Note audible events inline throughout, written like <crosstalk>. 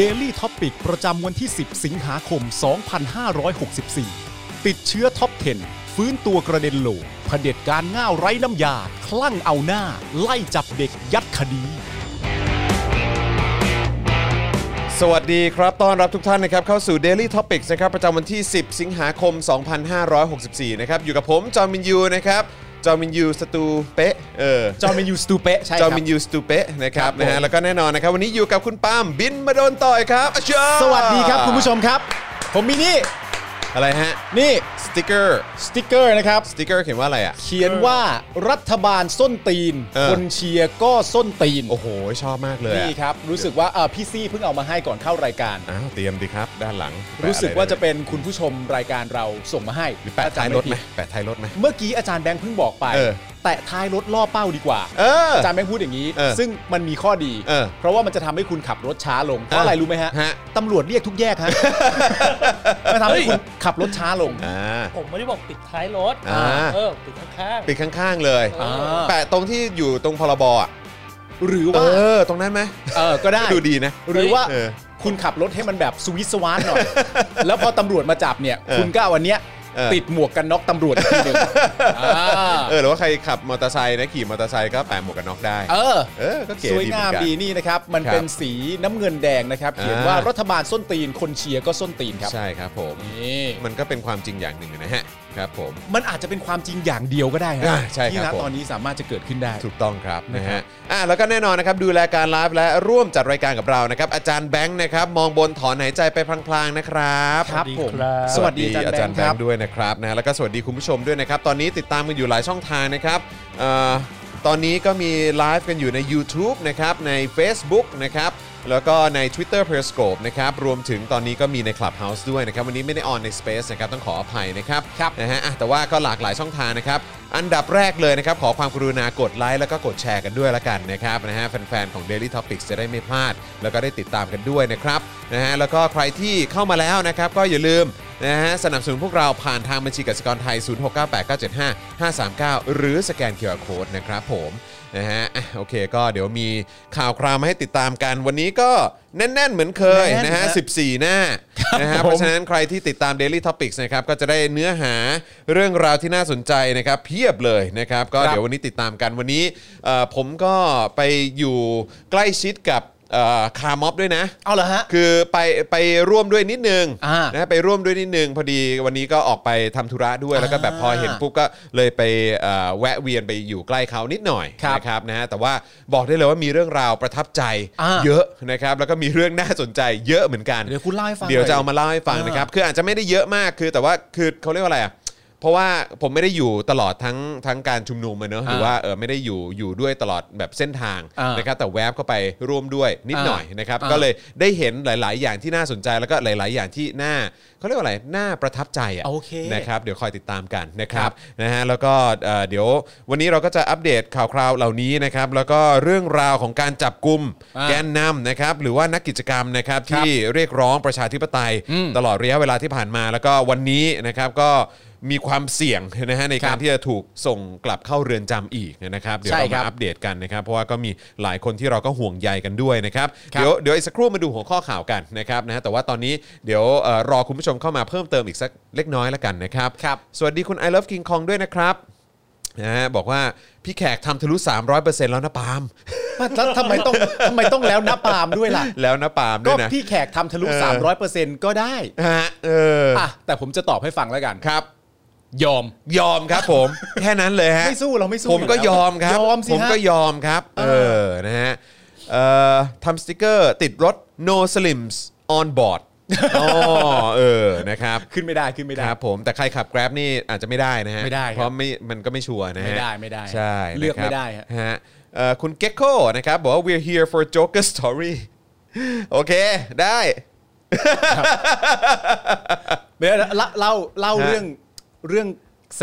Daily t o p i c ประจำวันที่ 10 สิงหาคม 2564 ติดเชื้อท็อป 10 ฟื้นตัวกระเด็นโหลเผด็จการง่าวไร้น้ำยา คลั่งเอาหน้า ไล่จับเด็กยัดคดี สวัสดีครับ ต้อนรับทุกท่านนะครับ เข้าสู่ Daily Topics นะครับ ประจำวันที่ 10 สิงหาคม 2564 นะครับ อยู่กับผม จอมินยู นะครับ จอมินยู สตูเปะเออ จอมินยูสตูเปะใช่ จอมินยู สตูเปะนะครับนะฮะ แล้วก็แน่นอนนะครับ วันนี้อยู่กับคุณปาล์มบินมาโดนต่อยครับอาเชิญ สวัสดีครับคุณผู้ชมครับ ผมมีนี่ อะไรฮะ นี่ สติกเกอร์ สติกเกอร์นะครับ สติกเกอร์เขียนว่าอะไรอ่ะ เขียนว่ารัฐบาลส้นตีน เออ คนเชียร์ก็ส้นตีน โอ้โห ชอบมากเลยอะ นี่ครับรู้สึกว่าเอ่อพี่ซี่เพิ่งเอามาให้ก่อนเข้ารายการ อ้าว เตรียมดีครับ ด้านหลังแป รู้สึกว่าจะ อไ เป็นคุณผู้ชมรายการเราส่งมาให้ หรือแปะ ถ้จำ ท้ายรถไหม ผิด แปะท้ายรถไหม เมื่อกี้อาจารย์แบงค์เพิ่งบอกไป เออ แตะท้ายรถล่อเป้าดีกว่า เออ อาจารย์แบงค์พูดอย่างนี้ เออ ซึ่งมันมีข้อดี เออ เพราะว่ามันจะทำให้คุณขับรถช้าลง เพราะอะไรรู้ไหมฮะ ฮะ ตำรวจเรียกทุกแย <laughs> กฮะ มันทำให้คุณขับรถช้าลง อ่า ผมไม่ได้บอกปิดท้ายรถ อ่า เออ ปิดข้าง ปิดข้างๆเลย อ่า แปะตรงที่อยู่ตรงพรบอ่ะ หรือ เอ ว่า อ ตรงนั้นไหม เออ ก็ได้ ดูดีนะ หรือว่า เออ คุณขับรถให้มันแบบสวิสวานหน่อย <laughs> แล้วพอตำรวจมาจับเนี่ย เออ คุณก็เอาวันเนี้ย เออ ติดหมวกกันน็อกตำรวจอีกทีหนึ่งอ่า เออหรือว่าใครขับมอเตอร์ไซค์นะขี่มอเตอร์ไซค์ก็แปะหมวกกันน็อกได้ เออ เออ ก็เก๋ สวย ดีเห งามมือนกัน ดีนี่นะครับ มัน ครับ เป็นสีน้ำเงินแดงนะครับ เขียนว่า อ่า รัฐบาลส้นตีนคนเชียร์ก็ส้นตีนครับ ใช่ครับผม นี่ มันก็เป็นความจริงอย่างหนึ่งนะฮะ ครับผม มันอาจจะเป็นความจริงอย่างเดียวก็ได้ฮะ อ่าใช่ ที่ ครั ณ บผม ตอนนี้สามารถจะเกิดขึ้นได้ ถูกต้องครับนะฮะอ่ะแล้วก็แน่นอนนะครับดูแลการไลฟ์และร่วมจัดรายการกับเรานะครับ อาจารย์แบงค์นะครับ มองบนถอนหายใจไปพลางๆนะครับ ครับผม ครับ สวัสดีอา อา จา จาร ร ย์ ย์ แบงแบง ค์ครัค์บ ด้วยนะครับนะแล้วก็สวัสดีคุณผู้ชมด้วยนะครับ ตอนนี้ติดตามกันอยู่หลายช่องทางนะครับเอ่อตอนนี้ก็มีไลฟ์กันอยู่ใน YouTube นะครับใน Facebook นะครับแล้วก็ใน Twitter Periscope นะครับรวมถึงตอนนี้ก็มีใน Clubhouse ด้วยนะครับวันนี้ไม่ได้ออนใน Space นะครับต้องขออภัยนะครับ ครับ นะฮะอ่ะแต่ว่าก็หลากหลายช่องทางนะครับ อันดับแรกเลยนะครับ ขอความกรุณากดไลค์แล้วก็กดแชร์กันด้วยละกันนะครับนะฮะแฟนๆ ของ Daily Topics จะได้ไม่พลาด แล้วก็ได้ติดตามกันด้วยนะครับนะฮะแล้วก็ใครที่เข้ามาแล้วนะครับ ก็อย่าลืมนะฮะสนับสนุนพวกเราผ่านทางบัญชีกสิกรไทย 0698975539 หรือสแกน QR Code นะครับผมนะฮะอ่ะโอเคก็เดี๋ยวมีข่าวคราวมาให้ติดตามกันวันนี้ก็แน่น ๆ เหมือนเคย แน่น นะฮะ ฮะ 14 หน้านะฮะเพราะฉะนั้นใครที่ติดตาม Daily Topics นะครับก็จะได้เนื้อหาเรื่องราวที่น่าสนใจนะครับ เพียบเลยนะครับ ก็ ครับ เดี๋ยววันนี้ติดตามกันวันนี้เอ่อผมก็ไปอยู่ใกล้ชิดกับเอ่อคาร์ม็อบด้วยนะ เอาเหรอฮะ คือไปไปร่วมด้วยนิดนึง อ่า นะไปร่วมด้วยนิดนึง พอดีวันนี้ก็ออกไปทำธุระด้วยแล้วก็แบบพอเห็นปุ๊บก็เลยไปเอ่อแวะเวียนไปอยู่ใกล้เขานิดหน่อย ครับ นะครับนะฮะแต่ว่าบอกได้เลยว่ามีเรื่องราวประทับใจ อ่า เยอะนะครับแล้วก็มีเรื่องน่าสนใจเยอะเหมือนกัน เดี๋ยวคุณเล่าให้ฟัง เดี๋ยวจะหเอาน่ มาเล่าให้ฟัง เออ นะครับ คืออาจจะไม่ได้เยอะมาก คือแต่ว่าคือเขาเรียกว่าอะไรอ่ะ เพราะว่าผมไม่ได้อยู่ตลอดทั้งทั้งการชุมนุมอะเนอะหรือว่าเออไม่ได้อยู่อยู่ด้วยตลอดแบบเส้นทาง อ่าน นะครับ แต่แวบเข้าไปร่วมด้วยนิด อ่า หน่อยนะครับ อ่า ก็เลยได้เห็นหลาย ๆ อย่างที่น่าสนใจแล้วก็หลาย ๆ อย่างที่น่าเขาเรียกว่าอะไรน่าประทับใจอ่ะ โอเค นะครับ เดี๋ยวคอยติดตามกันนะค ค รั รั บบ นะฮะ แล้วก็เอ่อเดี๋ยววันนี้เราก็จะอัปเดตข่าวคราวเหล่านี้นะครับ แล้วก็เรื่องราวของการจับกลุ่ม อ่า แกนนำนะครับหรือว่านักกิจกรรมนะครับที่เรียกร้องประชาธิปไตย อืม ตลอดระยะเวลาที่ผ่านมา แล้วก็วันนี้นะครับก็มีความเสี่ยงนะฮะใน ครั การ บ ที่จะถูกส่งกลับเข้าเรือนจำอีกนะครับเดี๋ยว ใช่ เรา ครั มา บ อัปเดตกันนะครับ เพราะว่าก็มีหลายคนที่เราก็ห่วงใยกันด้วยนะครับ ครับ เดี๋ยวเดี๋ยวอีกสักครู่มาดูหัวข้อข่าวกันนะครับนะฮะแต่ว่าตอนนี้เดี๋ยวเอ่อรอคุณผู้ชมเข้ามาเพิ่มเติมอีกสักเล็กน้อยละกันนะครับ ครับ สวัสดีคุณ I love King Kong ด้วยนะครับนะฮะบอกว่าพี่แขกทำทะลุ 300%แล้วนะปาล์ม าแล้วทำไมต้อง <laughs> ทำไมต้องแล้วนะปาล์มด้วยล่ะ แล้วนะปาล์มด้ ก็ วยนะ พี่แขกทำทะลุ เออ 300%ก็ได้ ฮะเออ อ่ะแต่ผมจะตอบให้ฟังแล้วกัน ครับ ยอม ยอมครับ <laughs> ผม แค่นั้นเลยฮะ ไม่สู้เราไม่สู้ ผมก็ยอมครับ ยอมสิ ผม ฮะ ก็ยอมครับ เออนะฮะเอ่อทำสติกเกอร์ติดรถ no slims on <laughs> board อ๋อเออนะครับ ขึ้นไม่ได้ขึ้นไม่ได้ ครับผมแต่ใครขับ Grab นี่อาจจะไม่ได้นะฮะ ไม่ได้ครับ เพราะไม่มันก็ไม่ชัวร์นะฮะ ไม่ได้ไม่ได้ ใช่ เลือก นะครับ ไม่ได้ฮะ ฮะเอ่อคุณเก็กโก้นะครับ บอกว่า we're here for Joker story โอเค ได้ เดี๋ยวเล่าเล่าเล่า ฮะ เรื่องเรื่อง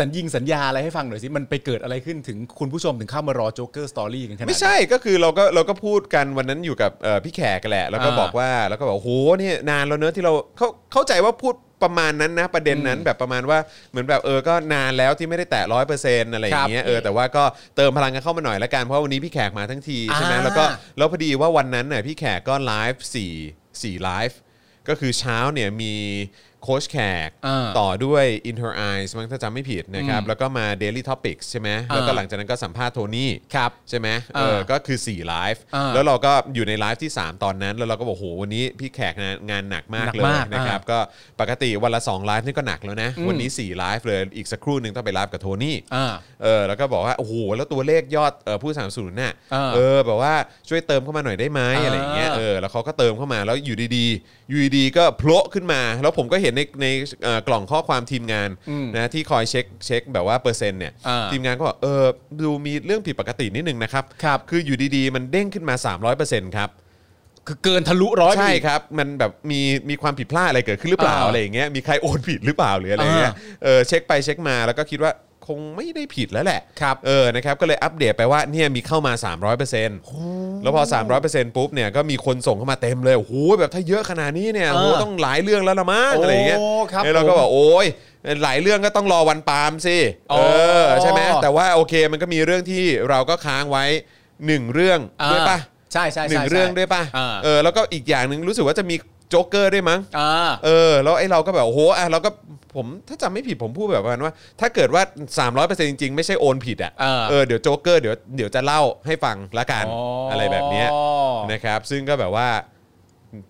สัญญิงสัญญาอะไรให้ฟังหน่อยสิมันไปเกิดอะไรขึ้นถึงคุณผู้ชมถึงเข้ามารอโจ๊กเกอร์สตอรี่กันขนาดนั้น ไม่ใช่ก็คือเราก็เราก็พูดกันวันนั้นอยู่กับเอ่อพี่แขกกันแหละ แล้วก็ อ่า บอกว่าแล้วก็บอกโหเนี่ยนานแล้วเนอะที่เราเข้าเข้าใจว่าพูดประมาณนั้นนะประเด็นนั้นแบบประมาณว่าเหมือนแบบเออก็นานแล้วที่ไม่ได้แตะร้อยเปอร์เซ็นต์อะไรอย่างเงี้คยรับ เออแต่ว่าก็เติมพลังกันเข้ามาหน่อยละกันเพราะวันนี้พี่แขกมาทั้งทีใช่ไหม อ่า แล้วก็แล้วพอดีว่าวันนั้นน่ะพี่แขกก็ไลฟ์สี่ 4 ไลฟ์ ก็คือเช้าเนี่ยมีโค้ชแขก อ่า ต่อด้วย In Her Eyes มั้งถ้าจำไม่ผิดนะครับ อืม แล้วก็มา Daily Topics ใช่ไหมแล้วก็หลังจากนั้นก็สัมภาษณ์โทนี่ ครับ ใช่ไหมเออ อ่า ก็คือ 4 ไลฟ์ อ่า แล้วเราก็อยู่ในไลฟ์ที่ 3 ตอนนั้น แล้วเราก็บอกโหวันนี้พี่แขกงานงานหนักมาก หนัก เลย มาก นะครับ ก็ปกติวันละ 2 ไลฟ์นี่ก็หนักแล้วนะ อืม วันนี้ 4 ไลฟ์เลย อีกสักครู่หนึ่งต้องไปไลฟ์กับโทนี่ อ่า เออแล้วก็บอกว่าโอ้โหแล้วตัวเลขยอดเอ่อผู้สนับสนุนน่ะ เออ เออแบบว่าช่วยเติมเข้ามาหน่อยได้ไหม เอออ อะไรอย่างเงี้ยเออแล้วเขาก็เติมเข้ามาแล้วอยู่ดีๆ อยู่ดีๆก็โผล่ขึ้นมา แล้วผมก็เห็นในในเอ่อกล่องข้อความทีมงาน อืม นะที่คอยเช็คเช็คแบบว่าเปอร์เซ็นต์เนี่ย เออ ทีมงานก็บอกเออดูมีเรื่องผิดปกตินิดนึงนะครับ ครับ คืออยู่ดีๆ มันเด้งขึ้นมา 300%ครับ คือเกินทะลุร้อยไป ใช่ อีก ครับ มันแบบมีมีความผิดพลาดอะไรเกิดขึ้นหรือเปล่า อ่า อะไรอย่างเงี้ยมีใครโอนผิดหรือเปล่าหรืออะไรเงี้ย อ่ เออเช็คไปเช็คมาแล้วก็คิดว่าคงไม่ได้ผิดแล้วแหละ ครับ เออนะครับก็เลยอัปเดตไปว่าเนี่ยมีเข้ามา 300%แล้วพอ 300%ปุ๊บเนี่ยก็มีคนส่งเข้ามาเต็มเลยโอ้โหแบบถ้าเยอะขนาดนี้เนี่ยโอ้โห เออ ต้องหลายเรื่องแล้วละมั้งอะไรอย่างเงี้ย โอ้ครับ แล้วเราก็บอกโอ้ยหลายเรื่องก็ต้องรอวันปาล์มสิ อ๋ เอ อ อใช่ไหมแต่ว่าโอเคมันก็มีเรื่องที่เราก็ค้างไว้หนึ่งเรื่องด้วยปะ อ่าใช่ใช่ใช่ หนึ่งเรื่องด้วยปะ อ่า เออ เออแล้วก็อีกอย่างหนึ่งรู้สึกว่าจะมีโจ๊กเกอร์ด้วยมั้ง อ่า เออ แล้วไอ้เราก็แบบโอ้โหอ่ะเราก็ผมถ้าจำไม่ผิดผมพูดแบบประมาณว่า ถ้าเกิดว่า 300%จริงๆ ไม่ใช่โอนผิดอ่ะ เออ เดี๋ยวโจ๊กเกอร์เดี๋ยวเดี๋ยวจะเล่าให้ฟังละกัน อ๋ออ อะไรแบบเนี้ยนะครับ ซึ่งก็แบบว่า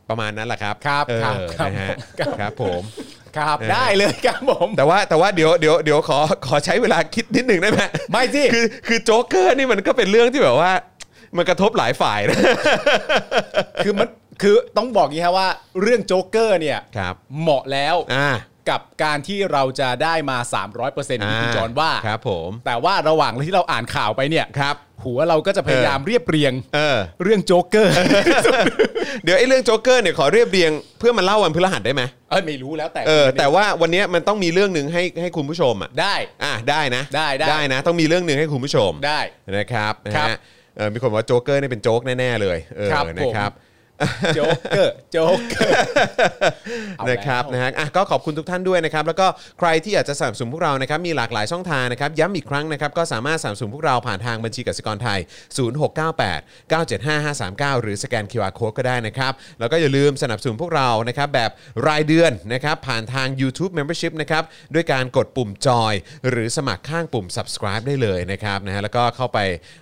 ประมาณนั้นแหละครับ ครับ เออ ครับครับ นะฮะครับผม ครับ เออ ได้เลยครับผม แต่ว่าแต่ว่าเดี๋ยวเดี๋ยวเดี๋ยวขอขอใช้เวลาคิดนิดหนึ่งได้ไหม ไม่สิ คือคือโจ๊กเกอร์นี่มันก็เป็นเรื่องที่แบบว่า มันกระทบหลายฝ่ายนะ คือมันคือต้องบอกอย่างนี้ครับว่าเรื่องโจ๊กเกอร์เนี่ย ครับ เหมาะแล้ว อ่า กับการที่เราจะได้มา 300%อย่างที่คุณจรว่า ครับผม แต่ว่าระหว่างที่เราอ่านข่าวไปเนี่ย ครับ หัวเราก็จะพยายามเรียบเรียง เออ เรื่องโจ๊กเกอร์ เดี๋ยวไอ้เรื่องโจ๊กเกอร์เนี่ยขอเรียบเรียงเพื่อมาเล่าวันพฤหัสได้ไหม เอ้ยไม่รู้แล้วแต่ เออแต่ว่าวันเนี้ยมันต้องมีเรื่องหนึ่งให้ให้คุณผู้ชมอ่ะ ได้ อ่ะได้นะ ได้ได้ ได้นะ ต้องมีเรื่องหนึ่งให้คุณผู้ชม ได้ นะครับนะครับ ฮะเออมีคนบอกว่าโจ๊กเกอร์เนี่ยเป็นโจ๊กแน่ๆเลยเออ ครับ นะ ผม ครับ โจ๊กเกอร์โจ๊กเกอร์ เอาแล้ว นะครับนะฮะอ่ะก็ขอบคุณทุกท่านด้วยนะครับ แล้วก็ใครที่อยากจะสนับสนุนพวกเรานะครับมีหลากหลายช่องทางนะครับย้ำอีกครั้งนะครับก็สามารถสนับสนุนพวกเราผ่านทางบัญชีกสิกรไทย 0698 975 539 หรือสแกน QR Code ก็ได้นะครับแล้วก็อย่าลืมสนับสนุนพวกเรานะครับแบบรายเดือนนะครับผ่านทาง YouTube Membership นะครับด้วยการกดปุ่มจอยหรือสมัครข้างปุ่ม subscribe ได้เลยนะครับนะฮะแล้วก็เข้าไป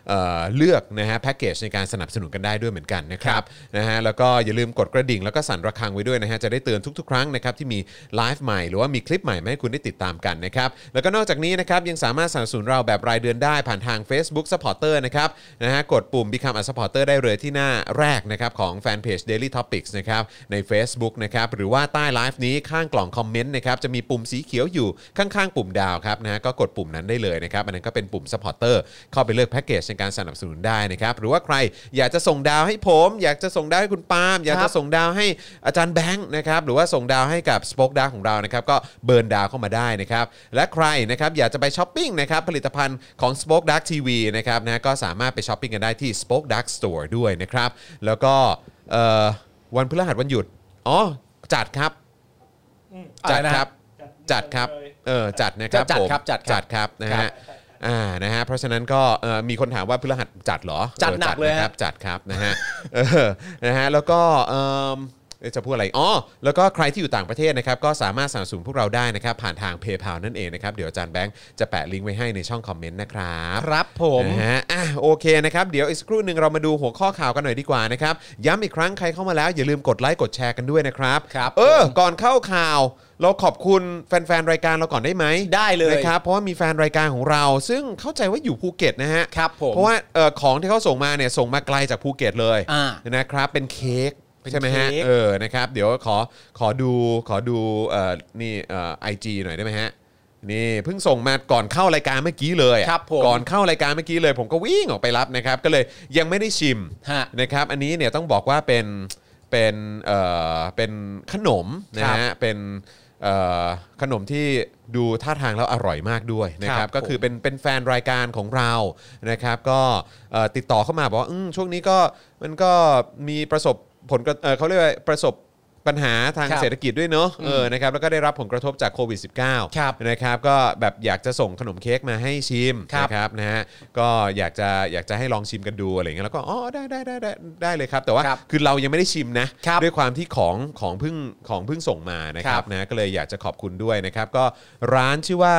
เอ่อเลือกนะฮะแพ็กเกจในการสนับสนุนกันได้ด้วยเหมือนกันนะครับนะฮะแล้วก็อย่าลืมกดกระดิ่งแล้วก็สั่นระฆังไว้ด้วยนะฮะจะได้เตือนทุกๆ ครั้งนะครับที่มีไลฟ์ใหม่หรือว่ามีคลิปใหม่มาให้คุณได้ติดตามกันนะครับแล้วก็นอกจากนี้นะครับยังสามารถสนับสนุนเราแบบรายเดือนได้ผ่านทาง Facebook Supporter นะครับนะฮะกดปุ่ม Become a supporter ได้เลยที่หน้าแรกนะครับของแฟนเพจ Daily Topics นะครับใน Facebook นะครับหรือว่าใต้ไลฟ์นี้ข้างกล่องคอมเมนต์นะครับจะมีปุ่มสีเขียวอยู่ข้างๆ ปุ่มดาวครับนะฮะก็กดปุ่มนั้นได้เลยนะครับอันนั้นก็เป็นปุ่ม supporter เข้าไปเลือกแพ็กเกจในการสนับสนุนได้นะครับหรือว่าใครอยากจะส่งดาวให้ผม อยากจะส่งดาวให้คุณปาล์มอยาก ครับจะส่งดาวให้อาจารย์แบงค์นะครับหรือว่าส่งดาวให้กับสป็อคดาวของเรานะครับก็เบิร์นดาวเข้ามาได้นะครับและใครนะครับอยากจะไปช้อปปิ้งนะครับผลิตภัณฑ์ของ Spoke Dark TV นะครับนะก็สามารถไปช้อปปิ้งกันได้ที่ Spoke Dark Store ด้วยนะครับแล้วก็เอ่อวันพฤหัสวันหยุดอ๋อจัดครับ อืม อะ จั ไร ด นะ ค ค รั รับ บ จัดครับ เออ จัดนะครับ จัด ผม ครับจัดครับ จัดครับนะ ครั ฮะ บ อ่า นะฮะ เพราะฉะนั้นก็เออมีคนถามว่าพฤหัสจัดเหรอ จัดหนัก ออ เลย นะ ฮะ ครับ จัดครับนะฮ <laughs> ะ เออ นะฮะ แล้วก็เอมเอ๊ะจะพูดอะไร อ๋อ แล้วก็ใครที่อยู่ต่างประเทศนะครับ ก็สามารถสนับสนุนพวกเราได้นะครับ ผ่านทางเพย์พานั่นเองนะครับ เดี๋ยวอาจารย์แบงค์จะแปะลิงก์ไว้ให้ในช่องคอมเมนต์นะครับ ครับผม นะฮะอ่ะโอเคนะครับ เดี๋ยวอีกสักครู่หนึ่งเรามาดูหัวข้อข่าวกันหน่อยดีกว่านะครับ ย้ำอีกครั้งใครเข้ามาแล้ว อย่าลืมกดไลค์กดแชร์กันด้วยนะครับ ครับ เออ ก่อนเข้าข่าว เราขอบคุณแฟนๆ รายการเราก่อนได้ไหม ได้เลย นะครับ เพราะว่ามีแฟนรายการของเรา ซึ่งเข้าใจว่าอยู่ภูเก็ตนะฮะ ครับผม เพราะว่าเอ่อของที่เขาส่งมาเนี่ยส่งมาไกลจากภูเก็ตเลย อ่า นะครับ เป็นเค้ก เป็น ใช่ไหมฮะ เค้ก เออนะครับ เดี๋ยวขอขอดูขอดูเอ่อนี่ไอจีหน่อยได้ไหมฮะนี่เพิ่งส่งมาก่อนเข้ารายการเมื่อกี้เลยอะ ครับผม ก่อน เข้ารายการเมื่อกี้เลยผมก็วิ่งออกไปรับนะครับ ก็เลยยังไม่ได้ชิม ฮะ นะครับ อันนี้เนี่ยต้องบอกว่าเป็นเป็นเอ่อเป็นขนมนะฮะเป็นเอ่อขนมที่ดูท่าทางแล้วอร่อยมากด้วยนะค ครั รับบ ก็คือเป็นเป็นแฟนรายการของเรานะครับ ก็เอ่อติดต่อเข้ามาบอกว่าอืมช่วงนี้ก็มันก็มีประสบผลกระเอ่อเขาเรียกว่าประสบ ปัญหาทาง ครับ เศรษฐกิจด้วยเนอะเออนะครับแล้วก็ได้รับผลกระทบจากโควิด ครับ -19 นะครับก็แบบอยากจะส่งขนมเค้กมาให้ชิม ครับ นะครับนะฮะก็อยากจะอยากจะให้ลองชิมกันดูอะไรเงี้ยแล้วก็อ๋อได้ได้ได้ได้ได้เลยครับ แต่ว่า ครับ คือเรายังไม่ได้ชิมนะครับ ด้วยความที่ของของเพิ่งของเพิ่งส่งมานะค ค รั รั บบ นะก็เลยอยากจะขอบคุณด้วยนะครับ ก็ร้านชื่อว่า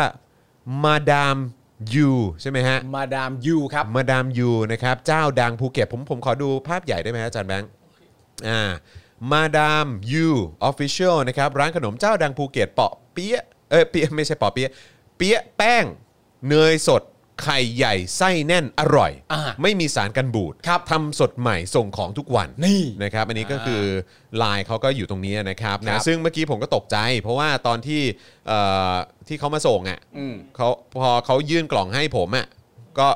มาดามยูใช่ไหมฮะ มาดามยูครับ มาดามยูนะครับเจ้าดังภูเก็ตผมผมขอดูภาพใหญ่ได้ไหมฮะอาจารย์แบงค์อ่ามาดามยูออฟฟิเชียลนะครับร้านขนมเจ้าดังภูเก็ตเปาะเปี๊ยะเออเปี๊ยะไม่ใช่เปาะเปี๊ยะเปี๊ยะแป้ง เนยสด ไข่ใหญ่ไส้แน่นอร่อย อ่า ไม่มีสารกันบูด ครับ ทำสดใหม่ส่งของทุกวัน นี่ นะครับอันนี้ก็คือไลน์เขาก็อยู่ตรงนี้นะครับ ครั นะ บ ซึ่งเมื่อกี้ผมก็ตกใจ เพราะว่าตอนที่เอ่อที่เขามาส่งอ่ะ อืม เขาพอเขายื่นกล่องให้ผมอ่ะก็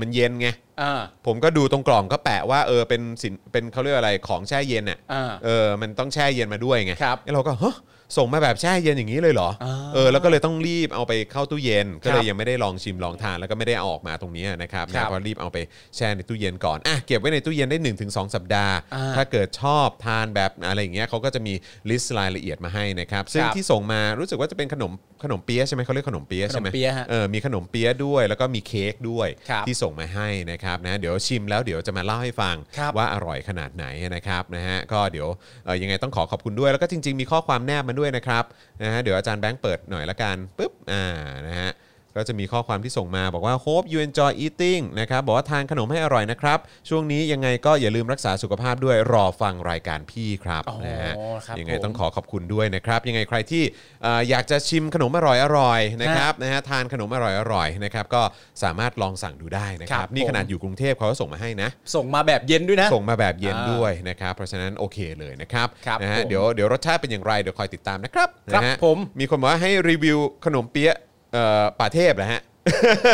มันเย็นไง อ่า ผมก็ดูตรงกล่องก็แปะว่าเออเป็นสินเป็นเขาเรียกอะไรของแช่เย็นอ่ะ อ่า เออมันต้องแช่เย็นมาด้วยไง ครับ แล้วเราก็ฮะส่งมาแบบแช่เย็นอย่างนี้เลยเหรออาเออแล้วก็เลยต้องรีบเอาไปเข้าตู้เย็น ก็คเลรั ย บ ยังไม่ได้ลองชิมลองทานแล้วก็ไม่ได้เอาออกมาตรงนี้นะครับ ครับนะเพราะรีบเอาไปแช่ในตู้เย็นก่อนอ่ะเก็บไว้ในตู้เย็นได้ 1-2 สัปดาห์ อ่า ถ้าเกิดชอบทานแบบอะไรอย่างเงี้ยเขาก็จะมีลิสต์รายละเอียดมาให้นะครับซึ่ง ครับ ที่ส่งมารู้สึกว่าจะเป็นขนมขนมเปี๊ยะใช่ไหมเขาเรียกขนมเปี๊ยะใช่ไหขมนมเปี๊ยะฮะ เออมีขนมเปี๊ยะด้วย แล้วก็มีเค้กด้วย ครับ ที่ ส่งมาให้นะครับนะเดี๋ยวชิมแล้วเดี๋ยวจะมาเล่าให้ฟัง ครับ ว่าอร่อยขนาดไหนนะครับนะฮะก็เดี๋ยวเอ่อยังไงต้องขอขอบคุณด้วย แล้วก็จริง ๆ มีข้อความแนบมาด้วยนะครับนะฮะเดี๋ยวอาจารย์แบงค์เปิดหน่อยละกันปุ๊บอ่านะฮะก็จะมีข้อความที่ส่งมาบอกว่า hope you enjoy eating นะครับบอกว่าทานขนมให้อร่อยนะครับ ช่วงนี้ยังไงก็อย่าลืมรักษาสุขภาพด้วยรอฟังรายการพี่ครับ อ๋อ นะฮะ ครับ ยังไง ผม ต้องขอขอบคุณด้วยนะครับ ยังไงใครที่เอ่ออยากจะชิมขนมอร่อยอร่อยๆนะครับ ครับนะฮะทานขนมอร่อยอร่อยๆนะครับก็สามารถลองสั่งดูได้นะค ครั รับบ นี่ ผม ขนาดอยู่กรุงเทพเขาก็ส่งมาให้นะ ส่งมาแบบเย็นด้วยนะ ส่งมาแบบเย็น อ่า ด้วยนะครับเพราะฉะนั้นโอเคเลยนะครับ ครับ นะฮะ ผม เดี๋ยวเดี๋ยวรสชาติเป็นอย่างไรเดี๋ยวคอยติดตามนะครับ ครับ นะฮะ ผม มีคนบอกว่าให้รีวิวขนมเปี๊ยะเอ่อป่าเทพนะฮะ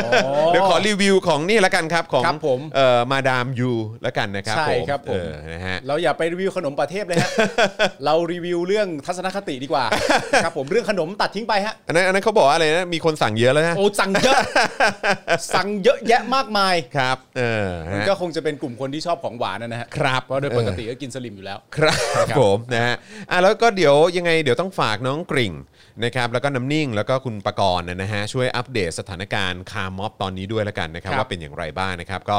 อ๋อ เดี๋ยวขอรีวิวของนี่ละกันครับของ ครับผม เอ่อมาดามยูละกันนะครับ ใช่ ผม ครับผ เอ ม อนะฮะ เราอย่าไปรีวิวขนมประเทศเลย <laughs> ฮะ เรารีวิวเรื่องทัศนคติดีกว่า ครับผมเรื่องขนมตัดทิ้งไป <laughs> ฮะ อันนั้นอันนั้นเขาบอกว่าอะไรนะมีคนสั่งเยอะแล้วนะ โอ้สั่งเยอะ สั่งเยอะแยะมากมาย ครับเออฮะ มันก็คงจะเป็นกลุ่มคนที่ชอบของหวานนะฮะ ครับ เพราะโดย เออ ปกติก็กินสลิมอยู่แล้ว ครับผมนะฮะอ่ะแล้วก็เดี๋ยวยังไงเดี๋ยวต้องฝากน้องกริ่งนะครับแล้วก็น้ำนิ่งแล้วก็คุณประกรณ์นะฮะช่วยอัปเดตสถานการณ์คาร์ม็อบตอนนี้ด้วยละกันนะครับ ครับ ว่าเป็นอย่างไรบ้างนะครับก็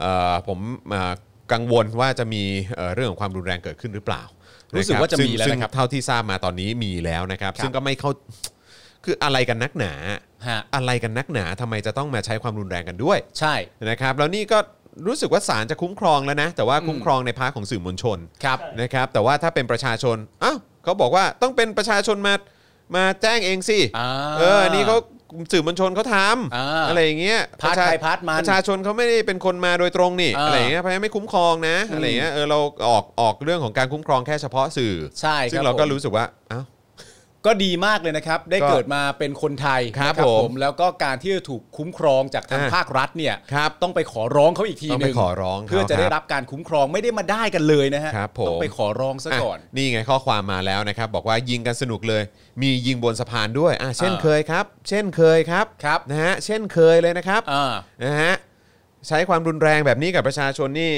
เอ่อผมเอ่อกังวลว่าจะมีเอ่อเรื่องของความรุนแรงเกิดขึ้นหรือเปล่ารู้ รู้สึกว่าจะมีแล้วนะครับ เท่าที่ทราบมาตอนนี้มีแล้วนะครับ ซึ่งก็ไม่เข้าคืออะไรกันนักหนา ฮะ อะไรกันนักหนาทำไมจะต้องมาใช้ความรุนแรงกันด้วย ใช่ นะครับแล้วนี่ก็รู้สึกว่าศาลจะคุ้มครองแล้วนะ แต่ว่าคุ้มครองในพาร์ทของสื่อมวลชน ครับ นะครับ แต่ว่าถ้าเป็นประชาชนอ้าวเขาบอกว่าต้องเป็นประชาชนมามาแจ้งเองสิ อ่า เออนี่เขาสื่อมวลชนเขาท อ่า ำอะไรอย่างเงี้ย พาร์ท ประช ใครพาร์ทมัน ประชาชนเขาไม่ได้เป็นคนมาโดยตรงนี่ อ่า อะไรอย่างเงี้ยเพราะฉะนั้นไม่คุ้มครองนะอะไรอย่างเงี้ยเออเราออกออกเรื่องของการคุ้มครองแค่เฉพาะสื่อ ใช่ค ซึ่ รับ งเราก็ ผม รู้สึกว่าอ้าว ก็ดีมากเลยนะครับ ได้ ก็ เกิดมาเป็นคนไทย ครับ นะ ผม แล้วก็การที่จะถูกคุ้มครองจากทาง อ่ะ ภาครัฐเนี่ย ครับ ต้องไปขอร้องเขาอีกที ต้อง ห ไป นึ่ง ขอร้องเขา เพื่อจะได้รับการคุ้มครองไม่ได้มาได้กันเลยนะฮะ ครับผม ต้องไปขอร้องซะก่อน อ่ะนี่ไงข้อความมาแล้วนะครับ บอกว่ายิงกันสนุกเลย มียิงบนสะพานด้วยอ่ะเช่น อ่า เคยครับ เช่นเคยครับ ครับ นะฮะเช่นเคยเลยนะครับ อ่า นะฮะใช้ความรุนแรงแบบนี้กับประชาชนนี่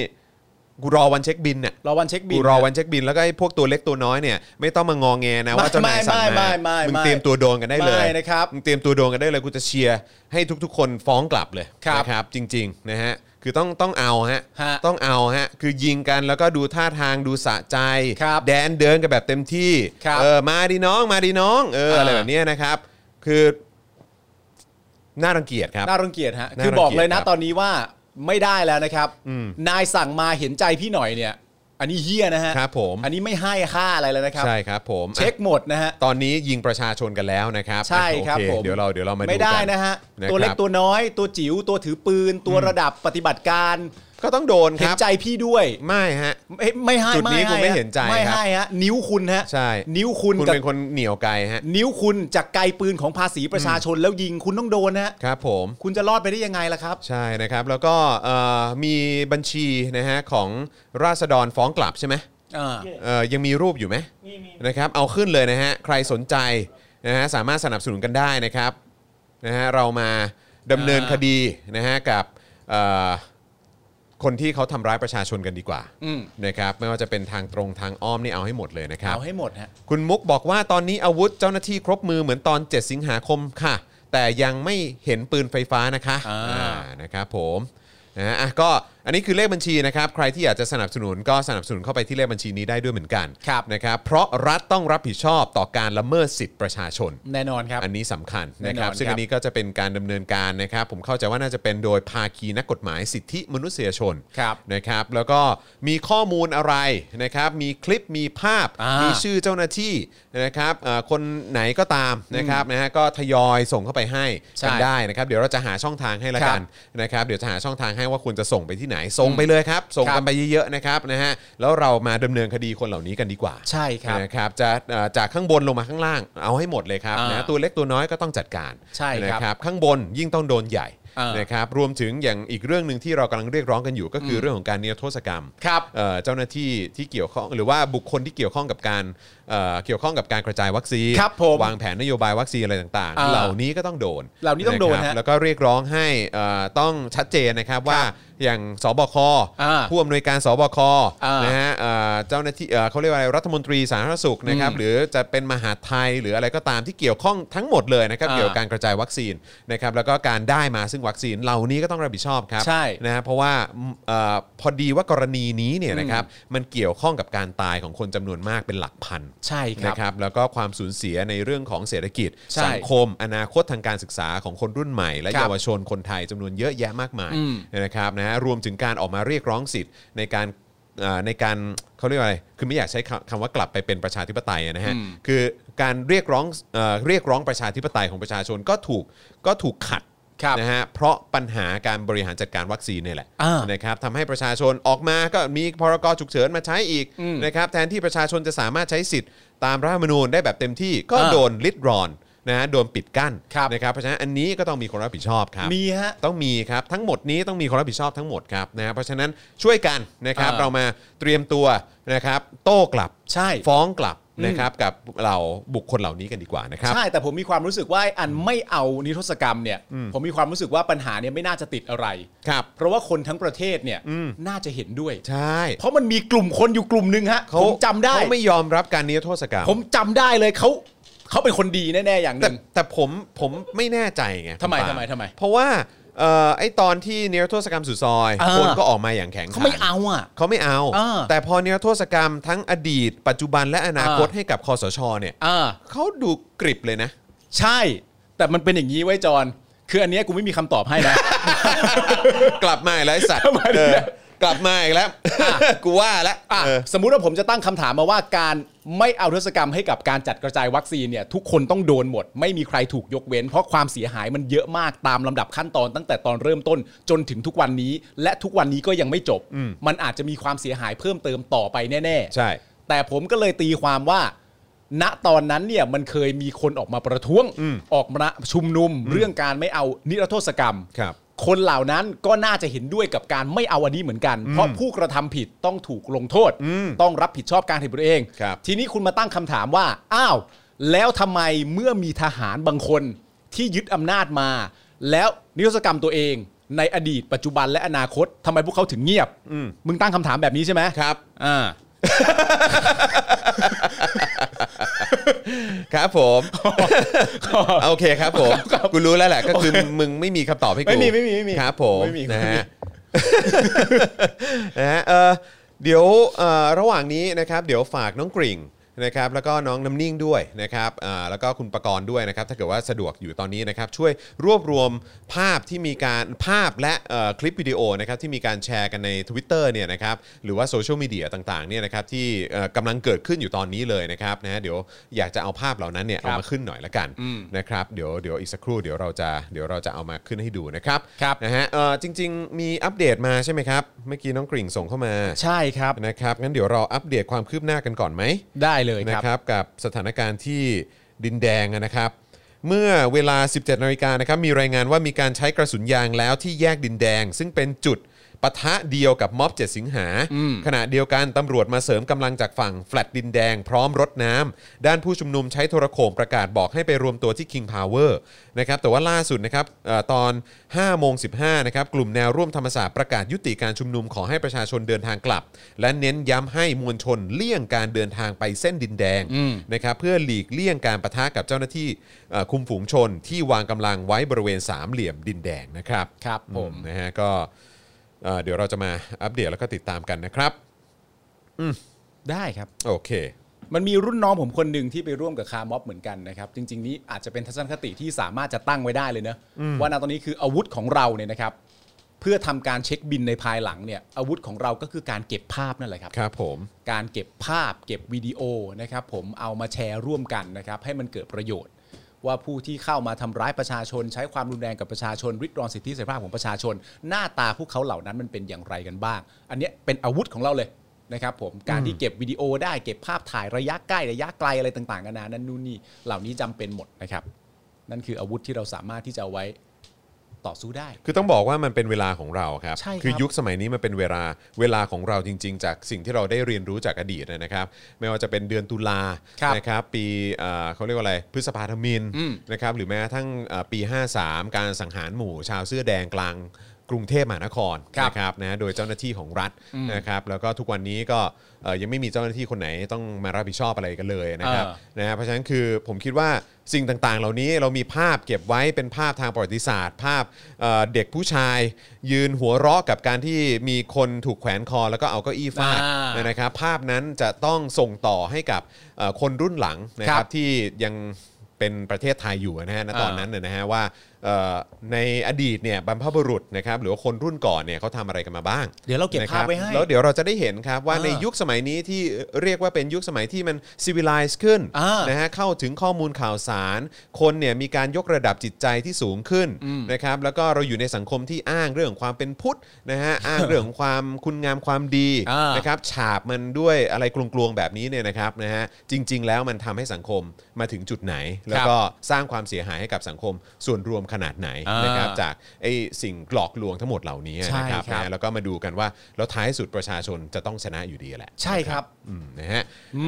กูรอวันเช็คบินเนี่ย รอวันเช็คบิ กู น รอวันเช็คบินแล้วก็ไอ้พวกตัวเล็กตัวน้อยเนี่ยไม่ต้องมางองแงนะว่าเจ้านายสั่ง ไม่ มา ไม่ไม่ไม่ มึงเตรียมตัวโดนกันได้เลย ไม่นะครับ มึงเตรียมตัวโดนกันได้เลยกูจะเชียร์ให้ทุก ๆ คนฟ้องกลับเลย ครับ นะครับจริงๆนะฮะคือต้องต้องเอาฮะ ฮะ ต้องเอาฮะคือยิงกันแล้วก็ดูท่าทางดูสะใจ ครับ แดนเดินกันแบบเต็มที่ ครับ เออมาดิน้องมาดิน้องเอออะไร อ่า แบบเนี้ยนะครับ คือน่ารังเกียจครับ น่ารังเกียจฮะ น่า คือบอกเลย รังเกียจครั นะ บ ตอนนี้ว่าไม่ได้แล้วนะครับนายสั่งมาเห็นใจพี่หน่อยเนี่ย อันนี้เฮี้ยนะฮะ ครับผม อันนี้ไม่ให้ค่าอะไรแล้วนะครับ ใช่ครับผม เช็คหมดนะฮะ ตอนนี้ยิงประชาชนกันแล้วนะครับ ใช่ครับ โอผมเเดี๋ยวเราเดี๋ยวเรามาดูกั ไม่ได้นะฮะ นะครับ ตัวเล็กตัวน้อย ตัวจิ๋วตัวถือปืน ตัวระดับปฏิบัติการ ก็ต้องโดนค เห็น รับ ใจพี่ด้วย ไม่ฮะ ไม่ไม่ให้ จุดนี้ ให้ คุณไม่ ฮะ เห็นใจ ไม่ ครับ ให้ฮะนิ้วคุณฮะ ใช่ นิ้วคุณ คุณ กับ เป็นคนเหนียวไกลฮะ นิ้วคุณจากไกลปืนของภาษีประชาชนแล้วยิงคุณต้องโดนนะฮะ ครับผม คุณจะรอดไปได้ยังไงล่ะครับ ใช่นะครับ แล้วก็เอ่อมีบัญชีนะฮะของราษฎรฟ้องกลับใช่ไหม อ่า เอ่อยังมีรูปอยู่ไหม มีมี นะครับเอาขึ้นเลยนะฮะใครสนใจนะฮะสามารถสนับสนุนกันได้นะครับนะฮะเรามาดำเนิน อ่า คดีนะฮะกับเอ่อ คนที่เขาทำร้ายประชาชนกันดีกว่า อืม นะครับไม่ว่าจะเป็นทางตรงทางอ้อมนี่เอาให้หมดเลยนะครับ เอาให้หมดฮะ คุณมุกบอกว่าตอนนี้อาวุธเจ้าหน้าที่ครบมือเหมือนตอน 7 สิงหาคมค่ะ แต่ยังไม่เห็นปืนไฟฟ้านะคะ อ่า อ่านะครับผมนะฮะอ่ะก็อันนี้คือเลขบัญชีนะครับ ใครที่อยากจะสนับสนุนก็สนับสนุนเข้าไปที่เลขบัญชีนี้ได้ด้วยเหมือนกันนะครับ เพราะรัฐต้องรับผิดชอบต่อการละเมิดสิทธิประชาชน แน่นอนครับ อันนี้สำคัญนะคแน่นอนครับรับ ซึ่งอันนี้ก็จะเป็นการดำเนินการนะครับ ผมเข้าใจว่าน่าจะเป็นโดยภาคีนักกฎหมายสิทธิมนุษยชน ครับ นะครับ แล้วก็มีข้อมูลอะไรนะครับ มีคลิปมีภาพ อ่ามี มีชื่อเจ้าหน้าที่นะครับเอ่อคนไหนก็ตามนะครับนะฮะก็ทยอยส่งเข้าไปให้ ใช่ กันได้นะครับ เดี๋ยวเราจะหาช่องทางให้ละกัน ครั นะครับ เดี๋ยวจะหาช่องทางให้ว่าคุณจะส่งไปที่ไหน ส่งไปเลยครับ ส่งกันไปเยอะๆนะครับนะฮะ แล้วเรามาดำเนินคดีคนเหล่านี้กันดีกว่า ใช่ครับ นะครับ จะเอ่อจากข้างบนลงมาข้างล่าง เอาให้หมดเลยครับ ครับ อ่า นะตัวเล็กตัวน้อยก็ต้องจัดการ ใช่ครับ นะครับ ข้างบนยิ่งต้องโดนใหญ่ อ่าน นะครับรวมถึงอย่างอีกเรื่องหนึ่งที่เรากำลังเรียกร้องกันอยู่ก็คืออเรื่องของการนิรโทษกรรม ครับ เอ่อเจ้าหน้าที่ที่เกี่ยวข้องหรือว่าบุคคลที่เกี่ยวข้องกับการเอ่อเกี่ยวข้องกับการกระจายวัคซีน ครับผม วางแผนนโยบายวัคซีนอะไรต่าง อ่า ๆ เหล่านี้ก็ต้องโดน เหล่านี้ต้องโดนะครับ ฮะ แล้วก็เรียกร้องให้เอ่อต้องชัดเจนนะครับว่าอย่างสบค อ่า ผู้อำนวยการสบค อ่าน นะฮะเอ่อเจ้าหน้าที่เอ่อเขาเรียกว่าอะไรรัฐมนตรีสาธารณสุขนะครับ หรือจะเป็นมหาดไทยหรืออะไรก็ตามที่เกี่ยวข้องทั้งหมดเลยนะครับ อ่า เกี่ยวกับการกระจายวัคซีนนะครับแล้วก็การได้มาซึ่งวัคซีนเหล่านี้ก็ต้องรับผิดชอบครับ ใช่ นะฮะเพราะว่าเอ่อพอดีว่ากรณีนี้เนี่ยนะครับมันเกี่ยวข้องกับการตายของคนจำนวนมากเป็นหลักพัน ใช่ครับ นะครับแล้วก็ความสูญเสียในเรื่องของเศรษฐกิจ ใช่ สังคม อนาคตทางการศึกษาของคนรุ่นใหม่ และ ครับ เยาวชนคนไทยจำนวนเยอะแยะมากมาย อืม นะครับนะฮะรวมถึงการออกมาเรียกร้องสิทธิ์ในการเอ่อในการเขาเรียกว่าอะไรคือไม่อยากใช้คำคำว่ากลับไปเป็นประชาธิปไตยอะนะฮะ นะฮะ อืม คือการเรียกร้องเออเรียกร้องประชาธิปไตยของประชาชนก็ถูกก็ถูกขัด ครับ นะฮะเพราะปัญหาการบริหารจัดการวัคซีนเนี่ยแหละ อ่า นะครับทำให้ประชาชนออกมาก็มีพรกฉุกเฉินมาใช้อีก อืม นะครับแทนที่ประชาชนจะสามารถใช้สิทธิ์ตามรัฐธรรมนูญได้แบบเต็มที่ก็ อ่า โดนลิดรอนนะฮะโดนปิดกั้น ครับ นะครับเพราะฉะนั้นอันนี้ก็ต้องมีคนรับผิดชอบครับ มีฮะ ต้องมีครับ ทั้งหมดนี้ต้องมีคนรับผิดชอบทั้งหมดครับนะฮะเพราะฉะนั้นช่วยกันนะครับ อ่า เรามาเตรียมตัวนะครับโต้กลับ ใช่ ฟ้องกลับ อืม นะครับกับเราบุคคลเหล่านี้กันดีกว่านะครับ ใช่แต่ผมมีความรู้สึกว่าไอ้อันไม่เอานิรโทษกรรมเนี่ย อืม ผมมีความรู้สึกว่าปัญหาเนี่ยไม่น่าจะติดอะไร ครับ เพราะว่าคนทั้งประเทศเนี่ย อืม น่าจะเห็นด้วย ใช่ เพราะมันมีกลุ่มคนอยู่กลุ่มหนึ่งฮะ เขา ผมจำได้ เขาไม่ยอมรับการนิรโทษกรรม ผมจำได้เลยเขาเขาเป็นคนดีแน่ๆอย่างห แต่ นึ่ง แต่ผมผมไม่แน่ใจไง ทำไม คุณปา ทำไมทำไม เพราะว่าเอ่อไอตอนที่นิรโทษกรรมสุดซอย อ่า คนก็ออกมาอย่างแข็ง เขาไม่ ขัน เอาอ่ะ เขาไม่เอา อ่า แต่พอนิรโทษกรรมทั้งอดีต ปัจจุบันและอนาคต อ่า ให้กับคอสชเนี่ย อ่า เขาดูกริบเลยนะ ใช่ แต่มันเป็นอย่างนี้ไว้ยจอนคืออันเนี้ยกูไม่มีคำตอบให้นะ กลับมาอีกแล้วไอ้สัตว์ ทำไมเนี่ย เออกลับมาอีกแล้ว <laughs> กูว่าแล้ว อ่ะ เออ สมมุติว่าผมจะตั้งคำถามมาว่าการไม่เอาทศกรรมให้กับการจัดกระจายวัคซีนเนี่ยทุกคนต้องโดนหมด ไม่มีใครถูกยกเว้น เพราะความเสียหายมันเยอะมากตามลำดับขั้นตอนตั้งแต่ตอนเริ่มต้นจนถึงทุกวันนี้ และทุกวันนี้ก็ยังไม่จบ อืม มันอาจจะมีความเสียหายเพิ่มเติมต่อไปแน่ๆ ใช่ แต่ผมก็เลยตีความว่า ณตอนนั้นเนี่ยมันเคยมีคนออกมาประท้วง อืม ออกมาชุมนุมเรื่องการไม่เอานิรโทษกรรม ครับ คนเหล่านั้นก็น่าจะเห็นด้วยกับการไม่เอาอันนี้เหมือนกัน เพราะผู้กระทำผิดต้องถูกลงโทษ อืม ต้องรับผิดชอบการผิดตัวเอง ครับ ทีนี้คุณมาตั้งคำถามว่า อ้าว แล้วทำไมเมื่อมีทหารบางคนที่ยึดอำนาจมา แล้วนิรศกรรมตัวเอง ในอดีตปัจจุบันและอนาคตทำไมพวกเขาถึงเงียบ อืม มึงตั้งคำถามแบบนี้ใช่ไหม ครับ อ่า <laughs> ครับผม โอเคครับผม กูรู้แล้วแหละก็คือมึงไม่มีคำตอบให้กู ไม่มีไม่มีไม่มี ครับผม ไม่มี นะ ไม่มี ฮะ นะฮะเอ่อเดี๋ยวเอ่อระหว่างนี้นะครับ เดี๋ยวฝากน้องกริ่งนะครับแล้วก็น้องน้ำนิ่งด้วยนะครับอ่าแล้วก็คุณประกรณ์ด้วยนะครับ ถ้าเกิดว่าสะดวกอยู่ตอนนี้นะครับ ช่วยรวบรวมภาพที่มีการภาพและเอ่อคลิปวิดีโอนะครับที่มีการแชร์กันใน Twitter เนี่ยนะครับหรือว่าโซเชียลมีเดียต่างๆเนี่ยนะครับที่เอ่อกำลังเกิดขึ้นอยู่ตอนนี้เลยนะครับนะฮะเดี๋ยวอยากจะเอาภาพเหล่านั้นเนี่ยเอา ครับ มาขึ้นหน่อยละกันนะครับเดี๋ยวเดี๋ยวอีกสักครู่เดี๋ยวเราจะเดี๋ยวเราจะเอามาขึ้นให้ดูนะครับ ครับ นะฮะเอ่อจริง ๆ มีอัปเดตมาใช่ไหมครับเมื่อกี้น้องกริ่งส่งเข้ามา ใช่ครับ นะครับงั้นเดี๋ยวเราอัปเดตความคืบหน้ากันก่อนไหม ได้เลย นะครับ ครับกับสถานการณ์ที่ดินแดงนะครับ เมื่อเวลา 17นาฬิกานะครับมีรายงานว่ามีการใช้กระสุนยางแล้วที่แยกดินแดง ซึ่งเป็นจุด ปะทะเดียวกับม็อบ 7 สิงหา อืม ขณะเดียวกันตำรวจมาเสริมกำลังจากฝั่งแฟลตดินแดงพร้อมรถน้ำด้านผู้ชุมนุมใช้โทรโข่งประกาศบอกให้ไปรวมตัวที่ King Power นะครับแต่ว่าล่าสุดนะครับเอ่อตอน5โมง15นะครับกลุ่มแนวร่วมธรรมศาสตร์ประกาศยุติการชุมนุมขอให้ประชาชนเดินทางกลับ และเน้นย้ำให้มวลชนเลี่ยงการเดินทางไปเส้นดินแดงนะครับเพื่อหลีกเลี่ยงการปะทะกับเจ้าหน้าที่เอ่อคุมฝูงชนที่วางกำลังไว้บริเวณสามเหลี่ยมดินแดงนะครับ ครับผม อืนะฮะก็เอ่อเดี๋ยวเราจะมาอัปเดตแล้วก็ติดตามกันนะครับ ได้ครับ โอเค มันมีรุ่นน้องผมคนหนึ่งที่ไปร่วมกับคาร์ม็อบเหมือนกันนะครับ จริง ๆ นี้อาจจะเป็นทัศนคติที่สามารถจะตั้งไว้ได้เลยนะว่าณตอนนี้คืออาวุธของเราเนี่ยนะครับ เพื่อทำการเช็คบินในภายหลังเนี่ยอาวุธของเราก็คือการเก็บภาพนั่นแหละครับ ครับผม การเก็บภาพเก็บวิดีโอนะครับ ผมเอามาแชร์ร่วมกันนะครับ ให้มันเกิดประโยชน์ ว่าผู้ที่เข้ามาทำร้ายประชาชน ใช้ความรุนแรงกับประชาชนริดรอนสิทธิเสรีภาพของประชาชน หน้าตาพวกเขาเหล่านั้นมันเป็นอย่างไรกันบ้าง อันเนี้ยเป็นอาวุธของเราเลยนะครับ ผมการที่เก็บวิดีโอได้เก็บภาพถ่ายระยะใกล้ระยะไกลอะไรต่างๆกันานานั่นนู่นนี่เหล่านี้จำเป็นหมดนะครับ นั่นคืออาวุธที่เราสามารถที่จะเอาไว้ต่อสู้ได้ คือต้องบอกว่ามันเป็นเวลาของเราครับ ใช่ครับ คือยุคสมัยนี้มันเป็นเวลาเวลาของเราจริง ๆ จากสิ่งที่เราได้เรียนรู้จากอดีตนะครับ ไม่ว่าจะเป็นเดือนตุลา ครับ นะครับปีเอ่อเขาเรียกว่าอะไรพฤษภาธมิน อืม นะครับหรือแม้กระทั้งเอ่อปี 53 การสังหารหมู่ ชาวเสื้อแดงกลางกรุงเทพมหานคร ครับ นะครับนะโดยเจ้าหน้าที่ของรัฐนะครับแล้วก็ทุกวันนี้ก็เอ่อยังไม่มีเจ้าหน้าที่คนไหนต้องมารับผิดชอบอะไรกันเลยนะครับ เออ นะฮะเพราะฉะนั้นคือผมคิดว่าสิ่งต่างๆ เหล่านี้เรามีภาพเก็บไว้เป็นภาพทางประวัติศาสตร์ ภาพเอ่อเด็กผู้ชาย ยืนหัวเราะกับการที่มีคนถูกแขวนคอ แล้วก็เอาเก้าอี้ฟาด อ่าน นะครับภาพนั้นจะต้องส่งต่อให้กับเอ่อคนรุ่นหลังนะคครั รั บบ ที่ยังเป็นประเทศไทยอยู่นะฮะณ อ่า ตอนนั้นน่ะนะฮะว่าเอ่อในอดีตเนี่ยบรรพบุรุษนะครับหรือว่าคนรุ่นก่อนเนี่ยเขาทำอะไรกันมาบ้าง เดี๋ยวเราเก็บภาพไว้ให้ นะครับแล้วเดี๋ยวเราจะได้เห็นครับว่า อ่า ในยุคสมัยนี้ที่เรียกว่าเป็นยุคสมัยที่มันซีวิลไลซ์ขึ้น อ่าน นะฮะเข้าถึงข้อมูลข่าวสาร คนเนี่ยมีการยกระดับจิตใจที่สูงขึ้นนะครับแล้วก็เราอยู่ในสังคมที่อ้างเรื่องความเป็นพุทธนะ <laughs> ฮะอ้างเรื่องของความคุณงามความดี อ่าน นะครับฉาบมันด้วยอะไรกลวงๆแบบนี้เนี่ยนะครับนะฮะจริง ๆ แล้วมันทำให้สังคมมาถึงจุดไหน แล้วก็สร้างความเสียหายให้กับสังคมส่วนรวมขนาดไหนนะครับจากไอ้สิ่งหลอกลวงทั้งหมดเหล่านี้ ใช่ นะครับ ครับ นะฮะ แล้วก็มาดูกันว่า แล้วท้ายสุดประชาชนจะต้องชนะอยู่ดีแหละ ใช่ครับ อืมนะฮะ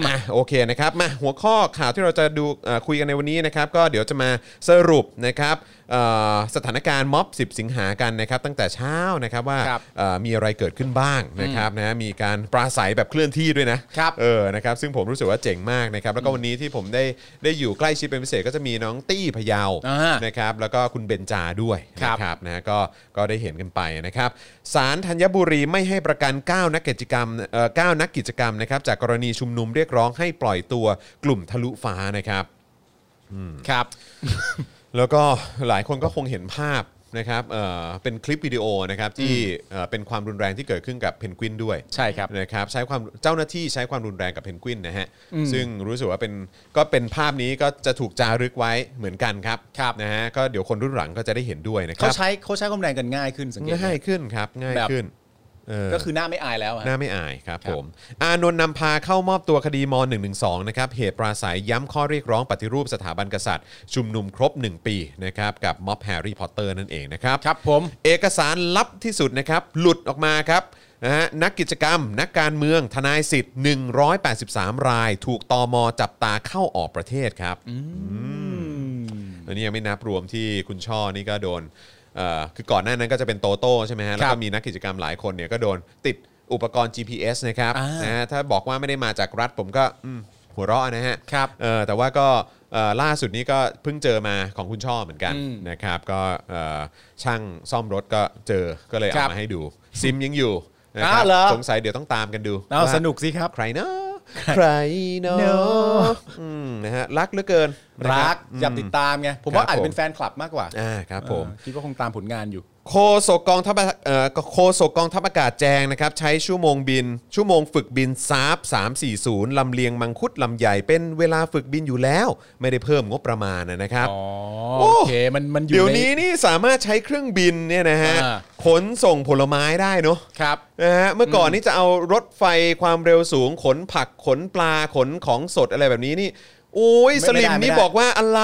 อ่ะโอเคนะครับมาหัวข้อข่าวที่เราจะดูเอ่อคุยกันในวันนี้นะครับ ก็เดี๋ยวจะมาสรุปนะครับเอ่อสถานการณ์ม็อบ 10 สิงหากันนะครับ ตั้งแต่เช้านะครับว่า ครับ เอ่อมีอะไรเกิดขึ้นบ้างนะครับนะฮะมีการปราศัยแบบเคลื่อนที่ด้วยนะครับ เออนะครับซึ่งผมรู้สึกว่าเจ๋งมากนะครับ แล้วก็วันนี้ที่ผมได้ได้อยู่ใกล้ชิดเป็นพิเศษก็จะมีน้องตี้พะเยา อ่าน นะครับแล้วก็คุณเบนจาด้วย ครับ นะครับนะฮะก็ก็ได้เห็นกันไปนะครับสารธัญบุรีไม่ให้ประกัน 9 นักกิจกรรมเอ่อ9นักกิจกรรมนะครับจากกรณีชุมนุมเรียกร้องให้ปล่อยตัวกลุ่มทะลุฟ้านะครับ ครับ แล้วก็หลายคนก็คงเห็นภาพนะครับเอ่อเป็นคลิปวิดีโอนะครับที่เอ่อเป็นความรุนแรงที่เกิดขึ้นกับเพนกวินด้วย ใช่ครับ นะครับใช้ความเจ้าหน้าที่ใช้ความรุนแรงกับเพนกวินนะฮะ อืม ซึ่งรู้สึกว่าเป็นก็เป็นภาพนี้ก็จะถูกจารึกไว้เหมือนกันครับ ครับ นะฮะก็เดี๋ยวคนรุ่นหลังก็จะได้เห็นด้วยนะค เขา รับ ใช้เขาใช้ความแรงกันง่ายขึ้นสังเกตไหม ง่ายขึ้นครับง่าย แบบ ขึ้นเออ ก็คือหน้าไม่อายแล้วอะ หน้าไม่อายครับ ครับ ผมอานนท์นำพาเข้ามอบตัวคดีม .112 นะครับเหตุปราศัยย้ำข้อเรียกร้องปฏิรูปสถาบันกษัตริย์ ชุมนุมครบ 1 ปีนะครับกับม็อบแฮร์รี่พอตเตอร์นั่นเองนะครับ ครับผม เอกสารลับที่สุดนะครับหลุดออกมาครับนะฮะนักกิจกรรม นักการเมืองทนายสิทธิ์ 183 ราย ถูกตอมจับตาเข้าออกประเทศครับ อันนี้ยังไม่นับรวมที่คุณช่อนี่ก็โดนเอ่อคือก่อนหน้านั้นก็จะเป็นโตโต้ใช่ไหมฮะ แล้ว ครั ก็ บ มีนักกิจกรรมหลายคนเนี่ยก็โดนติดอุปกรณ์ GPS นะครับ อ่าน นะฮะถ้าบอกว่าไม่ได้มาจากรัฐผมก็อืมหัวเราะนะฮะ ครับ เออแต่ว่าก็เอ่อล่าสุดนี้ก็เพิ่งเจอมาของคุณช่อเหมือนกัน อืม นะครับ ก็เอ่อช่างซ่อมรถก็เจอก็เลย ครั เอา บ มาให้ดูซิมยังอยู่นะครับ อ้าวเหรอ สงสัยเดี๋ยวต้องตามกันดู เอา ว่า สนุกสิครับ ใคร <laughs> เนาะใครเนา เนอะ ะ อืมนะฮะรักเหลือเกินนะค รั รั ก บ อยากติดตามไงผม ครั ว่า บ อาจจะเป็ ผ น ม แฟนคลับมากกว่า อ่าครับผม เออคิดว่าคงตามผลงานอยู่ โคศกกองทัพเอ่อโคศกกองทัพอากาศแจงนะครับใช้ชั่วโมงบิน ชั่วโมงฝึกบินซาบ340 ลำเลียงมังคุดลำใหญ่เป็นเวลาฝึกบินอยู่แล้ว ไม่ได้เพิ่มงบประมาณนะครับ อ๋อ โอ้ โอเค มันมันอยู่ เดี๋ยว ใน นี้นี่สามารถใช้เครื่องบินเนี่ยนะฮะ อ่า ขนส่งผลไม้ได้เนาะ ครับ นะฮะเมื่อก่อนนี่จะเอารถไฟความเร็วสูง ขนผักขนปลาขนของสดอะไรแบบนี้นี่โอ้ย ไม่ สลิม ไม่ได้ นี่ ไม่ได้ บอกว่าอะไร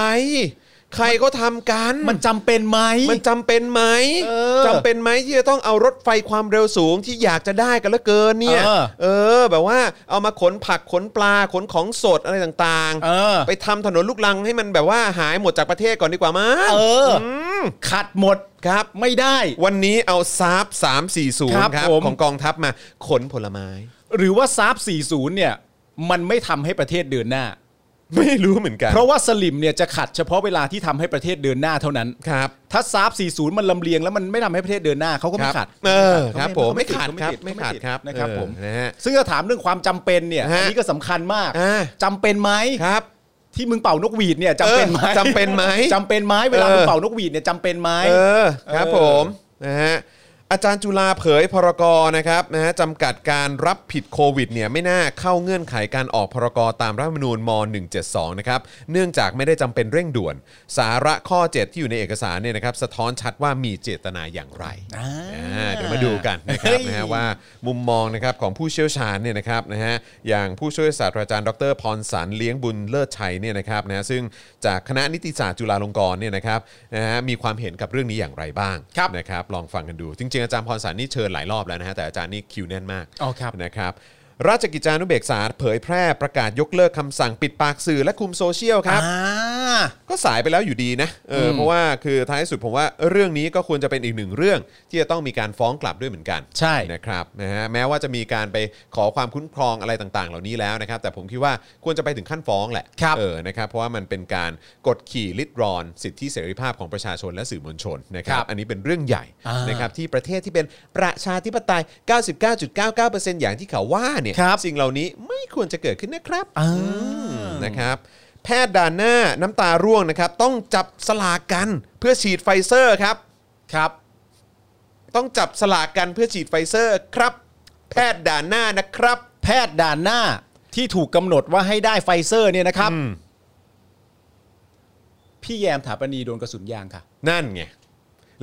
ใครก็ทำกัน มันจำเป็นไหม มันจำเป็นไหม เออ จำเป็นไหมที่จะต้องเอารถไฟความเร็วสูงที่อยากจะได้กันเหลือเกินเนี่ย เออ เออ แบบว่าเอามาขนผักขนปลาขนของสดอะไรต่าง เออ ไปทำถนนลูกลังให้มันแบบว่าหายหมดจากประเทศก่อนดีกว่ามั้ง เออ ม ขัดหมด ครับ ไม่ได้ วันนี้เอาซาบ340 ครับ ครับ ผม ของกองทัพมาขนผลไม้ หรือว่าซาบ40 เนี่ย มันไม่ทำให้ประเทศเดินหน้า ไม่รู้เหมือนกัน เพราะว่าสลิมเนี่ยจะขัดเฉพาะเวลาที่ทำให้ประเทศเดินหน้าเท่านั้น ครับ ถ้าซาบ40 มันลำเลียงแล้วมันไม่ทำให้ประเทศเดินหน้าเขาก็ไม่ขัด เออครับผมไม่ ติ ขาดครับไม่ขาด ติ ครับ นะครับ เออ ผม นะฮะ ซึ่งถ้าถามเรื่องความจำเป็นเนี่ย ฮะ อันนี้ก็สำคัญมาก อ่า จำเป็นไหม ครับ ที่มึงเป่านกหวีดเนี่ยจำเป็นไหม เออจำเป็นไหม จำเป็นไหมเวลา เออ มึงเป่านกหวีดเนี่ยจำเป็นไหม เออครับ เออ ผมนะฮะอาจารย์จุลาเผยพรกรนะครับนะฮะจำกัดการรับผิดโควิดเนี่ยไม่น่าเข้าเงื่อนไขการออกพรกรตามรัฐธรรมนูญม .172 นะครับเนื่องจากไม่ได้จำเป็นเร่งด่วน สาระข้อ 7 ที่อยู่ในเอกสารเนี่ยนะครับสะท้อนชัดว่ามีเจตนาอย่างไร อ่า อ่าเดี๋ยวมาดูกันนะครับนะฮะว่ามุมมองนะครับของผู้เชี่ยวชาญเนี่ยนะครับนะฮะอย่างผู้ช่วยศาสตราจารย์ดรพรสารเลี้ยงบุญเลิศชัยเนี่ยนะครับนะฮะซึ่งจากคณะนิติศาสตร์จุฬาลงกรณ์เนี่ยนะครับนะฮะมีความเห็นกับเรื่องนี้อย่างไรบ้าง ครับ นะครับลองฟังกันดูจริง ๆ อาจารย์พรสารนี่เชิญหลายรอบแล้วนะฮะแต่อาจารย์นี่คิวแน่นมาก อ๋อครับ นะครับราชกิจจานุเบกษาเผยแพร่ประกาศยกเลิกคำสั่งปิดปากสื่อและคุมโซเชียลครับ อ่า ก็สายไปแล้วอยู่ดีนะเอออเพราะว่าคือท้ายสุดผมว่าเรื่องนี้ก็ควรจะเป็นอีกหนึ่งเรื่อง ที่จะต้องมีการฟ้องกลับด้วยเหมือนกัน ใช่ นะครับนะฮะแม้ว่าจะมีการไปขอความคุ้มครองอะไรต่างๆ เหล่านี้แล้วนะครับ แต่ผมคิดว่าควรจะไปถึงขั้นฟ้องแหละเออนะครับเพราะว่ามันเป็นการกดขี่ลิดรอน สิทธิเสรีภาพของประชาชนและสื่อมวลชนนะครับอันนี้เป็นเรื่องใหญ่นะครับที่ประเทศที่เป็นประชาธิปไตย 99.99%อย่างที่เขาว่าเนี่ยสิ่งเหล่านี้ไม่ควรจะเกิดขึ้นนะครับ นะครับแพทย์ด่านหน้าน้ำตาร่วงนะครับ ต้องจับสลากกันเพื่อฉีดไฟเซอร์ครับครับ ต้องจับสลากกันเพื่อฉีดไฟเซอร์ครับ แพทย์ด่านหน้านะครับ แพทย์ด่านหน้าที่ถูกกำหนดว่าให้ได้ไฟเซอร์เนี่ยนะครับ พี่แยมถาปณีโดนกระสุนยางค่ะ นั่นไง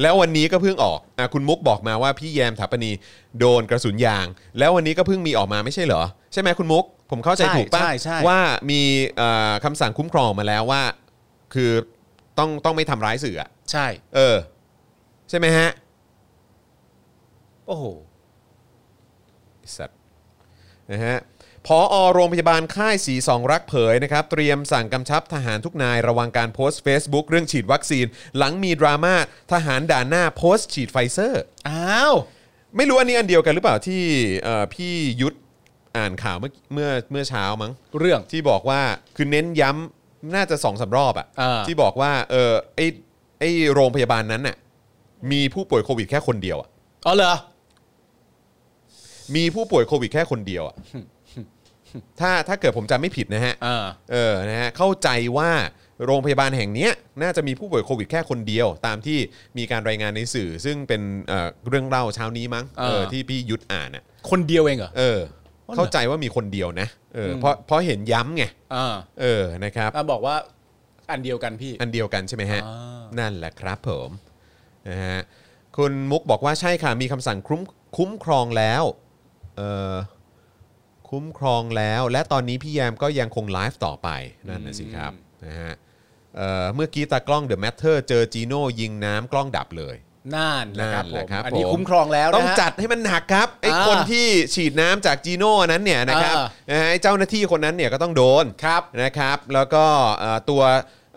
แล้ววันนี้ก็เพิ่งออกอะคุณมุกบอกมาว่าพี่แยมถาปนีโดนกระสุนยาง แล้ววันนี้ก็เพิ่งมีออกมาไม่ใช่เหรอ ใช่ไหมคุณมุก ผมเข้าใจ ใช่ ถูกป่ะ ใช่ใช่ ว่ามีเอ่อคำสั่งคุ้มครองมาแล้วว่า คือต้องต้องไม่ทำร้ายสื่ออะ ใช่ เออ ใช่ไหมฮะ โอ้โห ไอ้สัตว์นะฮะพออโรงพยาบาลค่ายสีสองรักเผยนะครับ เตรียมสั่งกำชับทหารทุกนายระวังการโพสต์ Facebook เรื่องฉีดวัคซีน หลังมีดราม่าทหารด่านหน้าโพสต์ฉีดไฟเซอร์ อ้าว ไม่รู้อันนี้อันเดียวกันหรือเปล่าที่เอ่อพี่ยุทธอ่านข่าวเมื่อเมื่อเมื่อเช้ามั้ง เรื่อง ที่บอกว่าคือเน้นย้ำน่าจะสองสารอบอะ เออ ที่บอกว่าเออไอไอโรงพยาบาลนั้นน่ะมีผู้ป่วยโควิดแค่คนเดียวอะ อ๋อเหรอ มีผู้ป่วยโควิดแค่คนเดียวอะ <laughs> ถ้าถ้าเกิดผมจำไม่ผิดนะฮะ เออ เออ นะฮะ เข้าใจว่าโรงพยาบาลแห่งเนี้ยน่าจะมีผู้ป่วยโควิดแค่คนเดียว ตามที่มีการรายงานในสื่อ ซึ่งเป็นเอ่อเรื่องเล่าเช้านี้มั้ง เออ เออ ที่พี่ยุทธอ่านอ่ะ คนเดียวเองเหรอ เออ อ๋อเหรอ เข้าใจว่ามีคนเดียวนะ เออ เพราะเพราะเห็นย้ำไง เออ เออ นะครับ มาบอกว่าอันเดียวกันพี่ อันเดียวกันใช่ไหมฮะ อ่า นั่นแหละครับผมนะฮะคุณมุกบอกว่าใช่ค่ะ มีคำสั่งคุ้มคุ้มครองแล้วเอ่อคุ้มครองแล้ว และตอนนี้พี่แยมก็ยังคงไลฟ์ต่อไปนั่นนะสิครับนะฮะเอ่อเมื่อกี้ตากล้อง The Matter เจอจีโน่ยิงน้ำกล้องดับเลย น่านนะครับ นั่น ผ แหละ ม ครับ อันนี้ ผม คุ้มครองแล้วนะฮะ ต้องจัดให้มันหนักครับไอ้ อ่า คนที่ฉีดน้ำจากจีโน่นั้นเนี่ยนะครับ อ่า นะฮะไอ้เจ้าหน้าที่คนนั้นเนี่ยก็ต้องโดน ครับ นะครับแล้วก็เอ่อตัว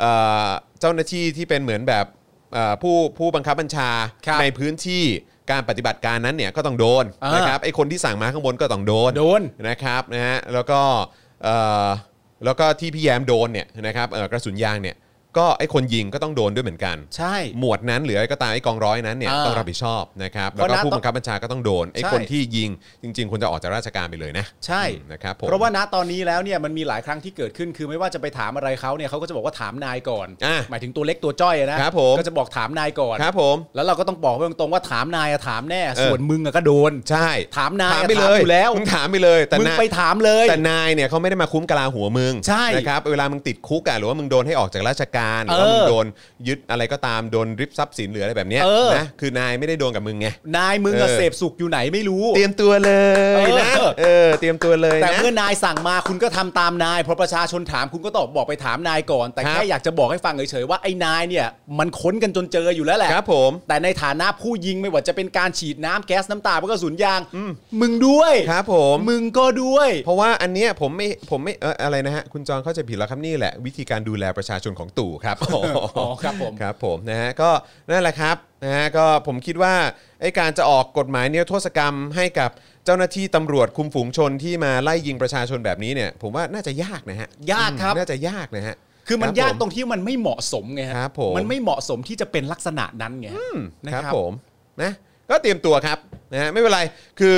เอ่อเจ้าหน้าที่ที่เป็นเหมือนแบบเอ่อผู้ผู้บังคับบัญชา ครับ ในพื้นที่การปฏิบัติการนั้นเนี่ยก็ต้องโดน อ่าน นะครับไอคนที่สั่งมาข้างบนก็ต้องโดน โดน นะครับนะฮะแล้วก็เอ่อแล้วก็ที่พี่แยมโดนเนี่ยนะครับเอ่อกระสุนยางเนี่ยก็ไอคนยิงก็ต้องโดนด้วยเหมือนกัน ใช่ หมวดนั้นหรืออะไรก็ตามไอ้กองร้อยนั้นเนี่ย อ่า ต้องรับผิดชอบนะครับ เพ แล้ว ราะ ก็ นะ ผู้บังคับบัญชาก็ต้องโดนไอ้ ใช่ คนที่ยิงจริง ๆควรจะออกจากราชการไปเลยนะ ใช่ อืมนะครับผม เพราะว่าณตอนนี้แล้วเนี่ยมันมีหลายครั้งที่เกิดขึ้นคือไม่ว่าจะไปถามอะไรเขาเนี่ยเขาก็จะบอกว่าถามนายก่อน อ่ะ หมายถึงตัวเล็กตัวจ้อยอะนะครับ ผม ก็จะบอกถามนายก่อน ครับผม แล้วเราก็ต้องบอกไว้ตรงๆว่าถามนายอะถามแน่ เออ ส่วนมึงอะก็โดน ใช่ ถามนาย ถาม อะ ไปเลย อยู่แล้ว มึงถามไปเลยแต่ มึง นาย ไปถามเลย แต่นายเนี่ยเขาไม่ได้มาคุ้มกะลาหัวมึง ใช่ นะครับเวลามึงติดคุกอะหรือว่ามึงโดนให้ออกจากราชกา การหรือว่า เออ มึงโดนยึดอะไรก็ตามโดนริบทรัพย์สินหรืออะไรแบบเนี้ย เออ นะคือนายไม่ได้โดนกับมึงไง นายมึงอะ เออ เสพสุขอยู่ไหนไม่รู้ เตรียมตัวเลยนะ เออ เออเตรียมตัวเลย แต่ นะ เมื่อนายสั่งมาคุณก็ทำตามนายเพราะประชาชนถามคุณก็ตอบบอกไปถามนายก่อน แต่ ครับ แค่อยากจะบอกให้ฟังเฉยๆว่าไอ้นายเนี่ยมันค้นกันจนเจออยู่แล้วแหละ ครับผม แต่ในฐานะผู้ยิงไม่ว่าจะเป็นการฉีดน้ำแก๊สน้ำตาพวกกระสุนยาง มึงด้วย ครับผม มึงก็ด้วย เพราะว่าอันเนี้ยผมไม่ผมไม่เอออะไรนะฮะคุณจองเข้าใจผิดแล้วครับนี่แหละ วิธีการดูแลประชาชนของตู่ครับ <laughs> อ๋อครับผม ครับผมนะฮะก็นั่นแหละครับนะฮะก็ผมคิดว่าไอ้การจะออกกฎหมายเนรโทษกรรมให้กับเจ้าหน้าที่ตำรวจคุมฝูงชนที่มาไล่ยิงประชาชนแบบนี้เนี่ย ผมว่าน่าจะยากนะฮะ ยากครับ น่าจะยากนะฮะ คือมันยาก รับผ ตรงที่มันไม่เหมาะสมไงฮะ ครับผม มันไม่เหมาะสมที่จะเป็นลักษณะนั้นไงฮะนะ ค ค รั รั บบ ผมนะก็เตรียมตัวครับนะฮะไม่เป็นไรคือ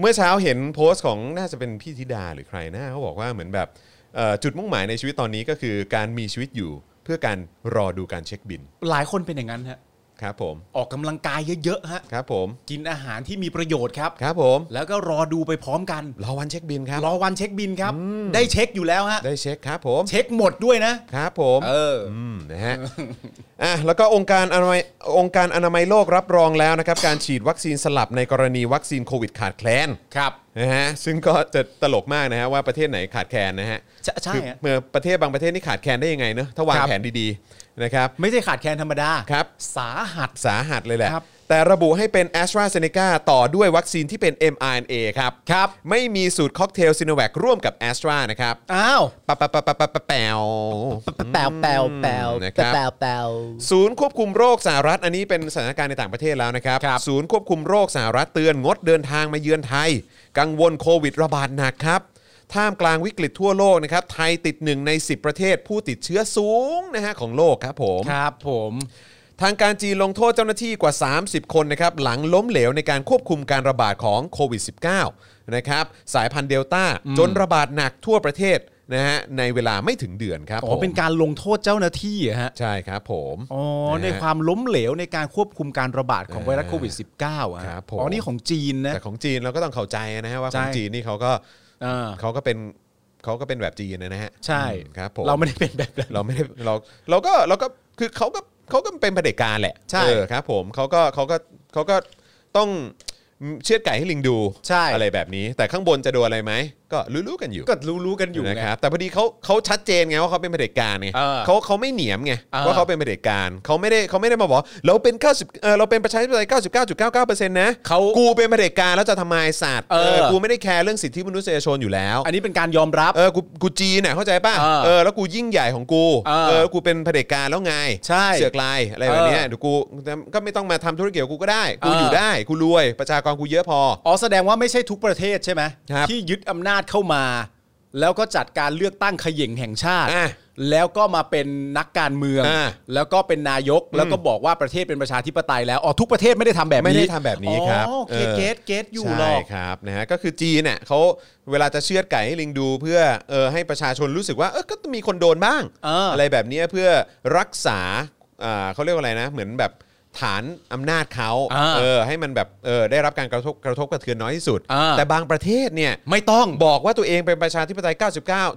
เมื่อเช้าเห็นโพสต์ของน่าจะเป็นพี่ธิดาหรือใครนะเขาบอกว่าเหมือนแบบเอ่อจุดมุ่งหมายในชีวิตตอนนี้ก็คือการมีชีวิตอยู่เพื่อการรอดูการเช็คบิน หลายคนเป็นอย่างนั้นฮะ ครับผม ออกกำลังกายเยอะๆฮะ ครับผม กินอาหารที่มีประโยชน์ครับ ครับผม แล้วก็รอดูไปพร้อมกัน รอวันเช็คบินครับ รอวันเช็คบินครับ ได้เช็คอยู่แล้วฮะ ได้เช็คครับผม เช็คหมดด้วยนะ ครับผม เออ มนะฮะอ่ะแล้วก็องค์การอนามัยองค์การอนามัยโลกรับรองแล้วนะครับการฉีดวัคซีนสลับในกรณีวัคซีนโควิดขาดแคลน ครับ นะฮะซึ่งก็จะตลกมากนะฮะว่าประเทศไหนขาดแคลนนะฮะ ใช่ใช่ คือ ฮะ เมื่อประเทศบางประเทศนี่ขาดแคลนได้ยังไงเนอะถ้าวาง ครับ แผนดีๆนะครับ ไม่ใช่ขาดแคลนธรรมดา ครับ สาหัส สาหัสเลยแหละ ครับ แต่ระบุให้เป็น a s t r a z เซ e c a ต่อด้วยวัคซีนที่เป็น mRNA ครับ ครับ ไม่มีสูตรค็อกเทลซิโนแวคร่วมกับ a s t r a นะครับ อ้าว ปะปะปะปะปะปะแปว แปลวแปลวแปลว นะครับ แปลวแปลว ศูนย์ควบคุมโรคสหรัฐอันนี้เป็นสถานการณ์ในต่างประเทศแล้วนะครับ ครับ ศูนย์ควบคุมโรคสหรัฐเตือนงดเดินทางมาเยือนไทย กังวลโควิดระบาดหนักครับ ท่ามกลางวิกฤตทั่วโลกนะครับ ไทยติดหนึ่งใน 10 ประเทศผู้ติดเชื้อสูงนะฮะของโลกครับผม ครับผม ทางการจีนลงโทษเจ้าหน้าที่กว่า 30 คนนะครับ หลังล้มเหลวในการควบคุมการระบาดของโควิด -19 นะครับ สายพันธุ์เดลต้าจนระบาดหนักทั่วประเทศนะฮะในเวลาไม่ถึงเดือนครับ อ๋ ผ อ ม เป็นการลงโทษเจ้าหน้าที่เหรอฮะ ใช่ครับผม อ๋อ ะฮะ ในความล้มเหลวในการควบคุมการระบาดของไวรัสโควิด -19 อ่ะ ครับผม อ๋อ นี่ของจีนนะ แต่ของจีนเราก็ต้องเข้าใจนะฮะว่า ใช่ ของจีนนี่เขาก็ อ่า เขาก็เป็นเขาก็เป็นแบบจีนนะฮะ ใช่ อืมครับผม เราไม่ได้เป็นแบบนั้น เราไม่ได้เราเราก็เราก็คือเขาก็เขาก็เป็นเผด็จการแหละ ใช่ เออครับผมเขาก็เขาก็เขาก็ต้องเชือดไก่ให้ลิงดู ใช่ อะไรแบบนี้ แต่ข้างบนจะโดนอะไรไหมก็รู้ๆกันอยู่ ก็รู้ๆกันอยู่ นะ ไง ครับแต่พอดีเขาเขาชัดเจนไงว่าเขาเป็นเผด็จการไง เออ เขาเขาไม่เหนียมไง เออ ว่าเขาเป็นเผด็จการเขาไม่ได้เขาไม่ได้มาบอกเราเป็น90เออเราเป็นประชาธิปไตย99.99%นะ เขา กูเป็นเผด็จการแล้วจะทำไมศาสตร์ เออ กูไม่ได้แคร์เรื่องสิทธิมนุษยชนอยู่แล้ว อันนี้เป็นการยอมรับ เออกูกูจีนน่ะเข้าใจป่ะ เออ เออแล้วกูยิ่งใหญ่ของกู เออ กูเป็นเผด็จการแล้วไง ใช่ เสือกลายอะไรแบบเนี้ย เออ เดี๋ยวกูก็ไม่ต้องมาทำธุรกิจกับกูก็ได้ กู เออ อ อ ยู่ได้กูรวยประชากรกูเยอะพอ อ๋อ แสดงว่าไม่ใช่ทุกประเทศใช่ไหม ครับ ที่ยึดอำนาจเข้ามา แล้วก็จัดการเลือกตั้งเขย่งแห่งชาติ อ่ะ แล้วก็มาเป็นนักการเมือง อ่ะ แล้วก็เป็นนายกแล้วก็บอกว่าประเทศเป็นประชาธิปไตยแล้วอ๋อทุกประเทศไม่ได้ทำแบบนี้ ไม่ได้ทำแบบนี้ครับ อ๋อโอเค ออ เกตเกตอยู่หร ใช่ อก ครับนะฮะก็คือจีนเนี่ยเขาเวลาจะเชือดไก่ให้ลิงดูเพื่อเออให้ประชาชนรู้สึกว่าเออก็มีคนโดนบ้าง เอออ ไรแบบเนี้ยเพื่อรักษาอ่าเขาเรียกว่าอะไรนะ เหมือนแบบฐานอำนาจเขา อ่า เออให้มันแบบเออได้รับการกระทบกระทบกระเทือนน้อยที่สุด อ่า แต่บางประเทศเนี่ย ไม่ต้อง บอกว่าตัวเองเป็นประชาธิปไตย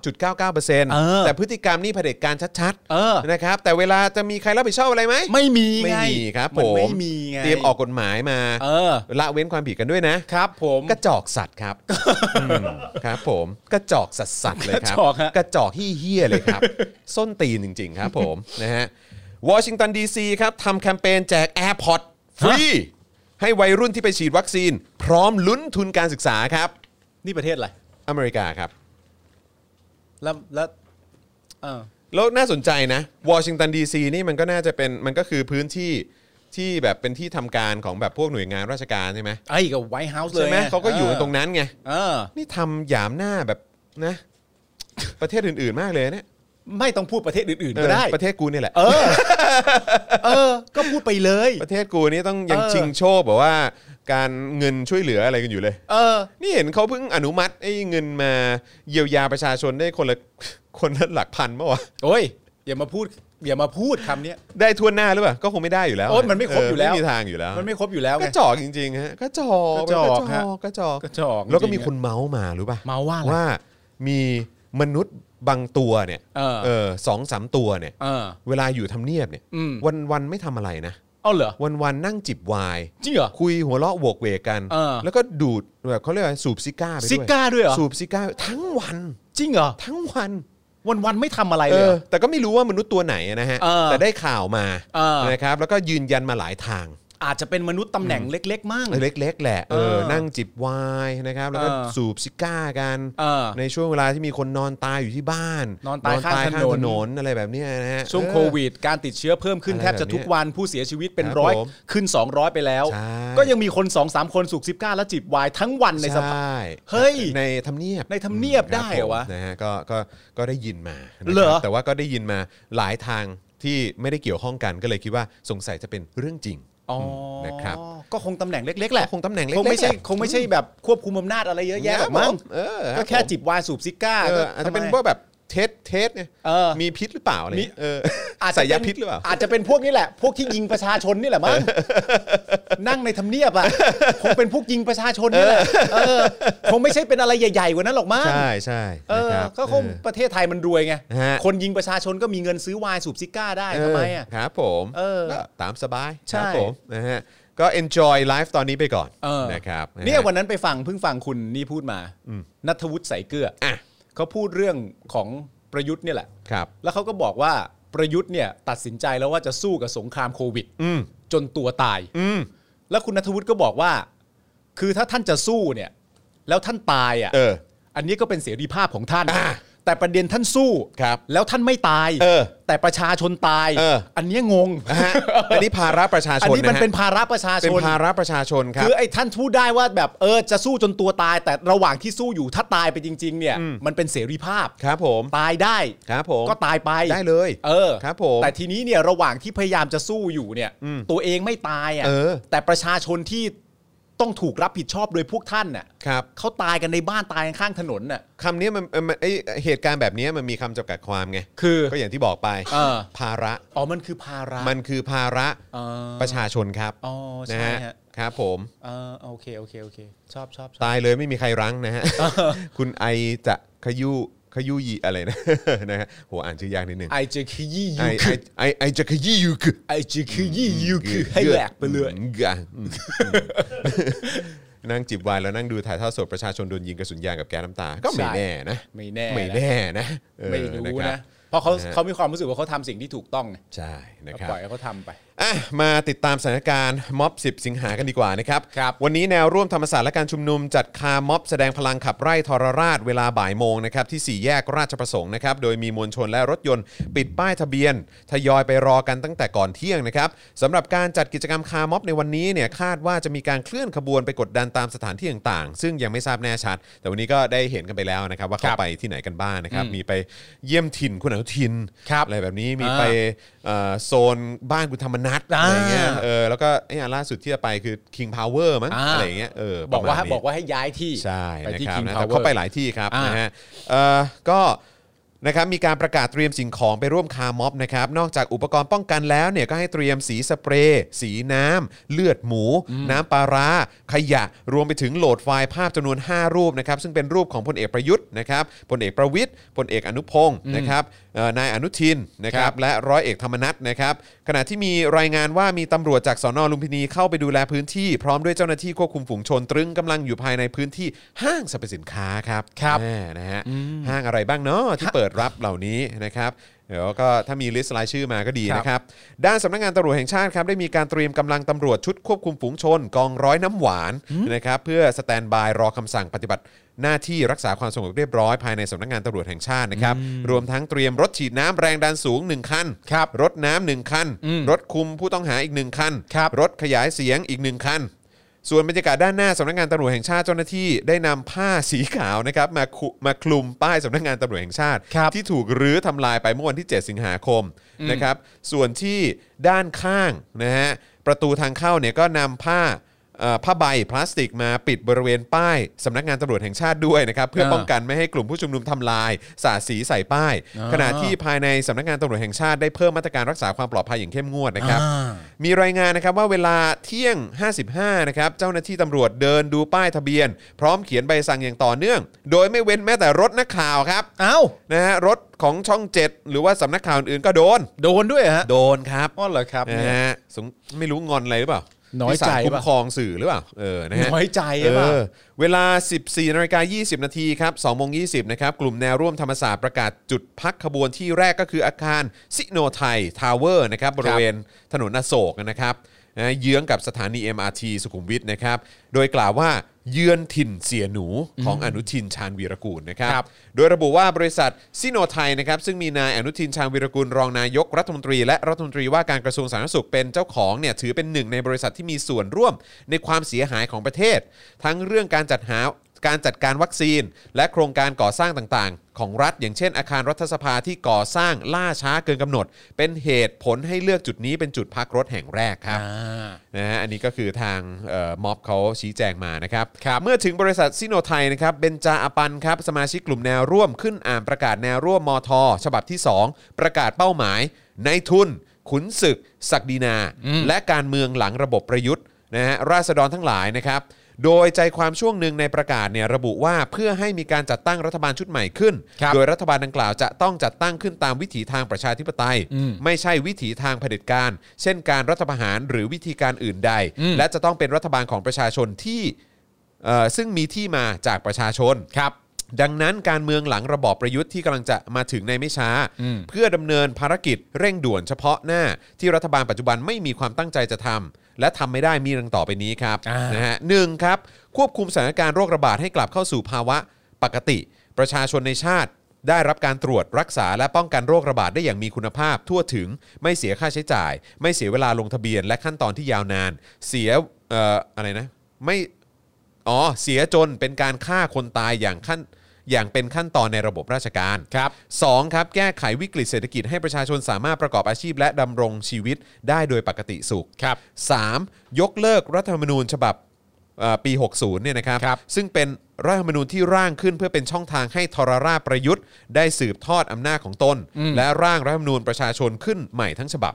99.99% อ แต่พฤติกรรมนี่เผด็จการชัด เออ นะครับ แต่เวลาจะมีใครรับผิดชอบอะไรไหม ไม่มี ไม่ ง มีครับผ น ม ไม่มีไง เตรียมออกกฎหมายมา เออ ละเว้นความผิดกันด้วยนะ ครับผม กระจอกสัตว์ครับอืมครับผมกระจอกสัตว์สัตว์เลยคกระรับจอกฮะ กระจอกที่เฮี้ยๆเลย <laughs> ครับ ส้นตีนจริง ๆ ครับผม <laughs> นะฮะวอชิงตันดีซีครับทำแคมเปญแจก AirPod ฟรีให้วัยรุ่นที่ไปฉีดวัคซีน พร้อมลุ้นทุนการศึกษาครับ นี่ประเทศอะไร อเมริกาครับ แล้วแล้วเออ แล้วน่าสนใจนะวอชิงตันดีซีนี่มันก็น่าจะเป็นมันก็คือพื้นที่ที่แบบเป็นที่ทำการของแบบพวกหน่วยงานราชการใช่ไหม ไอ้กับไวท์เฮาส์เลย ใช่ไหม ง เขาก็อยู่กันตรงนั้นไง เออ นี่ทำหยามหน้าแบบนะ ประเทศอื่นๆมากเลยเนี่ย ไม่ต้องพูดประเทศอื่น ๆ ก็ได้ เออประเทศกูเนี่ยแหละ เออ เออ ก็พูดไปเลย ประเทศกูนี่ต้องยัง เออ ชิงโชคแบบว่า การเงินช่วยเหลืออะไรกันอยู่เลย เออ นี่เห็นเขาเพิ่งอนุมัติไอ้เงินมาเยียวยาประชาชนได้คนละ <laughs> คนละหลักพันเมื่อวะ โอ้ย อย่ามาพูด อย่ามาพูดคำเนี้ย ได้ทั่วหน้าหรือเปล่าก็คงไม่ได้อยู่แล้ว โอ้ยมันไม่ครบอยู่แล้ว ไม่มีทางอยู่แล้ว มันไม่ครบอยู่แล้ว ก ไง ระจอกจริงๆฮะกระจอก กระจอก เป็นกระจอกกระจอก กระจอก แล้วก็มี จริงๆ คนเมาส์มารู้ป่ะ เมาส์ว่าอะไร ว่ามี มนุษย์บางตัวเนี่ย เออ เออสองสามตัวเนี่ย เออ เวลาอยู่ทำเนียบเนี่ย อืม วันวันๆไม่ทำอะไรนะ เอาเหรอ วันวันๆนั่งจิบไวน์ จริงเหรอ คุยหัวเราะโหวกเวกกัน เออ แล้วก็ดูดแบบเขาเรียกว่าสูบซิก้าไปด้วย ซิก้าด้วยเหรอ สูบซิก้าทั้งวัน จริงเหรอ ทั้งวัน วันวันๆไม่ทำอะไร เอ เลยเหร อ อ แต่ก็ไม่รู้ว่ามนุษย์ตัวไหนนะฮะ เออ แต่ได้ข่าวมา เออ นะครับแล้วก็ยืนยันมาหลายทาง อาจจะเป็นมนุษย์ตำแหน่งเล็ก ๆมั่ง เล็กๆแหละเอ เอ อ อ นั่งจิบไวน์นะครับแล้วก็ เออ สูบซิก้ากัน เออ ในช่วงเวลาที่มีคนนอนตายอยู่ที่บ้าน นอนตายข้างถนน อะไรแบบเนี้ยนะฮะ ช่วง เออ โควิด การติดเชื้อเพิ่มขึ้น อะไร แทบจะทุก แบบเนี้ย วันผู้เสียชีวิตเป็น ครับ ร้อย ผม ขึ้น 200 ไปแล้ว ใช่ ก็ยังมีคน2อสามคนสูบซิบก้าและจิบไวายทั้งวันในสภา ใช่ เฮ้ย ในทำเนียบ ในทำเนียบได้เหรอวะ คบผมนะฮะก็ก็ก็ได้ยินมานะครับ เหรอ แต่ว่าก็ได้ยินมาหลายทางที่ไม่ได้เกี่ยวข้องกันก็เลยคิดว่าสงสัยจะเป็นเรื่องจริง อ๋อ นะครับ ก็คงตำแหน่งเล็ก ๆ แหละ คงตำแหน่งเล็ก ค ๆ งไม่ใช่ แหละ คงไม่ใช่แบบควบคุมอำนาจอะไรเยอะแยะหรอกมั้ง เออ ก็ รั แค่ ผม จิบไวายสูบซิก้า เอ ก็ ออาจจะเป็น ทำไม พวกแบบเทสเทสเนี่ย เออ มีพิษหรือเปล่าอะไร มี เออ อาจจะ ใส่ เป็น ยาพิษหรือเปล่า อาจจะเป็นพวกนี้แหละ พวกที่ยิงประชาชนนี่แหละมั้งนั่งในทำเนียบอ่ะคงเป็นพวกยิงประชาชนนี่แหละเออคงไม่ใช่เป็นอะไรใหญ่ๆกว่านั้นหรอกมั้ง ใช่ใช่ เออ นะครับ ก็คง เออ ประเทศไทยมันรวยไง ฮะ คนยิงประชาชนก็มีเงินซื้อไวายสูบซิก้าได้ เ ทำไมอ่ะ ครับผม เออ ก็ตามสบาย ใช่ ครับผมนะฮะก็ enjoy life ตอนนี้ไปก่อน เออ นะครับะฮะ เนี่ยวันนั้นไปฟังเพิ่งฟังคุณนี่พูดมานัทวุฒิใสายเกลืออ อ่ะ เขาพูดเรื่องของประยุทธ์เนี่ยแหละ ครับ แล้วเขาก็บอกว่าประยุทธ์เนี่ยตัดสินใจแล้วว่าจะสู้กับสงครามโควิด อืม จนตัวตาย อืม แล้วคุณนัทวุฒิก็บอกว่า คือถ้าท่านจะสู้เนี่ย แล้วท่านตายอ่ะ เออ อันนี้ก็เป็นเสรีภาพของท่าน อ่ะ แต่ประเด็นท่านสู้ ครับ แล้วท่านไม่ตาย เออ แต่ประชาชนตาย เออ นเนี้ยงง นะฮะอันนี้ภาระประชาช อัน น นี้ นะ มัน ฮะ เป็นภาระประชาช เป็น น ภาระประชาชนครับ คือไอ้ท่านพูดได้ว่าแบบเออจะสู้จนตัวตาย แต่ระหว่างที่สู้อยู่ถ้าตายไปจริง ๆ เนี่ย มันเป็นเสรีภาพ ครับผม ตายได้ ครับผม ก็ตายไป ได้เลย เออ ครับผม แต่ทีนี้เนี่ยระหว่างที่พยายามจะสู้อยู่เนี่ย ตัวเองไม่ตาย เอ อะ่ะ อ แต่ประชาชนที่ต้องถูกรับผิดชอบโดยพวกท่านน่ะ ครับ เขาตายกันในบ้านตายกันข้างถนนน่ะ คำนี้มันมันไอเหตุการณ์แบบนี้มันมีคำจำกัดความไง คือ ก็อย่างที่บอกไป เออ ภาระ อ๋อมันคือภาระ มันคือภาระ เออ ประชาชนครับ อ๋อ นะ ใช่ ฮะ ฮะ ครับผม เออโอเคโอเคโอเค ชอบชอบชอบ ตายเลยไม่มีใครรั้งนะฮะ คุณไอจะขยุขยุยีอะไรนะ <laughs> นะฮะโหอ่านชื่อยากนิดนึง ไอจะขยี้ ไอ ยู ไอ คือ ไอไอจะขยี้ยูคือ ไอจะขยี้ยูคือให้แหลกไปเลย อืมอ่ะอืมนั่งจิบไวน์แล้วนั่งดูถ่ายทอดสดประชาชนโดนยิงกระสุนยางกับแก๊สน้ำตา ก็ไม่ ใช่ แน่นะ ไม่แน่ ไม่แน่นะเออ ไม่รู้ คบ นะ เพราะเขา นะฮะ เขามีความรู้สึกว่าเขาทำสิ่งที่ถูกต้องไง ใช่นะครั ป บ ล่อยให้เขาทำไป อ่ะมาติดตามสถานการณ์ม็อบ 10 สิงหากันดีกว่านะครับ ครับ วันนี้แนวร่วมธรรมศาสตร์และการชุมนุมจัดคาร์ม็อบแสดงพลังขับไล่ทรราชเวลาบ่ายโมงนะครับที่ 4 แยกราชประสงค์นะครับโดยมีมวลชนและรถยนต์ปิดป้ายทะเบียน ทยอยไปรอกันตั้งแต่ก่อนเที่ยงนะครับสำหรับการจัดกิจกรรมคาร์ม็อบในวันนี้เนี่ยคาดว่าจะมีการเคลื่อนขบวนไปกดดันตามสถานที่ต่างๆ ซึ่งยังไม่ทราบแน่ชัด แต่วันนี้ก็ได้เห็นกันไปแล้วนะครับว่า ค เขา รับ ไปที่ไหนกันบ้างนะครับมีไปเยี่ยมถิ่นคุณอนุทิน ครับ อะไรแบบนี้มี อ่า ไปเอ่อโซนบ้านคุณธรรมนัท อ่า อะไรเงี้ย เออ แล้วก็ไอ้อันล่าสุดที่จะไปคือ King Power มั้ง อ่า อะไรเงี้ย เออ บอกว่า ประมณนี้ บอกว่าให้ย้ายที่ ใช่ ไป นะ ที่ ครับ King นะแต่ Power เขาไปหลายที่ครับ อ่าน นะฮะ เอ่อ ก็นะครับมีการประกาศเตรียมสิ่งของไปร่วมคาร์ม็อบนะครับ นอกจากอุปกรณ์ป้องกันแล้วเนี่ยก็ให้เตรียมสีสเปรย์ สีน้ำเลือดหมู น้ำปลาร้า ขยะ รวมไปถึงโหลดไฟล์ภาพจำนวน 5 รูปนะครับ ซึ่งเป็นรูปของพลเอกประยุทธ์นะครับพลเอกประวิทย์พลเอกอนุพงศ์นะครับเอ่อนายอนุทินนะครัคบรับ และร้อยเอกธรรมนัฐนะครับขณะที่มีรายงานว่ามีตำรวจจากสอนอลุมพินีเข้าไปดูแลพื้นที่ พร้อมด้วยเจ้าหน้าที่ควบคุมฝูงชนตรึงกำลังอยู่ภายในพื้นที่ห้างสรรพสินค้าครับ ครับ แน่นะฮะห้างอะไรบ้างเนาะที่เปิดรับเหล่านี้นะครับเดี๋ยวก็ถ้ามีลิสต์รายชื่อมาก็ดี ครับ นะครับด้านสำนักงานตำรวจแห่งชาติครับได้มีการเตรียมกำลังตำรวจชุดควบคุมฝูงชนกองร้อยน้ำหวานนะครับเพื่อสแตนบายรอคำสั่งปฏิบัติ หน้าที่รักษาความสงบเรียบร้อยภายในสำนักงานตำรวจแห่งชาตินะครับ รวมทั้งเตรียมรถฉีดน้ำแรงดันสูง 1 คัน ครับ รถน้ำหนึ่งคัน รถคุมผู้ต้องหาอีก 1 คัน ครับ รถขยายเสียงอีก 1 คัน ส่วนบรรยากาศด้านหน้าสำนักงานตำรวจแห่งชาติเจ้าหน้าที่ได้นำผ้าสีขาวนะครับมาคุมาคลุมป้ายสำนักงานตำรวจแห่งชาติ ครับ ที่ถูกรื้อทำลายไปเมื่อวันที่ 7 สิงหาคมนะครับส่วนที่ด้านข้างนะฮะประตูทางเข้าเนี่ยก็นำผ้า เอ่อผ้าใบพลาสติกมาปิดบริเวณป้ายสำนักงานตำรวจแห่งชาติด้วยนะครับ เพื่อ เออ ป้องกันไม่ให้กลุ่มผู้ชุมนุมทำลาย สาดสีใส่ป้าย อ่า ขณะที่ภายในสำนักงานตำรวจแห่งชาติได้เพิ่มมาตรการรักษาความปลอดภัยอย่างเข้มงวดนะครับ อ่า มีรายงานนะครับว่าเวลาเที่ยง 55 นะครับ เจ้าหน้าที่ตำรวจเดินดูป้ายทะเบียน พร้อมเขียนใบสั่งอย่างต่อเนื่อง โดยไม่เว้นแม้แต่รถนักข่าวครับ อ้าว นะฮะรถของช่อง 7 หรือว่าสำนักข่าวอื่นๆก็โดน โดนด้วยเหรอฮะ โดนครับ อ้อเหรอครับเนี่ นะ ย ฮะสงไม่รู้งอนอะไรหรือเปล่า น้อยใจ ที่ศาลคุ้ม ป่ะ ครองสื่อหรือเปล่าเออนะฮะ น้อยใจใช่ปะ เออเวลา 14นาฬิกา20 นาทีครับ2โมง20 นะครับ กลุ่มแนวร่วมธรรมศาสตร์ประกาศจุดพักขบวนที่แรกก็คืออาคารซิโนไทยทาวเวอร์นะครับ บริเวณถนนอโศกนะครับนะเยื้องกับสถานี MRT สุขุมวิทนะครับ โดยกล่าวว่าเยือนถิ่นเสียหนูของอนุทินชาญวีรกูลนะครับ ครับ โดยระบุว่าบริษัทซิโนไทยนะครับซึ่งมีนายอนุทินชาญวิรกุลรองนายกรัฐมนตรี และรัฐมนตรีว่าการกระทรวงสาธารณสุขเป็นเจ้าของเนี่ยถือเป็นหนึ่งในบริษัทที่มีส่วนร่วมในความเสียหายของประเทศ ทั้งเรื่องการจัดหาการจัดการวัคซีน และโครงการก่อสร้างต่างๆ ของรัฐ อย่างเช่น อาคารรัฐสภาที่ก่อสร้างล่าช้าเกินกำหนด เป็นเหตุผลให้เลือกจุดนี้เป็นจุดพักรถแห่งแรกครับ อ่า นะฮะอันนี้ก็คือทางเอ่อม็อบเขาชี้แจงมานะครับเมื่อถึงบริษัทซิโนไทยนะครับเบนจาอปันครับสมาชิกกลุ่มแนวร่วมขึ้นอ่านประกาศแนวร่วมมท ฉบับที่ 2 ประกาศเป้าหมาย ในทุน ขุนศึก ศักดินา และการเมืองหลังระบบประยุทธ์นะฮะราษฎรทั้งหลายนะครับ โดยใจความช่วงหนึ่งในประกาศเนี่ยระบุว่าเพื่อให้มีการจัดตั้งรัฐบาลชุดใหม่ขึ้น ครับ โดยรัฐบาลดังกล่าวจะต้องจัดตั้งขึ้นตามวิถีทางประชาธิปไตย ไม่ใช่วิถีทางเผด็จการ เช่นการรัฐประหารหรือวิธีการอื่นใด และจะต้องเป็นรัฐบาลของประชาชนที่เอ่อซึ่งมีที่มาจากประชาชน ครับ ดังนั้นการเมืองหลังระบอบประยุทธ์ที่กำลังจะมาถึงในไม่ช้า อืม เพื่อดำเนินภารกิจเร่งด่วนเฉพาะหน้า ที่รัฐบาลปัจจุบันไม่มีความตั้งใจจะทำและทำไม่ได้มีดังต่อไปนี้ครับ อ่าน นะฮะหนึ่งครับ ควบคุมสถานการณ์โรคระบาดให้กลับเข้าสู่ภาวะปกติ ประชาชนในชาติ ได้รับการตรวจรักษาและป้องกันโรคระบาดได้อย่างมีคุณภาพ ทั่วถึงไม่เสียค่าใช้จ่าย ไม่เสียเวลาลงทะเบียนและขั้นตอนที่ยาวนาน เสียเอ่ออะไรนะไม่ อ๋อ เสียจนเป็นการฆ่าคนตายอย่างขั้นอย่างเป็นขั้นตอนในระบบราชการ ครับ สองครับ แก้ไขวิกฤตเศรษฐกิจให้ประชาชนสามารถประกอบอาชีพและดำรงชีวิตได้โดยปกติสุข ครับ 3. ยกเลิกรัฐธรรมนูญฉบับเอ่อปี 60เนี่ยนะครับ ครับ ซึ่งเป็นรัฐธรรมนูญที่ร่างขึ้นเพื่อเป็นช่องทางให้ทรราชประยุทธ์ ได้สืบทอดอำนาจของตน อืม และร่างรัฐธรรมนูญประชาชนขึ้นใหม่ทั้งฉบับ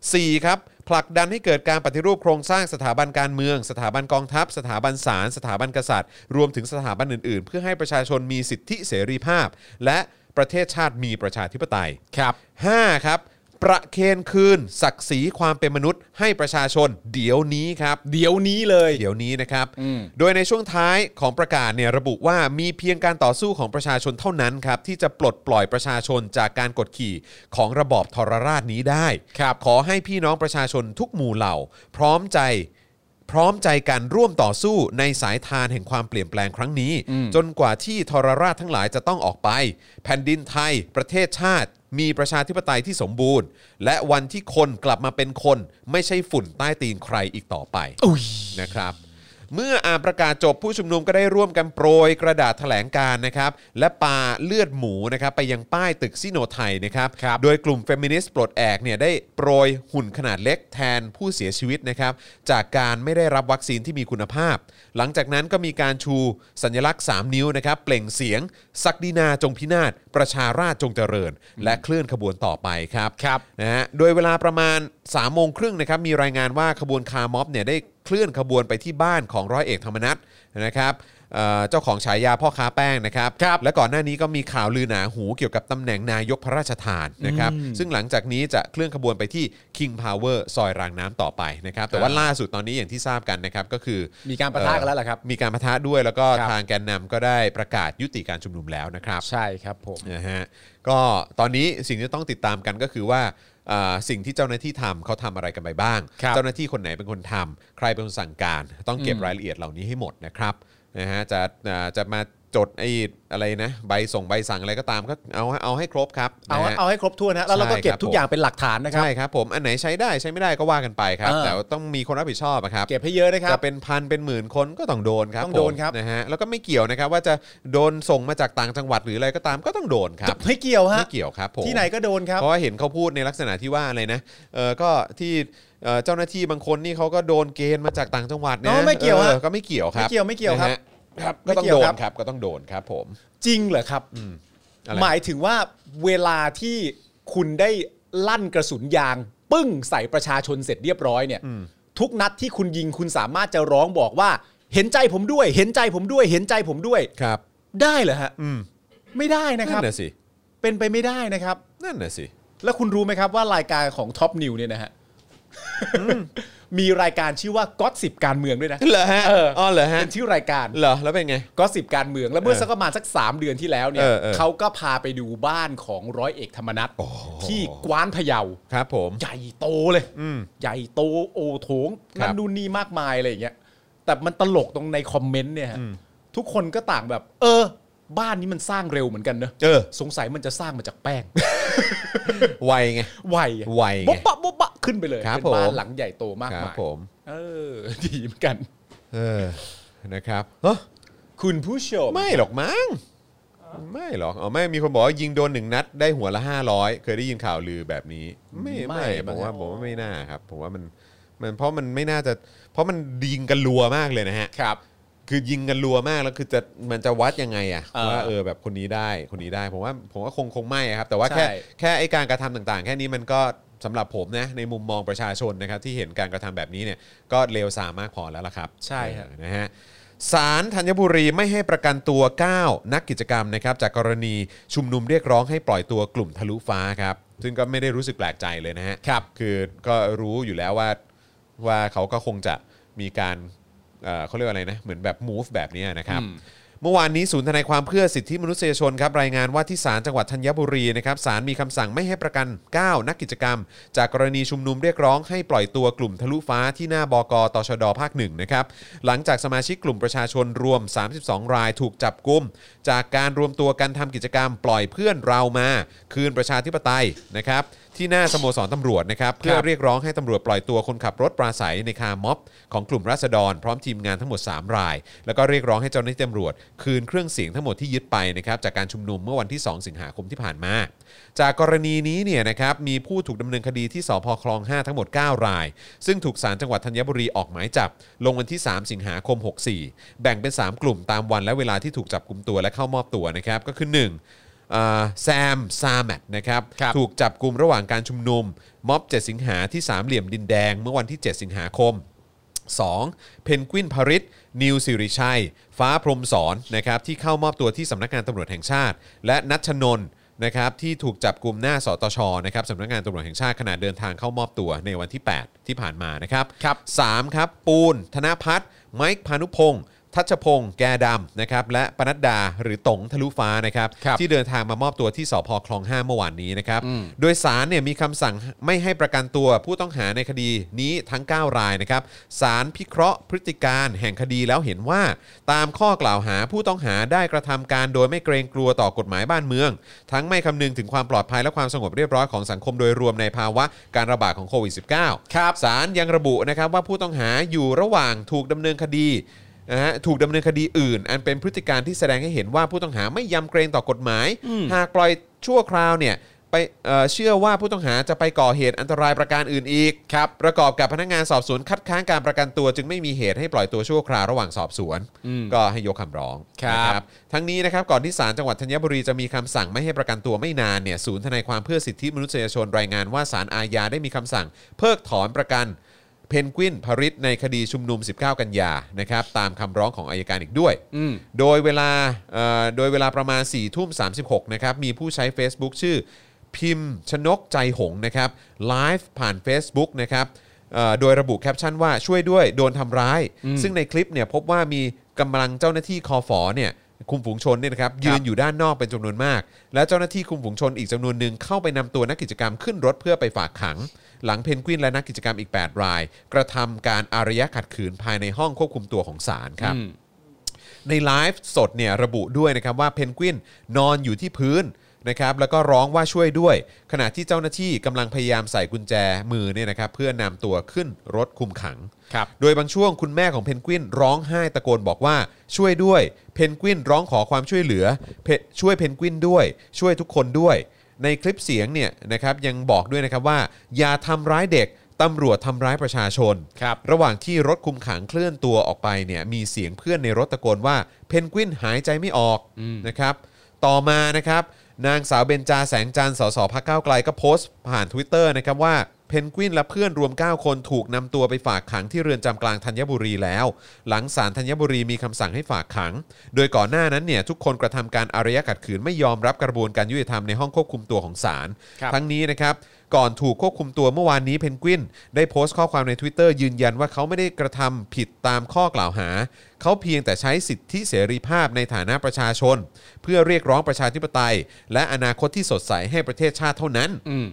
4. ครับ ผลักดันให้เกิดการปฏิรูปโครงสร้างสถาบันการเมือง สถาบันกองทัพ สถาบันศาลสถาบันกษัตริย์ รวมถึงสถาบันอื่น ๆ เพื่อให้ประชาชนมีสิทธิเสรีภาพ และประเทศชาติมีประชาธิปไตย ครับ 5ครับ ประเคนคืน ศักดิ์ศรีความเป็นมนุษย์ ให้ประชาชนเดี๋ยวนี้ครับ เดี๋ยวนี้เลย เดี๋ยวนี้นะครับ อืม โดยในช่วงท้ายของประกาศเนี่ยระบุว่ามีเพียงการต่อสู้ของประชาชนเท่านั้นครับ ที่จะปลดปล่อยประชาชนจากการกดขี่ของระบอบทรราชนี้ได้ ครับ ขอให้พี่น้องประชาชนทุกหมู่เหล่า พร้อมใจ พร้อมใจกันร่วมต่อสู้ในสายทานแห่งความเปลี่ยนแปลงครั้งนี้ จนกว่าที่ทรราชทั้งหลายจะต้องออกไป แผ่นดินไทย ประเทศชาติ มีประชาธิปไตยที่สมบูรณ์ และวันที่คนกลับมาเป็นคน ไม่ใช่ฝุ่นใต้ตีนใครอีกต่อไป อุ้ย นะครับเมื่ออ่านประกาศจบผู้ชุมนุมก็ได้ร่วมกันโปรยกระดาษแถลงการนะครับและปาเลือดหมูนะครับไปยังป้ายตึกซิโนไทยนะครับ ครับ โดยกลุ่มเฟมินิสต์ปลดแอกเนี่ยได้โปรยหุ่นขนาดเล็กแทนผู้เสียชีวิตนะครับจากการไม่ได้รับวัคซีนที่มีคุณภาพ หลังจากนั้นก็มีการชูสัญลักษณ์ 3 นิ้วนะครับเปล่งเสียง ศักดินาจงพินาศประชาราชจงเจริญ และเคลื่อนขบวนต่อไปครับ ครับ นะฮะโดยเวลาประมาณ3ามโมงครึ่งนะครับมีรายงานว่าขบวนคาร์ม็อบเนี่ยได้เคลื่อนขบวนไปที่บ้านของร้อยเอกธรรมนัฐนะครับเอ่อเจ้าของฉายาพ่อค้าแป้งนะครับ และก่อนหน้านี้ก็มีข่าวลือหนาหูเกี่ยวกับตำแหน่งนายกพระราชทานนะครับซึ่งหลังจากนี้จะเคลื่อนขบวนไปที่ King Power ซอยรางน้ำต่อไปนะครับแต่ว่าล่าสุดตอนนี้อย่างที่ทราบกันนะครับก็คือ มีการปะทะกันแล้วเหรอครับ มีการปะทะด้วยแล้วก็ ครับ ทางแกนนำก็ได้ประกาศยุติการชุมนุมแล้วนะครับ ใช่ครับผม นะฮะก็ตอนนี้สิ่งที่ต้องติดตามกันก็คือว่าอ่าสิ่งที่เจ้าหน้าที่ทำเขาทำอะไรกันไปบ้าง ครับ เจ้าหน้าที่คนไหนเป็นคนทำใครเป็นคนสั่งการ ต้องเก็บรายละเอียดเหล่านี้ให้หมดนะครับนะฮะจะอ่าจะมา จดไอ้อะไรนะใบส่งใบสั่งอะไรก็ตามก็เอาเอาให้ครบครับ เอา นะฮะ เอาให้ครบถ้วนนะแล้วเราก็ ใช่ เก็ ครับ บ ทุกผม อย่างเป็นหลักฐานนะครับ ใช่ครับผมอันไหนใช้ได้ใช้ไม่ได้ก็ว่ากันไปครับ เออ แต่ว่าต้องมีคนรับผิดชอบอะครับ เก็บให้เยอะนะครั จะ บ เป็นพันเป็นหมื่นคนก็ต้องโดนครับ ต้องโดน ผม ครับ นะฮะแล้วก็ไม่เกี่ยวนะครับว่าจะโดนส่งมาจากต่างจังหวัดหรืออะไรก็ตามก็ต้องโดนครับ ไม่เกี่ยวฮะ ไม่เกี่ยวครับผม ที่ไหนก็โดนครับ เพราะว่าเห็นเขาพูดในลักษณะที่ว่าอะไรนะเออก็ที่เอ่อเจ้าหน้าที่บางคนนี่เขาก็โดนเกณฑ์มาจากต่างจังหวัด อ๋ นะ อไม่เกี่ยวฮะ ออก็ไม่เกี่ยวครับ ไม่เกี่ยวไม่เกี่ยวครับ นะฮะครับ ไม่ ก็ต้อง เกี่ย โด วน ครับ ครับก็ต้องโดนครับผม จริงเหรอครับ อืมอะไร หมายถึงว่าเวลาที่คุณได้ลั่นกระสุนยาง ปึ้งใส่ประชาชนเสร็จเรียบร้อยเนี่ย ทุกนัดที่คุณยิงคุณสามารถจะร้องบอกว่า เห็นใจผมด้วย เห็นใจผมด้วย เห็นใจผมด้วย ครับ ได้เหรอฮะ อืม ไม่ได้นะค นั่ รับ นน่ะสิ เป็นไปไม่ได้นะครับ นั่นน่ะสิ แล้วคุณรู้ไหมครับว่ารายการของท็อปนิวเนี่ยนะฮะ <laughs> มีรายการชื่อว่าก็สิบการเมืองด้วยนะ เหรอฮะ เออ อ๋อเหรอฮะ เป็นชื่อรายการ เหรอแล้วเป็นไง ก็สิบการเมืองแล้วเมื่อ เออ สักประมาณสักสามเดือนที่แล้วเนี่ย เออเออ เขาก็พาไปดูบ้านของร้อยเอกธรรมนัฐที่กว้านพะเยา ครับผม ใหญ่โตเลย อืม ใหญ่โตโอโถง ครั นั่ บ นนู่นนี่มากมายอะไรอย่างเงี้ยแต่มันตลกตรงในคอมเมนต์เนี่ยฮะ อืม ทุกคนก็ต่างแบบ เออ บ้านนี้มันสร้างเร็วเหมือนกันเนอะ เออ สงสัยมันจะสร้างมาจากแป้ง <laughs> ไวไง ไวอะ ไวไง บ๊ะบะบ๊ะบะขึ้นไปเลย ครับ เป็นบ้า ผ น ม หลังใหญ่โตมาก ครับ มาย ผม เออ <laughs> ดีเหมือนกัน เออนะครับเฮ้อ คุณผู้ชม ไม่หรอกมั้งไม่หรอกอ๋อไม่มีคนบอกว่ายิงโดนหนึ่งนัดได้หัวละ 500 เคยได้ยินข่าวลือแบบนี้ ไม่ ไม่ ไม่ผมมั้งคว่ารับ ผมว่าไม่น่าครับผมว่ามันมันเพราะมันไม่น่าจะ เพราะมันยิงกันรัวมากเลยนะฮะ ครับ คือยิงกันรัวมากแล้วคือจะมันจะวัดยังไงอะ เออ ว่าเออแบบคนนี้ได้คนนี้ได้ ผมว่าผมว่าคงคงไม่อะครับแต่ว่าแค่ ใช่ แค่ไอการกระทำต่าง ๆ แค่นี้มันก็สำหรับผมนะในมุมมองประชาชนนะครับที่เห็นการกระทำแบบนี้เนี่ยก็เลวทรามมากพอแล้วล่ะครับ ใช่ฮะ เออนะฮะศาลธัญบุรีไม่ให้ประกันตัว 9 นักกิจกรรมนะครับจากกรณีชุมนุมเรียกร้องให้ปล่อยตัวกลุ่มทะลุฟ้าครับ ซึ่งก็ไม่ได้รู้สึกแปลกใจเลยนะฮะ ครับ คือก็รู้อยู่แล้วว่าว่าเขาก็คงจะมีการเอ่อเขาเรียกว่าอะไรนะเหมือนแบบ move แบบเนี้ยนะครับ อืม เมื่อวานนี้ศูนย์ทนายความเพื่อสิทธิมนุษยชนครับรายงานว่าที่ศาลจังหวัดธัญบุรีนะครับศาลมีคำสั่งไม่ให้ประกัน 9 นักกิจกรรม จากกรณีชุมนุมเรียกร้องให้ปล่อยตัวกลุ่มทะลุฟ้าที่หน้าบกตชดภาคหนึ่งนะครับหลังจากสมาชิกกลุ่มประชาชนรวม 32 รายถูกจับกุม จากการรวมตัวกันทำกิจกรรม ปล่อยเพื่อนเรามา คืนประชาธิปไตยนะครับที่หน้าสโมสรตำรวจนะครับเพื่อ เรียกร้องให้ตำรวจปล่อยตัวคนขับรถปราศัยในคาร์ม็อบของกลุ่มราษฎร พร้อมทีมงานทั้งหมด 3 ราย แล้วก็เรียกร้องให้เจ้าหน้าที่ตำรวจ คืนเครื่องเสียงทั้งหมดที่ยึดไปนะครับจากการชุมนุมเมื่อวันที่ 2 สิงหาคมที่ผ่านมา จากกรณีนี้เนี่ยนะครับมีผู้ถูกดำเนินคดีที่สพคลอง 5 ทั้งหมด 9 ราย ซึ่งถูกศาลจังหวัดธัญบุรีออกหมายจับ ลงวันที่ 3 สิงหาคม 64 แบ่งเป็น 3 กลุ่มตามวันและเวลาที่ถูกจับกลุ่มตัวและเข้ามอบตัวนะครับก็คือหนึ่ง แซมซาแมดนะครับ ครับ ถูกจับกลุ่มระหว่างการชุมนุม ม็อบ 7 สิงหาที่สามเหลี่ยมดินแดง เมื่อวันที่ 7 สิงหาคม 2. เพนกวินพริตนิวสิริชัย ฟ้าพรหมสอนนะครับที่เข้ามอบตัวที่สำนักงานตำรวจแห่งชาติ และนัชนนท์นะครับที่ถูกจับกลุ่มหน้าสตชนะครับสำนักงานตำรวจแห่งชาติขณะเดินทางเข้ามอบตัวในวันที่ 8 ที่ผ่านมานะครับ ครับ สามครับปูน ธนพัฒน์ไมค์พานุพงศ์ทัชพงศ์แกดำนะครับและปนัดดาหรือตงทะลุฟ้านะครับ ครับ ที่เดินทางมามอบตัวที่สพคลอง 5 เมื่อวานนี้นะครับ โดยสารเนี่ยมีคำสั่งไม่ให้ประกันตัวผู้ต้องหาในคดีนี้ทั้ง 9 รายนะครับสารพิเคราะห์พฤติการแห่งคดีแล้วเห็นว่า ตามข้อกล่าวหาผู้ต้องหาได้กระทำการโดยไม่เกรงกลัวต่อกฎหมายบ้านเมือง ทั้งไม่คำนึงถึงความปลอดภัยและความสงบเรียบร้อยของสังคมโดยรวมในภาวะการระบาดของโควิด -19 ครับ ศาลยังระบุนะครับว่าผู้ต้องหาอยู่ระหว่างถูกดำเนินคดีนะฮะถูกดำเนินคดีอื่น อันเป็นพฤติการที่แสดงให้เห็นว่าผู้ต้องหาไม่ยำเกรงต่อกฎหมาย หากปล่อยชั่วคราวเนี่ยไปเอ่อเชื่อว่าผู้ต้องหาจะไปก่อเหตุอันตรายประการอื่นอีกครับประกอบกับพนักงานสอบสวนคัดค้านการประกันตัว จึงไม่มีเหตุให้ปล่อยตัวชั่วคราวระหว่างสอบสวน ก็ให้ยกคำร้อง ครับ นะ ทั้งนี้นะครับก่อนที่ศาลจังหวัดธัญบุรีจะมีคำสั่งไม่ให้ประกันตัวไม่นานเนี่ยศูนย์ทนายความเพื่อสิทธิมนุษยชนรายงานว่าศาลอาญาได้มีคำสั่ง เพิกถอนประกันเพนกวินพริตในคดีชุมนุม 19 กันยานะครับตามคำร้องของอายการอีกด้วย อืม โดยเวลาเอ่อโดยเวลาประมาณ4ี่ทุ่ม36นะครับมีผู้ใช้ Facebook ชื่อ พิมพ์ชนกใจหงส์นะครับไลฟ์ผ่าน Facebook นะครับเอ่อโดยระบุแคปชั่นว่าช่วยด้วยโดนทำร้าย ซึ่งในคลิปเนี่ยพบว่ามีกำลังเจ้าหน้าที่คอฝอเนี่ยคุมฝูงชนเนี่ยนะครับยืนอยู่ด้านนอกเป็นจำนวนมาก และเจ้าหน้าที่คุมฝูงชนอีกจำนวนหนึ่งเข้าไปนำตัวนักกิจกรรมขึ้นรถเพื่อไปฝากขัง หลังเพนกวินและนักกิจกรรมอีก 8 ราย กระทำการอารยะขัดขืนภายในห้องควบคุมตัวของศาลครับ อืม ในไลฟ์สดเนี่ยระบุด้วยนะครับว่าเพนกวินนอนอยู่ที่พื้นนะครับแล้วก็ร้องว่าช่วยด้วย ขณะที่เจ้าหน้าที่กำลังพยายามใส่กุญแจมือเนี่ยนะครับเพื่อนำตัวขึ้นรถคุมขัง ครับ โดยบางช่วงคุณแม่ของเพนกวินร้องไห้ตะโกนบอกว่าช่วยด้วย เพนกวินร้องขอความช่วยเหลือเพช่วยเพนกวินด้วย ช่วยทุกคนด้วย ในคลิปเสียงเนี่ยนะครับยังบอกด้วยนะครับว่า อย่าทำร้ายเด็กตำรวจทำร้ายประชาชน ครับ ระหว่างที่รถคุมขังเคลื่อนตัวออกไปเนี่ยมีเสียงเพื่อนในรถตะโกนว่าเพนกวินหายใจไม่ออกนะครับต่อมานะครับนางสาวเบญจาแสงจันทร์สสพักเก้าวไกลก็โพสต์ผ่าน Twitter นะครับว่าเพนกวินและเพื่อนรวม 9 คนถูกนำตัวไปฝากขังที่เรือนจำกลางธัญบุรีแล้ว หลังศาลธัญบุรีมีคำสั่งให้ฝากขัง โดยก่อนหน้านั้นเนี่ยทุกคนกระทำการอารยะขัดขืนไม่ยอมรับกระบวนการยุติธรรมในห้องควบคุมตัวของศาล ครับ ทั้งนี้นะครับ ก่อนถูกควบคุมตัวเมื่อวานนี้เพนกวิน ได้โพสต์ข้อความใน Twitter ยืนยันว่าเขาไม่ได้กระทำผิดตามข้อกล่าวหา เขาเพียงแต่ใช้สิทธิเสรีภาพในฐานะประชาชน เพื่อเรียกร้องประชาธิปไตย และอนาคตที่สดใสให้ประเทศชาติเท่านั้น อืม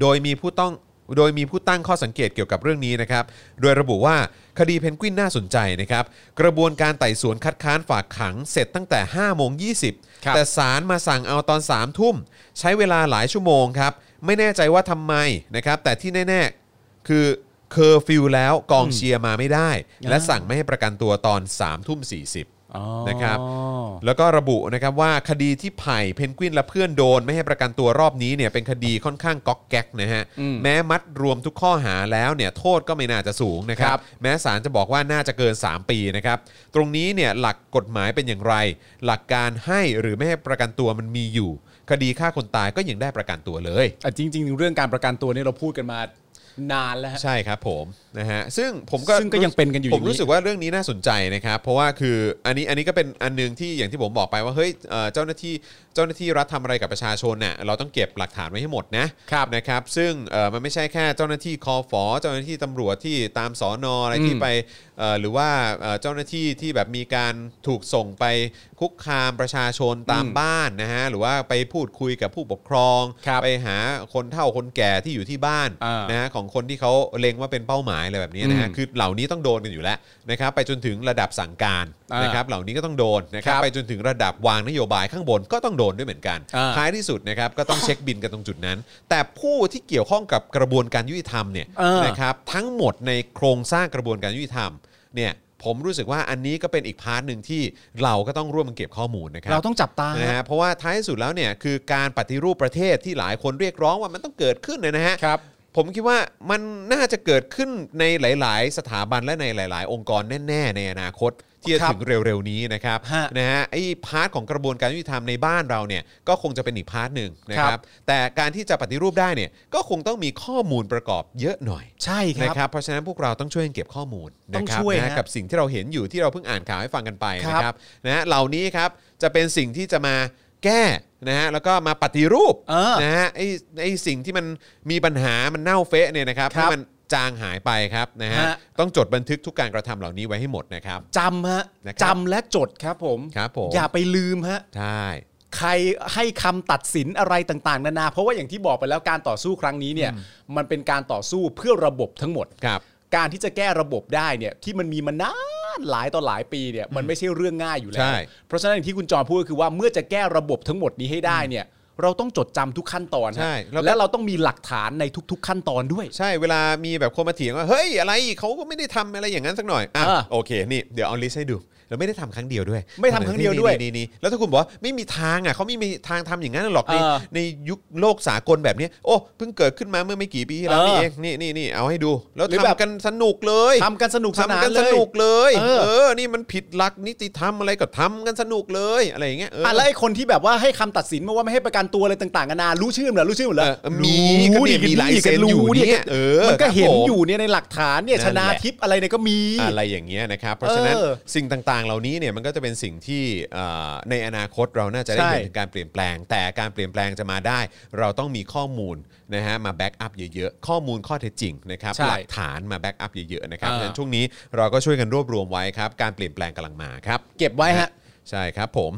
โดยมีผู้ต้องโดยมีผู้ตั้งข้อสังเกตเกี่ยวกับเรื่องนี้นะครับ โดยระบุว่าคดีเพนกวินน่าสนใจนะครับ กระบวนการไต่สวนคัดค้านฝากขังเสร็จตั้งแต่5โมง ครับ 20 แต่ศาลมาสั่งเอาตอน 3 ทุ่ม ใช้เวลาหลายชั่วโมงครับ ไม่แน่ใจว่าทำไมนะครับ แต่ที่แน่ๆ คือเคอร์ฟิวแล้วกองเชียร์มาไม่ได้ และสั่งไม่ให้ประกันตัวตอน3ทุ่ม40 อ๋อ นะครับ แล้วก็ระบุนะครับว่าคดีที่ไผ่เพนกวินและเพื่อนโดน ไม่ให้ประกันตัวรอบนี้เนี่ยเป็นคดีค่อนข้างก๊อกแก๊กนะฮะ อืม แม้มัดรวมทุกข้อหาแล้วเนี่ยโทษก็ไม่น่าจะสูงนะค ค รั รับ บ แม้ศาลจะบอกว่าน่าจะเกิน 3 ปีนะครับ ตรงนี้เนี่ยหลักกฎหมายเป็นอย่างไร หลักการให้หรือไม่ให้ประกันตัวมันมีอยู่ คดีฆ่าคนตายก็ยังได้ประกันตัวเลย อ่ะจริง ๆ เรื่องการประกันตัวเนี่ยเราพูดกันมานานแล้วฮะ ใช่ครับผมนะฮะซึ่งผมก็ ซึ่งก็ยังเป็นกันอยู่ ผม อย่างนี้ รู้สึกว่าเรื่องนี้น่าสนใจนะครับ เพราะว่าคืออันนี้อันนี้ก็เป็นอันหนึงที่อย่างที่ผมบอกไปว่าเฮ้ยเอ่อเจ้าหน้าที่เจ้าหน้าที่รัฐทำอะไรกับประชาชนน่ะเราต้องเก็บหลักฐานไว้ให้หมดนะครับ นะครับ ซึ่งเอ่อมันไม่ใช่แค่เจ้าหน้าที่คอฟอเจ้าหน้าที่ตำรวจที่ตามสอนออะไรที่ อืม ไปเอ่อหรือว่าเอ่อเจ้าหน้าที่ที่แบบมีการถูกส่งไปคุกคามประชาชนตามบ้านนะฮะหรือว่าไปพูดคุยกับผู้ปกครอง ครับ ไปหาคนเฒ่าคนแก่ที่อยู่ที่บ้าน อ่าน นะฮะของคนที่เขาเล็งว่าเป็นเป้าหมายอะไรแบบนี้นะฮะ อืม คือเหล่านี้ต้องโดนกันอยู่แล้วนะครับไปจนถึงระดับสั่งการ อ่าน นะครับเหล่านี้ก็ต้องโดนนะค ค รั รั บบ ไปจนถึงระดับวางนโยบายข้างบนก็ต้องโดนด้วยเหมือนกัน อ่า ท้ายที่สุดนะครับก็ต้องเช็คบินกันตรงจุดนั้น แต่ผู้ที่เกี่ยวข้องกับกระบวนการยุติธรรมเนี่ย อ่าน นะครับทั้งหมดในโครงสร้างกระบวนการยุติธรรมเนี่ยผมรู้สึกว่าอันนี้ก็เป็นอีกพาร์ทหนึ่งที่เราก็ต้องร่วมกันเก็บข้อมูลนะครั เราต้องจับตา นะฮะเพราะว่าท้ายที่สุดแล้วเนี่ยคือการปฏิรูปประเทศที่หลายคนเรียกร้องว่ามันต้องเกิดขึ้นเนี่ยนะฮะ ครับ ผมคิดว่ามันน่าจะเกิดขึ้นในหลาย ๆ สถาบันและในหลาย ๆ องค์กรแน่ ๆ ในอนาคต ที่จะ ครับ ถึงเร็ว ๆ นี้นะครับ ฮะ นะฮะไอ้พาร์ทของกระบวนการยุติธรรมในบ้านเราเนี่ยก็คงจะเป็นอีกพาร์ทหนึ่งนะค ครั รับบ แต่การที่จะปฏิรูปได้เนี่ยก็คงต้องมีข้อมูลประกอบเยอะหน่อย ใช่ค นะ รับ ครับเพราะฉะนั้นพวกเราต้องช่วยกันเก็บข้อมูล ต้อนะง ครับ ช่วย นะฮะ ฮะ กับสิ่งที่เราเห็นอยู่ที่เราเพิ่งอ่านข่าวให้ฟังกันไป ครับ นะครับนะฮะเหล่านี้ครับจะเป็นสิ่งที่จะมาแก้นะฮะแล้วก็มาปฏิรูป เออ นะฮะไอ้ไอ้สิ่งที่มันมีปัญหามันเน่าเฟะเนี่ยนะครับ ครั ให้ บ มันจางหายไปครับนะฮะ ฮะ ต้องจดบันทึกทุกการกระทำเหล่านี้ไว้ให้หมดนะครับ จำฮะ นะครับ จำและจดครับผม ครับผม อย่าไปลืมฮะ ใช่ ใครให้คำตัดสินอะไรต่างๆ นานาเพราะว่าอย่างที่บอกไปแล้วการต่อสู้ครั้งนี้เนี่ย มันเป็นการต่อสู้เพื่อระบบทั้งหมด ครับ การที่จะแก้ระบบได้เนี่ยที่มันมีมานานหลายต่อหลายปีเนี่ยมันไม่ใช่เรื่องง่ายอยู่แล้ ใช่ ว เพราะฉะนั้นอย่างที่คุณจอมพูดก็คือว่าเมื่อจะแก้ระบบทั้งหมดนี้ให้ได้เนี่ย เราต้องจดจำทุกขั้นตอนฮะ ใช่แล้วก็ และเราต้องมีหลักฐานในทุก ๆ ขั้นตอนด้วย ใช่เวลามีแบบคนมาเถียงว่าเฮ้ยอะไรเขาก็ไม่ได้ทำอะไรอย่างนั้นสักหน่อยอ่ะ เออ โอเคนี่เดี๋ยวเอาลิสต์ให้ดูแล้วไม่ได้ทำครั้งเดียวด้วย ไม่ทำครั้งเดียวด้วย นี่นี่นี่นี่แล้วถ้าคุณบอกว่าไม่มีทางอ่ะเขาไม่มีทางทำอย่างนั้นหรอกใน เออ ในยุคโลกสากลแบบเนี้ยโอ้เพิ่งเกิดขึ้นมาเมื่อไม่กี่ปีที่แล้ว เออ นี่เองนี่นี่นี่เอาให้ดู แล้ว หรือแบบ ทำกันสนุกเลย ทำกันสนุกสนาน กั เล ส ย นุกเลย เออ เออนี่มันผิดหลักนิติธรรมอะไรก็ทำกันสนุกเลยอะไรอย่างเงี้ยเอออ อ่ะแล้วไอ้คนที่แบบว่าให้คำตัดสินมาว่าไม่ให้ประกันตัวอะไรต่างๆกันานารู้ชื่อมันเหรอรู้ชื่อมันเหรอ เออมีก็เนี่ยมีลายเซ็นอยู่เนี่ยเออ มันก็เห็ คนรับผม อยู่เนี่ยในหลักฐานเนี่ย นั่ ช นแหละ นะทิปอะไรเนี่ยก็มี อะไรอย่างเงี้ยนะครับ เพราะฉะนั้น เออ สิ่งต่างๆ เหล่านี้เนี่ยมันก็จะเป็นสิ่งที่เอ่อในอนาคตเราน่าจะได้ ใช่ เห็นถึงการเปลี่ยนแปลง แต่การเปลี่ยนแปลงจะมาได้ เราต้องมีข้อมูลนะฮะมาแบ็กอัพเยอะๆ ข้อมูลข้อเท็จจริงนะครับ ใช่ หลักฐานมาแบ็กอัพเยอะๆนะครับ อ่า ฉะนั้นช่วงนี้เราก็ช่วยกันรวบรวมไว้ครับ การเปลี่ยนแปลงกำลังมาครับ เก็บไว้ฮะ ใช่ครับผม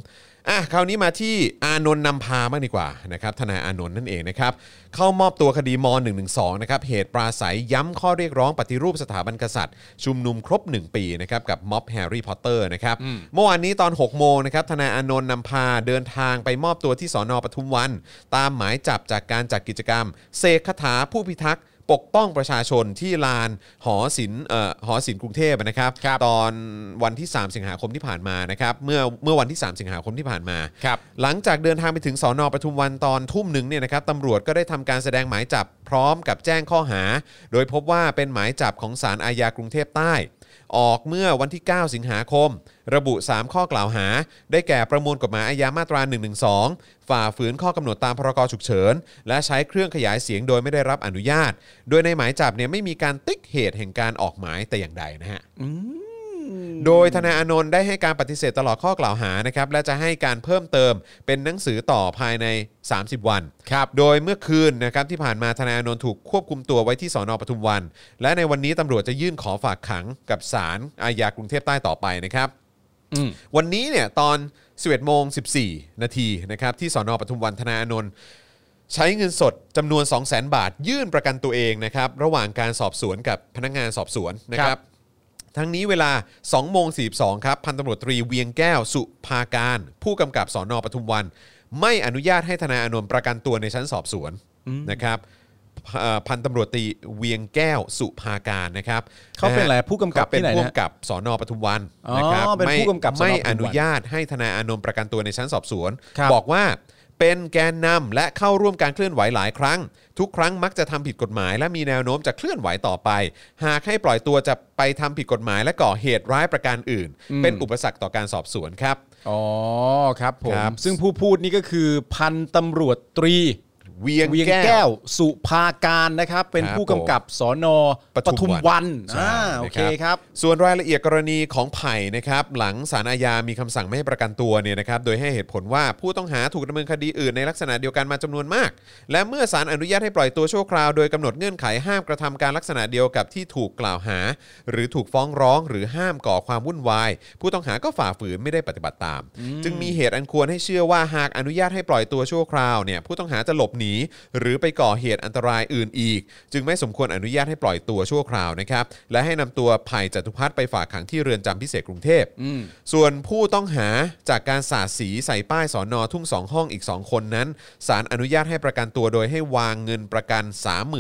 อ่ะคราวนี้มาที่อานนท์นำพามากดีกว่านะครับทนายอานนท์นั่นเองนะครับเข้ามอบตัวคดีม .112 นะครับเหตุปราศัยย้ำข้อเรียกร้องปฏิรูปสถาบันกษัตริย์ ชุมนุมครบ 1 ปีนะครับกับม็อบแฮร์รี่พอตเตอร์นะครับเมื่อวานนี้ตอน 6 โมงนะครับทนายอานนท์นำพาเดินทางไปมอบตัวที่สอนอปทุมวัน ตามหมายจับจากการจัดกิจกรรมเสกคาถาผู้พิทักษ์ ปกป้องประชาชนที่ลานหอศิลป์เอ่อหอศิลป์กรุงเทพนะครับ ตอนวันที่ 3 สิงหาคมที่ผ่านมานะครับเมื่อเมื่อวันที่ 3 สิงหาคมที่ผ่านมา ครับ หลังจากเดินทางไปถึงสอนอปทุมวันตอนทุ่มหนึ่งเนี่ยนะครับตำรวจก็ได้ทำการแสดงหมายจับพร้อมกับแจ้งข้อหา โดยพบว่าเป็นหมายจับของศาลอาญากรุงเทพใต้ ออกเมื่อวันที่ 9 สิงหาคม ระบุ 3 ข้อกล่าวหา ได้แก่ประมวลกฎหมายอาญามาตรา 112 ฝ่าฝืนข้อกำหนดตามพรกฉุกเฉิน และใช้เครื่องขยายเสียงโดยไม่ได้รับอนุญาต โดยในหมายจับเนี่ยไม่มีการติ๊กเหตุแห่งการออกหมายแต่อย่างใดนะฮะ โดยธนายอานนท์ได้ให้การปฏิเสธตลอดข้อกล่าวหานะครับและจะให้การเพิ่มเติมเป็นหนังสือต่อภายใน 30 วัน ครับ โดยเมื่อคืนนะครับที่ผ่านมาธนายอานนท์ถูกควบคุมตัวไว้ที่สอนอปทุมวัน และในวันนี้ตำรวจจะยื่นขอฝากขังกับศาลอาญากรุงเทพใต้ต่อไปนะครับ อืม วันนี้เนี่ยตอน 11โมง14 นาทีนะครับที่สอนอปทุมวันธนาอานนท์ใช้เงินสดจำนวน 200,000 บาท ยื่นประกันตัวเองนะครับระหว่างการสอบสวนกับพนักงานสอบสวนนะค ครั รับ บ ทั้งนี้เวลา2โมง42ครับพันตำรวจตรีเวียงแก้วสุภาการ ผู้กำกับสอนอปทุมวัน ไม่อนุญาตให้ธนาอานนท์ประกันตัวในชั้นสอบสวนนะครับเอ่อพันตำรวจตรีเวียงแก้วสุภาการนะครับ เขาเป็นอะไร ฮ ผู้กำกับ เป็น ที่ไหน ผู้ นะ กำกับสอนอปทุมวัน อ๋อ นะครับ เป็น ไม่ ผู้กำกับสนปทุมวัน ไม่อนุญาตให้ทนายอานนท์ประกันตัวในชั้นสอบสวน ครับ อกว่าเป็นแกนนำและเข้าร่วมการเคลื่อนไหวหลายครั้ง ทุกครั้งมักจะทำผิดกฎหมาย และมีแนวโน้มจะเคลื่อนไหวต่อไป หากให้ปล่อยตัวจะไปทำผิดกฎหมาย และก่อเหตุร้ายประการอื่น เป็นอุปสรรคต่อการสอบสวนครับ อ๋อครับผ ค ม รับ ซึ่งผู้พูดนี่ก็คือพันตำรวจตรี เวียง เวียง แก้ แก้ ว วสุภาการนะครับ เป็น ครับ ผู้กำกับสอนอ ป ป ทุ ทุ ม ม วั วัน น ใช่ อ่า นะครับ โอเคครับ ส่วนรายละเอียดกรณีของไผ่นะครับ หลังศาลอาญามีคำสั่งไม่ให้ประกันตัวเนี่ยนะครับ โดยให้เหตุผลว่าผู้ต้องหาถูกดำเนินคดีอื่นในลักษณะเดียวกันมาจำนวนมาก และเมื่อศาลอนุญาตให้ปล่อยตัวชั่วคราวโดยกำหนดเงื่อนไขห้ามกระทำการลักษณะเดียวกับที่ถูกกล่าวหา หรือถูกฟ้องร้องหรือห้ามก่อความวุ่นวาย ผู้ต้องหาก็ฝ่าฝืนไม่ได้ปฏิบัติตาม จึงมีเหตุอันควรให้เชื่อว่าหากอนุญาตให้ปล่อยตัวชั่วคราวเนี่ยผู้ต้องหาจะหลบหนี หรือไปก่อเหตุอันตรายอื่นอีก จึงไม่สมควรอนุญาตให้ปล่อยตัวชั่วคราวนะครับและให้นำตัวไผ่จตุพัฒน์ไปฝากขังที่เรือนจำพิเศษกรุงเทพ ส่วนผู้ต้องหาจากการสาดสีใส่ป้ายสอนอทุ่งสองห้องอีก 2 คนนั้นศาลอนุญาตให้ประกันตัวโดยให้วางเงินประกัน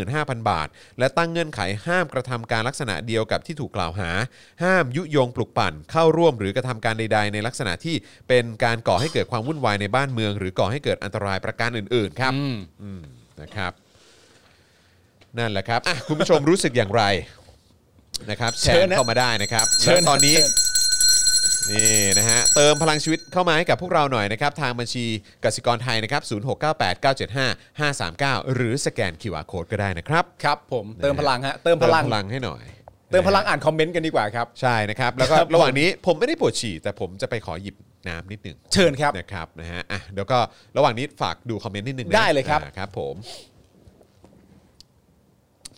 35,000 บาท และตั้งเงื่อนไขห้ามกระทำการลักษณะเดียวกับที่ถูกกล่าวหา ห้ามยุยงปลุกปั่น เข้าร่วมหรือกระทำการใด ๆ ในลักษณะที่เป็นการก่อให้เกิดความวุ่นวายในบ้านเมือง หรือก่อให้เกิดอันตรายประการอื่นๆครับอืมนะครับ นั่นแหละครับอ่ะคุณผู้ชมรู้สึกอย่างไรนะครับแช เชิ ร์ ญนะ เข้ามาได้นะครับ เชิ และ ญ ตอนนี้ เชิญ นี่นะฮะเติมพลังชีวิตเข้ามาให้กับพวกเราหน่อยนะครับ ทางบัญชีกสิกรไทยนะครับ 0698975539 หรือสแกน QR Code ก็ได้นะครับ ครับผมเติม นะฮะ พลังฮะเติมพลัง พลังให้หน่อย เติมพลังอ่านคอมเมนต์กันดีกว่าครับ ใช่นะครับ แล้วก็ ครับผม ระหว่างนี้ผมไม่ได้ปวดฉี่ แต่ผมจะไปขอหยิบน้ำนิดหนึง เชิญครับ นะครับนะฮะอ่ะเดี๋ยวก็ระหว่างนี้ฝากดูคอมเมนต์นิดหนึงนะ ได้เลยครับ อ่าครับผม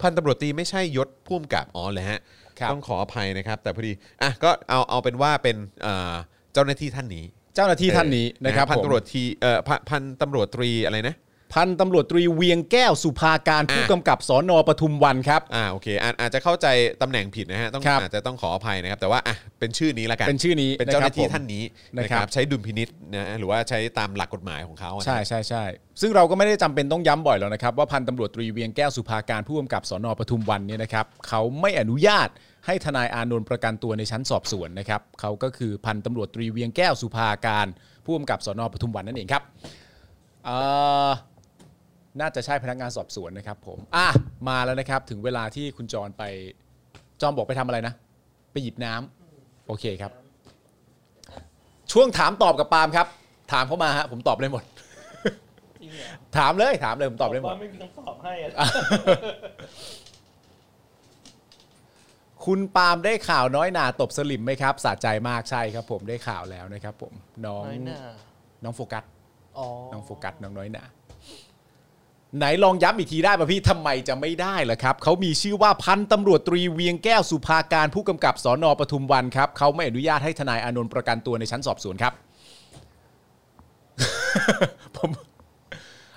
พันตำรวจตรีไม่ใช่ยศพุ่มกับอ๋อเลยฮะ ครับ ต้องขออภัยนะครับ แต่พอดีอ่ะก็เอาเอาเป็นว่าเป็นเอ่อเจ้าหน้าที่ท่านนี้ เจ้าหน้าที่ท่านนี้ เออ นะครับ พัน ผม ตำรวจทีเอ่อพะพันตำรวจตรีอะไรนะ พันตำรวจตรีเวียงแก้วสุภาการผู้ อ่ะ กำกับสอนอปทุมวันครับ อ่าโอเคอาจอาจจะเข้าใจตำแหน่งผิดนะฮะต้อง ครับ อาจจะต้องขออภัยนะครับ แต่ว่าอ่ะเป็นชื่อนี้ละกัน เป็นชื่อนี้ เป็นเจ้าหน้าะที่ครับผม ท่านนี้นะค นะครั รับบ ใช้ดุลพินิษนะหรือว่าใช้ตามหลักกฎหมายของเขาอะนะ ใช่ใช่ใช่ซึ่งเราก็ไม่ได้จำเป็นต้องย้ำบ่อยแล้วนะครับ ว่าพันตำรวจตรีเวียงแก้วสุภาการผู้กำกับสนปทุมวันเนี่ยนะครับเขาไม่อนุญาตให้ทนายอานนท์ประกันตัวในชั้นสอบสวนนะครับเขาก็คือพันตำรวจตรีเวียงแก้วสุภาการผู้กำกับสนปทุมวันนั่นเองครับเอ่อน่าจะใช่พนักงานสอบสวนนะครับผมอ่ะมาแล้วนะครับถึงเวลาที่คุณจรไปจอมบอกไปทำอะไรนะ ไปหยิบน้ำโอเคครับ ช่วงถามตอบกับปาล์มครับ ถามเข้ามาฮะผมตอบเลยหมด จริงเหรอ ถามเลยถามเลยผมตอบได้หม ว่า ด ไม่มีคำตอบให้อะ คุณปาล์มได้ข่าวน้อยหนาตบสลิมไหมครับสะใจมากใช่ครับ ผมได้ข่าวแล้วนะครับ ผมน้อง น้อยหน้า น้องโฟกัส อ๋อ น้องโฟกัสน้องน้อยหนาไหนลองย้ำอีกทีได้ป่ะพี่ทำไมจะไม่ได้ล่ะครับเขามีชื่อว่าพันตำรวจตรีเวียงแก้วสุภาการผู้กำกับสอนอปทุมวันครับเขาไม่อนุญาตให้ทนายอานนท์ประกันตัวในชั้นสอบสวนครับ ผม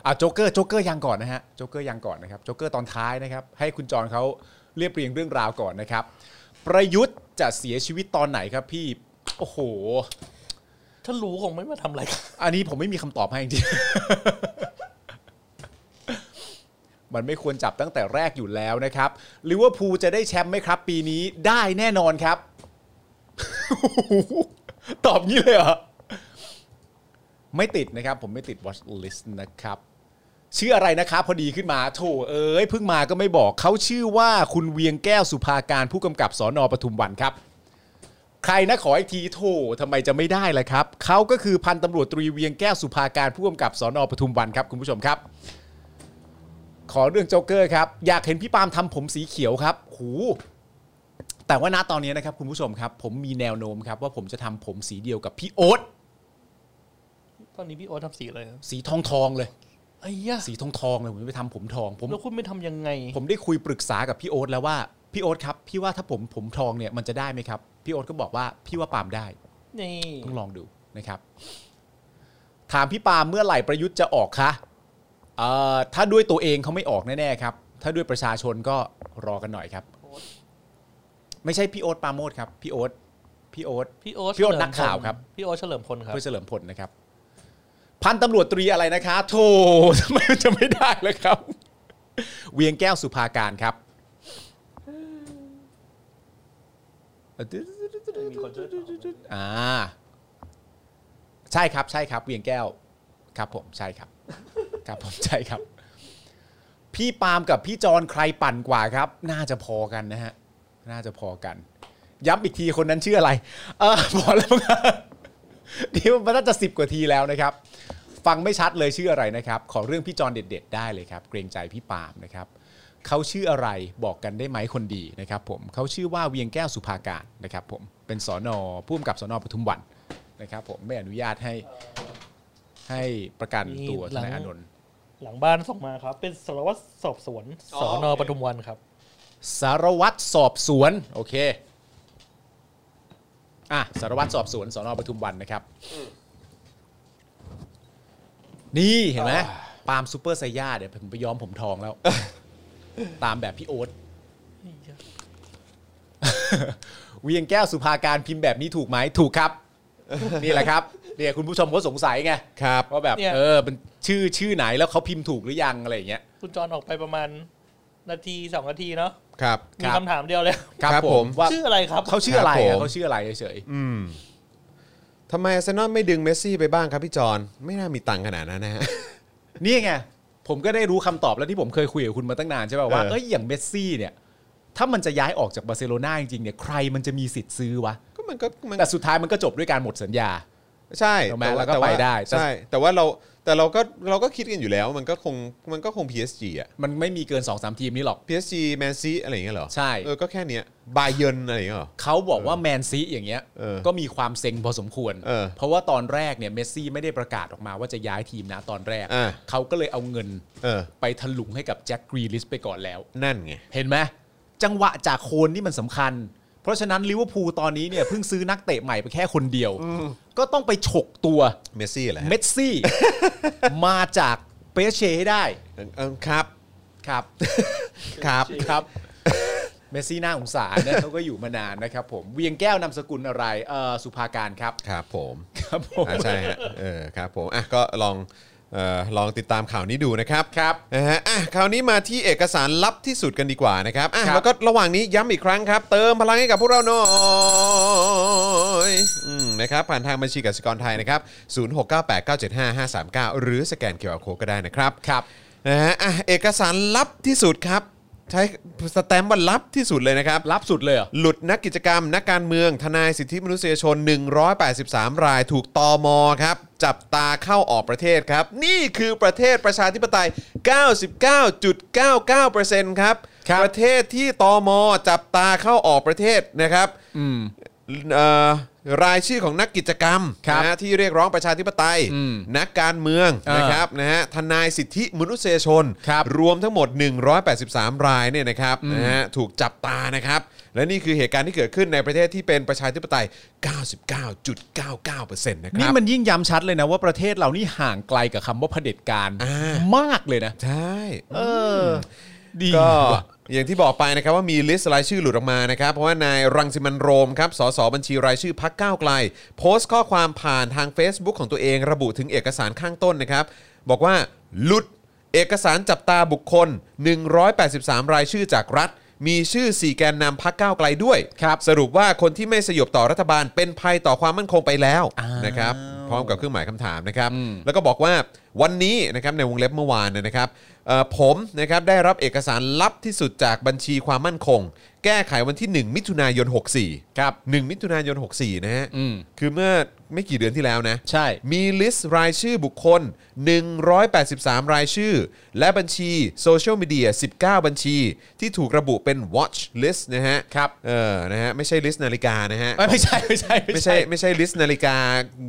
อ่ะโจ๊กเกอร์โจ๊กเกอร์ยังก่อนนะฮะโจ๊กเกอร์ยังก่อนนะครับโจ๊กเกอร์ตอนท้ายนะครับ ให้คุณจรเขาเรียบเรียงเรื่องราวก่อนนะครับ ประยุทธ์จะเสียชีวิตตอนไหนครับพี่ โอ้โห ถ้ารู้คงไม่มาทำอะไรายการ อันนี้ผมไม่มีคำตอบให้จริงๆ <laughs> มันไม่ควรจับตั้งแต่แรกอยู่แล้วนะครับลิเวอร์พูลจะได้แชมป์ไหมครับ ปีนี้ได้แน่นอนครับ <laughs> ตอบงี้เลยเหรอ ไม่ติดนะครับ ผมไม่ติด watch list นะครับ ชื่ออะไรนะครับพอดีขึ้นมาโถเอ้ยเพิ่งมาก็ไม่บอกเขาชื่อว่าคุณเวียงแก้วสุภาการผู้กำกับสอนอปทุมวันครับ ใครนะขออีกทีโถทำไมจะไม่ได้ล่ะครับ เขาก็คือพันตำรวจตรีเวียงแก้วสุภาการผู้กำกับสอนอปทุมวันครับ คุณผู้ชมครับ ขอเรื่องโจ๊กเกอร์ครับ อยากเห็นพี่ปาล์มทำผมสีเขียวครับ หู แต่ว่าณตอนนี้นะครับ คุณผู้ชมครับ ผมมีแนวโน้มครับ ว่าผมจะทำผมสีเดียวกับพี่โอ๊ต ตอนนี้พี่โอ๊ตทำสีอะไรครับ สีทองทองๆเลย ไอ้ยะ สีทองทองๆเลยผมจะไปทำผมทองผม แล้วคุณไม่ทำยังไง ผมได้คุยปรึกษากับพี่โอ๊ตแล้วว่าพี่โอ๊ตครับพี่ว่าถ้าผมผมทองเนี่ยมันจะได้ไหมครับพี่โอ๊ตก็บอกว่าพี่ว่าปาล์มได้ นี่ ต้องลองดูนะครับ ถามพี่ปาล์มเมื่อไหร่ประยุทธ์จะออกคะเอ่อถ้าด้วยตัวเองเขาไม่ออกแน่ๆครับ ถ้าด้วยประชาชนก็รอกันหน่อยครับ ไม่ใช่พี่โอ๊ตปราโมดครับพี่โอ๊ตพี่โอ๊ต พี่โอ๊ต พี่โอ๊ต เฉลิม นักข่าวครับ พี่โอ๊ตเฉลิมพลครับ เพื่อเฉลิมพลนะครับ พันตำรวจตรีอะไรนะคะโธ่ <laughs> ทำไมมันจะไม่ได้เลยครับ เวียงแก้วสุภาการครับ มีคนช่วย อ่าใช่ครับใช่ครับ เวียงแก้วครับ ผมใช่ครับ ครับผมใช่ครับ พี่ปาล์มกับพี่จอนใครปั่นกว่าครับ น่าจะพอกันนะฮะน่าจะพอกัน ย้ำอีกทีคนนั้นชื่ออะไร เออ <laughs> พอแล้วครับเดี๋ยวมันน่าจะสิบกว่าทีแล้วนะครับ ฟังไม่ชัดเลยชื่ออะไรนะครับ ขอเรื่องพี่จอนเด็ด ๆ ได้เลยครับ เกรงใจพี่ปาล์มนะครับเขาชื่ออะไรบอกกันได้ไหมคนดีนะครับผมเขาชื่อว่าเวียงแก้วสุภาการนะครับ ผมเป็นสอนอพุ่มกับสอนอปทุมวันนะครับ ผมไม่อนุญาตให้ให้ประกันตัวทนายอานนท์ หลังบ้านส่งมาครับ เป็นสารวัตรสอบสวน อ๋อ สอนอ โอเค ปทุมวันครับ สารวัตรสอบสวน โอเคอ่ะสารวัตรสอบสวนสอนอปทุมวันนะครับ นี่เห็นไหมปาล์มซูเปอร์ไซย่าเดี๋ยวผมไปย้อมผมทองแล้ว ตามแบบพี่โอ๊ตเวียงแก้วสุภาการพิมพ์แบบนี้ถูกไหมถูกครับ นี่แหละครับเนี่ยคุณผู้ชมเขาสงสัยไง ครับ ว่าแบบ เนี่ย เออเป็นชื่อชื่อไหนแล้วเขาพิมพ์ถูกหรือยังอะไรอย่างเงี้ย คุณจอนออกไปประมาณ นาทีสองนาทีเนาะ ครับ ค มี รับ คำถามเดียวเลย ครับ ครับ ผ ผม ม ว่า ชื่ออะไรครับ เขาชื่ออะไร คอะรับผม เขาชื่ออะไรเฉยๆ อืมทำไมอาร์เซนอลไม่ดึงเมสซี่ไปบ้างครับพี่จอนไม่น่ามีตังค์ขนาดนั้นนะฮ <laughs> ะ นี่ไง ผมก็ได้รู้คำตอบแล้วที่ผมเคยคุยกับคุณมาตั้งนานใช่ป่ะว่า เออ เอ้ยอย่างเมสซี่เนี่ย ถ้ามันจะย้ายออกจากบาร์เซโลนาจริงๆเนี่ยใครมันจะมีสิทธิ์ซื้อวะ ก็มันก็มัน แต่สุดท้ายมันก็จบด้วยการหมดสัญญา ใช่ ถูกไหม ต่า แล้วก็ ต่า ไปได้แต่ ใช่ แต่ว่าเราแต่เราก็เราก็คิดกันอยู่แล้ว มันก็คงมันก็คง PSG อ่ะ มันไม่มีเกิน2อสทีมนี้หรอก PSG แมนซีอะไรอย่างเงี้ยเหรอ ใช่ เออก็แค่เนี้ยบาเยิร์นอะไรอย่างเงี้ยเหรอ เขาบอกว่าแมนซีอย่างเงี้ย เออ ก็มีความเซ็งพอสมควร เออ เพราะว่าตอนแรกเนี่ยเมสซี่ไม่ได้ประกาศออกมาว่าจะย้ายทีมนะตอนแรก อ่า เขาก็เลยเอาเงิน เออ ไปถลุงให้กับแจ็คกรีลิสไปก่อนแล้ว นั่นไง เห็นไหมจังหวะจากโคนนี่มันสำคัญ เพราะฉะนั้นลิเวอร์พูลตอนนี้เนี่ยเพิ่งซื้อนักเตะใหม่ไปแค่คนเดียว ก็ต้องไปฉกตัว เมสซี่แหละ เมสซี่ มาจากเปเชให้ได้ เออครับ ครับ ครับ ครับเมสซี่น่าสงสารนะเขาก็อยู่มานานนะครับผม เวียงแก้วนามสกุลอะไรเอ่อสุภาการครับ ครับผม ครับ <laughs> ผม อ่ะใช่ฮะเออครับผมอ่ะก็ลองเอ่อลองติดตามข่าวนี้ดูนะครับครับนะฮะอ่ะคราวนี้มาที่เอกสารลับที่สุดกันดีกว่านะครับอ่ะ ครับ แล้วก็ระหว่างนี้ย้ำอีกครั้งครับ เติมพลังให้กับพวกเราหน่อยอืมนะครับผ่านทางบัญชีกสิกรไทยนะครับ 0698975539 หรือสแกนเคอร์โคก็ได้นะครับ ครับ นะฮะอ่ะเอกสารลับที่สุดครับ ใช้สแตมป์ว่าลับที่สุดเลยนะครับ รับสุดเลยเหรอ หลุดนักกิจกรรม นักการเมือง ทนายสิทธิมนุษยชน 183 รายถูกตอมอครับ จับตาเข้าออกประเทศครับ นี่คือประเทศประชาธิปไตย 99.99%ครับ ครับ ประเทศที่ตอมอจับตาเข้าออกประเทศนะครับเอ่อรายชื่อของนักกิจกรรม ครับ นะฮะที่เรียกร้องประชาธิปไตย อืม นักการเมือง อ่าน นะครับนะฮะทนายสิทธิมนุษยชน ครับ วมทั้งหมด 183 รายเนี่ยนะครับนะฮะถูกจับตานะครับ และนี่คือเหตุการณ์ที่เกิดขึ้นในประเทศที่เป็นประชาธิปไตย 99.99%นะค นี่ รับ มันยิ่งย้ำชัดเลยนะว่าประเทศเรานี่ห่างไกลกับคำว่าเผด็จการ อ่าม มากเลยนะ ใช่ เออ ดี ก็ ว่ะ อย่างที่บอกไปนะครับว่ามีลิสต์รายชื่อหลุดออกมานะครับ เพราะว่านายรังสิมันต์โรมครับสสบัญชีรายชื่อพักก้าวไกล โพสต์ข้อความผ่านทาง Facebook ของตัวเองระบุถึงเอกสารข้างต้นนะครับ บอกว่าหลุดเอกสารจับตาบุคคล 183 รายชื่อจากรัฐ มีชื่อ 4 แกนนำพักก้าวไกลด้วย ครับ สรุปว่าคนที่ไม่สยบต่อรัฐบาลเป็นภัยต่อความมั่นคงไปแล้ว อ้าว นะครับ พร้อมกับเครื่องหมายคำถามนะครับ แล้วก็บอกว่าวันนี้นะครับในวงเล็บเมื่อวานนะครับเอ่อผมนะครับได้รับเอกสารลับที่สุดจากบัญชีความมั่นคง แก้ไขวันที่ 1 มิถุนายน 64 ครับ 1 มิถุนายน 64 นะฮะ อืม คือเมื่อไม่กี่เดือนที่แล้วนะ ใช่ มีลิสต์รายชื่อบุคคล 183 รายชื่อ และบัญชีโซเชียลมีเดีย 19 บัญชี ที่ถูกระบุเป็น watch list นะฮะ ครับ เออ นะฮะ ไม่ใช่ลิสต์นาฬิกานะฮะ เอ้ยไม่ใช่ไม่ใช่ ไม่ใช่ไม่ใช่ลิสต์นาฬิกา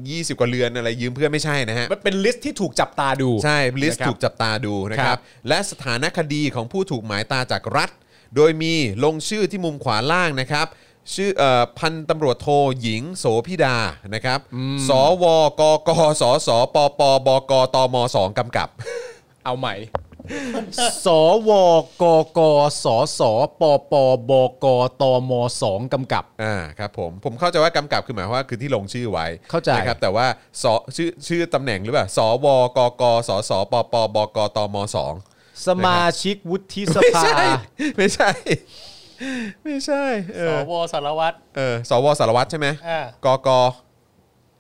20 กว่าเรือนอะไรยืมเพื่อนไม่ใช่นะฮะ มันเป็นลิสต์ที่ถูกจับตาดู ใช่ ลิสต์ นะครับ ถูกจับตาดูนะค ค รั รับ บ และสถานคดีของผู้ถูกหมายตาจากรัฐ โดยมีลงชื่อที่มุมขวาล่างนะครับ ชื่อเออพันตำรวจโทหญิงโสพิดานะครับสวกกสสปปบกตมสองกำกับ เอาใหม่ สวกกสสปปบกตมสองกำกับ อ่าครับผมผมเข้าใจว่ากำกับคือหมายความว่าคือที่ลงชื่อไว้ เข้าใจ นะครับแต่ว่าสชื่อชื่อตำแหน่งหรือเปล่าสวกกสสปปบกตมสอง สมาชิกวุฒิส ไม่ ภา ใช่ ไม่ใช่ ไม่ใช่เอ ส อ วสารวัตร เออสวสารวัตรใช่ไหม อ่า กก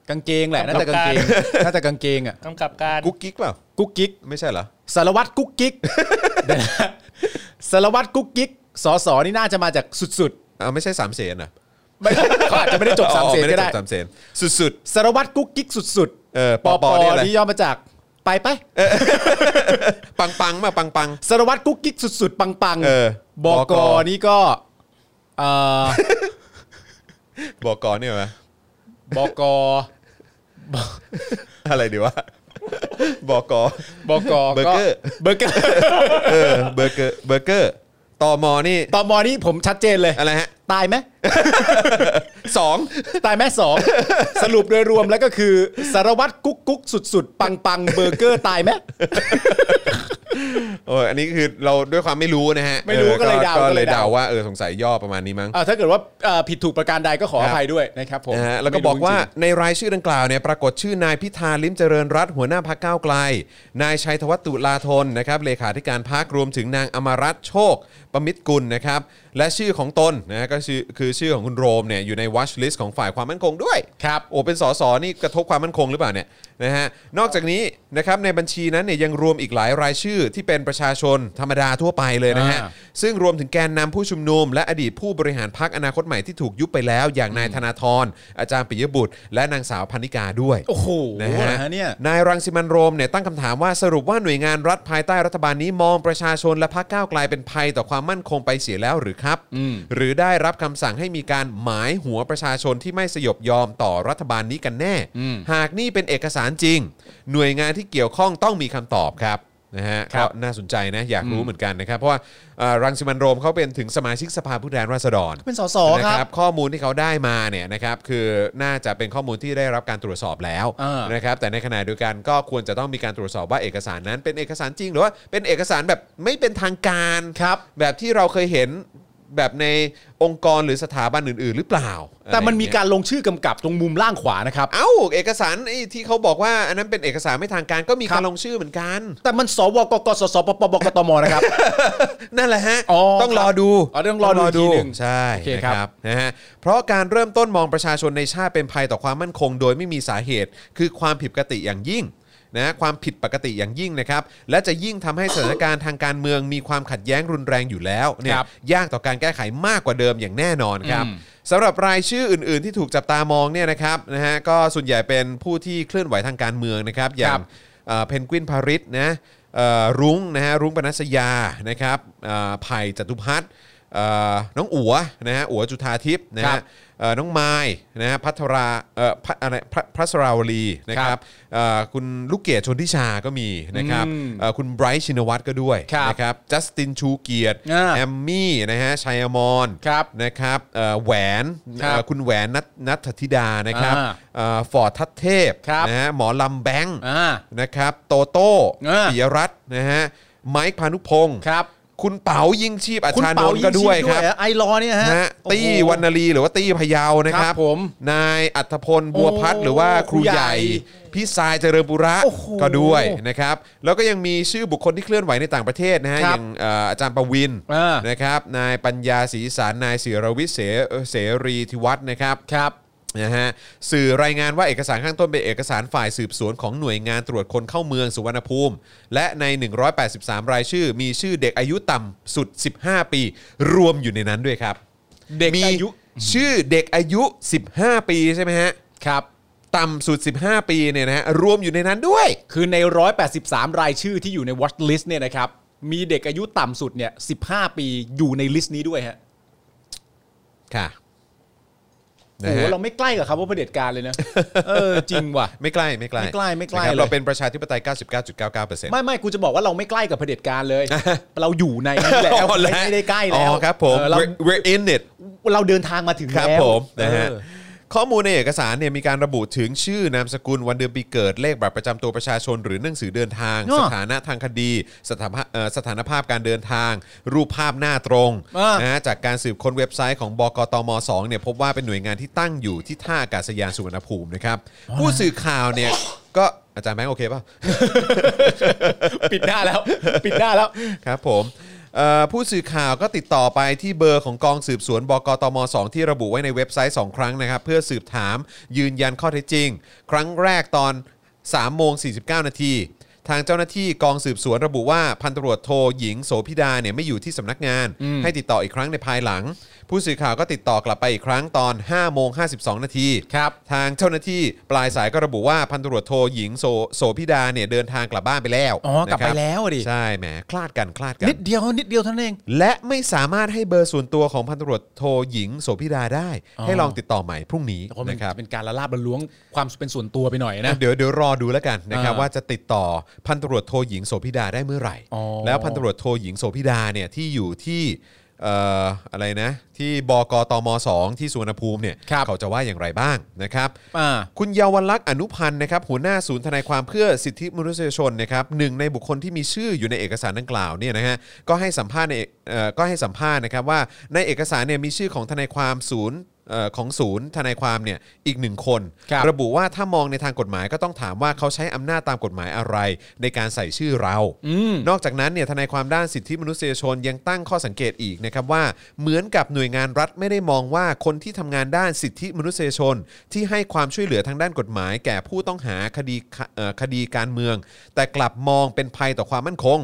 กางเกงแหละน่าจะกางเกงน่าจะกางเกงอ่ะ กำกับการ กุ๊กกิ๊กเปล่า กุ๊กกิ๊ก ไม่ใช่เหรอ สารวัตรกุ๊กกิ๊กเดี๋ยวนะสารวัตรกุ๊กกิ๊กสอสอนี่น่าจะมาจากสุด อ่าไม่ใช่สามเสนเหรอ ๆไม่เขาอาจจะไม่ได้จบสามเสน อ๋อไม่ ก็ ได้จ ได้ บสามเสนสุด สารวัตรกุ๊กกิ๊กสุด เออปปอ อ ป ป อ อ เนี่ยอะไร ที่ย่อมาจากไปไป ๆ ปังปังมาปังปัง สารวัตรกุ๊กกิ๊กสุดๆ ปัง เออ บบ ก กนี่ก็เอ่อ <laughs> บอกกเนี่ยไหม บก อะไรดีวะบอกก บก เบอร์เกอร์ เบอร์เกอร์ เออเบอร์เกอร์เบอร์เกอร์ตมนี่ ตอมอนี่ผมชัดเจนเลย อะไรฮะ ตายไหม สอง ตายไหมสอง <laughs> สรุปโดยรวมแล้วก็คือสารวัตรกุ๊กกุ๊กสุดๆ ปังๆเบอร์เกอร์ตายไหม โอ้ยอันนี้คือเราด้วยความไม่รู้นะฮะ ไม่รู้ ออ ก็เลยเดา ก็เลย ก็เลย เดา เดา ว่าเออสงสัยย่อประมาณนี้มั้ง อ่าถ้าเกิดว่าเอ่อผิดถูกประการใดก็ขอ ครั อบ ภัยด้วยนะครับผม นะฮะแล้วก็บอกว่า ไม่รู้จริง ในรายชื่อดังกล่าวเนี่ยปรากฏชื่อนายพิธาลิ้มเจริญรัตน์หัวหน้าพักก้าวไกล นายชัยธวัฒน์ตุลาธนนะครับเลขาธิการพักรวมถึงนางอมรัตน์โชค ประมิตรกุลนะครับและชื่อของตนนะฮะก็ชื่อคือชื่อของคุณโรมเนี่ยอยู่ในวัชลิสต์ของฝ่ายความมั่นคงด้วยครับโอ้เป็นสสนี่กระทบความมั่นคงหรือเปล่าเนี่ยนะฮะนอกจากนี้นะครับในบัญชีนั้นเนี่ยยังรวมอีกหลายรายชื่อที่เป็นประชาชนธรรมดาทั่วไปเลยนะฮะ อ่า ซึ่งรวมถึงแกนนำผู้ชุมนุม และอดีตผู้บริหารพักอนาคตใหม่ที่ถูกยุบไปแล้ว อย่างนายธนาธรอาจารย์ปิยบุตร และนางสาวพันนิกาด้วย โอ้โห นะฮะ นะเนี่ย นายรังสิมันต์โรมเนี่ยตั้งคำถามว่าสรุปว่าหน่วยงานรัฐภายใต้รัฐบาลนี้มองประชาชนและพักก้าวไกลเป็นภัยต่อความมั่นคงไปเสียแล้วหรือครับ หรือได้รับคำสั่งให้มีการหมายหัวประชาชนที่ไม่สยบยอมต่อรัฐบาลนี้กันแน่ หากนี่เป็นเอกสารจริง หน่วยงานที่เกี่ยวข้องต้องมีคำตอบครับนะฮะ ครับ ก็ น่าสนใจนะ อยากรู้เหมือนกันนะครับ เพราะว่าเอ่อรังสิมันต์โรมเขาเป็นถึงสมาชิกสภาผู้แทนราษฎร เป็นสส นะครับ ข้อมูลที่เขาได้มาเนี่ยนะครับคือน่าจะเป็นข้อมูลที่ได้รับการตรวจสอบแล้ว อ่าน นะครับแต่ในขณะเดียวกันก็ควรจะต้องมีการตรวจสอบว่าเอกสารนั้นเป็นเอกสารจริง หรือว่าเป็นเอกสารแบบไม่เป็นทางการ ครับ แบบที่เราเคยเห็นแบบในองค์กรหรือสถาบันอื่น ๆ หรือเปล่า แต่มันมี อะไรอย่างเงี้ย การลงชื่อกำกับตรงมุมล่างขวานะครับ เอ้าเอกสารไอ้ที่เขาบอกว่าอันนั้นเป็นเอกสารไม่ทางการก็มี ครั การ บ ลงชื่อเหมือนกัน แต่มันสวกกสสปปบกตมนะครับ <laughs> นั่นแหละฮะ อ๋อ ต้องรอดู อ๋อต้องรอดูอีกทีหนึ่ง ใช่ โอเค นะคครับ รับนะฮะเพราะการเริ่มต้นมองประชาชนในชาติเป็นภัยต่อความมั่นคง โดยไม่มีสาเหตุ คือความผิดปกติอย่างยิ่งนะความผิดปกติอย่างยิ่งนะครับและจะยิ่งทำให้สถานการณ์ทางการเมืองมีความขัดแย้งรุนแรงอยู่แล้วเนี่ย ครับ ยากต่อการแก้ไขมากกว่าเดิมอย่างแน่นอนครับ อืม สำหรับรายชื่ออื่น ๆ ที่ถูกจับตามองเนี่ยนะครับนะฮะก็ส่วนใหญ่เป็นผู้ที่เคลื่อนไหวทางการเมืองนะครับอย่าง เอ่อเพนกวินพาริสนะเอ่อรุ้งนะฮะรุ้งปนัสยานะครับเอ่อไผ่จตุพัฒน์ เอ่อน้องอัวนะฮะอัวจุธาทิพย์นะ ครั ฮะ บ เอ่อน้องไม้นะฮะพัทราเอ่อพัทอะไรพระพระสราวลีนะคครั รั บบ เอ่อคุณลูกเกดชนทิชาก็มีนะครับ อืม เอ่อคุณไบรท์ชินวัตรก็ด้วย ครับ นะครับจัสตินชูเกียรติ อ่า แอมมี่นะฮะชัยอมร ครับ นะครับเอ่อแหวน ครับ เอ่อคุณแหวนนัทนัทธิดานะครับ อ่า ฟอร์ดทัตเทพ ครับ นะฮะหมอลำแบงค์ อ่า นะครับโตโต้ อ่า ปิยรัตน์นะฮะไมค์พานุพงศ์ ครับ คุณเป๋ายิ่งชีพอา คุณ ชาน เปาน นท์ ยิ่ง ก็ ชี ด้ว พ ย ด้ คว รั ย บ อะไอรอเนี่ยฮะ นะฮะ โอ้โห ตี้วรรณลีหรือว่าตี้พะเยาวนะครัคบรับผม นายอัธพลบัวพัฒน์หรือว่าคครูรู ให ใหญ่ ญ่พี่ทรายเจริญบุระ โอ้โห ก็ด้วยนะครับแล้วก็ยังมีชื่อบุคคลที่เคลื่อนไหวในต่างประเทศนะฮะ ค อ รับ ย่างเอ่ออาจารย์ประวิน อ่า นะครับนายปัญญาศรีสารนายศิรวิทย์เสเอ่อเสรีธิวัฒน์นะครับ ครับ นะฮะสื่อรายงานว่าเอกสารข้างต้นเป็นเอกสารฝ่ายสืบสวนของหน่วยงานตรวจคนเข้าเมืองสุวรรณภูมิ และใน 183 รายชื่อ มีชื่อเด็กอายุต่ำสุด 15 ปี รวมอยู่ในนั้นด้วยครับ เด็ก มี อายุ ชื่อเด็กอายุ 15 ปีใช่ไหมฮะ ครับ ต่ำสุด 15 ปีเนี่ยนะฮะรวมอยู่ในนั้นด้วย คือใน 183 รายชื่อที่อยู่ใน watch list เนี่ยนะครับ มีเด็กอายุต่ำสุดเนี่ย 15 ปีอยู่ในลิสต์นี้ด้วยฮะ ค่ะ โอ้ นะ โห ฮะ เราไม่ใกล้กับคำว่าเผด็จการเลย <laughs> นะ เออ จริงว่ะ ไม่ใกล้ไม่ใกล้ ไม่ใกล้ไม่ใกล้ นะครับ เลย เราเป็นประชาธิปไตย 99.99% ไม่ไม่กูจะบอกว่าเราไม่ใกล้กับเผด็จการ <laughs> เลย เราอยู่ในนั้น <laughs> แหละ อ๋อ ไม่ ว ไม่ได้ใกล้แล้ว อ๋อครับผม เออเรา We're- we're in it เราเดินทางมาถึง ครับ แล้ว ผมนะฮะ เออ ข้อมูลในเอกสารเนี่ยมีการระบุถึงชื่อนามสกุลวันเดือนปีเกิดเลขบัตรประจำตัวประชาชน หรือหนังสือเดินทาง อ๋อ สถานะทางคดี สถานะเอ่อสถานภาพการเดินทาง รูปภาพหน้าตรง อ่าน นะฮะจากการสืบค้นเว็บไซต์ของบกตม2เนี่ยพบว่าเป็นหน่วยงานที่ตั้งอยู่ที่ท่าอากาศยานสุวรรณภูมินะครับผู้สื่อข่าวเนี่ยก็อาจารย์แบงค์โอเคเปล่ะ ปิดหน้าแล้ว <laughs> ปิดหน้าแล้ว ครับผมเอ่อผู้สื่อข่าวก็ติดต่อไปที่เบอร์ของกองสืบสวนบกตม 2 ที่ระบุไว้ในเว็บไซต์ 2 ครั้งนะครับ เพื่อสืบถามยืนยันข้อเท็จจริง ครั้งแรกตอน3โมง49 นาที ทางเจ้าหน้าที่กองสืบสวนระบุว่าพันตำรวจโทหญิงโสพิดาเนี่ยไม่อยู่ที่สำนักงาน ให้ติดต่ออีกครั้งในภายหลัง ผู้สื่อข่าวก็ติดต่อกลับไปอีกครั้งตอน5โมง52 นาที ครับ ทางเจ้าหน้าที่ปลายสายก็ระบุว่าพันตำรวจโทหญิงโสโสพิดาเนี่ยเดินทางกลับบ้านไปแล้ว อ๋อกลับไป นะครับ แล้วอะดิ ใช่แหมคลาดกันคลาดกัน นิดเดียวนิดเดียวเท่านั้นเอง และไม่สามารถให้เบอร์ส่วนตัวของพันตำรวจโทหญิงโสภิดาได้ อ๋อ ให้ลองติดต่อใหม่พรุ่งนี้ แต่ว่ามัน นะครับ เป็นการละลาบละล้วงความเป็นส่วนตัวไปหน่อยนะ เดี๋ยวเดี๋ยวรอดูแล้วกันนะครับ อ่า ว่าจะติดต่อพันตำรวจโทหญิงโสภิดาได้เมื่อไหร่ อ๋อ แล้วพันตำรวจโทหญิงโสภิดาเนี่ยที่อยู่ที่เอ่ออะไรนะที่บกตมสองที่สุวรรณภูมิเนี่ยเขาจะว่าอย่างไรบ้างนะครับ อ่า คุณเยาวลักษณ์อนุพันธ์นะครับหัวหน้าศูนย์ทนายความเพื่อสิทธิมนุษยชนนะครับหนึ่งในบุคคลที่มีชื่ออยู่ในเอกสารดังกล่าวเนี่ยนะฮะก็ให้สัมภาษณ์ในเอ่อก็ให้สัมภาษณ์นะครับว่าในเอกสารเนี่ยมีชื่อของทนายความศูนย์เอ่อของศูนย์ทนายความเนี่ยอีกหนึ่งคน ครับ บุว่าถ้ามองในทางกฎหมายก็ต้องถามว่าเขาใช้อำนาจตามกฎหมายอะไร ในการใส่ชื่อเรา นอกจากนั้นเนี่ยทนายความด้านสิทธิมนุษยชนยังตั้งข้อสังเกตอีกนะครับว่าเหมือนกับหน่วยงานรัฐไม่ได้มองว่าคนที่ทำงานด้านสิทธิมนุษยชน ที่ให้ความช่วยเหลือทางด้านกฎหมาย แก่ผู้ต้องหาคดีเอ่อคดีการเมือง แต่กลับมองเป็นภัยต่อความมั่นคง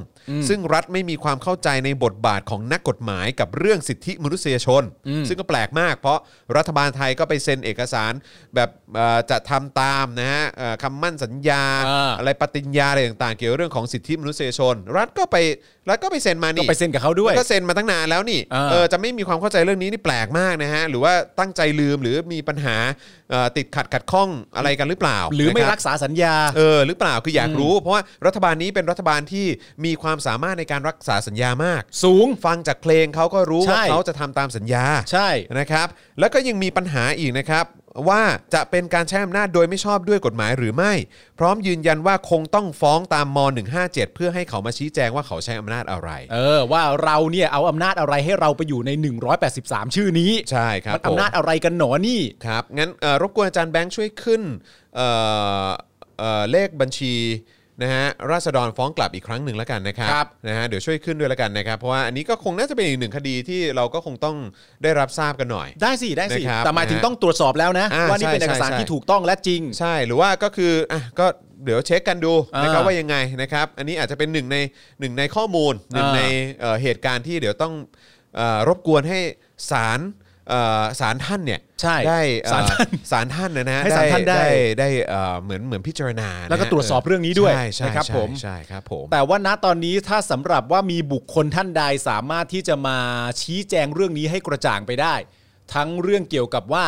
ซึ่งรัฐไม่มีความเข้าใจในบทบาทของนักกฎหมายกับเรื่องสิทธิมนุษยชน ซึ่งก็แปลกมาก เพราะรัฐบาลไทยก็ไปเซ็นเอกสารแบบเอ่อจะทำตามนะฮะเอ่อคำมั่นสัญญา อ่า อะไรปฏิญญาอะไรต่างๆ เกี่ยวเรื่องของสิทธิมนุษยชน รัฐก็ไปรัฐก็ไปเซ็นมา ก็ นี่ ไปเซ็นกับเขาด้วย แล้วก็เซ็นมาตั้งนานแล้วนี่ อ่า เออจะไม่มีความเข้าใจเรื่องนี้นี่แปลกมากนะฮะหรือว่าตั้งใจลืมหรือมีปัญหาเอ่อติดขัดขัดข้องอะไรกันหรือเปล่า หรือไม่ นะคบ รักษาสัญญา เออหรือเปล่าคืออยากรู้ เพราะว่ารัฐบาลนี้เป็นรัฐบาลที่มีความสามารถในการรักษาสัญญามาก สูง ฟังจากเพลงเขาก็รู้ ใช่ ว่าเขาจะทำตามสัญญา ใช่ นะครับแล้วก็ยังมีปัญหาอีกนะครับ ว่าจะเป็นการใช้อำนาจโดยไม่ชอบด้วยกฎหมายหรือไม่ พร้อมยืนยันว่าคงต้องฟ้องตามม .157 เพื่อให้เขามาชี้แจงว่าเขาใช้อำนาจอะไร เออ ว่าเราเนี่ยเอาอำนาจอะไรให้เราไปอยู่ใน 183 ชื่อนี้ ใช่ครับ มันอำนาจ ผม อะไรกันหนอนี่ ครับงั้นเอ่อรบกวนอาจารย์แบงค์ช่วยขึ้นเอ่อเอ่อเลขบัญชีนะฮะราษฎรฟ้องกลับอีกครั้งหนึ่งแล้วกันนะครั ครับ นะฮะเดี๋ยวช่วยขึ้นด้วยแล้วกันนะครับ เพราะว่าอันนี้ก็คงน่าจะเป็นอีกหนึ่งคดีที่เราก็คงต้องได้รับทราบกันหน่อย ได้สิ ได้สิ นะครับ แต่หมายถึงต้องตรวจสอบแล้วนะ อ่า ว่านี่ ใช่ เป็นเอกสาร ใช่ ที่ถูกต้องและจริง ใช่หรือว่าก็คืออ่ะก็เดี๋ยวเช็คกันดู อ่าน นะครับว่ายังไงนะครับ อันนี้อาจจะเป็นหนึ่งในหนึ่งในข้อมูลหนึ่ง อ่า ในเอ่อเหตุการณ์ที่เดี๋ยวต้องเอ่อรบกวนให้ศาล เอ่อศาลท่านเนี่ย ใช่ ได้เอ่อ ศาลท่าน ศาลท่านนะนะ ให้ศาลท่านได้ ได้ได้เอ่อเหมือนเหมือนพิจารณานะ แล้วก็ตรวจสอบเรื่องนี้ด้วย ใช่ใช่ นะครับ ใช่ ผม ใช่ครับผม แต่ว่าณตอนนี้ถ้าสำหรับว่ามีบุคคลท่านใดสามารถที่จะมาชี้แจงเรื่องนี้ให้กระจ่างไปได้ ทั้งเรื่องเกี่ยวกับว่า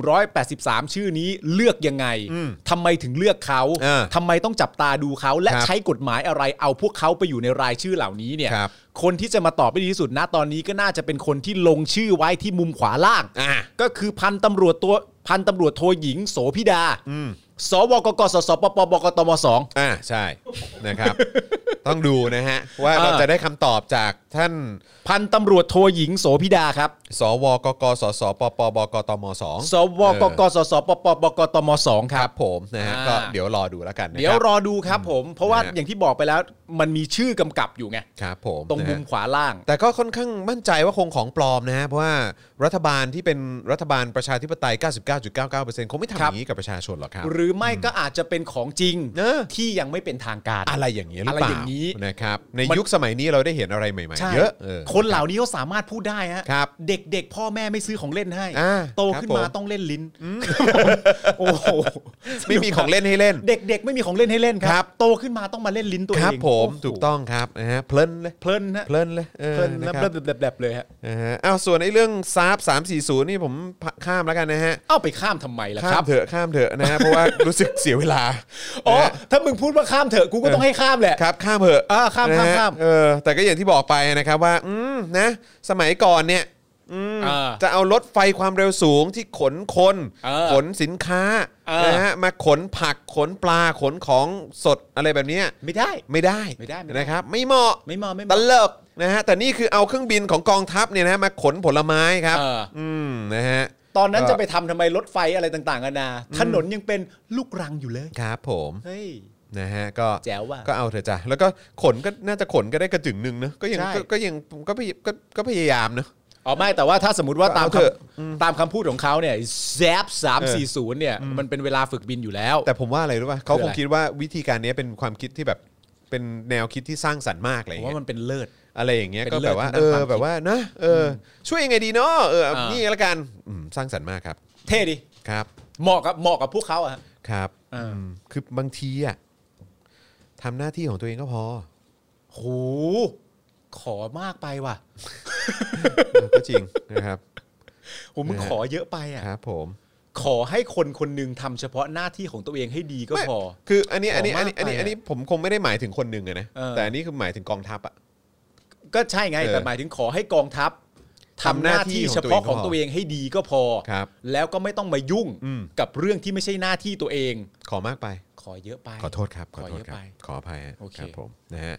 183 ชื่อนี้เลือกยังไงทำไมถึงเลือกเขา เออ ทำไมต้องจับตาดูเขาและ ครับ ใช้กฎหมายอะไรเอาพวกเขาไปอยู่ในรายชื่อเหล่านี้เนี่ย ครับ คนที่จะมาตอบได้ดีที่สุดณตอนนี้ก็น่าจะเป็นคนที่ลงชื่อไว้ที่มุมขวาล่าง อ่ะ ก็คือพันตำรวจตัวพันตำรวจโทหญิงโสพิดา อืม สวกกสสปปบกตมสอง อ่าใช่ <laughs> นะครับ ต้องดูนะฮะ ว่าเรา อ่า จะได้คำตอบจากท่าน พันตำรวจโทหญิงโสพิดาครับ สวกกสสปปบกตมสอง สวกกสสปปบกตมสองค ค รั รับ บผมนะฮะ อ่า ก็เดี๋ยวรอดูแล้วกันนะคบ เดี๋ยวรอดูครับผม เพราะว่า นะฮะ อย่างที่บอกไปแล้ว มันมีชื่อกำกับอยู่ไง ครับผม ตรงมุม นะฮะ ขวาล่าง แต่ก็ค่อนข้างมั่นใจว่าคงของปลอมนะฮะ เพราะว่ารัฐบาลที่เป็นรัฐบาลประชาธิปไตย 99.99%คงไม่ทำอ ครับ ย่างนี้กับประชาชนหรอกครับ หรือไม่ก็อาจจะเป็นของจริง เออ ที่ยังไม่เป็นทางการ อะไรอย่างนี้ยหรือ อะไร เปล่า อย่างนี้ นะครับใน มัน ยุคสมัยนี้เราได้เห็นอะไรใหม่ ใช่ ๆ เยอะเออ คนเหล่านี้เขาสามารถพูดได้ฮะ ครับ เด็กๆ พ่อแม่ไม่ซื้อของเล่นให้ อ่า โตขึ้น ครับผม าม ต้องเล่นลิ้นโอ้โห ไม่มีของเล่นให้เล่น เด็กๆ ไม่มีของเล่นให้เล่นค ครั รับ บ โตขึ้นมาต้องมาเล่นลิ้นตัวเอง ครับผม โโห ถูกต้องครับนะฮะเพลินเลย เพลินนะ เพลินเลยออ เพลินแล้ว ะครับ แบบๆเลยฮะ นะฮะอ้าวส่วนไอ้เรื่องซาบ340 นี่ผมข้ามแล้วกันนะฮะ เอ้าไปข้ามทำไมล่ะค ข้า รั ม บ เถอะข้ามเถอะนะฮะ เพราะว่ารู้สึกเสียเวลา อ๋อ นะฮะ ถ้ามึงพูดว่าข้ามเถอะ กูก็ต้องให้ข้ามแหละ ครับข้ามเถอะ อ่าข้าม นะฮะ ข้ามข้าม เออแต่ก็อย่างที่บอกไปนะครับว่า อืมนะ สมัยก่อนเนี่ย อ่า จะเอารถไฟความเร็วสูงที่ขนคน เออ ขนสินค้า เออ นะฮะมาขนผักขนปลาขนของสดอะไรแบบเนี้ย ไม่ได้ ไม่ได้ ไม่ได้ไม่ได้ นะครับ ไม่เหมาะ ไม่มาไม่ ต มา ลกนะฮะแต่นี่คือเอาเครื่องบินของกองทัพเนี่ยนะฮะมาขนผลไม้ครับ เออ อืมนะฮะ ตอนนั้น ก็ จะไปทำทำไมรถไฟอะไรต่างๆกันานาถนนยังเป็นลูกรังอยู่เลย ครับผม เฮ้ย นะฮะก็ แจ๋วว่ะ ก็เอาเถอะจ้ะแล้วก็ขนก็น่าจะขนก็ได้กระจึงหนึ่งเนอะก็ยัง ใช่ ก็ก็ยังก็พยก็ก็พยายามเนอะ อ๋อไม่แต่ว่าถ้าสมมติว่าตาม เอาเถอะ คำตามคำพูดของเขาเนี่ยแซบสามสี่ศูนย์เนี่ย มันเป็นเวลาฝึกบินอยู่แล้ว แต่ผมว่าอะไรรู้ป่ะเขา คือ ค อะ ง ไร คิดว่าวิธีการเนี้ยเป็นความคิดที่แบบเป็นแนวคิดที่สร้างสรรค์มากอะไรอ ผม ย่าง ว่ามัเงี้ยนเป็นเลิศ อะไรอย่างเงี้ย เป็น ก็แบบว่า เลิศ เอ ทางด้าน อ ความคิด แบบว่านะเอออช่วยยังไงดีเนาะเออเอา อ่านี่ นี่ละกันอืมสร้างสรรค์มากครับ เท่ดิ ครับ เหมาะกับเหมาะกับพวกเขาอะฮะ ครับ อ่า อืมคือบางทีอ่ะทำหน้าที่ของตัวเองก็พอ โหขอมากไปว่ะ เออก็จริงนะครับ โหมึง นะขฮะอเยอะไปอะ ครับผม ขอให้คนคนหนึงทำเฉพาะหน้าที่ของตัวเองให้ดีก็ ไม่ พอ คืออันนี้ ขอ อันนี้อันนี้ มากไป อันนี้ อะ อันนี้ผมคงไม่ได้หมายถึงคนหนึ่งอะนะ เออ แต่อันนี้คือหมายถึงกองทัพอะ ก็ใช่ไง เออ แต่หมายถึงขอให้กองทัพ ทำ ทำ ห ห น้า น้า ที่ ที่ ของ เฉพาะของ ตั ตัวว เอ เอง งให้ดีก็พอ ครับ แล้วก็ไม่ต้องมายุ่ง อืม กับเรื่องที่ไม่ใช่หน้าที่ตัวเอง ขอมากไป ขอเยอะไป ขอโทษครับ ขอโทษครับ ขอเยอะไป ขออภัยฮะ โอเค ครับผมนะฮะ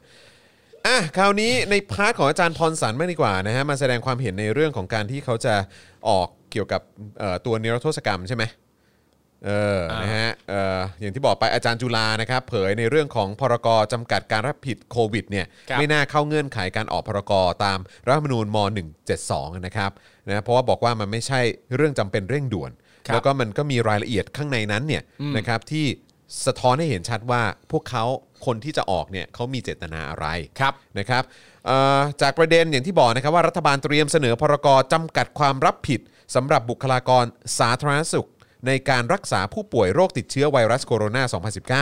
อ่ะคราวนี้ในพาร์ทของอาจารย์พรสันมากดีกว่านะฮะมาแสดงความเห็นในเรื่องของการที่เขาจะออกเกี่ยวกับเอ่อตัวนิรโทษกรรมใช่ไหมเออนะฮะเอ่ออย่างที่บอกไปอาจารย์จุลานะครับเผยในเรื่องของพรกจำกัดการรับผิดโควิดเนี่ย ครับ ไม่น่าเข้าเงื่อนไขการออกพรกตามรัฐธรรมนูญม .172 นะครับนะเพราะว่าบอกว่ามันไม่ใช่เรื่องจำเป็นเร่งด่วน ครับ แล้วก็มันก็มีรายละเอียดข้างในนั้นเนี่ยนะครับที่สะท้อนให้เห็นชัดว่าพวกเขาคนที่จะออกเนี่ยเขามีเจตนาอะไร ครับ นะครับเอ่อจากประเด็นอย่างที่บอกนะครับว่ารัฐบาลเตรียมเสนอพรกจำกัดความรับผิดสำหรับบุคลากรสาธารณสุข ในการรักษาผู้ป่วยโรคติดเชื้อไวรัสโคโรน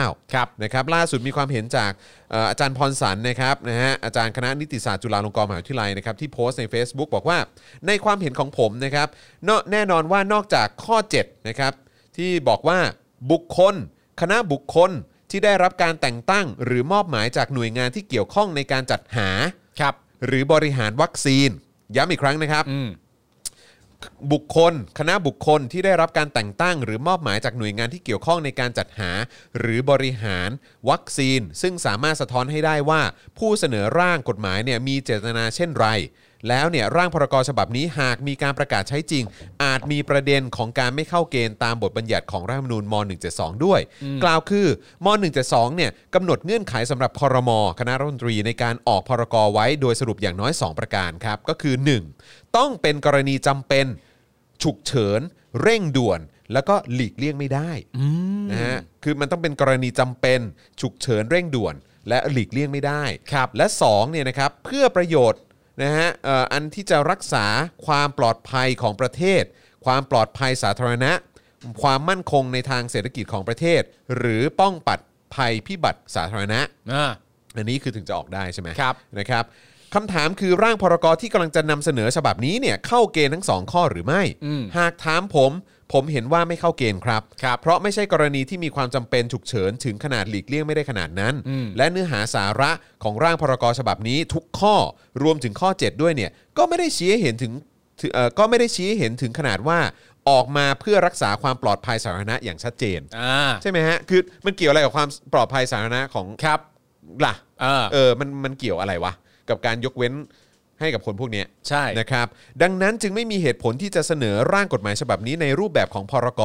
า 2019 ครับ นะครับล่าสุดมีความเห็นจากเอ่ออาจารย์พรสันนะครับนะฮะอาจารย์คณะนิติศาสตร์จุฬาลงกรณ์มหาวิทยาลัยนะครับที่โพสต์ใน Facebook บอกว่า ในความเห็นของผมนะครับเนอะแน่นอนว่านอกจากข้อ7นะครับที่บอกว่าบุคคล คณะบุคคลที่ได้รับการแต่งตั้ง หรือมอบหมายจากหน่วยงานที่เกี่ยวข้องในการจัดหา ครับ หรือบริหารวัคซีน ย้ำอีกครั้งนะครับ อืม บุคคล คณะบุคคลที่ได้รับการแต่งตั้ง หรือมอบหมายจากหน่วยงานที่เกี่ยวข้องในการจัดหา หรือบริหารวัคซีน ซึ่งสามารถสะท้อนให้ได้ว่า ผู้เสนอร่างกฎหมายเนี่ยมีเจตนาเช่นไร แล้วเนี่ยร่างพรกฉบับนี้หากมีการประกาศใช้จริง อาจมีประเด็นของการไม่เข้าเกณฑ์ตามบทบัญญัติของรัฐธรรมนูญม .172 ด้วย กล่าวคือม .172 เนี่ยกำหนดเงื่อนไขสำหรับคอรมคณะรัฐมนตรีในการออกพรกไว้โดยสรุปอย่างน้อย 2 ประการครับก็คือ 1. ต้องเป็นกรณีจำเป็น ฉุกเฉิน เร่งด่วน แล้วก็หลีกเลี่ยงไม่ได้นะฮะคือมันต้องเป็นกรณีจำเป็น ฉุกเฉินเร่งด่วน และหลีกเลี่ยงไม่ได้ ครับ และ2เนี่ยนะครับเพื่อประโยชน์ นะฮะเอ่ออันที่จะรักษาความปลอดภัยของประเทศ ความปลอดภัยสาธารณะ ความมั่นคงในทางเศรษฐกิจของประเทศ หรือป้องปัดภัยพิบัติสาธารณะ อ่า อันนี้คือถึงจะออกได้ใช่ไหม ครับ นะครับคำถามคือร่างพรกที่กำลังจะนำเสนอฉบับนี้เนี่ยเข้าเกณฑ์ทั้งสองข้อหรือไม่ อืม หากถามผม ผมเห็นว่าไม่เข้าเกณฑ์ครับ ครับ เพราะไม่ใช่กรณีที่มีความจำเป็นฉุกเฉินถึงขนาดหลีกเลี่ยงไม่ได้ขนาดนั้น อืม และเนื้อหาสาระของร่างพรกฉบับนี้ทุกข้อรวมถึงข้อ 7 ด้วยเนี่ยก็ไม่ได้ชี้ให้เห็นถึงถึงเอ่อก็ไม่ได้ชี้ให้เห็นถึงขนาดว่าออกมาเพื่อรักษาความปลอดภัยสาธารณะอย่างชัดเจน อ่า ใช่ไหมฮะคือมันเกี่ยวอะไรกับความปลอดภัยสาธารณะของ ครับ ล่ะ อ่า เออ มัน มันเกี่ยวอะไรวะ กับการยกเว้นให้กับคนพวกเนี้ย ใช่ นะครับ ดังนั้นจึงไม่มีเหตุผลที่จะเสนอร่างกฎหมายฉบับนี้ในรูปแบบของพรก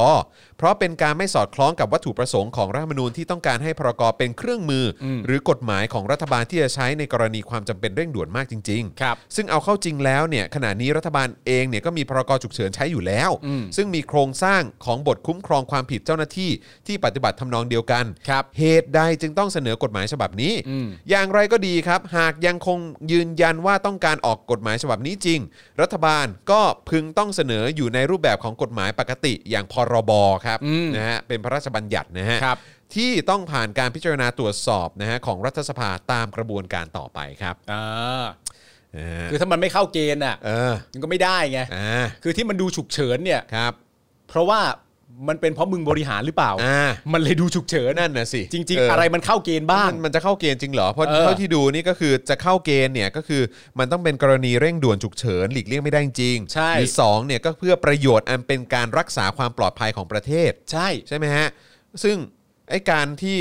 เพราะเป็นการไม่สอดคล้องกับวัตถุประสงค์ของรัฐธรรมนูญที่ต้องการให้พรกเป็นเครื่องมืออ ม หรือกฎหมายของรัฐบาลที่จะใช้ในกรณีความจำเป็นเร่งด่วนมากจริง ๆ ครับ ซึ่งเอาเข้าจริงแล้วเนี่ยขณะนี้รัฐบาลเองเนี่ยก็มีพรกฉุกเฉินใช้อยู่แล้ว อืม ซึ่งมีโครงสร้างของบทคุ้มครองความผิดเจ้าหน้าที่ที่ปฏิบัติทำนองเดียวกัน ครับ เหตุใดจึงต้องเสนอกฎหมายฉบับนี้ อืม อย่างไรก็ดีครับ หากยังคงยืนยันว่าต้องการออกกฎหมายฉบับนี้จริง รัฐบาลก็พึงต้องเสนออยู่ในรูปแบบของกฎหมายปกติอย่างพรบครับ อืม นะฮะเป็นพระราชบัญญัตินะฮะ ครับ ที่ต้องผ่านการพิจารณาตรวจสอบนะฮะของรัฐสภาตามกระบวนการต่อไปครับ อ่า นะฮะ คือถ้ามันไม่เข้าเกณฑ์อ่ะ เออ มันก็ไม่ได้ไง อ่า คือที่มันดูฉุกเฉินเนี่ย ครับ เพราะว่ามันเป็นเพราะมึงบริหารหรือเปล่า อ่า มันเลยดูฉุกเฉิน นั่นนะสิ จริง เ ๆ อะไรมันเข้าเกณฑ์บ้าง มันมันจะเข้าเกณฑ์จริงเหรอเพราะ เออ เท่าที่ดูนี่ก็คือจะเข้าเกณฑ์เนี่ยก็คือมันต้องเป็นกรณีเร่งด่วนฉุกเฉินหลีกเลี่ยงไม่ได้จริง ใช่ หรือสองเนี่ยก็เพื่อประโยชน์อันเป็นการรักษาความปลอดภัยของประเทศ ใช่ ใช่ไหมฮะ ซึ่งไอ้การที่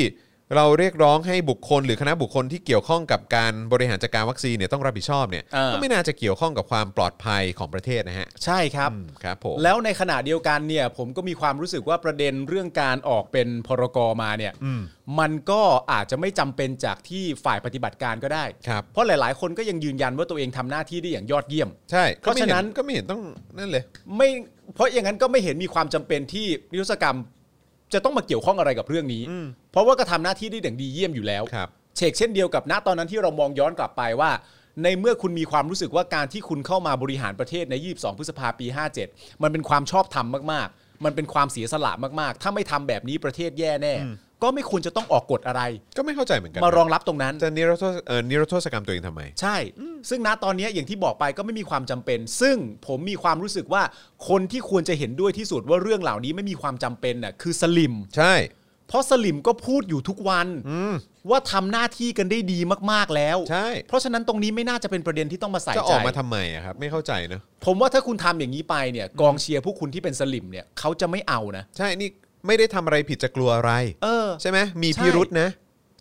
เราเรียกร้องให้บุคคล หรือคณะบุคคลที่เกี่ยวข้องกับการบริหารจัดการวัคซีนเนี่ยต้องรับผิดชอบเนี่ย เออ ก็ไม่น่าจะเกี่ยวข้องกับความปลอดภัยของประเทศนะฮะ ใช่ครับ อืมครับผม แล้วในขณะเดียวกันเนี่ยผมก็มีความรู้สึกว่าประเด็นเรื่องการออกเป็นพรกมาเนี่ย อืม มันก็อาจจะไม่จำเป็นจากที่ฝ่ายปฏิบัติการก็ได้ ครับ เพราะหลาย ๆ คนก็ยังยืนยันว่าตัวเองทำหน้าที่ได้อย่างยอดเยี่ยม ใช่ เพราะฉะนั้น ก็ไม่เห็นต้องนั่นเลย ไม่เพราะอย่างนั้นก็ไม่เห็นมีความจำเป็นที่นิรศกรรมจะต้องมาเกี่ยวข้องอะไรกับเรื่องนี้ อืม เพราะว่าก็ทำหน้าที่ได้อย่างดีเยี่ยมอยู่แล้ว ครับ เชกเช่นเดียวกับณตอนนั้นที่เรามองย้อนกลับไปว่า ในเมื่อคุณมีความรู้สึกว่าการที่คุณเข้ามาบริหารประเทศใน 22 พฤษภาปี 57 มันเป็นความชอบธรรมมากๆ มันเป็นความเสียสละมากๆ ถ้าไม่ทำแบบนี้ประเทศแย่แน่ ก็ไม่ควรจะต้องออกกฎอะไร ก็ไม่เข้าใจเหมือนกัน มารองรับตรงนั้น จะนิรโทษเอ่อนิรโทษกรรมตัวเองทำไม ใช่ ซึ่งณตอนนี้อย่างที่บอกไปก็ไม่มีความจำเป็น ซึ่งผมมีความรู้สึกว่าคนที่ควรจะเห็นด้วยที่สุดว่าเรื่องเหล่านี้ไม่มีความจำเป็นน่ะคือสลิม ใช่ เพราะสลิมก็พูดอยู่ทุกวัน อืม ว่าทำหน้าที่กันได้ดีมากๆแล้ว ใช่ เพราะฉะนั้นตรงนี้ไม่น่าจะเป็นประเด็นที่ต้องมาใส่ จะอ ใจ อกมาทำไมอะครับ ไม่เข้าใจเนอะ ผมว่าถ้าคุณทำอย่างนี้ไปเนี่ยกองเชียร์พวกคุณที่เป็นสลิมเนี่ยเขาจะไม่เอานะ ใช่ นี่ไม่ได้ทำอะไรผิดจะกลัวอะไร เออ ใช่ไหมมี ใช่ พิรุษนะ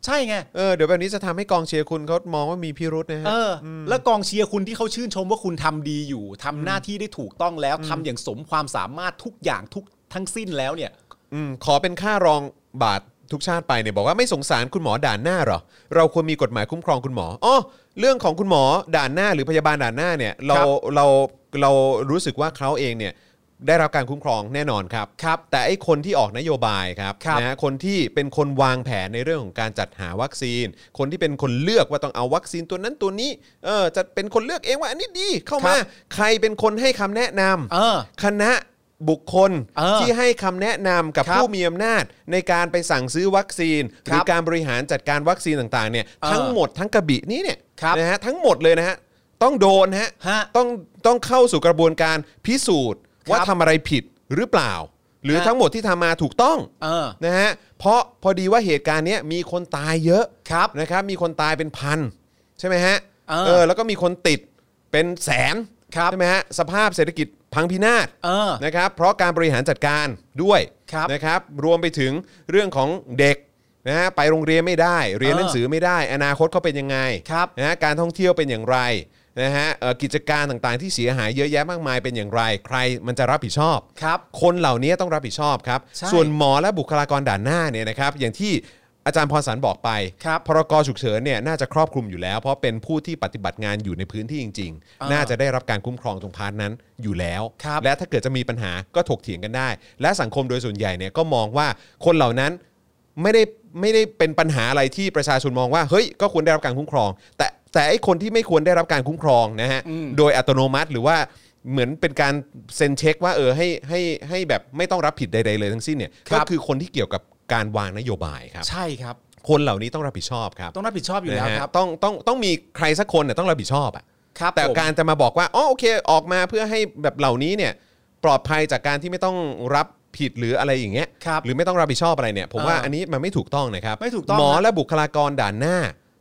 ใช่ไง เออ เดี๋ยวแบบนี้จะทำให้กองเชียร์คุณเขามองว่ามีพิรุษนะฮะ เอออ แล้วกองเชียร์คุณที่เขาชื่นชมว่าคุณทำดีอยู่ทำหน้าที่ได้ถูกต้องแล้วทำอย่างสมความสามารถทุกอย่างทุกทั้งสิ้นแล้วเนี่ย อืมขอเป็นค่ารองบาททุกชาติไปเนี่ยบอกว่าไม่สงสารคุณหมอด่านหน้าเหรอ เราควรมีกฎหมายคุ้มครองคุณหมออ๋อเรื่องของคุณหมอด่านหน้าหรือพยาบาลด่านหน้าเนี่ยเรา ครับ เราเรารู้สึกว่าเขาเองเนี่ยได้รับการคุ้มครองแน่นอนครับครับ แต่ไอ้คนที่ออกนโยบายครับ ครับ นะฮะคนที่เป็นคนวางแผนในเรื่องของการจัดหาวัคซีน คนที่เป็นคนเลือกว่าต้องเอาวัคซีนตัวนั้นตัวนี้เออจะเป็นคนเลือกเองว่าอันนี้ดีเข้ามาใครเป็นคนให้คำแนะนำ เออ คณะบุคคล เออ ที่ให้คำแนะนำกับ ครับ ผู้มีอำนาจ ในการไปสั่งซื้อวัคซีน ห ครับ รือการบริหารจัดการวัคซีนต่างๆเนี่ย เออ ทั้งหมดทั้งกระบี่นี้เนี่ย ครับ นะฮะทั้งหมดเลยนะฮะต้องโดนฮะ ฮะ ต้องต้องเข้าสู่กระบวนการพิสูจน์ ครับ ว่าทำอะไรผิดหรือเปล่า หรือ ฮะ ทั้งหมดที่ทำมาถูกต้อง เออ นะฮะเพราะพอดีว่าเหตุการณ์เนี้ยมีคนตายเยอะ ครับ นะครับมีคนตายเป็นพันใช่ไหมฮะ เออ แล้วก็มีคนติดเป็นแสน ครับ ใช่ไหมฮะสภาพเศรษฐกิจพังพินาศ เออ นะครับเพราะการบริหารจัดการด้วย ครับ นะครับรวมไปถึงเรื่องของเด็กนะฮะไปโรงเรียนไม่ได้ เรียน เออ หนังสือไม่ได้ อนาคตเขาเป็นยังไง ครับ นะฮะการท่องเที่ยวเป็นอย่างไรนะฮะเอ่อกิจการต่างๆ ที่เสียหายเยอะแยะมากมายเป็นอย่างไร ใครมันจะรับผิดชอบ ครับ คนเหล่านี้ต้องรับผิดชอบครับ ใช่ ส่วนหมอและบุคลากรด่านหน้าเนี่ยนะครับอย่างที่อาจารย์พรสารบอกไป ครับ พรกฉุกเฉินเนี่ยน่าจะครอบคลุมอยู่แล้ว เพราะเป็นผู้ที่ปฏิบัติงานอยู่ในพื้นที่จริง อ่า ๆ น่าจะได้รับการคุ้มครองตรงพาร์ทนั้นอยู่แล้ว ครับ และถ้าเกิดจะมีปัญหาก็ถกเถียงกันได้ และสังคมโดยส่วนใหญ่เนี่ยก็มองว่าคนเหล่านั้นไม่ได้ไม่ได้เป็นปัญหาอะไรที่ประชาชนมองว่าเฮ้ยก็ควรได้รับการคุ้มครอง แต่ แต่ไอ้คนที่ไม่ควรได้รับการคุ้มครองนะฮะ อืม โดยอัตโนมัติหรือว่าเหมือนเป็นการเซ็นเช็คว่าเออให้ให้ให้แบบไม่ต้องรับผิดใดๆเลยทั้งสิ้นเนี่ยก็คือคนที่เกี่ยวกับการวางนโยบายครับ ใช่ครับ คนเหล่านี้ต้องรับผิดชอบครับ ต้องรับผิดชอบอยู่แล้ว นะฮะ ครับ ต้องต้องต้องมีใครสักคนเนี่ยต้องรับผิดชอบอะ ครับ แต่ ผม การจะมาบอกว่าอ๋อโอเคออกมาเพื่อให้แบบเหล่านี้เนี่ยปลอดภัยจากการที่ไม่ต้องรับผิดหรืออะไรอย่างเงี้ย ครับ หรือไม่ต้องรับผิดชอบอะไรเนี่ยผมว่า อ่า อันนี้มันไม่ถูกต้องนะครับ ไม่ถูกต้อง หมอ ครับ และบุคลากรด่านหน้า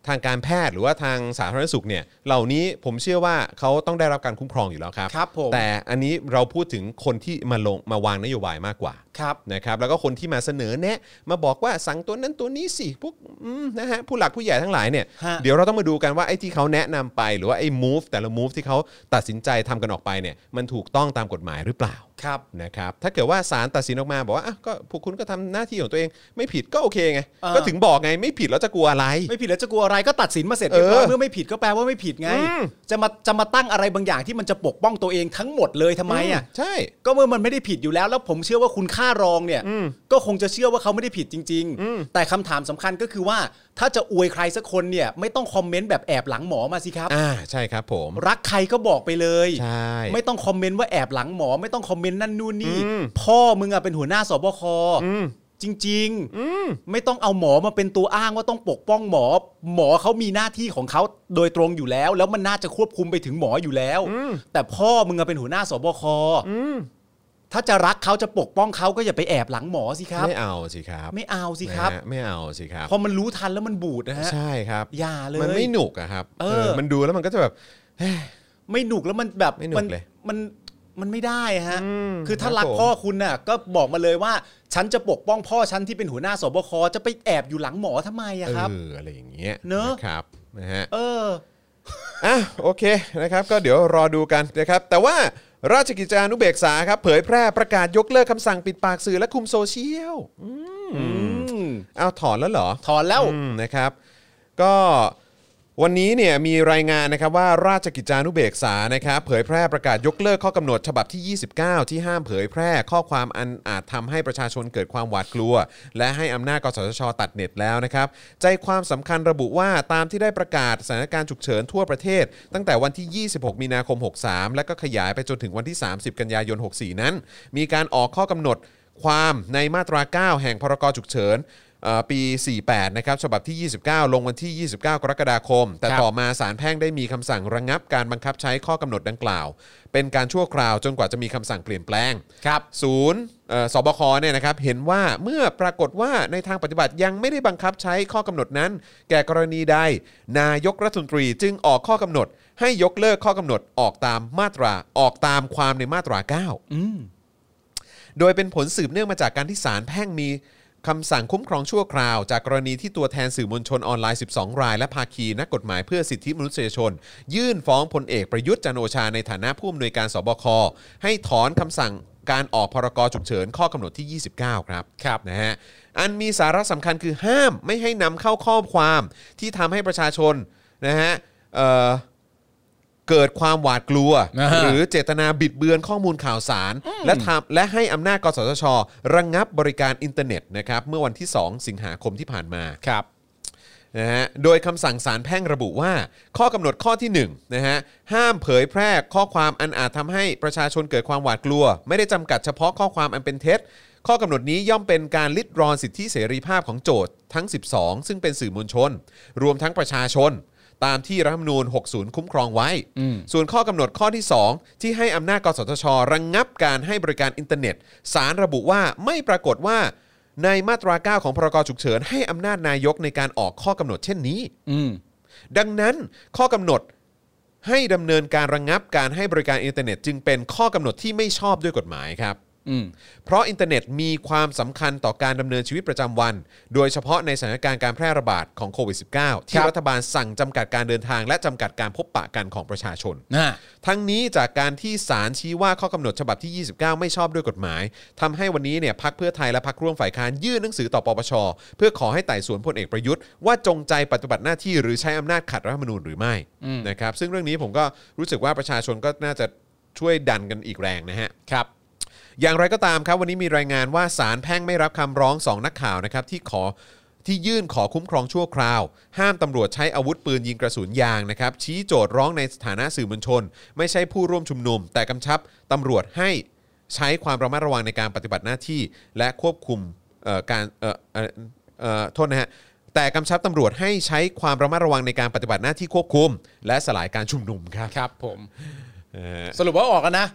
ทางการแพทย์หรือว่าทางสาธารณสุขเนี่ยเหล่านี้ผมเชื่อว่าเขาต้องได้รับการคุ้มครองอยู่แล้วครับ ครับผม แต่อันนี้เราพูดถึงคนที่มาลงมาวางนโยบายมากกว่า ครับ นะครับแล้วก็คนที่มาเสนอแนะมาบอกว่าสั่งตัวนั้นตัวนี้สิพวกอืมนะฮะผู้หลักผู้ใหญ่ทั้งหลายเนี่ย ฮะ เดี๋ยวเราต้องมาดูกันว่าไอ้ที่เขาแนะนำไป หรือว่าไอ้ move แต่ละ move ที่เขาตัดสินใจทำกันออกไปเนี่ยมันถูกต้องตามกฎหมายหรือเปล่า ครับ นะครับถ้าเกิดว่าศาลตัดสินออกมาบอกว่าอ่ะก็พวกคุณก็ทำหน้าที่ของตัวเอง ไม่ผิดก็โอเคไง เออ ก็ถึงบอกไงไม่ผิดแล้วจะกลัวอะไร ไม่ผิดแล้วจะกลัวอะไรก็ตัดสินมาเสร็จเรียบร้อย เออ เมื่อไม่ผิดก็แปลว่าไม่ผิดไง อืม จะมาจะมาตั้งอะไรบางอย่างที่มันจะปกป้องตัวเองทั้งหมดเลยทำไมอ่ะ ใช่ ก็เมื่อมันไม่ได้ผิดอยู่แล้ว แล้วผมเชื่อว่าคุณค่ารองเนี่ย ก็คงจะเชื่อว่าเขาไม่ได้ผิดจริง ๆ แต่คำถามสำคัญก็คือว่า ถ้าจะอวยใครสักคนเนี่ยไม่ต้องคอมเมนต์แบบแอบหลังหมอมาสิครับ อ่าใช่ครับผม รักใครก็บอกไปเลย ใช่ ไม่ต้องคอมเมนต์ว่าแอบหลังหมอ ไม่ต้องคอมเมนต์นั่นนู่นนี่ อืม พ่อมึงอะเป็นหัวหน้าสบคจริง ๆ อืม ไม่ต้องเอาหมอมาเป็นตัวอ้างว่าต้องปกป้องหมอ หมอเขามีหน้าที่ของเขาโดยตรงอยู่แล้ว แล้วมันน่าจะควบคุมไปถึงหมออยู่แล้ว แต่พ่อมึงอะเป็นหัวหน้าสบคถ้าจะรักเขาจะปกป้องเขาก็อย่าไปแอบหลังหมอสิครับ ไม่เอาสิครับ ไม่เอาสิครับ นะฮะไม่เอาสิครับ พอมันรู้ทันแล้วมันบูดนะฮะ ใช่ครับ อย่าเลย มันไม่หนุกอะครับ เออ มันดูแล้วมันก็จะแบบ ไม่หนุกแล้วมันแบบ ไม่หนุก น เลย มันมันไม่ได้ฮะ อืม คือถ้า ครับ รัก ผม พ่อคุณน่ะ ก็บอกมาเลยว่า ฉันจะปกป้องพ่อฉันที่เป็นหัวหน้าสบคจะไปแอบอยู่หลังหมอทำไมอะครับ เอออะไรอย่างเงี้ย เนอะ ครับนะฮะ เออ อ่ะโอเคนะครับก็เดี๋ยวรอดูกันนะครับแต่ว่าราชกิจจานุเบกษาครับเผยแพร่ประกาศยกเลิกคำสั่งปิดปากสื่อและคุมโซเชียลอืม อืม เอาถอนแล้วเหรอ ถอนแล้ว อืมนะครับก็วันนี้เนี่ยมีรายงานนะครับว่าราชกิจจานุเบกษานะครับเผยแพร่ประกาศยกเลิกข้อกำหนดฉบับที่ 29 ที่ห้ามเผยแพร่ข้อความอันอาจทำให้ประชาชนเกิดความหวาดกลัว และให้อำนาจกสทช ตัดเน็ตแล้วนะครับ ใจความสำคัญระบุว่าตามที่ได้ประกาศสถานการณ์ฉุกเฉินทั่วประเทศ ตั้งแต่วันที่ 26 มีนาคม 63 และก็ขยายไปจนถึงวันที่ 30 กันยายน 64 นั้น มีการออกข้อกำหนด ความในมาตรา 9 แห่งพรกฉุกเฉินเอ่อปี 48 นะครับ ฉบับที่ 29 ลงวันที่ 29 กรกฎาคม แต่ ครับ ต่อมาสารแพ่งได้มีคำสั่งระงงับการบังคับใช้ข้อกำหนดดังกล่าว เป็นการชั่วคราวจนกว่าจะมีคำสั่งเปลี่ยนแปลง ครับ ศูนย์เอ่อสบคเนี่ยนะครับเห็นว่าเมื่อปรากฏว่าในทางปฏิบัติยังไม่ได้บังคับใช้ข้อกำหนดนั้น แก่กรณีใด นายกรัฐมนตรีจึงออกข้อกำหนด ให้ยกเลิกข้อกำหนดออกตามมาตราออกตามความในมาตรา 9 อืม โดยเป็นผลสืบเนื่องมาจากการที่ศาลแพ่งมีคำสั่งคุ้มครองชั่วคราว จากกรณีที่ตัวแทนสื่อมวลชนออนไลน์ 12 ราย และภาคีนักกฎหมายเพื่อสิทธิมนุษยชน ยื่นฟ้องพลเอกประยุทธ์จันทร์โอชาในฐานะผู้อำนวยการสบค ให้ถอนคำสั่งการออกพรกฉุกเฉินข้อกำหนดที่ 29 ครับครับนะฮะอันมีสาระสำคัญคือห้ามไม่ให้นำเข้าข้อความที่ทำให้ประชาชนนะฮะเอ่อ เกิดความหวาดกลัว อ่าฮะ หรือเจตนาบิดเบือนข้อมูลข่าวสาร และทำและให้อำนาจกสทช ระงงับบริการอินเทอร์เน็ตนะครับเมื่อวันที่ 2 สิงหาคมที่ผ่านมา ครับ นะฮะ โดยคำสั่งศาลแพ่งระบุว่า ข้อกำหนดข้อที่1นะฮะ ห้ามเผยแพร่ข้อความอันอาจทำให้ประชาชนเกิดความหวาดกลัว ไม่ได้จำกัดเฉพาะข้อความอันเป็นเท็จ ข้อกำหนดนี้ย่อมเป็นการลิดรอนสิทธิเสรีภาพของโจทย์ทั้ง 12 ซึ่งเป็นสื่อมวลชน รวมทั้งประชาชน ตามที่รัฐธรรมนูญ 60 คุ้มครองไว้ ส่วนข้อกำหนดข้อที่ 2 ที่ให้อำนาจกสทช ระงงับการให้บริการอินเทอร์เน็ตสารระบุว่าไม่ปรากฏว่า ในมาตรา 9 ของพรกฉุกเฉิน ให้อำนาจนายกในการออกข้อกำหนดเช่นนี้ อืม ดังนั้นข้อกำหนดให้ดำเนินการระงงับการให้บริการอินเทอร์เน็ต จึงเป็นข้อกำหนดที่ไม่ชอบด้วยกฎหมายครับ อืม เพราะอินเทอร์เน็ตมีความสำคัญต่อการดำเนินชีวิตประจำวัน โดยเฉพาะในสถานการณ์การแพร่ระบาดของโควิด -19 ค ที่ รับ รัฐบาลสั่งจำกัดการเดินทางและจำกัดการพบปะกันของประชาชน นะ ทั้งนี้จากการที่ศาลชี้ว่าข้อกำหนดฉบับที่ 29 ไม่ชอบด้วยกฎหมายทำให้วันนี้เนี่ยพักเพื่อไทยและพักร่วมฝ่ายค้านยื่นหนังสือต่อปปช เพื่อขอให้ไต่สวนพลเอกประยุทธ์ว่าจงใจปฏิบัติหน้าที่หรือใช้อำนาจขัดรัฐธรรมนูญหรือไม่นะครับซึ่งเรื่องนี้ผมก็รู้สึกว่าประชาชนก็น่าจะช่วยดันกันอีกแรงนะฮะ ครับ อย่างไรก็ตามครับวันนี้มีรายงานว่าสารแพ่งไม่รับคำร้องสองนักข่าวนะครับที่ขอ ที่ยื่นขอคุ้มครองชั่วคราว ห้ามตำรวจใช้อาวุธปืนยิงกระสุนยางนะครับ ชี้โจทย์ร้องในฐานะสื่อมวลชน ไม่ใช่ผู้ร่วมชุมนุม แต่กำชับตำรวจให้ใช้ความระมัดระวังในการปฏิบัติหน้าที่ และควบคุมเอ่อการเอ่อเอ่อเอ่อโทษนะฮะ แต่กำชับตำรวจให้ใช้ความระมัดระวังในการปฏิบัติหน้าที่ควบคุม และสลายการชุมนุมครับ ครับผม เออ สรุปว่าออกแล้วนะ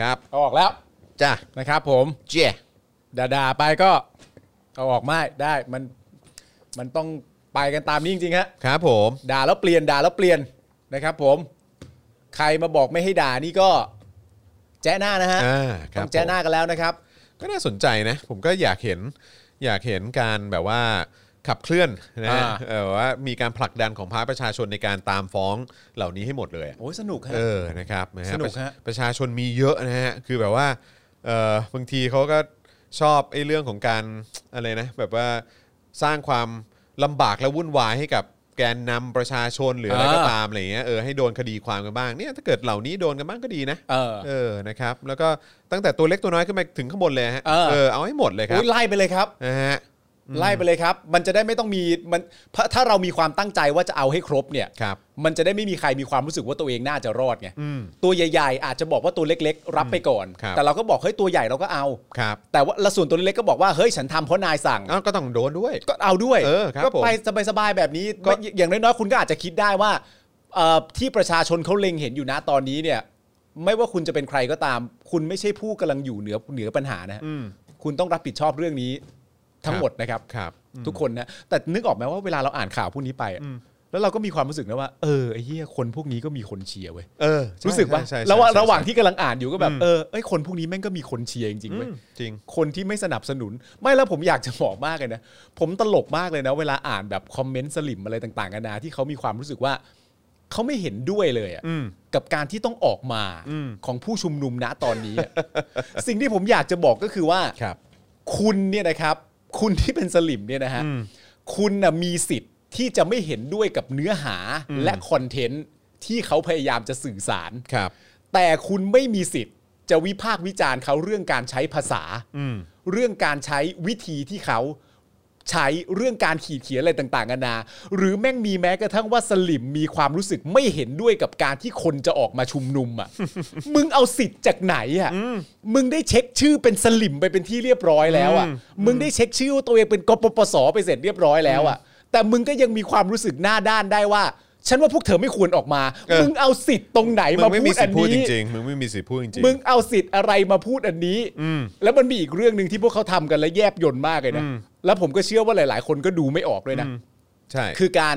ครับเอาออกแล้ว จ้ะ นะครับ ผม เจ้ ด่าๆไปก็เอาออกไม่ได้มันมันต้องไปกันตามนี้จริงๆฮะ ครับผม ด่าแล้วเปลี่ยนด่าแล้วเปลี่ยนนะครับผมใครมาบอกไม่ให้ด่านี่ก็แจ้หน้านะฮะ อ่าค ต้ รั อบ งแจ้หน้ากันแล้วนะครับ ผมก็น่าสนใจนะ ผมก็อยากเห็นอยากเห็นการแบบว่าขับเคลื่อนนะฮะ อ่า เออว่ามีการผลักดันของภาคประชาชนในการตามฟ้องเหล่านี้ให้หมดเลยอะ โอ้ยสนุกฮะ เออ นะครับนะฮะ สนุกฮะ ประประชาชนมีเยอะนะฮะ คือแบบว่าเออบางทีเขาก็ชอบไอ้เรื่องของการอะไรนะ แบบว่าสร้างความลำบากและวุ่นวายให้กับแกนนำประชาชนหรืออะไร อ่า ก็ตามอะไรเงี้ย เออ ให้โดนคดีความกันบ้าง เนี่ย ถ้าเกิดเหล่านี้โดนกันบ้างก็ดีนะ เออ เออ นะครับ แล้วก็ตั้งแต่ตัวเล็กตัวน้อยขึ้นไปถึงข้างบนเลยฮะ เออ เออ เอาให้หมดเลยครั โอ้ บ ยไล่ไปเลยครับ นะฮะ ไล่ไปเลยครับ มันจะได้ไม่ต้องมีมันถ้าถ้าเรามีความตั้งใจว่าจะเอาให้ครบเนี่ย ครับ มันจะได้ไม่มีใครมีความรู้สึกว่าตัวเองน่าจะรอดไง อืม ตัวใหญ่ๆ อาจจะบอกว่าตัวเล็กๆ รับไปก่อน ครับ แต่เราก็บอกเฮ้ยตัวใหญ่เราก็เอา ครับ แต่ว่าและส่วนตัวเล็กๆก็บอกว่าเฮ้ยฉันทำเพราะนายสั่ง เอ้าก็ต้องโดนด้วย ก็เอาด้วย เออครับ ก็ ผม ไปสบายๆแบบนี้ ก็ ไม่อย่างน้อยๆคุณก็อาจจะคิดได้ว่าเอ่อที่ประชาชนเขาเล็งเห็นอยู่นะตอนนี้เนี่ย ไม่ว่าคุณจะเป็นใครก็ตาม คุณไม่ใช่ผู้กำลังอยู่เหนือเหนือปัญหานะฮะ อืม คุณต้องรับผิดชอบเรื่องนี้ทั้งหมดนะครับ ครับ ทุกคนนะแต่นึกออกไหมว่าเวลาเราอ่านข่าวพวกนี้ไปอะ อืม แล้วเราก็มีความรู้สึกนะว่าเออไอ้เหี้ยคนพวกนี้ก็มีคนเชียร์เว้ย เออใช่ รู้สึกว่า ใช่ใช่ แล้วว่า ใช่ ระหว่าง ใช่ ที่กำลังอ่านอยู่ก็แบบ อืม เออไอ้ยคนพวกนี้แม่งก็มีคนเชียร์จริงๆเว้ย อืมจริง คนที่ไม่สนับสนุน ไม่แล้วผมอยากจะบอกมากเลยนะ ผมตลกมากเลยนะ เวลาอ่านแบบคอมเมนต์สลิมอะไรต่างๆกันานาที่เขามีความรู้สึกว่า เขาไม่เห็นด้วยเลยอะ อืม กับการที่ต้องออกมา อืม ของผู้ชุมนุมณตอนนี้อะ สิ่งที่ผมอยากจะบอกก็คือว่า ครับ คุณเนี่ยนะครับ คุณที่เป็นสลิมเนี่ยนะฮะ อืม คุณนะมีสิทธิ์ที่จะไม่เห็นด้วยกับเนื้อหาและคอนเทนต์ที่เขาพยายามจะสื่อสาร ครับ แต่คุณไม่มีสิทธิ์ จะวิพากษ์วิจารณ์เขาเรื่องการใช้ภาษา อืม เรื่องการใช้วิธีที่เขาใช้เรื่องการขีดเขียนอะไรต่างๆนานา หรือแม่งมีแม้กระทั่งว่าสลิมมีความรู้สึกไม่เห็นด้วยกับการที่คนจะออกมาชุมนุมอ่ะ <laughs> มึงเอาสิทธิ์จากไหนอ่ะมึงได้เช็คชื่อเป็นสลิมไปเป็นที่เรียบร้อยแล้วอ่ะ อืม มึงได้เช็คชื่อว่าตัวเองเป็นกปปสไปเสร็จเรียบร้อยแล้วอ่ะ แต่มึงก็ยังมีความรู้สึกหน้าด้านได้ว่า ฉันว่าพวกเธอไม่ควรออกมา มึงเอาสิทธิ์ตรงไหน มึ มาง ไม่ พู มี ด สิ อันทธิ์พูดจ นี้ ริงๆ มึงไม่มีสิทธิ์พูดจริงๆ มึงเอาสิทธิ์อะไรมาพูดอันนี้ แล้วมันมีอีกเรื่องหนึ่งที่พวกเขาทำกันและแยบยนมากเลยนะ อืม แล้วผมก็เชื่อว่าหลาย ๆ คนก็ดูไม่ออกด้วยนะ ใช่ คือการ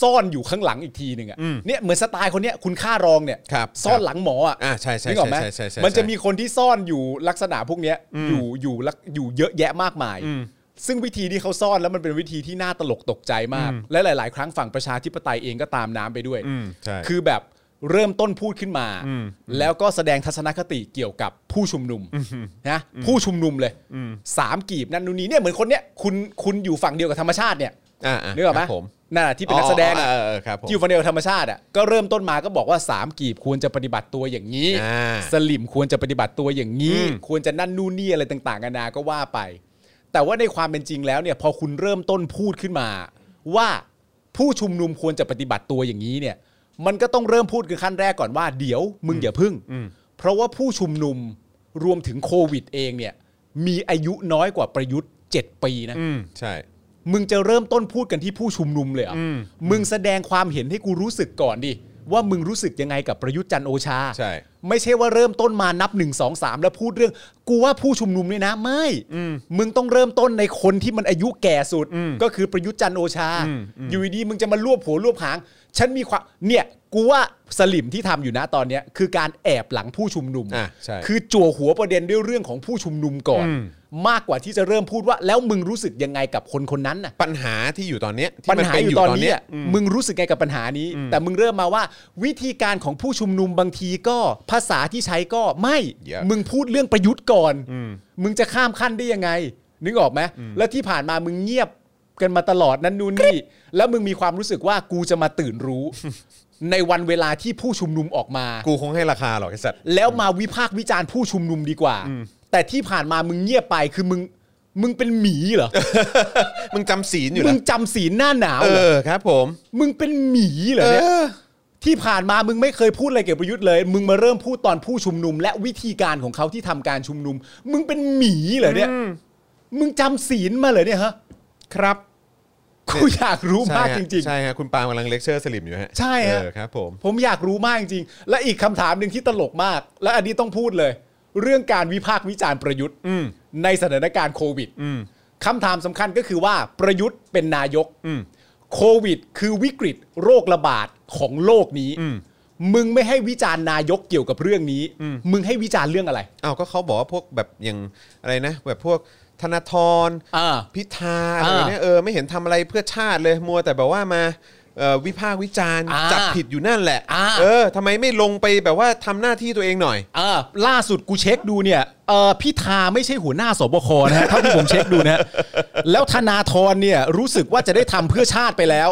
ซ่อนอยู่ข้างหลังอีกทีหนึ่งอะเนี่ยเหมือนสไตล์คนเนี้ยคุณค่ารองเนี่ย ครับ ซ่อนหลังหมอ อ่า อ่ะ ใช่ใช่ นึกออก ใช่ ไหม ใช่ใช่ใช่ มันจะมีคนที่ซ่อนอยู่ลักษณะพวกเนี้ยอยู่อยู่ลักอยู่เยอะแยะมากมาย อืม ซึ่งวิธีที่เขาซ่อนแล้วมันเป็นวิธีที่น่าตลกตกใจมาก และหลาย ๆ ครั้งฝั่งประชาธิปไตยเองก็ตามน้ำไปด้วย อืมใช่ คือแบบเริ่มต้นพูดขึ้นมา แล้วก็แสดงทัศนคติเกี่ยวกับผู้ชุมนุมนะผู้ชุมนุมเลยสามกีบนั่นนู่นนี่เนี่ยเหมือนคนเนี้ยคุณคุณอยู่ฝั่งเดียวกับธรรมชาติเนี่ย อ่าๆ นึกออกไห ครับผม นั่นแหละที่เป็นนักแสดง อ๋อ อะ เออเออครับผม อยู่ฝั่งเดียวกับธรรมชาติอ่ะก็เริ่มต้นมาก็บอกว่าสามกีบควรจะปฏิบัติตัวอย่างนี้ อ่า สลิมควรจะปฏิบัติตัวอย่างนี้ อืม ควรจะนั่นนู่นนี่อะไรต่างๆนานาก็ว่าไป แต่ว่าในความเป็นจริงแล้วเนี่ยพอคุณเริ่มต้นพูดขึ้นมา ว่าผู้ชุมนุมควรจะปฏิบัติตัวอย่างนี้เนี่ย มันก็ต้องเริ่มพูดกันขั้นแรกก่อนว่าเดี๋ยวมึงอย่าพึ่ง เพราะว่าผู้ชุมนุมรวมถึงโควิดเองเนี่ยมีอายุน้อยกว่าประยุทธ์ 7 ปีนะ อืมใช่ มึงจะเริ่มต้นพูดกันที่ผู้ชุมนุมเลยเหรอ อืม มึงแสดงความเห็นให้กูรู้สึกก่อนดิ ว่ามึงรู้สึกยังไงกับประยุทธ์จันทร์โอชา ใช่ ไม่ใช่ว่าเริ่มต้นมานับ 1 2 3 แล้วพูดเรื่อง กูว่าผู้ชุมนุมเนี่ยนะ ไม่ มึงต้องเริ่มต้นในคนที่มันอายุแก่สุด ก็คือประยุทธ์จันทร์โอชา อยู่ดีๆมึงจะมารวบหัวรวบหาง ฉันมีความเนี่ยกูว่าสลิมที่ทำอยู่นะตอนเนี้ยคือการแอบหลังผู้ชุมนุม อ่ะใช่ คือจั่วหัวประเด็นด้วยเรื่องของผู้ชุมนุมก่อน อืม มากกว่าที่จะเริ่มพูดว่าแล้วมึงรู้สึกยังไงกับคนคนนั้นน่ะ ปัญหาที่อยู่ตอนเนี้ยที่ ปัญ มัน หา เป็ อยู่ตอนนี้อะ อืม มึงรู้สึกไงกับปัญหานี้ อืม แต่มึงเริ่มมาว่า วิธีการของผู้ชุมนุมบางทีก็ภาษาที่ใช้ก็ไม่ Yeah. มึงพูดเรื่องประยุทธ์ก่อน อืม มึงจะข้ามขั้นได้ยังไง นึกออกไหมแล้วที่ผ่านมามึงเงียบกันมาตลอดนั้นนู่นนี่ แล้วมึงมีความรู้สึกว่ากูจะมาตื่น <laughs> รู้ ในวันเวลาที่ผู้ชุมนุมออกมา กูคงให้ราคาหรอกไอ้สัตว์ แล้วมาวิพากษ์วิจารณ์ผู้ชุมนุมดีกว่า แต่ที่ผ่านมามึงเงียบไปคือมึง มึงเป็นหมีเหรอ มึงจำศีลอยู่ มึ นะ งจำศีลหน้าหนาว เอ เหรอ อครับ ผม มึงเป็นหมีเหรอเนี่ย เออ ที่ผ่านมามึงไม่เคยพูดอะไรเกี่ยวกับประยุทธ์เลย มึงมาเริ่มพูดตอนผู้ชุมนุม และวิธีการของเขาที่ทำการชุมนุม มึงเป็นหมีเหรอเนี่ย มึงจำศีลมาเหรอเนี่ยฮะ ครับ กูอยากรู้มากจริง ใช่ฮะคุณปาล์มกำลังเลคเชอร์สลิมอยู่ฮะ ใช่ฮะ เออครับ ผม ๆ ผมอยากรู้มากจริงๆและอีกคำถามหนึ่งที่ตลกมาก และอันนี้ต้องพูดเลย เรื่องการวิพากษ์วิจารณ์ประยุทธ์ อืม ในสถานการณ์โควิด อืม คำถามสำคัญก็คือว่าประยุทธ์เป็นนายก อืม โควิด คือวิกฤตโรคระบาดของโลกนี้ อืม มึงไม่ให้วิจารณ์นายกเกี่ยวกับเรื่องนี้ มึงให้วิจารณ์เรื่องอะไร อ้าวก็เขาบอกว่าพวกแบบอย่างอะไรนะ แบบพวกธนาธร อ่า พิธาอะไรแบบเนี่ยเออไม่เห็นทำอะไรเพื่อชาติเลยมัวแต่แบบว่ามาเอ่อวิพากษ์วิจารณ์ อ่า จับผิดอยู่นั่นแหละ อ่า เออทำไมไม่ลงไปแบบว่าทำหน้าที่ตัวเองหน่อย อ่าล่าสุดกูเช็คดูเนี่ยเออพิธาไม่ใช่หัวหน้าสบคนะฮะเท่าที่ผมเช็คดูนะฮะแล้วธนาธรเนี่ยรู้สึกว่าจะได้ทำเพื่อชาติไปแล้ว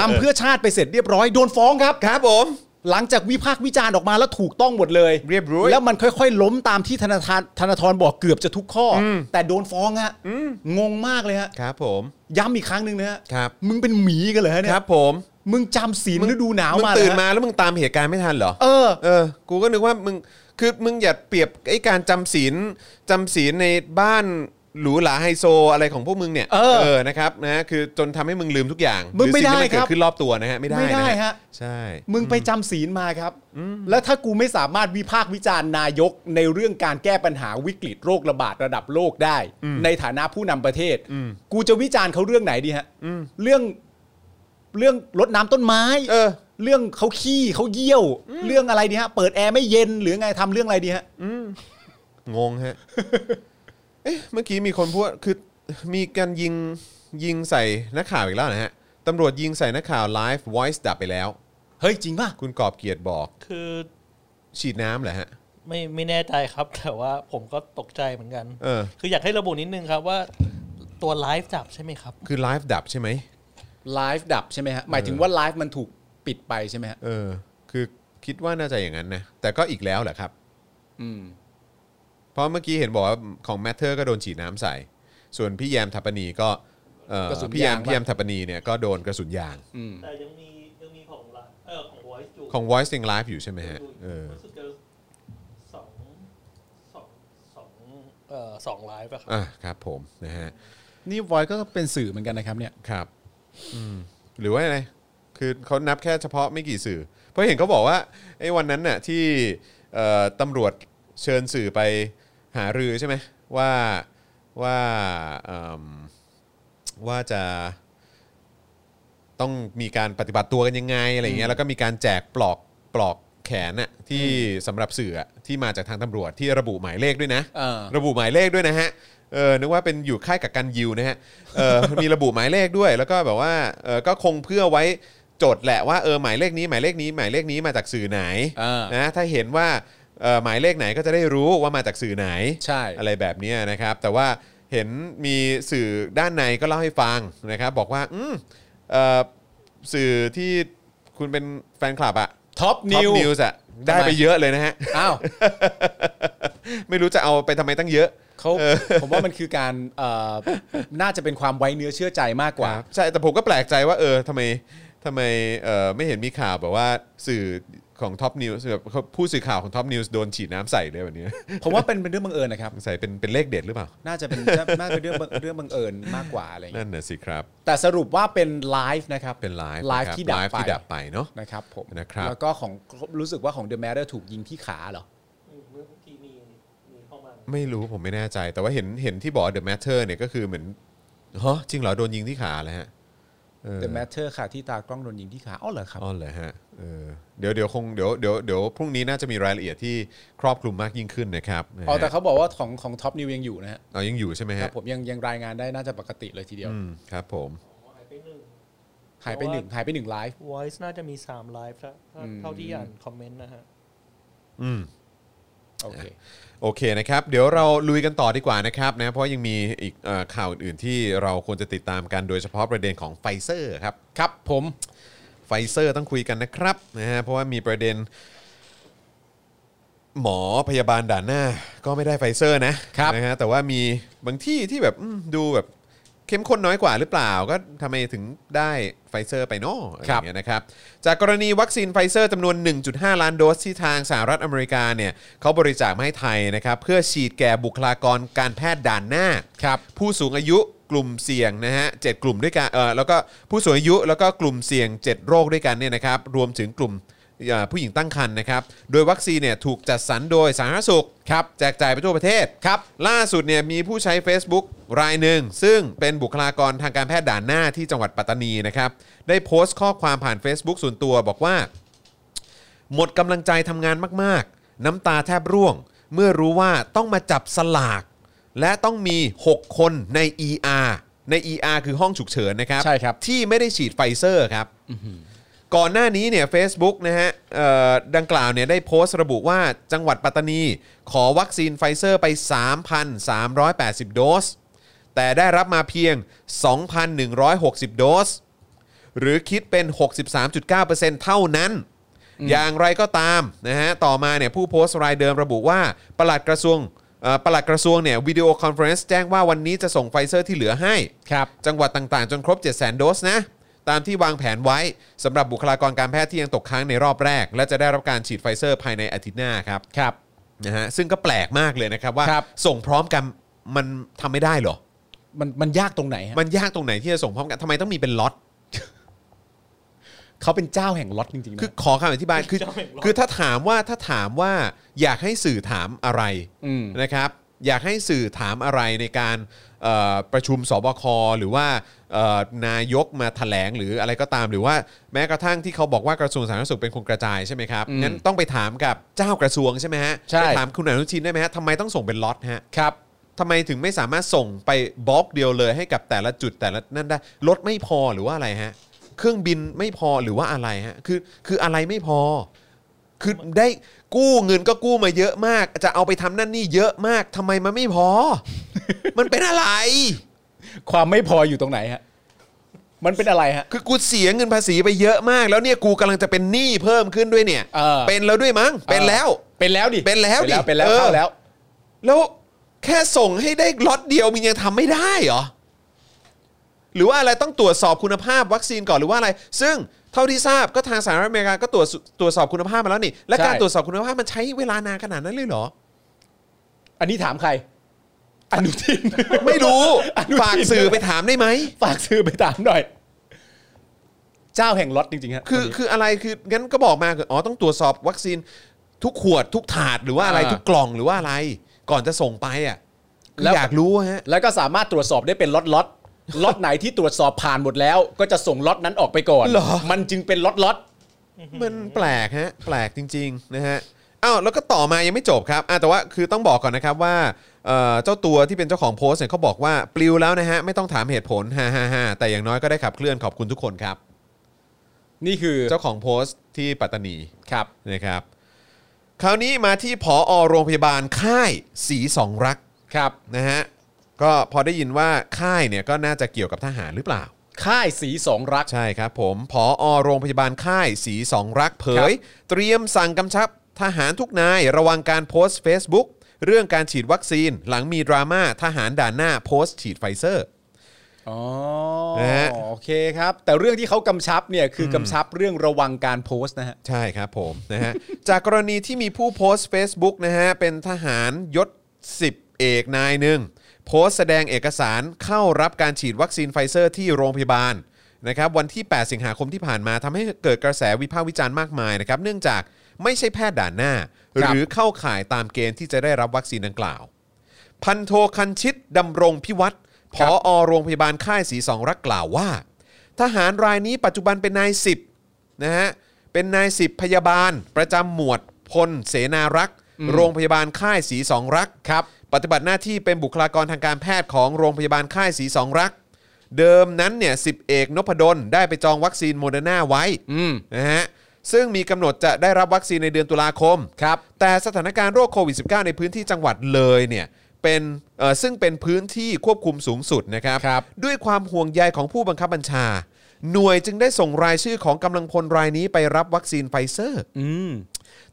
ทำเพื่อชาติไปเสร็จเรียบร้อยโดนฟ้องครับ ครับผม หลังจากวิพากษ์วิจารณ์ออกมาแล้วถูกต้องหมดเลย เรียบร้อย แล้วมันค่อยๆ ล้มตามที่ธนาธารธนาธรบอกเกือบจะทุกข้ออแต่โดนฟ้องฮะงงมากเลยฮะ ครับผม ย้ำอีกครั้งหนึ่งนะฮะ ครับ มึงเป็นหมีกันเหรอฮะเนี่ ค ย รับผม มึงจำศีลฤดูหนาว มึง มาเหรอ ตื่น ฮะ มาแล้วมึงตามเหตุการณ์ไม่ทันเหรอ เออ เออ กูก็นึกว่ามึง คือมึงอย่าเปรียบไอ้การจำศีลจำศีลในบ้านหรูหราไฮโซอะไรของพวกมึงเนี่ย เออ เออ นะครับนะ คือจนทำให้มึงลืมทุกอย่าง มึงไม่ หรือสิ่ที่ ได้ นเกิ ครั ด บ ขึ้นรอบตัวนะฮะ ไม่ได้ ไม่ได้ น ฮะ ใช่ มึงไปจำศีลมาครับ แล้วถ้ากูไม่สามารถวิพากษ์วิจารณ์นายกในเรื่องการแก้ปัญหาวิกฤตโรคระบาดระดับโลกได้ ในฐานะผู้นำประเทศ กูจะวิจารณ์เขาเรื่องไหนดีฮะเรื่องเรื่องรดน้ำต้นไม้ เออ เรื่องเขาขี้เขาเยี่ยว เรื่องอะไรดีฮะ เปิดแอร์ไม่เย็นหรือไงทำเรื่องอะไรดีฮะ งงฮะ เอ๊ะ เมื่อกี้มีคนพูด คือ มีการยิง ยิงใส่นักข่าวอีกแล้วนะฮะ ตำรวจยิงใส่นักข่าวไลฟ์ voice ดับไปแล้ว เฮ้ยจริงป่ะ คุณกอบเกียรติบอก คือ ฉีดน้ำเหรอฮะ ไม่ไม่แน่ใจครับ <laughs> แต่ว่าผมก็ตกใจเหมือนกัน เออ คืออยากให้ระบุนิดนึงครับว่าตัวไลฟ์จับใช่ไหมครับ คือไลฟ์ดับใช่ไหม ไลฟ์ดับใช่ไหมฮะ หมายถึงว่าไลฟ์มันถูกปิดไปใช่ไหมฮะ เออ คือคิดว่าน่าจะอย่างนั้นนะ แต่ก็อีกแล้วแหละครับ อืม เพราะเมื่อกี้เห็นบอกว่าของแมทเทอร์ก็โดนฉีดน้ำใส่ ส่วนพี่แยมทัปปนีก็เอ่อก ระสุนยาง พี่แยม ปะ พี่แยมทัปปนีเนี่ยก็โดนกระสุนยาง อืม แต่ยังมียังมีของละเออของไวซ์จู ของ Voice ยังไลฟ์อยู่ใช่ไหมฮะ เออ รู้สึกจะสองสองสองเอ่อสองไลฟ์อะครับ อ่ะครับผม นะฮะ นี่วอยก็เป็นสื่อเหมือนกันนะครับเนี่ย ครับ อืม หรือว่าอะไร คือเขานับแค่เฉพาะไม่กี่สื่อ เพราะเห็นเขาบอกว่าไอ้วันนั้นน่ะที่เอ่อตำรวจเชิญสื่อไปหารือใช่ไหมว่าว่าเอิ่มว่าจะต้องมีการปฏิบัติตัวกันยังไงอะไรอย่างเงี้ยแล้วก็มีการแจกปลอกปลอกแขนน่ะที่สำหรับสื่ออะที่มาจากทางตำรวจที่ระบุหมายเลขด้วยนะ เออ ระบุหมายเลขด้วยนะฮะ เออ นึกว่าเป็นอยู่ค่ายกักกันยิวนะฮะ เออ มีระบุหมายเลขด้วย แล้วก็แบบว่า เออก็คงเพื่อไว้โจทย์แหละว่า เออ หมายเลขนี้ หมายเลขนี้ หมายเลขนี้มาจากสื่อไหน อ่าน นะ ถ้าเห็นว่า เออหมายเลขไหนก็จะได้รู้ว่ามาจากสื่อไหน ใช่ อะไรแบบเนี้ยนะครับ แต่ว่าเห็นมีสื่อด้านในก็เล่าให้ฟังนะครับ บอกว่า อืมเออสื่อที่คุณเป็นแฟนคลับอะ ท็อป ท็อ นิ ป ว นิวส์อะได้ ทำไม ไปเยอะเลยนะฮะ อ้าว ไม่รู้จะเอาไปทำไมตั้งเยอะ เขาผมว่ามันคือการเอ่อน่าจะเป็นความไว้เนื้อเชื่อใจมากกว่า ครับใช่ แต่ผมก็แปลกใจว่าเออทำไมทำไมเออไม่เห็นมีข่าวแบบว่าสื่อของท็อปนิวส์แบบผู้สื่อข่าวของท็อปนิวส์โดนฉีดน้ำใส่เลยแบบเนี้ <laughs> ย ผมว่าเป็นเป็นเรื่องบังเอิญนะครับ ใส่เป็นเป็นเลขเด็ดหรือเปล่า น่าจะเป็นน่าจะเป็นเรื่องบังเรื่องบังเอิญมากกว่าอะไรอย่างเงี้ย นั่นน่ะสิครับ แต่สรุปว่าเป็นไลฟ์นะครับ เป็นไลฟ์ ไล นะฟ์ครับ ที่ดับ ไลฟ์ ไป ที่ดับไปเนาะ นะครับผม นะครับ แล้วก็ของรู้สึกว่าของ The Matter ถูกยิงที่ขาเหรอ อืมเมื่อกี้มีมีเข้ามา ไม่รู้ผมไม่แน่ใจ แต่ว่าเห็นเห็นที่บอกเดอะแมทเ e อร์เนี่ยก็คือเหมือนฮะจริงเหรอ โดนยิงที่ขาเลยฮะเออ The Matter ค่ะที่ตากล้องโดนยิงที่ขาอ้อเหรอครับ อ๋อเหรอฮะเออเดี๋ยวเดี๋ยวคงเดี๋ยวเดี๋ยวเดี๋ยวพรุ่งนี้น่าจะมีรายละเอียดที่ครอบคลุมมากยิ่งขึ้นนะครับนะฮะ อ๋อแต่เขาบอกว่าของของท็อปนิวยังอยู่นะฮะ อ๋อยังอยู่ใช่ไหม ครั ฮะ บผมยังยังรายงานได้น่าจะปกติเลยทีเดียว อืมครับผม หายไปหนึ่ง หายไปหนึ่งหายไปหนึ่งไลฟ์ Voice น่าจะมีสามไลฟ์ละถ้า อืม เท่าที่อ่านคอมเมนต์นะฮะ อืม โอเค โอเคนะครับเดี๋ยวเราลุยกันต่อดีกว่านะครับนะเพราะยังมีอีกเอ่อข่าวอื่นๆที่เราควรจะติดตามกันโดยเฉพาะประเด็นของไฟเซอร์ครับ ครับผม ไฟเซอร์ต้องคุยกันนะครับนะฮะเพราะว่ามีประเด็น หมอพยาบาลด่านหน้า ก็ไม่ได้ไฟเซอร์นะครับ นะฮะแต่ว่ามีบางที่ที่แบบอืมดูแบบเข้มข้นน้อยกว่าหรือเปล่า ก็ทำไมถึงได้ไฟเซอร์ไปเนอะอะไรอย่างเงี้ยนะครับ จากกรณีวัคซีนไฟเซอร์จำนวน 1.5 ล้านโดสที่ทางสหรัฐอเมริกาเนี่ยเขาบริจาคมาให้ไทยนะครับ เพื่อฉีดแก่บุคลากรการแพทย์ด่านหน้า ครับ ผู้สูงอายุกลุ่มเสี่ยงนะฮะเจ็ดกลุ่มด้วยกันเออแล้วก็ผู้สูงอายุแล้วก็กลุ่มเสี่ยง 7 โรคด้วยกันเนี่ยนะครับรวมถึงกลุ่มเอ่อผู้หญิงตั้งครรภ์นะครับโดยวัคซีนเนี่ยถูกจัดสรรโดยสาธารณสุขครับแจกจ่ายไปทั่วประเทศครับล่าสุดเนี่ยมีผู้ใช้ Facebook รายหนึ่ง ซึ่งเป็นบุคลากรทางการแพทย์ด่านหน้าที่จังหวัดปัตตานีนะครับได้โพสต์ข้อความผ่าน Facebook ส่วนตัวบอกว่า หมดกำลังใจทำงานมากๆ น้ำตาแทบร่วง เมื่อรู้ว่าต้องมาจับสลาก และต้องมี 6 คนใน ER ใน ER คือห้องฉุกเฉินนะครับ ใช่ครับ ที่ไม่ได้ฉีดไฟเซอร์ครับ ก่อนหน้านี้เนี่ย Facebook นะฮะเอ่อดังกล่าวเนี่ยได้โพสต์ระบุว่าจังหวัดปัตตานี ขอวัคซีนไฟเซอร์ไป 3,380 โดส แต่ได้รับมาเพียง 2,160 โดส หรือคิดเป็น 63.9%เท่านั้น อย่างไรก็ตามนะฮะ ต่อมาเนี่ยผู้โพสต์รายเดิมระบุว่าปลัดกระทรวงเอ่อปลัดกระทรวงเนี่ยวิดีโอคอนเฟอเรนซ์แจ้งว่าวันนี้จะส่งไฟเซอร์ที่เหลือให้ ครับ จังหวัดต่างๆ จนครบ 7 0 0 0 0โดสนะ ตามที่วางแผนไว้สำหรับบุคลากรการแพทย์ที่ยังตกค้างในรอบแรก และจะได้รับการฉีดไฟเซอร์ภายในอาทิตย์หน้าครับ ครับ นะฮะซึ่งก็แปลกมากเลยนะครับว่า ครับ ส่งพร้อมกันมันทำไม่ได้เหรอ มันมันยากตรงไหนฮะ มันยากตรงไหนที่จะส่งพร้อมกันทำไมต้องมีเป็นล็อต เขาเป็นเจ้าแห่งล็อตจริงๆนะ คือขอคำอธิบายคือ เจ้าแห่งโลก คือถ้าถามว่าถ้าถามว่าอยากให้สื่อถามอะไร อืม นะครับ อยากให้สื่อถามอะไรในการเอ่อประชุมสบคหรือว่าเอ่อนายกมาถแถลงหรืออะไรก็ตาม หรือว่าแม้กระทั่งที่เขาบอกว่ากระทรวงสาธารณสุขเป็นคนกระจายใช่ไหมครับ อืม งั้นต้องไปถามกับเจ้ากระทรวงใช่ไหมฮะ ใช่ ไปถามคุณอนุชินได้ไหมฮะทำไมต้องส่งเป็นล็อตฮะ ครับ ทำไมถึงไม่สามารถส่งไปบล็อกเดียวเลยให้กับแต่ละจุดแต่ละนั่นได้รถไม่พอหรือว่าอะไรฮะ เครื่องบินไม่พอหรือว่าอะไรฮะ คือคืออะไรไม่พอ คือได้กู้เงินก็กู้มาเยอะมาก จะเอาไปทำนั่นนี่เยอะมากทำไมมันไม่พอ มันเป็นอะไร ความไม่พออยู่ตรงไหนฮะ มันเป็นอะไรฮะ คือกูเสียเงินภาษีไปเยอะมาก แล้วเนี่ยกูกำลังจะเป็นหนี้เพิ่มขึ้นด้วยเนี่ย เออ นแล้วด้วยมั้งเป็นแล้ว เป็นแล้วดิ เป็นแล้วดิ เป็นแล้ว เออ เข้าแล้ว แล้วแค่ส่งให้ได้ล็อตเดียวมึงยังทำไม่ได้เหรอ หรือว่าอะไรต้องตรวจสอบคุณภาพวัคซีนก่อนหรือว่าอะไร ซึ่งเท่าที่ทราบก็ทางสหรัฐอเมริกาก็ตรวจตรวจสอบคุณภาพมาแล้วนี่ และการ ใช่ ตรวจสอบคุณภาพมันใช้เวลานานขนาดนั้นเลยเหรอ อันนี้ถามใคร อนุทิน ไม่รู้ อนุทิน ฝากสื่อไปถามได้ไหม ฝากซื้อไปตามหน่อย เจ้าแห่งล็อตจริงๆฮะ คืคนอนี้ คืออะไรคืองั้นก็บอกมาคืออ๋อต้องตรวจสอบวัคซีนทุกขวดทุกถาดหรือว่าอะไร อ่า ทุกกล่องหรือว่าอะไร ก่อนจะส่งไปอ่ะคือ แล้ว อยากรู้ฮะ แล้วก็สามารถตรวจสอบได้เป็นล็อต <laughs> ล็อตๆล็อตไหนที่ตรวจสอบผ่านหมดแล้ว ก็จะส่งล็อตนั้นออกไปก่อน เหรอ มันจึงเป็นล็อตล็อต มันแปลกฮะแปลกจริงๆนะฮะอ้าวแล้วก็ต่อมายังไม่จบครับอ่ะแต่ว่าคือต้องบอกก่อนนะครับว่าเอ่อเจ้าตัวที่เป็นเจ้าของโพสต์เนี่ยเขาบอกว่าปลิวแล้วนะฮะไม่ต้องถามเหตุผลฮ่าฮ่าฮ่าแต่อย่างน้อยก็ได้ขับเคลื่อนขอบคุณทุกคนครับ นี่คือ เจ้าของโพสต์ที่ปัตตานี ครับ นะครับคราวนี้มาที่ผอโรงพยาบาลค่ายสีสองรัก ครับ นะฮะก็พอได้ยินว่าค่ายเนี่ยก็น่าจะเกี่ยวกับทหารหรือเปล่า ค่ายสีสองรัก ใช่ครับผมผอโรงพยาบาลค่ายสีสองรักเผ ครับ ย เตรียมสั่งกำชับทหารทุกนาย ระวังการโพสต์ Facebook เรื่องการฉีดวัคซีน หลังมีดราม่าทหารด่านหน้าโพสต์ฉีดไฟเซอร์ ๋อ นะฮะ โอเคครับ แต่เรื่องที่เขากำชับเนี่ยคือกำชับเรื่องระวังการโพสต์นะฮะ ใช่ครับผม <laughs> นะฮะ จากกรณีที่มีผู้โพสต์ Facebook นะฮะ เป็นทหารยศ 10 เอกนายหนึ่งโพสต์แสดงเอกสารเข้ารับการฉีดวัคซีนไฟเซอร์ที่โรงพยาบาลนะครับวันที่ 8 สิงหาคมที่ผ่านมาทำให้เกิดกระแสวิพากษ์วิจารณ์มากมายนะครับเนื่องจากไม่ใช่แพทย์ด่านหน้า ค ห รับ รือเข้าข่ายตามเกณฑ์ที่จะได้รับวัคซีนดังกล่าว พันโทคันชิตดำรงพิวัตรผอโรงพยาบาลค่ายศรีสองรักกล่าวว่า ทหารรายนี้ปัจจุบันเป็นนายสิบนะฮะ เป็นนายสิบพยาบาล ประจำหมวดพลเสนารักษ์ โรงพยาบาลค่ายศรีสองรักครับ ปฏิบัติหน้าที่เป็นบุคลากรทางการแพทย์ของโรงพยาบาลค่ายศรีสองรัก เดิมนั้นเนี่ยสิบเอกนพดลได้ไปจองวัคซีนโมเดอร์นาไว้ อืม นะฮะ ซึ่งมีกำหนดจะได้รับวัคซีนในเดือนตุลาคม ครับ แต่สถานการณ์โรคโควิด -19 ในพื้นที่จังหวัดเลยเนี่ยเป็นเอ่อซึ่งเป็นพื้นที่ควบคุมสูงสุดนะครับ ครับ ด้วยความห่วงใยของผู้บังคับบัญชา หน่วยจึงได้ส่งรายชื่อของกำลังพลรายนี้ไปรับวัคซีนไฟเซอร์ อืม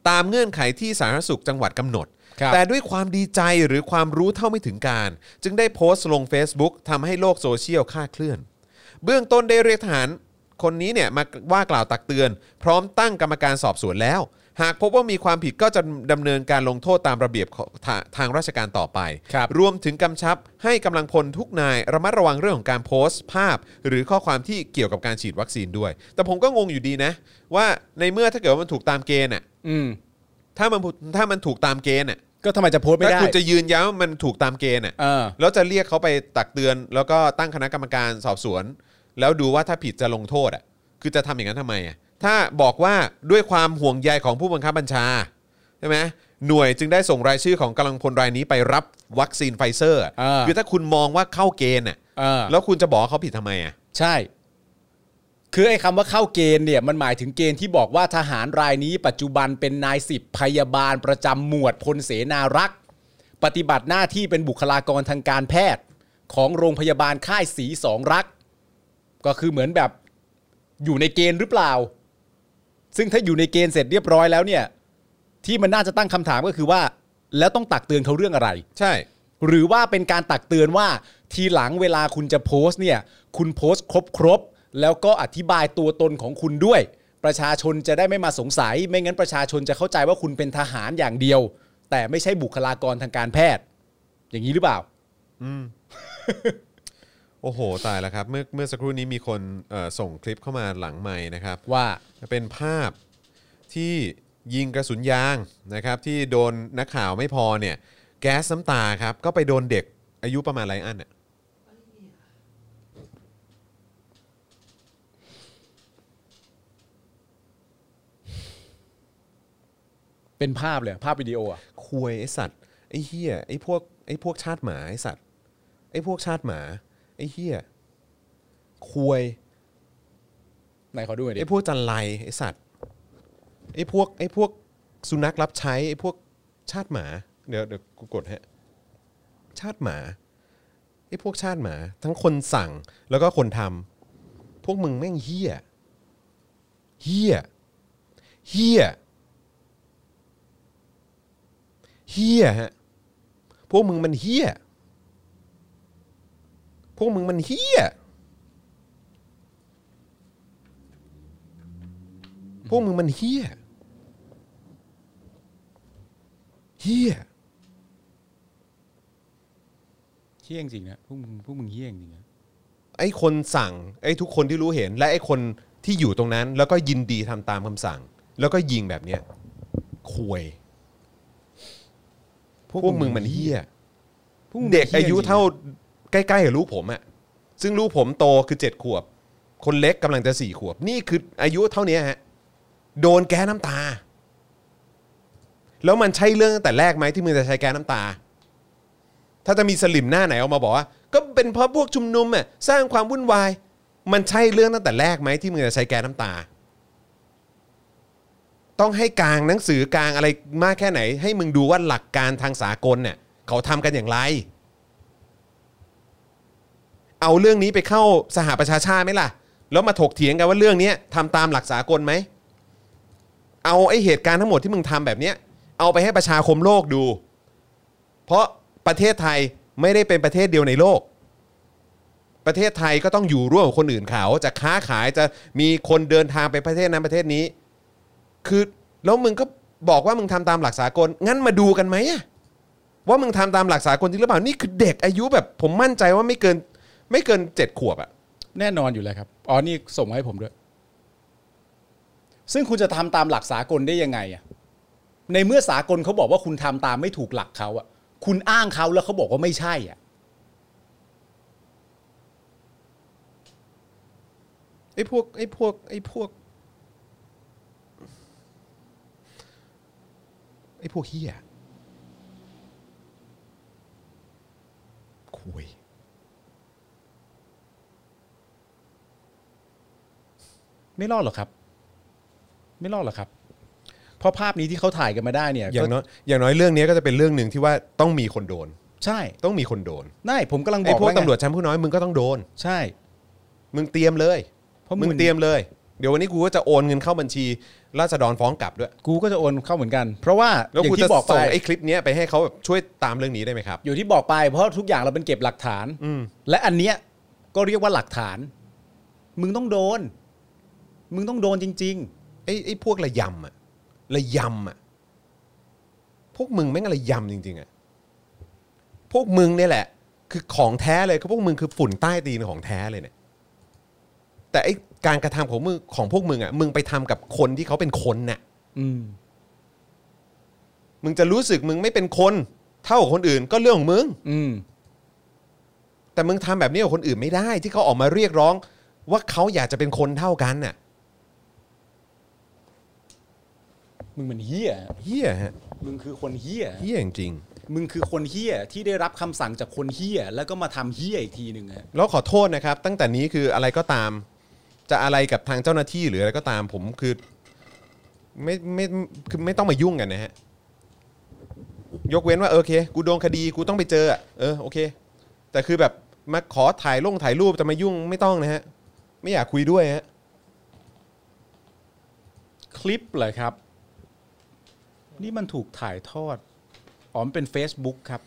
ตามเงื่อนไขที่สาธารณสุขจังหวัดกำหนด ครับ แต่ด้วยความดีใจหรือความรู้เท่าไม่ถึงการ จึงได้โพสต์ลง Facebook ทำให้โลกโซเชียลคลาดเคลื่อน เบื้องต้นได้เรียกทหารคนนี้เนี่ยมาว่ากล่าวตักเตือน พร้อมตั้งกรรมการสอบสวนแล้ว หากพบว่ามีความผิดก็จะดำเนินการลงโทษตามระเบียบของทาทางราชการต่อไป ครับ รวมถึงกำชับให้กำลังพลทุกนายระมัดระวังเรื่องของการโพสต์ภาพ หรือข้อความที่เกี่ยวกับการฉีดวัคซีนด้วย แต่ผมก็งงอยู่ดีนะ ว่าในเมื่อถ้าเกิดว่ามันถูกตามเกณฑ์น่ะ อืม ถ้ามันถ้ามันถูกตามเกณฑ์น่ะ ก็ทำไมจะโพสต์ไม่ ถ้า ได้ คุณจะยืนยันว่ามันถูกตามเกณฑ์น่ะ เออ แล้วจะเรียกเขาไปตักเตือน แล้วก็ตั้งคณะกรรมการสอบสวน แล้วดูว่าถ้าผิดจะลงโทษอ่ะคือจะทำอย่างนั้นทำไมอ่ะถ้าบอกว่าด้วยความห่วงใยของผู้บังคับบัญชาใช่ไหมหน่วยจึงได้ส่งรายชื่อของกำลังพลรายนี้ไปรับวัคซีนไฟเซอร์อะ เออ คือถ้าคุณมองว่าเข้าเกณฑ์อ่ะ เออ แล้วคุณจะบอกว่าเขาผิดทำไมอ่ะ ใช่ คือไอ้คำว่าเข้าเกณฑ์เนี่ยมันหมายถึงเกณฑ์ที่บอกว่าทหารรายนี้ ปัจจุบันเป็นนายสิบพยาบาลประจำหมวดพลเสนารักษ์ปฏิบัติหน้าที่เป็นบุคลากรทางการแพทย์ ของโรงพยาบาลค่ายสีสองรัก ก็คือเหมือนแบบอยู่ในเกณฑ์หรือเปล่า ซึ่งถ้าอยู่ในเกณฑ์เสร็จเรียบร้อยแล้วเนี่ย ที่มันน่าจะตั้งคำถามก็คือว่า แล้วต้องตักเตือนเขาเรื่องอะไร ใช่ หรือว่าเป็นการตักเตือนว่าทีหลังเวลาคุณจะโพสต์เนี่ย คุณโพสต์ครบครบๆแล้วก็อธิบายตัวตนของคุณด้วย ประชาชนจะได้ไม่มาสงสัย ไม่งั้นประชาชนจะเข้าใจว่าคุณเป็นทหารอย่างเดียว แต่ไม่ใช่บุคลากรทางการแพทย์ อย่างนี้หรือเปล่า โอ้โห ตายแล้วครับ เมื่อเมื่อสักครู่นี้มีคนเอ่อส่งคลิปเข้ามาหลังไม้นะครับ ว่า เป็นภาพที่ยิงกระสุนยางนะครับที่โดนนักข่าวไม่พอเนี่ยแก๊สน้ำตาครับก็ไปโดนเด็กอายุประมาณไรอันเนี่ย เป็นภาพเลยภาพวิดีโออะ คุยไอสัตว์ไอเฮียไอพวกไอพวกชาติหมาไอสัตว์ไอพวกชาติหมาไอเฮียคุย ไหนขอดูหน่อยดิ ไอพวกจันไรไอสัตว์ไอพวกไอพวกสุนัขรับใช้ไอพวกชาติหมาเดี๋ยวเดี๋ยวกูกดฮะชาติหมาไอพวกชาติหมา ทั้งคนสั่งแล้วก็คนทำ พวกมึงแม่งเฮี้ย เฮี้ย เฮี้ย เฮี้ยฮะ พวกมึงมันเฮี้ย พวกมึงมันเฮี้ย พวกมึงมันเฮี้ย เฮี้ย เฮี้ยงจริงนะพวกมึงพวกมึงเฮี้ยงจริงนะ ไอ้คนสั่งไอ้ทุกคนที่รู้เห็น และไอ้คนที่อยู่ตรงนั้น แล้วก็ยินดีทำตามคำสั่ง แล้วก็ยิงแบบเนี้ยควยพวกมึงมันเฮี้ยเด็กอายุเท่าใกล้ๆกับลูกผมอะซึ่งลูกผมโตคือเจ็ดขวบ คนเล็กกำลังจะสี่ขวบ นี่คืออายุเท่าเนี้ยฮะโดนแก้น้ำตา แล้วมันใช่เรื่องตั้งแต่แรกไหมที่มึงจะใช้แก้น้ำตา ถ้าจะมีสลิมหน้าไหนออกมาบอกว่า ก็เป็นเพราะพวกชุมนุมอ่ะสร้างความวุ่นวาย มันใช่เรื่องตั้งแต่แรกไหมที่มึงจะใช้แกนน้ำตา ต้องให้กลางหนังสือกลางอะไรมากแค่ไหน ให้มึงดูว่าหลักการทางสากลเนี่ยเขาทำกันอย่างไร เอาเรื่องนี้ไปเข้าสหประชาชาติไหมล่ะ แล้วมาถกเถียงกันว่าเรื่องเนี้ยทำตามหลักสากลไหม เอาไอเหตุการณ์ทั้งหมดที่มึงทำแบบเนี้ยเอาไปให้ประชาคมโลกดู เพราะประเทศไทยไม่ได้เป็นประเทศเดียวในโลก ประเทศไทยก็ต้องอยู่ร่วมกับคนอื่นเขาจะค้าขายจะมีคนเดินทางไปประเทศนั้นประเทศนี้ คือแล้วมึงก็บอกว่ามึงทำตามหลักสากล งั้นมาดูกันไหมอะว่ามึงทำตามหลักสากลจริงหรือเปล่านี่คือเด็กอายุแบบ ผมมั่นใจว่าไม่เกิน ไม่เกินเจ็ดขวบอะ แน่นอนอยู่แล้วครับอ๋อนี่ส่งมาให้ผมด้วย ซึ่งคุณจะทำตามหลักสากลได้ยังไงอะ ในเมื่อสากลเขาบอกว่าคุณทำตามไม่ถูกหลักเขาอะคุณอ้างเขาแล้วเขาบอกว่าไม่ใช่อะ ไอ้พวกไอ้พวกไอ้พวกไอ้พวกเฮียคุย ไม่รอดหรอกครับ ไม่รอดหรอกครับ เพราะภาพนี้ที่เขาถ่ายกันมาได้เนี่ย อย่าง ก็ น้อยอย่างน้อยเรื่องนี้ก็จะเป็นเรื่องหนึ่งที่ว่าต้องมีคนโดน ใช่ ต้องมีคนโดน นั่นผมกำลังบ ไอ้ อก พวก ไง ตำรวจชั้นผู้น้อยมึงก็ต้องโดน ใช่ มึงเตรียมเลย เพราะมึ มึ ง งเตรียมเลย เดี๋ยววันนี้กูก็จะโอนเงินเข้าบัญชีราษฎรฟ้องกลับด้วย กูก็จะโอนเข้าเหมือนกัน เพราะว่า แล้ว อย่าง กูจะ ที่บอกไป ส่งไอ้คลิปเนี้ยไปให้เขาแบบช่วยตามเรื่องนี้ได้ไหมครับ อยู่ที่บอกไป เพราะทุกอย่างเราเป็นเก็บหลักฐานและอันเนี้ยก็เรียกว่าหลักฐาน มึงต้องโดน มึงต้องโดนจริง ไอ้ไอ้พวกระยำอะระยำอะพวกมึงแม่งระยำจริงๆอะพวกมึงเนี่ยแหละ คือของแท้เลยคือพวกมึงคือฝุ่นใต้ตีนของแท้เลยเนี่ย แต่ไอ้การกระทำของมึงของพวกมึงอะมึงไปทำกับคนที่เขาเป็นคนน่ะ ๆ อืม มึงจะรู้สึกมึงไม่เป็นคนเท่ากับคนอื่น ก็เรื่องของมึง อืม แต่มึงทำแบบนี้กับคนอื่นไม่ได้ ที่เขาออกมาเรียกร้อง ว่าเขาอยากจะเป็นคนเท่ากันน่ะ มึงเหมือนเฮีย เฮี้ยฮะ มึงคือคนเฮีย เฮี้ยจริงๆ มึงคือคนเฮียที่ได้รับคำสั่งจากคนเฮียแล้วก็มาทำเฮียอีกทีหนึ่งฮะ แล้วขอโทษนะครับ ตั้งแต่นี้คืออะไรก็ตาม จะอะไรกับทางเจ้าหน้าที่หรืออะไรก็ตาม ผมคือไม่ไม่คือไม่ต้องมายุ่งกันนะฮะ ยกเว้นว่าเออโอเค กูโดนคดีกูต้องไปเจออะเออโอเค แต่คือแบบมาขอถ่ายลงถ่ายรูปจะมายุ่งไม่ต้องนะฮะ ไม่อยากคุยด้วยฮะ คลิปเหรอครับ นี่มันถูกถ่ายทอดอ๋อมนเป็น Facebook ครับ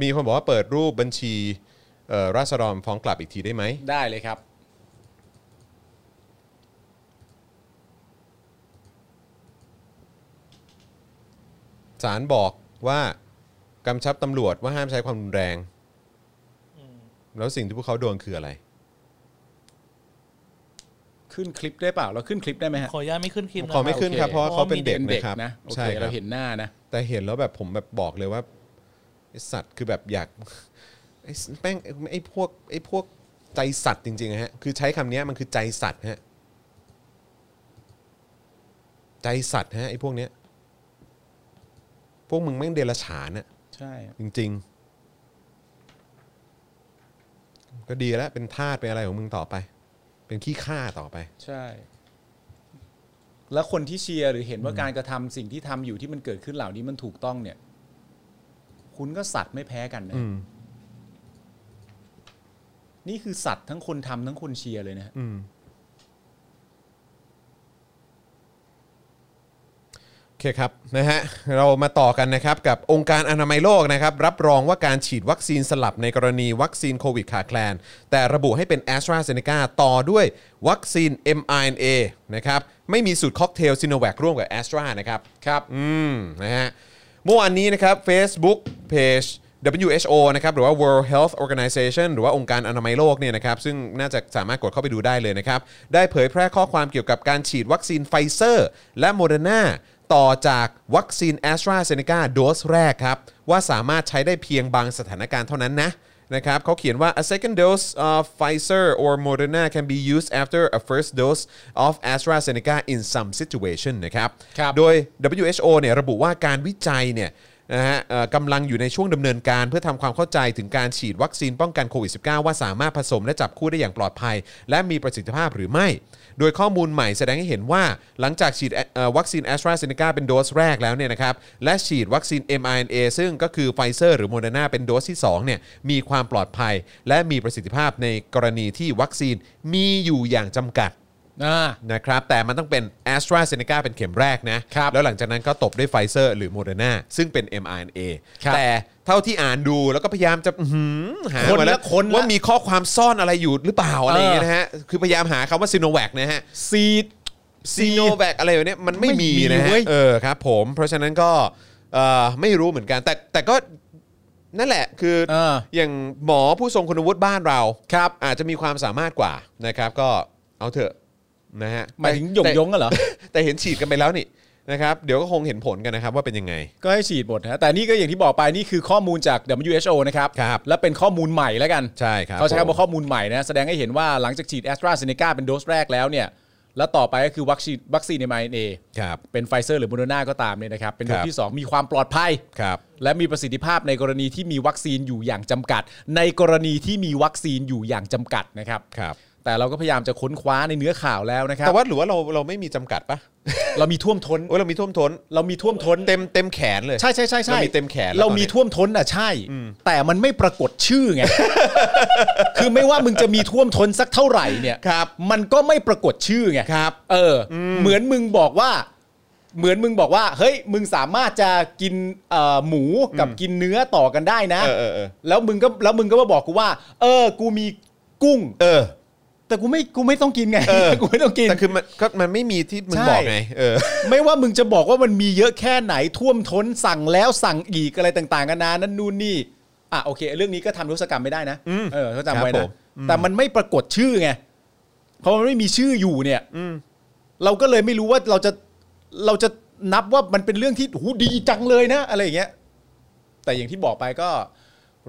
มีคนบอกว่าเปิดรูปบัญชีเอ่อราษฎรฟ้องกลับอีกทีได้ไหม ได้เลยครับ ศาลบอกว่ากำชับตำรวจว่าห้ามใช้ความรุนแรง แล้วสิ่งที่พวกเขาโดนคืออะไร ขึ้นคลิปได้เปล่า เราขึ้นคลิปได้ไหมฮะ ขออนุญาตไม่ขึ้นคลิปนะ ขอไม่ขึ้นครับ โอเค เพราะว่าเขาเป็นเด็ก ป็ นะครับ นะโอ ใช่ เค ครั เรา บ เห็นหน้านะ แต่เห็นแล้วแบบผมแบบบอกเลยว่าไอ้สัตว์คือแบบอยาก ไอ้แป้งไอ้พวกไอ้พวกใจสัตว์จริงๆอะฮะคือใช้คำเนี้ยมันคือใจสัตว์ฮะใจสัตว์ฮะไอ้พวกเนี้ยพวกมึงแม่งเดรัจฉานอะ ใช่ จริงๆ ก็ดีแล้ว เป็นทาสเป็นอะไรของมึงต่อไป เป็นขี้ข้าต่อไป ใช่ แล้วคนที่เชียร์หรือเห็นว่าการกระทำสิ่งที่ทำอยู่ที่มันเกิดขึ้นเหล่านี้มันถูกต้องเนี่ย คุณก็สัตว์ไม่แพ้กันนะ อืม นี่คือสัตว์ทั้งคนทำทั้งคนเชียร์เลยนะฮะ อืมโอเคครับนะฮะเรามาต่อกันนะครับกับองค์การอนามัยโลกนะครับ รับรองว่าการฉีดวัคซีนสลับในกรณีวัคซีนโควิดขาดแคลน แต่ระบุให้เป็น a s t r a z เซ e c a ต่อด้วยวัคซีน mRNA นะครับ ไม่มีสูตรค็อกเทลซิโนแวคร่วมกับ a s t r a นะครับ ครับ อืมนะฮะเมื่อวานนี้นะครับ Facebook Page WHO นะครับหรือว่า World Health Organization หรือว่าองค์การอนามัยโลกเนี่ยนะครับซึ่งน่าจะสามารถกดเข้าไปดูได้เลยนะครับ ได้เผยแพร่ข้อความเกี่ยวกับการฉีดวัคซีนไฟเซอร์และโมเดอร์นาต่อจากวัคซีน a s t r a z เซ e c a โดสแรกครับ ว่าสามารถใช้ได้เพียงบางสถานการณ์เท่านั้นนะ นะครับเขาเขียนว่า a second dose of Pfizer or Moderna can be used after a first dose of AstraZeneca in some situation นะครับ ครับ โดย WHO เนี่ยระบุว่าการวิจัยเนี่ยนะฮะเอ่อกำลังอยู่ในช่วงดำเนินการ เพื่อทำความเข้าใจถึงการฉีดวัคซีนป้องกันโควิด -19 ว่าสามารถผสมและจับคู่ได้อย่างปลอดภัย และมีประสิทธิภาพหรือไม่ โดยข้อมูลใหม่แสดงให้เห็นว่า หลังจากฉีดเอ่อวัคซีนแอสตราเซเนกาเป็นโดสแรกแล้วเนี่ยนะครับและฉีดวัคซีน mRNA ซึ่งก็คือไฟเซอร์หรือโมเดอร์นาเป็นโดสที่สองเนี่ยมีความปลอดภัย และมีประสิทธิภาพในกรณีที่วัคซีนมีอยู่อย่างจำกัด อ่า นะครับแต่มันต้องเป็น a s t r a z เซ e c a เป็นเข็มแรกนะ ครับ แล้วหลังจากนั้นก็ตบด้วยไฟเซอร์หรือโมเดอร์นาซึ่งเป็น mRNA ครับ แต่เท่าที่อ่านดูแล้วก็พยายามจะอื้อหือหา คนละ มาแล้ว คนละ ว่ามีข้อความซ่อนอะไรอยู่หรือเปล่าอะไรอย่างเงี้ย เออ นะฮะ คือพยายามหาคำว่าซิโนแว c นะฮะ ซีด ซีโนแว c อะไรแบบเนี้ยมันไม่มี ไม่มี นะฮะ เว้ย เออครับผม เพราะฉะนั้นก็เอ่อไม่รู้เหมือนกัน แต่แต่ก็นั่นแหละคืออ เออ อย่างหมอผู้ทรงคุณวุฒิบ้านเราครับ อาจจะมีความสามารถกว่านะครับ ก็เอาเถอะนะฮะ หมายถึงหยงยงอะเหรอ แต่เห็นฉีดกันไปแล้วนี่นะครับ เดี๋ยวก็คงเห็นผลกันนะครับว่าเป็นยังไง ก็ให้ฉีดหมดฮะแต่นี่ก็อย่างที่บอกไปนี่คือข้อมูลจาก WHO นะครับ ครับ และเป็นข้อมูลใหม่แล้วกัน ใช่ครับ เขาใช้คำว่า ผม ข้อมูลใหม่นะแสดงให้เห็นว่าหลังจากฉีดแอสตราเซเนกาเป็นโดสแรกแล้วเนี่ย แล้วต่อไปก็คือวัคซีนวัคซีนในไมเอ ครับ เป็นไฟเซอร์หรือโมเดอร์นาก็ตามเนี่ยนะครับ เป็นโด ครั ส บ ที่ 2 มีความปลอดภัย ครับ และมีประสิทธิภาพในกรณีที่มีวัคซีนอยู่อย่างจำกัด ในกรณีที่มีวัคซีนอยู่อย่างจำกัดนะครับ ครับ แต่เราก็พยายามจะค้นคว้าในเนื้อข่าวแล้วนะครับ แต่ว่าหรือว่าเราเราไม่มีจำกัดปะ เรามีท่วมท้น โอ้ยเรามีท่วมท้น เรามีท่วมท้น เต็มเต็มแขนเลย ใช่ใช่ใช่ใช่ เรามีเต็มแขนแล้ว เรา ตอนนี้ มีท่วมท้นอ่ะใช่ แต่มันไม่ปรากฏชื่อ <laughs> ไง คือไม่ว่ามึงจะมีท่วมท้นสักเท่าไหร่เนี่ย ครับ มันก็ไม่ปรากฏชื่อไง ครับ เอออ เหมือนมึงบอกว่า เหมือนมึงบอกว่า เฮ้ย มึงสามารถจะกินเอ่อหมูกับกินเนื้อต่อกันได้นะ เออเออเออ แล้วมึงก็แล้วมึงก็มาบอกกูว่า เออ กูมีกุ้ง เออ แต่กูไม่กูไม่ต้องกินไง เออ กูไม่ต้องกิน แต่คือมันก็มันไม่มีที่มึง ใช่ บอกไงเออ ไม่ว่ามึงจะบอกว่ามันมีเยอะแค่ไหนท่วมท้นสั่งแล้วสั่งอีกอะไรต่างๆกันานานั่นนู่นนี่อ่ะโอเค เรื่องนี้ก็ทำรุษกรรมไม่ได้นะ อืม เออเขาจำไว้ ครันะบผมอืม แต่มันไม่ปรากฏชื่อไงเพราะมันไม่มีชื่ออยู่เนี่ยเราก็เลยไม่รู้ว่าเราจะเราจะนับว่ามันเป็นเรื่องที่หูดีจังเลยนะ อะไรอย่างเงี้ย แต่อย่างที่บอกไปก็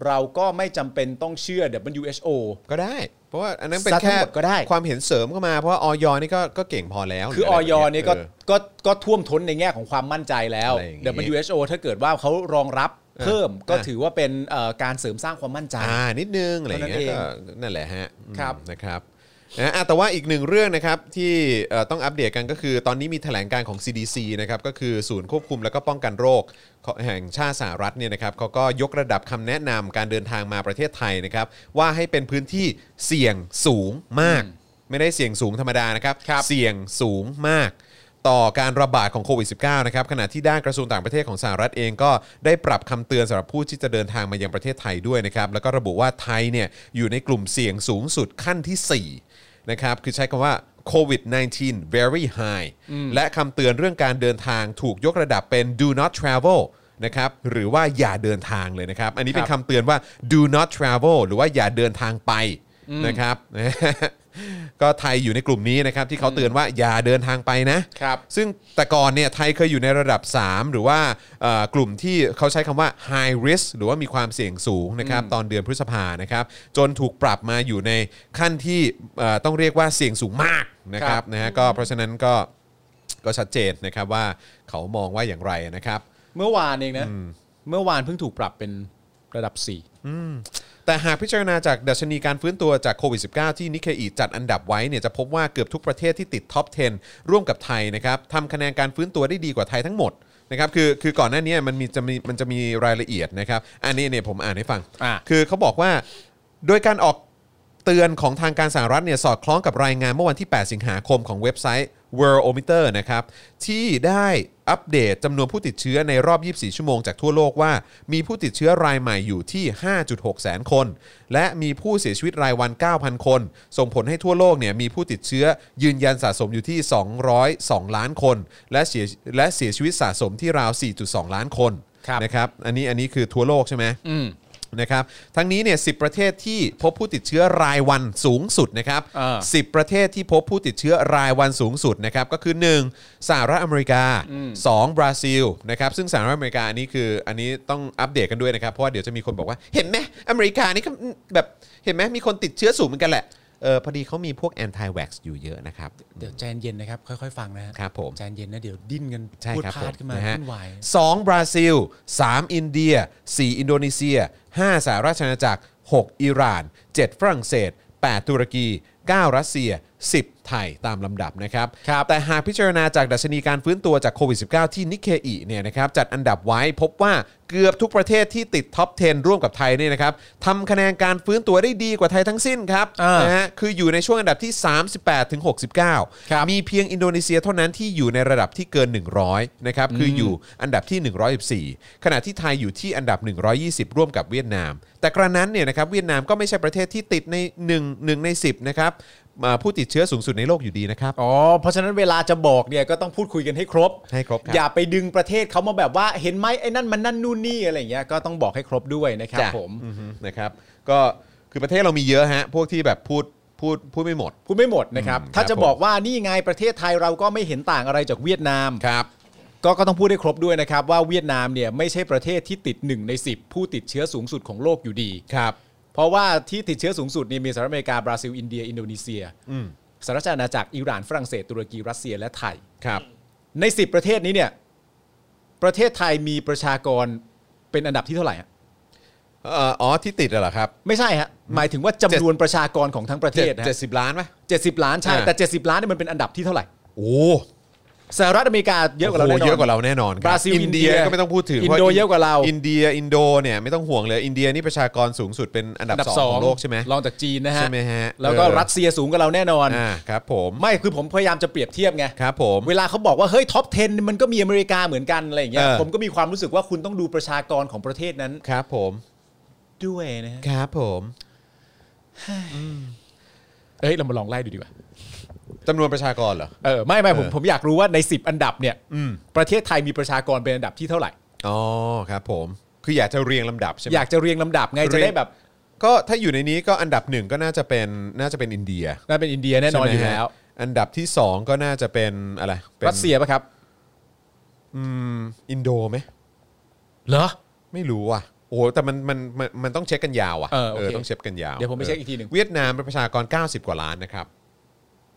เราก็ไม่จำเป็นต้องเชื่อ WHO ก็ได้ เพราะว่าอันนั้นเป็น ซะทั้ง แค่ หมดก็ได้ ความเห็นเสริมเข้ามาเพราะว่าออยนี่ก็ก็เก่งพอแล้ว คือออย ะไรแบบ เนี่ยก็ ออ ก็ก็ท่วมท้นในแง่ของความมั่นใจแล้ว อะไรอย่างงี้ เดี๋ยวมัน WHO ถ้าเกิดว่าเขารองรับเพิ่มก็ อ่ะ ถือว่าเป็นเอ่อการเสริมสร้างความมั่นใจ อ่านิดนึงอะไรอย่างเงี้ย เท่านั้ ก็ น นั่นแหละฮะอืม ครับ นะครับนะอ่ะแต่ว่าอีกหนึ่งเรื่องนะครับที่เอ่อต้องอัปเดตกันก็คือ ตอนนี้มีแถลงการของ CDC นะครับก็คือศูนย์ควบคุมและก็ป้องกันโรคของแห่งชาติสหรัฐเนี่ยนะครับเขาก็ยกระดับคำแนะนำการเดินทางมาประเทศไทยนะครับ ว่าให้เป็นพื้นที่เสี่ยงสูงมาก ไม่ได้เสี่ยงสูงธรรมดานะครับ เสี่ยงสูงมาก ต่อการระบาดของโควิด -19 นะครับขณะที่ด้านกระทรวงต่างประเทศของสหรัฐเองก็ได้ปรับคำเตือนสำหรับผู้ที่จะเดินทางมายังประเทศไทยด้วยนะครับแล้วก็ระบุว่าไทยเนี่ยอยู่ในกลุ่มเสี่ยงสูงสุดขั้นที่ 4 นะครับ คือใช้คำว่าโควิด -19 very high และคำเตือนเรื่องการเดินทางถูกยกระดับเป็น do not travel นะครับหรือว่าอย่าเดินทางเลยนะครับ อันนี้เป็นคำเตือนว่า do not travel หรือว่าอย่าเดินทางไปนะครับ <laughs> ก็ไทยอยู่ในกลุ่มนี้นะครับที่เขาเตือนว่าอย่าเดินทางไปนะ ครับ ซึ่งแต่ก่อนเนี่ยไทยเคยอยู่ในระดับ 3 หรือว่าเอ่อกลุ่มที่เขาใช้คำว่า high risk หรือว่ามีความเสี่ยงสูงนะครับตอนเดือนพฤษภานะครับ จนถูกปรับมาอยู่ในขั้นที่เอ่อต้องเรียกว่าเสี่ยงสูงมากนะค ครั รับบ นะฮะก็เพราะฉะนั้นก็ก็ชัดเจนนะครับว่าเขามองว่าอย่างไรนะครับ เมื่อวานเองนะ เมื่อวานเพิ่งถูกปรับเป็นระดับ 4 แต่หากพิจารณาจากดัชนีการฟื้นตัวจากโควิด -19 ที่นิเคอีจัดอันดับไว้เนี่ยจะพบว่าเกือบทุกประเทศที่ติดท็อป 10 ร่วมกับไทยนะครับทำคะแนนการฟื้นตัวได้ดีกว่าไทยทั้งหมดนะครับคือคือก่อนหน้าเนี้มันมีจะมีมันจะมีรายละเอียดนะครับอันนี้เนี่ยผมอ่านให้ฟัง อ่ะ คือเขาบอกว่าโดยการออกเตือนของทางการสหรัฐเนี่ยสอดคล้องกับรายงานเมื่อวันที่ 8 สิงหาคมของเว็บไซต์ Worldometer นะครับที่ได้อัปเดตจำนวนผู้ติดเชื้อในรอบ 24 ชั่วโมงจากทั่วโลกว่า มีผู้ติดเชื้อรายใหม่อยู่ที่ 5.6 แสนคน และมีผู้เสียชีวิตรายวัน 9,000 คน ส่งผลให้ทั่วโลกเนี่ยมีผู้ติดเชื้อยืนยันสะสมอยู่ที่ 202 ล้านคน และเสียและเสียชีวิตสะสมที่ราว 4.2 ล้านคน ครับ นะครับอันนี้อันนี้คือทั่วโลกใช่ไหม อืม นะครับทั้งนี้เนี่ยสิประเทศที่พบผู้ติดเชื้อรายวันสูงสุดนะครับ อ่า สิประเทศที่พบผู้ติดเชื้อรายวันสูงสุดนะครับก็คือ 1. สหรัฐอเมริกา 2. บราซิลนะครับซึ่งสหรัฐอเมริกาอันนี้คืออันนี้ต้องอัปเดตกันด้วยนะครับเพราะว่าเดี๋ยวจะมีคนบอกว่าเห็นไหมอเมริกานี่ก็แบบเห็นไหมมีคนติดเชื้อสูงเหมือนกันแหละเออพอดีเขามีพวกแอนตี้แว็กซ์อยู่เยอะนะครับ เดี๋ยวใจเย็นนะครับ ค่อยๆ ฟังนะฮะ ครับผม ใจเย็นนะเดี๋ยวดิ้นกัน ใช่ พูด ครับ พ ผ ลาด ม ขึ้นมา นะฮะ วุ่นวาย สองบราซิลสามอินเดียสี่อินโดนีเซียห้าสหราชอาณาจักรหกอิหร่านเจ็ดฝรั่งเศสแปดตุรกีเก้ารัสเซียสิบไทยตามลำดับนะครับ ครับ แต่หากพิจารณาจากดัชนีการฟื้นตัวจากโควิด -19 ที่นิเคอีเนี่ยนะครับจัดอันดับไว้พบว่าเกือบทุกประเทศที่ติดท็อป 10 ร่วมกับไทยเนี่ยนะครับทำคะแนนการฟื้นตัวได้ดีกว่าไทยทั้งสิ้นครับ อ่าน นะฮะคืออยู่ในช่วงอันดับที่ 38ถึง69 ครับ มีเพียงอินโดนีเซียเท่านั้นที่อยู่ในระดับที่เกิน 100 นะครับ คืออยู่อันดับที่ 114 ขณะที่ไทยอยู่ที่อันดับ 120 ร่วมกับเวียดนาม แต่กระนั้นเนี่ยนะครับเวียดนามก็ไม่ใช่ประเทศที่ติดใน1 1ใน 10 นะครับอ่าผู้ติดเชื้อสูงสุดในโลกอยู่ดีนะครับ อ๋อ เพราะฉะนั้นเวลาจะบอกเนี่ยก็ต้องพูดคุยกันให้ครบ ให้ครบครับ อย่าไปดึงประเทศเขามาแบบว่าเห็นไหมไอ้นั่นมันนั่นนู่นนี่อะไรอย่างเงี้ยก็ต้องบอกให้ครบด้วยนะครับ จ้ะ ผม อือฮึนะครับ ก็คือประเทศเรามีเยอะฮะ พวกที่แบบพูดพูดพูดไม่หมด พูดไม่หมดนะครับ อืม ถ้า ครับ จะบอก ผม ว่านี่ไงประเทศไทยเราก็ไม่เห็นต่างอะไรจากเวียดนาม ครับ ก็ก็ต้องพูดได้ครบด้วยนะครับ ว่าเวียดนามเนี่ยไม่ใช่ประเทศที่ติด 1 ใน 10 ผู้ติดเชื้อสูงสุดของโลกอยู่ดี ครับ เพราะว่าที่ติดเชื้อสูงสุดเนี่ยมีสหรัฐอเมริกา บราซิล อินเดีย อินโดนีเซีย อืม สหรัฐอาณาจักรอิหร่านฝรั่งเศสตุรกีรัสเซียและไทย ครับ ใน 10 ประเทศนี้เนี่ยประเทศไทยมีประชากรเป็นอันดับที่เท่าไหร่ฮะ เอ่ออ๋อที่ติดเหรอครับ ไม่ใช่ฮะหมายถึงว่าจำนวนประชากรของทั้งประเทศเจ็ด นะ เจ็ดสิบล้านไหม เจ็ดสิบล้านใช่ อ่า แต่ 70 ล้านเนี่ยมันเป็นอันดับที่เท่าไหร่ โอ้โห สหรัฐอเมริกาเยอะกว่าเราแน่นอน เยอะกว่าเราแน่นอนค บราซิล อินเดีย อินเดีย ก็ไม่ต้องพูดถึง อินโดเยอะกว่าเรา อินเดียอินโดเนี่ยไม่ต้องห่วงเลยอินเดียนี่ประชากรสูงสุดเป็นอันดับสองของโลกใช่ไหม รองจากจีนนะฮะ ใช่ไหมฮะ แล้วก็ เออ รัสเซียสูงกว่าเราแน่นอน อ่าครับผม ไม่คือผมพยายามจะเปรียบเทียบไง ครับผม เวลาเขาบอกว่าเฮ้ยท็อป 10 มันก็มีอเมริกาเหมือนกันอะไรอย่างเงี้ย เออ ผมก็มีความรู้สึกว่าคุณต้องดูประชากรของประเทศนั้น ครับผม ด้วยนะฮะ ครับผม เอ้ยเรามาลองไล่ดูดีกว่า จำนวนประชากรเหรอ เออไม่ไม่ผม เออ ผมอยากรู้ว่าใน 10 อันดับเนี่ย อืม ประเทศไทยมีประชากรเป็นอันดับที่เท่าไหร่ อ๋อครับผม คืออยากจะเรียงลำดับใช่ไหม อยากจะเรียงลำดับไง เรียง จะได้แบบ ก็ถ้าอยู่ในนี้ก็อันดับหนึ่งก็น่าจะเป็นน่าจะเป็นอินเดีย น่าเป็นอินเดียแน่นอนอใช่ไหมยู่แล้ว ฮะอันดับที่สองก็น่าจะเป็นอะไรป็น รัสเซียปะครับ อืมอินโดไหม เหรอ ไม่รู้ว่ะ โอ้โหแต่มันมันมันมันต้องเช็คกันยาวอ่ะ เออโอเค ต้องเช็คกันยาว เดี๋ยวผมไปเช็คอีกทีหนึ่ง เวียดนามเป็นประชากร 90 กว่าล้านนะครับ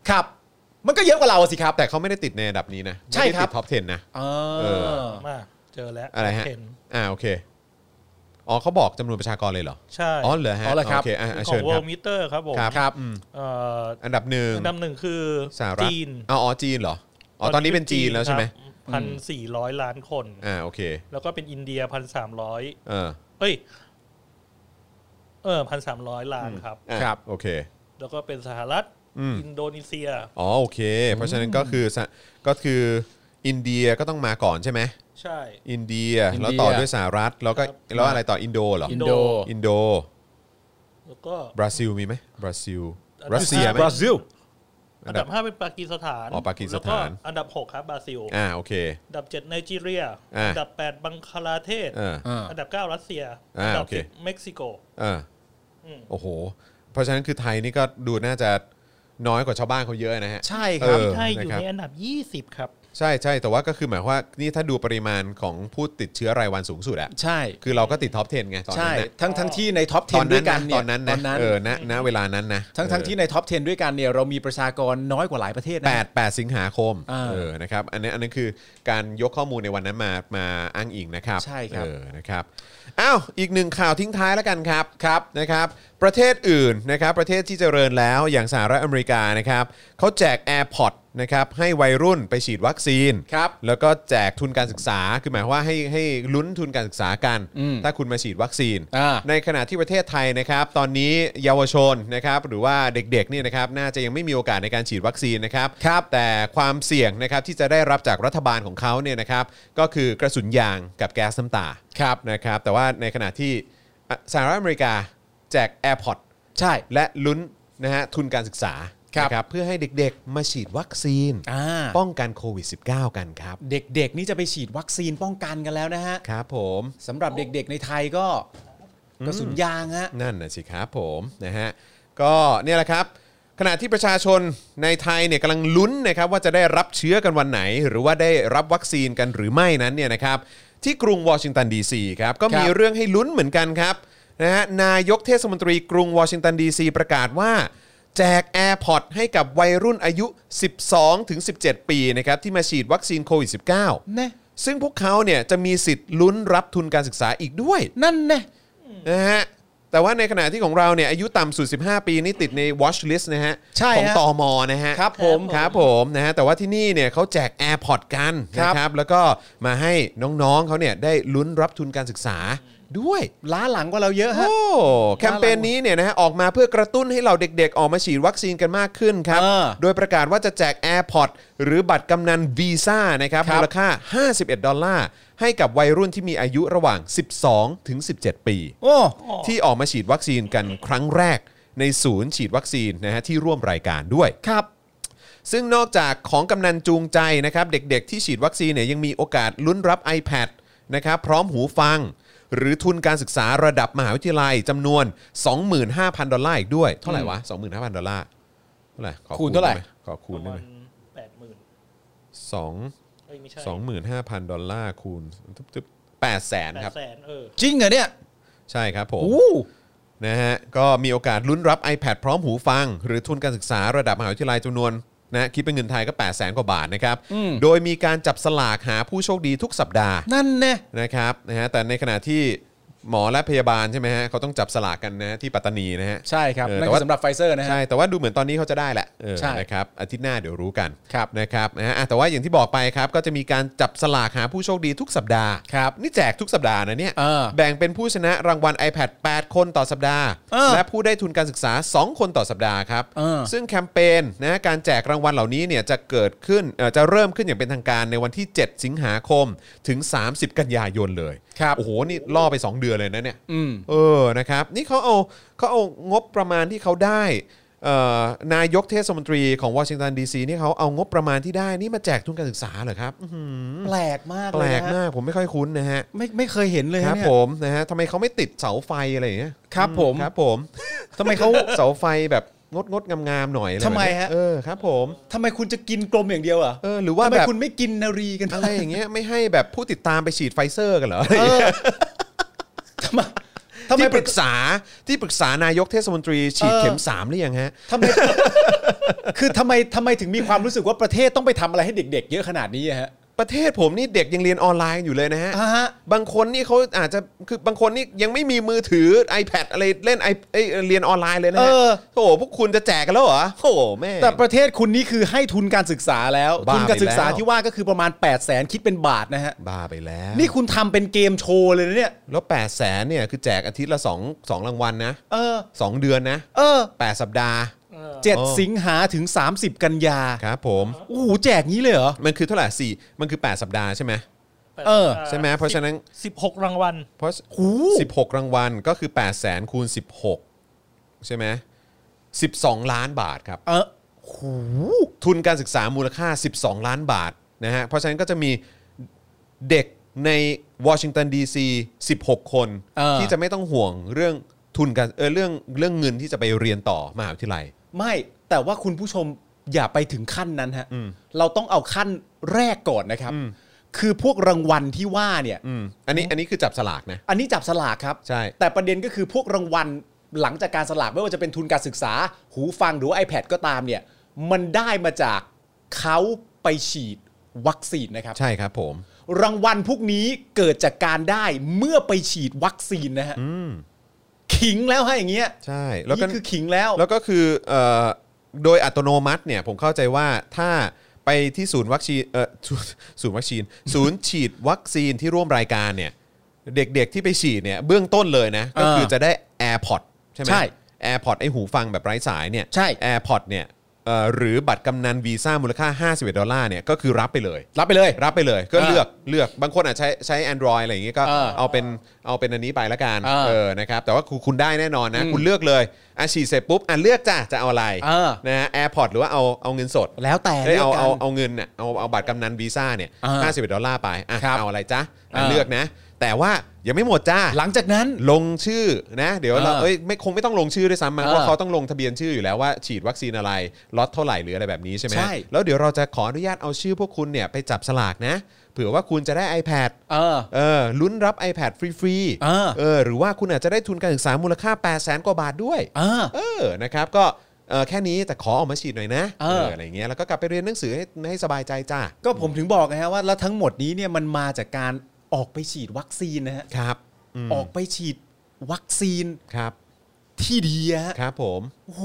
ครับ มันก็เยอะกว่าเราสิครับ แต่เขาไม่ได้ติดในอันดับนี้นะ ใช่ ไม่ได้ ครับ ติดท็อป 10 นะ อ่ เอา อ มากเจอแล้ว อะไรฮะ เห็น อ่าโอเค อ๋อเขาบอกจำนวนประชากรเลยเหรอ ใช่ อ๋อเหรอฮะ อ๋อเหรอครับ โอเคอ่ะอ่ะ ขอ เชิ ง ญ w ค o r รับ l d Meter ครับผม ครับ ครับ อืม เอ่อ อันดับหนึ่ง อันดับหนึ่งคือ สหรัฐ จีน อ๋ออ๋อจีนเหรอ อ๋อตอนนี้เป็นจีนแล้วใช่ไหม พันสี่ร้อยล้านคน อ่าโอเค แล้วก็เป็นอินเดียพันสามร้อย เออ เอ้ย เออพันสามร้อยล้านครับ อ่ะ ครับ โอเค แล้วก็เป็นสหรัฐ อืม อินโดนีเซีย อ๋อโอเค เพราะฉะนั้นก็คือสะก็คืออินเดียก็ต้องมาก่อนใช่ไหม ใช่ อินเดีย อินเดีย แล้วต่อด้วยสหรัฐแล้วก็ ครับ แล้วอะไรต่ออินโดเหรอ อิ อิ น น โด โด โด แล้วก็ บราซิลมีไหมบราซิลรัสเซียไหม บราซิล อันดับห้าเป็นปากีสถาน อ๋อปากีสถาน แล้วก็อันดับหกครับบราซิล อ่าโอเค อันดับเจ็ดไนจีเรีย อ่า อันดับแปดบังคลาเทศ เออ อันดับเก้ารัสเซีย อ่า อัดับ โอเค สิบเม็กซิโก เอออ ม โอ้โห เพราะฉะนั้นคือไทยนี่ก็ดูน่าจะน้อยกว่าชาวบ้านเขาเยอะนะฮะ ใช่ครับ เออ ไทยอยู่ นะครับ ในอันดับ 20 ครับ ใช่ใช่แต่ว่าก็คือหมายความว่านี่ถ้าดูปริมาณของผู้ติดเชื้อรายวันสูงสุดอะ ใช่ คือเราก็ติดท็อป 10 ไงตอน ใช่ นั้นนะ ทั้งทั้งที่ในท็อป ตอน 10 ด้ นั้ วน ยกั นะ นเนี่ ต ย อนนั้นนะเออณณเวลานั้นนะ ทั้งทั้ง เออ ที่ในท็อป 10 ด้วยกันเนี่ยเรามีประชากรน้อยกว่าหลายประเทศนะ 8 8 สิงหาคม อ่า เออนะครับอันนี้อันนั้นคือการยกข้อมูลในวันนั้นมามาอ้างอิงนะครับ ใช่ครับ เออนะครับอ้าวอีกหนึ่งข่าวทิ้งท้ายแล้วกันครับครับนะครับ ประเทศอื่นนะครับประเทศที่เจริญแล้วอย่างสหรัฐอเมริกานะครับเขาแจก AirPod นะครับให้วัยรุ่นไปฉีดวัคซีน ครับ แล้วก็แจกทุนการศึกษา คือหมายความว่าให้ให้ลุ้นทุนการศึกษากัน อืม ถ้าคุณมาฉีดวัคซีน อ่า ในขณะที่ประเทศไทยนะครับ ตอนนี้เยาวชนนะครับ หรือว่าเด็กๆเนี่ยนะครับ น่าจะยังไม่มีโอกาสในการฉีดวัคซีนนะครับ ครับ แต่ความเสี่ยงนะครับที่จะได้รับจากรัฐบาลของเขาเนี่ยนะครับ ก็คือกระสุนยางกับแก๊สน้ำตา ครับ นะครับ แต่ว่าในขณะที่อ่ะสหรัฐอเมริกาแจก AirPod ใช่ และลุ้นนะฮะทุนการศึกษา ครับ นะเพื่อให้เด็กๆ มาฉีดวัคซีน อ่า ป้องกันโควิด -19 กันครับ เด็กๆ นี่จะไปฉีดวัคซีนป้องกันกันแล้วนะฮะ ครับผม สำหรับเด็กๆในไทยก็กระสุนยางฮะ นั่นนะสิครับผมนะฮะก็เนี่ยแหละครับ ขณะที่ประชาชนในไทยเนี่ยกำลังลุ้นนะครับว่าจะได้รับเชื้อกันวันไหน หรือว่าได้รับวัคซีนกันหรือไม่นั้นเนี่ยนะครับที่กรุงวอชิงตันดีซีครับก็มี ครับ เรื่องให้ลุ้นเหมือนกันครับนะฮะนายกเทศมนตรีกรุงวอชิงตันดีซีประกาศว่า แจก AirPod ให้กับวัยรุ่นอายุ 12-17 ปีนะครับที่มาฉีดวัคซีนโควิด -19 นะ ซึ่งพวกเขาเนี่ยจะมีสิทธิ์ลุ้นรับทุนการศึกษาอีกด้วย นั่นนะ นะฮะแต่ว่าในขณะที่ของเราเนี่ยอายุต่ำสุด 15 ปีนี่ติดใน watch list นะฮะ ใช่ ของ ฮะ ตอมอนะฮะ ครับผม ครับผมนะฮะแต่ว่าที่นี่เนี่ยเขาแจก AirPod กัน ครั นะ บ ครับแล้วก็มาให้น้องๆเขาเนี่ยได้ลุ้นรับทุนการศึกษาด้วย ล้าหลังกว่าเราเยอะฮะ โอ้แคมเปญนี้เนี่ยนะฮะออกมาเพื่อกระตุ้นให้เหล่าเด็กๆ ออกมาฉีดวัคซีนกันมากขึ้นครับ เออ โดยประกาศว่าจะแจก AirPod หรือบัตรกำนันวีซ่านะครับ ครับ มูลค่า 51 ดอลลาร์ให้กับวัยรุ่นที่มีอายุระหว่าง 12 ถึง 17 ปี โอ้ ที่ออกมาฉีดวัคซีนกันครั้งแรกในศูนย์ฉีดวัคซีนนะฮะที่ร่วมรายการด้วย ครับ ซึ่งนอกจากของกำนันจูงใจนะครับ เด็กๆที่ฉีดวัคซีนเนี่ยยังมีโอกาสลุ้นรับ iPad นะครับพร้อมหูฟัง หรือทุนการศึกษาระดับมหาวิทยาลัยจำนวน 25,000 ดอลลาร์อีกด้วย เท่าไหร่วะ 25,000 ดอลลาร์เท่าไหร่ขอ คูณเท่าไหร่ ด้มขอคู ป ณ ระ ได้ มา ไหม ณแปดหมื่น สอง เอ้ย ไม่ใช่ สองหมื่นห้าพันดอลลาร์คูณตึ๊บแปดแสน แป ครับ ดแสนเออ จริงเหรอเนี่ย ใช่ครับผม โอ้ นะฮะก็มีโอกาสลุ้นรับ iPad พร้อมหูฟัง หรือทุนการศึกษาระดับมหาวิทยาลัยจำนวนนะคิดเป็นเงินไทยก็ 8 0 0แสนกว่าบาทนะครับ โดยมีการจับสลากหาผู้โชคดีทุกสัปดาห์ นั่นนะ นะครับนะฮะแต่ในขณะที่ หมอและพยาบาลใช่ไหมฮะเขาต้องจับสลากกันนะที่ปัตตานีนะฮะ ใช่ครับ เออ นั่นคืแต่ว่า อสำหรับไฟเซอร์นะฮะ ใช่แต่ว่าดูเหมือนตอนนี้เขาจะได้แหละเออ ใช่ นะครับอาทิตย์หน้าเดี๋ยวรู้กัน ครับ นะครับนะฮะอ่ะแต่ว่าอย่างที่บอกไปครับ ก็จะมีการจับสลากหาผู้โชคดีทุกสัปดาห์ ครับ นี่แจกทุกสัปดาห์นะเนี่ย เออ แบ่งเป็นผู้ชนะรางวัล iPad 8 คนต่อสัปดาห์ เออ และผู้ได้ทุนการศึกษา 2 คนต่อสัปดาห์ครับ เออ ซึ่งแคมเปญนะการแจกรางวัลเหล่านี้เนี่ยจะเกิดขึ้นเอ่อจะเริ่มขึ้นอย่างเป็นทางการในวันที่ 7 สิงหาคมถึง 30 กันยายนเลย ครับ โอ้โหนี่ล่อไป 2 เดือนเลยนะเนี่ย อืม เออ นะครับ นี่เขาเอาเขาเอางบประมาณที่เขาได้เอ่อนายกเทศมนตรีของวอชิงตันดีซีนี่เขาเอางบประมาณที่ได้นี่มาแจกทุนการศึกษาเหรอครับอื้อหือ แปลกมาก แป เล ล ยนะกฮะ มากผมไม่ค่อยคุ้นนะฮะ ไม่ไม่เคยเห็นเลย ค ฮะ รับ เนี่ย ผมนะฮะทำไมเขาไม่ติดเสาไฟอะไรอย่างเงี้ย ครับผม ครับผม <laughs> ทำไมเขา เสาไฟแบบงดงดๆงามๆหน่อยอรแบบ ทำไม เนี้ย ฮะ เออครับผม ทำไมคุณจะกินกลมอย่างเดียวอ่ะ เออหรือว่า ทำไม แบบ คุณไม่กินนารีกัน อะไรอย่างเงี้ยไม่ให้แบบผู้ติดตามไปฉีดไฟเซอร์กันเหรอ เออทำไมทำไม ที่ป ปรึ รึ ก กษาที่ปรึกษานายกเทศมนตรีฉีดเข็มสามหรือยังฮะ ทำไมคือทำไมทำไมถึงมีความรู้สึกว่าประเทศต้องไปทำอะไรให้เด็ก ๆ เยอะขนาดนี้อะฮะ ประเทศผมนี่เด็กยังเรียนออนไลน์อยู่เลยนะฮะ อ่าฮะ บางคนนี่เขาอาจจะคือบางคนนี่ยังไม่มีมือถือ iPad อะไรเล่นไอเอ้ยเรียนออนไลน์เลยนะฮะ เออ โอ้โหพวกคุณจะแจกกันแล้วเหรอโอ้โหแม่ แต่ประเทศคุณนี่คือให้ทุนการศึกษาแล้ว บ้า ทุนการศึกษา ไปแล้ว ที่ว่าก็คือประมาณ 8 0 0แสนคิดเป็นบาทนะฮะ บ้าไปแล้ว นี่คุณทำเป็นเกมโชว์เลยนะเนี่ย แล้ว8 0 0แสนเนี่ยคือแจกอาทิตย์ละ2 2รางวัลนะ เออ สองเดือนนะ เออ 8 สัปดาห์ เออ เจ็ด อ๋อ สิงหาถึง 30 กันยา ครับผม โอ้โหแจกงี้เลยเหรอ มันคือเท่าไหร่สี่มันคือ 8 สัปดาห์ใช่ไหม แปด เออ ใช่ไหมเพราะฉะนั้น สิบหกรางวัล เพราะ หู สิบหกรางวัลก็คือ8 0 0แสนคูณ 16 ใช่ไหม12 ล้านบาทครับ เออหู ทุนการศึกษามูลค่า 12 ล้านบาทนะฮะ เพราะฉะนั้นก็จะมีเด็กในวอชิงตันดีซี16 คน เออ ที่จะไม่ต้องห่วงเรื่องทุนการเออเรื่องเรื่องเงินที่จะไปเรียนต่อมหาวิทยาลัย ไม่แต่ว่าคุณผู้ชมอย่าไปถึงขั้นนั้นฮะเราต้องเอาขั้นแรกก่อนนะครับ คือพวกรางวัลที่ว่าเนี่ย อืมอันนี้อันนี้คือจับสลากนะ อันนี้จับสลากครับ ใช่ แต่ประเด็นก็คือพวกรางวัลหลังจากการสลากไม่ว่าจะเป็นทุนการศึกษา หูฟังหรือว่า iPad ก็ตามเนี่ย มันได้มาจากเขาไปฉีดวัคซีนนะครับ ใช่ครับผม รางวัลพวกนี้เกิดจากการได้เมื่อไปฉีดวัคซีนนะฮะ อืม ขิงแล้วฮะอย่างเงี้ย ใช่แล้วก็ นี่คือขิงแล้ว แล้วก็คือเอ่อโดยอัตโนมัติเนี่ยผมเข้าใจว่าถ้าไปที่ศูนย์วัคซีนเอ่อ <laughs> ศูนย์ศูนย์วัคซีน ศูนย์ฉีดวัคซีนที่ร่วมรายการเนี่ยเด็กๆที่ไปฉีดเนี่ยเบื้องต้นเลยนะก็คือจะได้ AirPod ใช่ไหม ใช่ AirPod ไอหูฟังแบบไร้สายเนี่ย ใช่ AirPod เนี่ยเอ่อหรือบัตรกำนันวีซ่ามูลค่า 51 ดอลลาร์เนี่ยก็คือรับไปเลย รับไปเลย รับไปเลยก็ เออ เลือกเลือกบางคนอาจใช้ใช้ Android อะไรอย่างงี้ก็ เออ เอาเป็นเอาเป็นอันนี้ไปละกัน เออ เออนะครับแต่ว่าคุณคุณได้แน่นอนนะ คุณเลือกเลยอ่ะฉีดเสร็จปุ๊บอ่ะเลือกจ้ะจะเอาอะไร เออ นะฮะแอร์พอร์ตหรือว่าเอาเอาเงินสด แล้วแต่ ได้ยเอา ลืกกัน เอาเอาเงินเนี่ยเอาเอาบัตรกำนันวีซ่าเนี่ย เออ ห้าสิบดอลลาร์ไปอ่ะ ครับ เอาอะไรจ้ะอ่ะ เออ เลือกนะ แต่ว่ายังไม่หมดจ้า หลังจากนั้น ลงชื่อนะเดี๋ยวเรา เออ เอ้ยไม่คงไม่ต้องลงชื่อด้วยซ้ำมั้ง เออ เพราะเขาต้องลงทะเบียนชื่ออยู่แล้วว่าฉีดวัคซีนอะไรล็อตเท่าไหร่หรืออะไรแบบนี้ใช่ไหม ใช่ แล้วเดี๋ยวเราจะขออนุญาตเอาชื่อพวกคุณเนี่ยไปจับสลากนะเผื่อว่าคุณจะได้ iPad เออ เออลุ้นรับ iPad ฟรี เออ เออหรือว่าคุณอาจจะได้ทุนการศึกษามูลค่า 8 0 0แสนกว่าบาทด้วย เออ เออนะครับก็เออแค่นี้แต่ขอออกมาฉีดหน่อยนะ เออ ไรอย่างเงี้ยแล้วก็กลับไปเรียนหนังสือให้ให้สบายใจจ้า ก็ผมถึงบอกนะฮะว่าแล้วทั้งหมดนี้เนี่ยมันมาจากการออกไปฉีดวัคซีนนะฮะ ครับ ออกไปฉีดวัคซีน ครับ ที่ดีอะฮะ ครับผม โอ้โห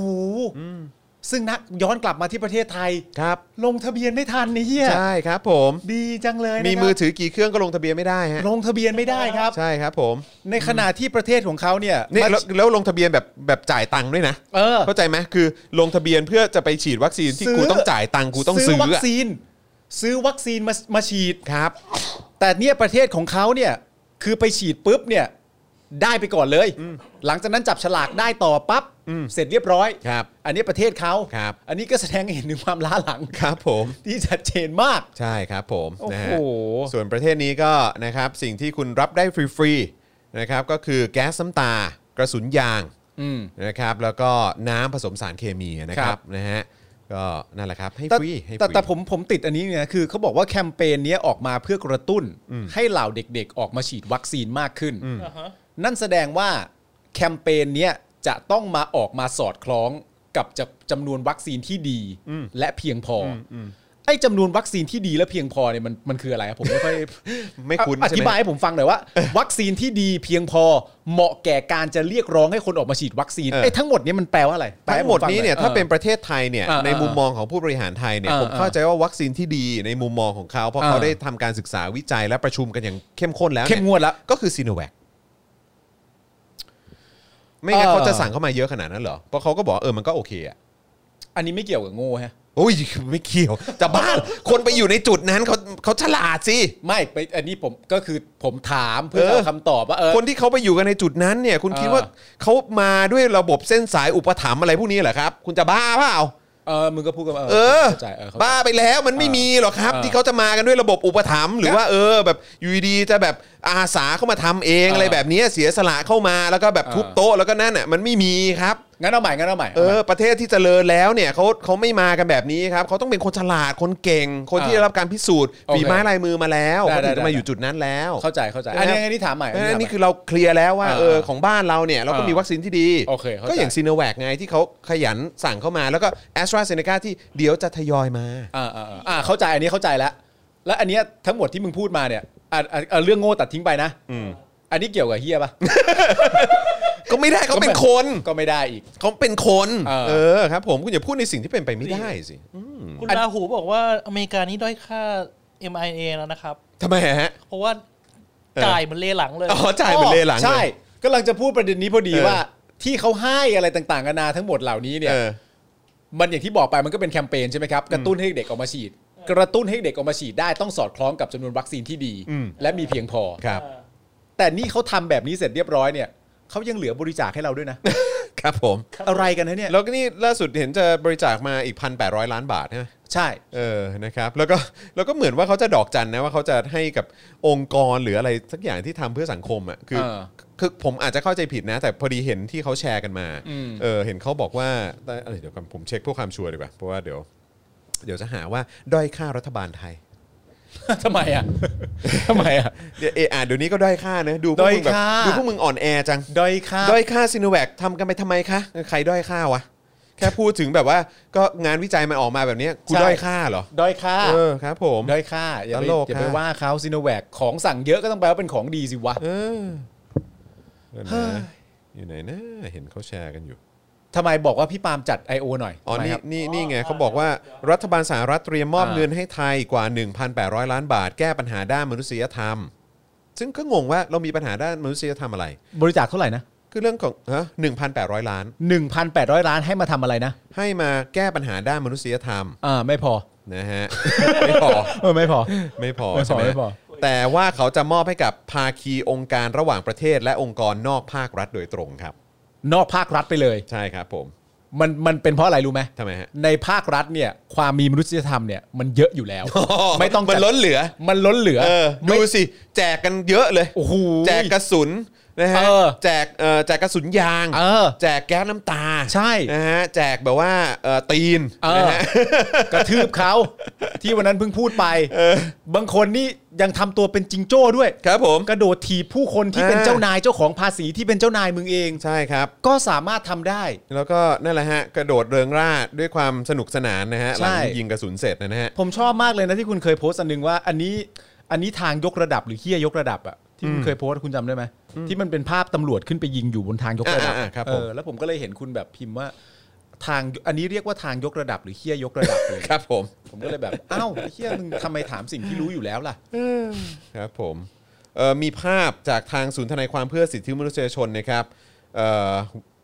ซึ่งนักย้อนกลับมาที่ประเทศไทย ครับ ลงทะเบียนไม่ทันนี่เฮีย ใช่ครับผม ดีจังเลยนะครับ มีมือถือกี่เครื่องก็ลงทะเบียนไม่ได้ฮะ ลงทะเบียนไม่ได้ครับ ใช่ครับผม ในขณะที่ประเทศของเขาเนี่ย นี่แล้วแล้วลงทะเบียนแบบแบบจ่ายตังค์ด้วยนะ เออ เข้าใจไหมคือลงทะเบียนเพื่อจะไปฉีดวัคซีนที่กูต้องจ่ายตังค์กูต้องซื้อ วัค อะ ซีน ซื้อวัคซีนมามาฉีด ครับ แต่เนี่ยประเทศของเขาเนี่ยคือไปฉีดปุ๊บเนี่ยได้ไปก่อนเลย หลังจากนั้นจับฉลากได้ต่อปั๊บเสร็จเรียบร้อย ครับ อันนี้ประเทศเขา ครับ อันนี้ก็แสดงให้เห็นถึงความล้าหลัง ครับผม ที่ชัดเจนมาก ใช่ครับผม โอ้โห นะฮะส่วนประเทศนี้ก็นะครับสิ่งที่คุณรับได้ฟรีๆนะครับก็คือแก๊สน้ำตา กระสุนยาง อืม นะครับแล้วก็น้ำผสมสารเคมีนะค ครั รับบ นะฮะก็นั่นแหละครับให้ แต่ ฟรีให้ฟ แต่ รี แต่ผมผมติดอันนี้เนี่ยนะคือเขาบอกว่าแคมเปญเนี้ยออกมาเพื่อกระตุ้น ให้เหล่าเด็กๆ ออกมาฉีดวัคซีนมากขึ้น อ่าฮะ นั่นแสดงว่าแคมเปญเนี้ยจะต้องมาออกมาสอดคล้องกับจะจำนวนวัคซีนที่ดีและเพียงพออ ไอ้จำนวนวัคซีนที่ดีและเพียงพอเนี่ยมันมันคืออะไรครับผมไม่ค่อย ไม่คุ้น อ ใช่ ธิ ไหม บายให้ผมฟังหน่อยว่า วัคซีนที่ดีเพียงพอเหมาะแก่การจะเรียกร้องให้คนออกมาฉีดวัคซีนไอ้ทั้งหมดเนี้มันแปลว่าอะไรแปล ทั้ ใผ งหมด ฟั นี้เนี่ย อ ถ้าเป็นประเทศไทยเนี่ย เออ ในมุมมองของผู้บริหารไทยเนี่ย เออ ผมเข้าใจว่าวัคซีนที่ดีในมุมมองของเขาเพราะ เออ เขาได้ทำการศึกษาวิจัยและประชุมกันอย่างเข้มข้นแล้ว เข้ม นี่ย งวดแล้ว ก็คือซีโนแวคไม่งั้น เออ เขาจะสั่งเข้ามาเยอะขนาดนั้นเหรอเพราะเขาก็บอกว่าเออมันก็โอเคอ่ะ อันนี้ไม่เกี่ยวกับโง่ฮะ โอ้ยไม่เกี่ยวจะบ้าคนไปอยู่ในจุดนั้นเขาเขาฉลาดสิ ไม่ไปอันนี้ผมก็คือผมถามเพื่อ เออ เอาคำตอบว่าเออ คนที่เขาไปอยู่กันในจุดนั้นเนี่ย คุณ เออ คิดว่าเขามาด้วยระบบเส้นสายอุปถัมภ์อะไรพวกนี้เหรอครับ คุณจะบ้าเปล่า เออมึงก็พูดกันว่า เออ เข้าใจเออเข้าใจ บ้าไปแล้วมันไม่มีหรอกครับ เออ ที่เขาจะมากันด้วยระบบอุปถัมภ์หรือว่าเออแบบอยู่ดีๆจะแบบอาสาเข้ามาทำเอง เอออ อะไรแบบเนี้ยเสียสละเข้ามาแล้วก็แบบ เออ ทุบโต๊ะแล้วก็นั่นอ่ะมันไม่มีครับ งั้นเอาใหม่งั้นเอาใหม่ เอ เอาใหม่ อประเทศที่เจริญแล้วเนี่ยเขาเขาไม่มากันแบบนี้ครับเขาต้องเป็นคนฉลาดคนเก่ง คนที่ เออ ได้รับการพิสูจน์ โอเค ฝีไม้ลายมือมาแล้ว ได้ เขาถึง ได้ จะมา ได้ อยู่จุดนั้นแล้ว เข้าใจเข้าใจ นะคอัรับนนี้อันนี้ถามใหม่ เพราะฉะ อั นั้น น นี้ถามใหม่นี่คือเราเคลียร์แล้วว่า อ่า เออของบ้านเราเนี่ยเราก็ อ่ามี มีวัคซีนที่ดี โอเคเข้าใจ ก็อย่างซีโนแวคไงที่เขาขยันสั่งเข้ามาแล้วก็แอสตราเซเนกาที่เดี๋ยวจะทยอยมา อ่าอ่าอ่าอ่าเข้าใจอันนี้เข้าใจแล้ว แล้วอันเนี้ยทั้งหมดที่มึงพูดมาเนี่ยอ่าอ่าอ่าเรื่องโง่ตัดทิ้งไปนะอันนี้เกี่ยวกับเฮียปะ ก็ไม่ได้เขาเป็ก็นไม่ คน ก็ไม่ได้อีก เขาเป็นคน เออ เออครับผมคุณอย่าพูดในสิ่งที่เป็นไปไม่ได้สิ คุณราหูบอกว่าอเมริกานี่ด้อยค่า MIA แล้วนะครับ ทำไมฮะ เพราะว่า เออ จ่ายเหมือนเลหลังเลย อ๋อจ่ายเป็นเลหลังเลย ใช่กำลังจะพูดประเด็นนี้พอดี เออ ว่าที่เขาให้อะไรต่างๆนานาทั้งหมดเหล่านี้เนี่ย เออ มันอย่างที่บอกไปมันก็เป็นแคมเปญใช่ไหมครับกระตุ้นให้เด็กออกมาฉีด กระตุ้นให้เด็กออกมาฉีดได้ต้องสอดคล้องกับจำนวนวัคซีนที่ดี อืม และมีเพียงพอ ครับ เออ แต่นี่เขาทำแบบนี้เสร็จเรียบร้อยเนี่ยเขายังเหลือบริจาคให้เราด้วยนะ ครับผม อะไรกันนะเนี่ย แล้วก็นี่ล่าสุดเห็นจะบริจาคมาอีก 1,800 ล้านบาทใช่ไหม ใช่ <laughs> เออนะครับแล้วก็แล้วก็เหมือนว่าเขาจะดอกจันนะว่าเขาจะให้กับองค์กรหรืออะไรสักอย่างที่ทำเพื่อสังคมอ่ะคือ เออ คือผมอาจจะเข้าใจผิดนะ แต่พอดีเห็นที่เขาแชร์กันมา อืม เออเห็นเขาบอกว่าเอ้ยเดี๋ยวก่อนผมเช็คเพื่อความชัวร์ดีกว่าเพราะว่าเดี๋ยว เดี๋ยวจะหาว่าด้อยค่ารัฐบาลไทย ทำไมอ่ะทำไมอ่ะ เดี๋ยวเอออ่ะเดี๋ยวนี้ก็ด้อยค่านะดูพวกมึงแบด้อยบค่า ดูพวกมึงอ่อนแอจัง <laughs> ด้อยค่า ด้อยค่าซีโนแวคทำกันไปทำไมคะใครด้อยค่าวะ แค่พูดถึงแบบว่าก็งานวิจัยมันออกมาแบบเนี้ยกู ใช่ ด้อยค่าเหรอ ด้อยค่า เออครับผม ด้อยค่าอย่าไป ตลก อย่าไป ค่ะ ว่าเขาซิโนแวคของสั่งเยอะก็ต้องแปลว่าเป็นของดีสิวะ เออเดี๋ยวนะอยู่ไหนนะเห็นเขาแชร์กันอยู่ ทำไมบอกว่าพี่ปาล์มจัด I.O. หน่อย อ๋อ ทำไม นี่ ครับ นี่นี่ไงเขาบอกว่ารัฐบาลสหรัฐเตรียมมอบ อ่า เงินให้ไทยกว่า 1,800 ล้านบาท แก้ปัญหาด้านมนุษยธรรม ซึ่งก็งงว่าเรามีปัญหาด้านมนุษยธรรมอะไร บริจาคเท่าไหร่นะ คือเรื่องของฮะ1,800 ล้าน 1,800 ล้านให้มาทำอะไรนะ ให้มาแก้ปัญหาด้านมนุษยธรรม อ่าไม่พอ <laughs> นะฮะ ไม่พอ เออไม่พอ ไม่พอ ไม่พอ ใช่ไหม ไม่พอ แต่ว่าเขาจะมอบให้กับภาคีองค์การระหว่างประเทศ และองค์กรนอกภาครัฐโดยตรงครับ นอกภาครัฐไปเลย ใช่ครับผม มันมันเป็นเพราะอะไรรู้ไหม ทำไมฮะ ในภาครัฐเนี่ยความมีมนุษยธรรมเนี่ยมันเยอะอยู่ <laughs> แล้ว <laughs> ไม่ต้อง มัน จัด ล้นเหลือ มันล้นเหลือ เออ ไม่ ดูสิ แจกกันเยอะเลย โอ้โห แจกกระสุนนะฮะ เออ แจกเอ่อแจกกระสุนยาง เออ แจกแก๊สน้ำตา ใช่ นะฮะแจกแบบว่าเอ่อตีน เอ นะ อ ฮะ <laughs> กระทืบเขาที่วันนั้นเพิ่งพูดไปบางคนนี่ยังทำตัวเป็นจิงโจ้ด้วย ครับผม กระโดดถีบผู้คนที่ อ่า เป็นเจ้านายเจ้าของภาษีที่เป็นเจ้านายมึงเอง ใช่ครับ ก็สามารถทำได้ แล้วก็นั่นแหละฮะ กระโดดเริงร่าด้วยความสนุกสนานนะฮะห ใช่ ลังยิงกระสุนเสร็จนะฮะ ผมชอบมากเลยนะที่คุณเคยโพสต์อันหนึงว่า อันนี้อันนี้ทางยกระดับหรือเฮียยกระดับอะที่คุณเคยโพสต์คุณจำได้ไหมที่มันเป็นภาพตำรวจขึ้นไปยิงอยู่บนทางยกระดับ อ่าๆครับ เอ ผม อแล้วผมก็เลยเห็นคุณแบบพิมพ์ว่าทางอันนี้เรียกว่าทางยกระดับหรือเฮียยกระดับเลย ครับผม ผมก็เลยแบบ <laughs> อ้าวไอ้เฮียมึงทำไมถามสิ่งที่รู้อยู่แล้วล่ะ ครับผมเอ่อมีภาพจากทางศูนย์ทนายความเพื่อสิทธิมนุษยชนนะครับเอ่อ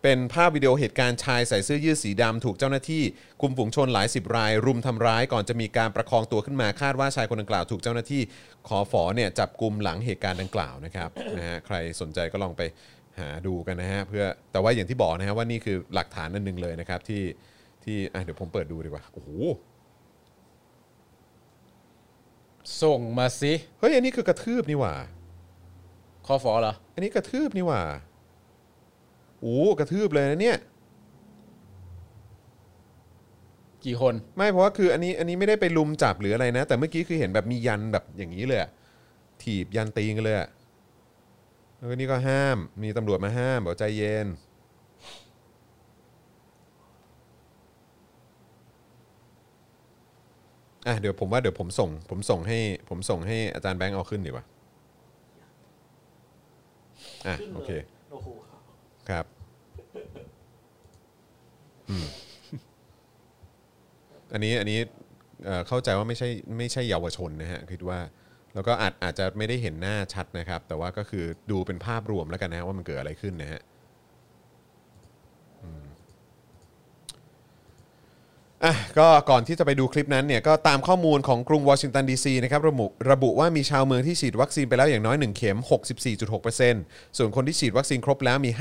เป็นภาพวิดีโอเหตุการณ์ชายใส่เสื้อยืดสีดำถูกเจ้าหน้าที่คุมฝูงชนหลายสิบราย รุมทำร้ายก่อนจะมีการประคองตัวขึ้นมาคาดว่าชายคนดังกล่าวถูกเจ้าหน้าที่ขอฝอเนี่ยจับกลุ่มหลังเหตุการณ์ดังกล่าวนะครับ นะฮะใครสนใจก็ลองไปหาดูกันนะฮะเพื่อแต่ว่าอย่างที่บอกนะฮะว่านี่คือหลักฐานอันหนึ่งเลยนะครับที่ที่อ่ะเดี๋ยวผมเปิดดูดีกว่าโอ้โห ส่งมาสิ เฮ้ยอันนี้คือกระทืบนี่หว่า คอฟอเหรอ อันนี้กระทืบนี่หว่าโอ้กระทืบเลยนะเนี่ย กี่คน ไม่เพราะว่าคืออันนี้อันนี้ไม่ได้ไปลุมจับหรืออะไรนะ แต่เมื่อกี้คือเห็นแบบมียันแบบอย่างนี้เลยอะถีบยันตีนกันเลยอะแล้วก็นี่ก็ห้าม มีตำรวจมาห้ามบอกใจเย็น ค อ่ะเดี๋ยวผมว่าเดี๋ยวผมส่ง ผมส่งให้ผมส่งให้อาจารย์แบงค์เอาขึ้นดีกว่าอ่ะ ขึ้นลย โอเค โอ้โห ครับ อันนี้อันนี้เอ่อเข้าใจว่าไม่ใช่ไม่ใช่เยาวชนนะฮะคิดว่า แล้วก็อาจอาจจะไม่ได้เห็นหน้าชัดนะครับ แต่ว่าก็คือดูเป็นภาพรวมแล้วกันนะฮะว่ามันเกิดอะไรขึ้นนะฮะอืมอ่ะก็ก่อนที่จะไปดูคลิปนั้นเนี่ยก็ตามข้อมูลของกรุงวอชิงตันดีซีนะครับระบุระบุว่ามีชาวเมืองที่ฉีดวัคซีนไปแล้วอย่างน้อย 1 เข็ม 64.6%ส่วนคนที่ฉีดวัคซีนครบแล้วมี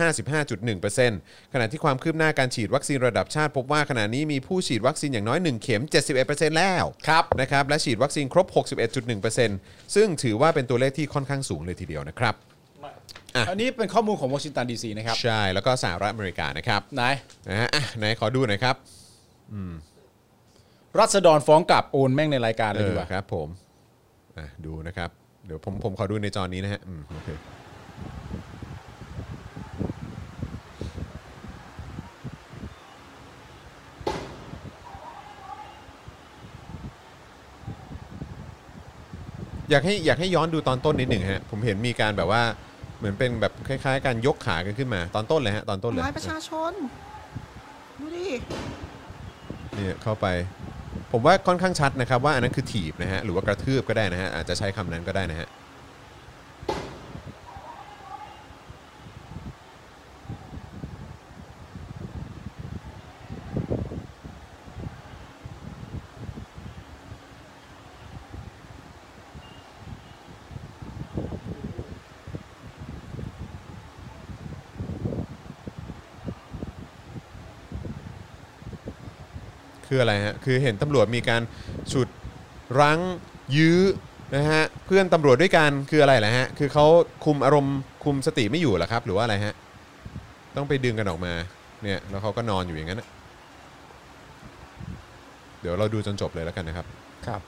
55.1%ขณะที่ความคืบหน้าการฉีดวัคซีนระดับชาติ พบว่าขณะนี้มีผู้ฉีดวัคซีนอย่างน้อย 1 เข็ม 71%แล้ว ครับ นะครับและฉีดวัคซีนครบ 61.1%ซึ่งถือว่าเป็นตัวเลขที่ค่อนข้างสูงเลยทีเดียวนะครับ มาก อันนี้เป็นข้อมูลของวอชิงตันดีซีนะครับ ใช่ แล้วก็สหรัฐอเมริกานะครับ ไหน นะฮะอ่ะไหนขอดูหน่อยครับ รัษฎรฟ้องกลับโอนแม่งในรายการเล เอย ดี อก ว่า ครับผมอ่ะดูนะครับ เดี๋ยวผมผมขอดูในจอนี้นะฮะอืมโอเคอยากให้อยากให้ย้อนดูตอนต้นนิดหนึ่งฮะ ผมเห็นมีการแบบว่าเหมือนเป็นแบบคล้ายๆ การยกขากันขึ้นมาตอนต้นเลยฮะตอนต้นเลย ทำร้ายประชาชน ดูดิ เนี่ยเข้าไปผมว่าค่อนข้างชัดนะครับ ว่าอันนั้นคือถีบนะฮะหรือว่ากระทืบก็ได้นะฮะอาจจะใช้คำนั้นก็ได้นะฮะคืออะไรฮะคือเห็นตำรวจมีการฉุดรั้งยื้อนะฮะเพื่อนตำรวจด้วยกันคืออะไรล่ะฮะคือเขาคุมอารมณ์คุมสติไม่อยู่เหรอครับ หรือว่าอะไรฮะต้องไปดึงกันออกมาเนี่ยแล้วเขาก็นอนอยู่อย่างนั้นน่ะเดี๋ยวเราดูจนจบเลยแล้วกันนะครับ ครับ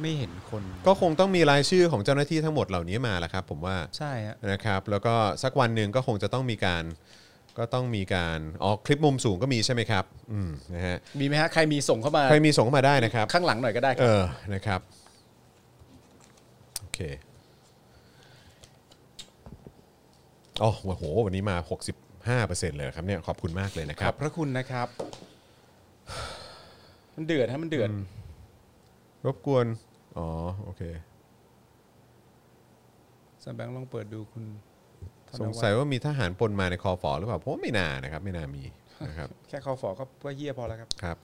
ไม่เห็นคน ก็คงต้องมีรายชื่อของเจ้าหน้าที่ทั้งหมดเหล่านี้มาแหละครับ ผมว่า ใช่ฮะ นะครับแล้วก็สักวันหนึ่งก็คงจะต้องมีการก็ต้องมีการอ๋อคลิปมุมสูงก็มีใช่ไหมครับอืมนะฮะ มีไหมฮะใครมีส่งเข้ามา ใครมีส่งเข้ามาได้นะครับ ข้างหลังหน่อยก็ได้ครับ เออนะครับโอเคอ๋อโอ้โหวันนี้มา 65%เลยเหรอครับเนี่ยขอบคุณมากเลยนะค ข รั อบ บพระคุณ <sighs> นะครับ มันเดือดฮะมันเดือด รบกวนอ๋อโอเค สแบงค์ลองเปิดดูคุณธน ส วั ง ฒน์ สัยว่ามีทหารปนมาในคอฟอหรือเปล่าผมว่าไม่น่านะครับ ไม่น่ามีนะครับ แค่คอฟอก็ว่าเฮี้ยพอแล้วครับ ครับ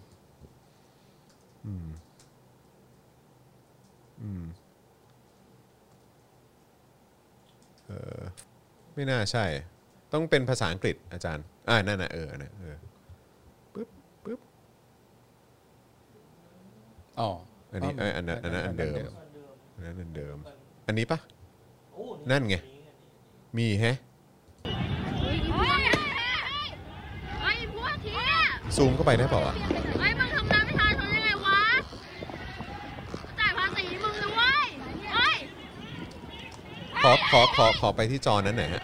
อืม อืม เออ ไม่น่าใช่ ต้องเป็นภาษาอังกฤษอาจารย์ อ่า นั่นนะเออนะเออ ปึ๊บ ปึ๊บ อ๋อ อันนี้ อ๋อ เอยอันนั้นอันนั้นอันเดิม อันเดิม อันนั้นอันเดิม อันนี้ปะ โอ้ นั่นไง มีแฮะ เฮ้ยไอ้พวกเหี้ย ซูมเข้าไปได้เปล่าวะ ไอ้มึงทำร้ายประชาชนยังไงวะจ่ายภาษีมึงนะเว้ยเฮ้ย ขอ ขอ ขอ ขอไปที่จอนั้นหน่อยฮะ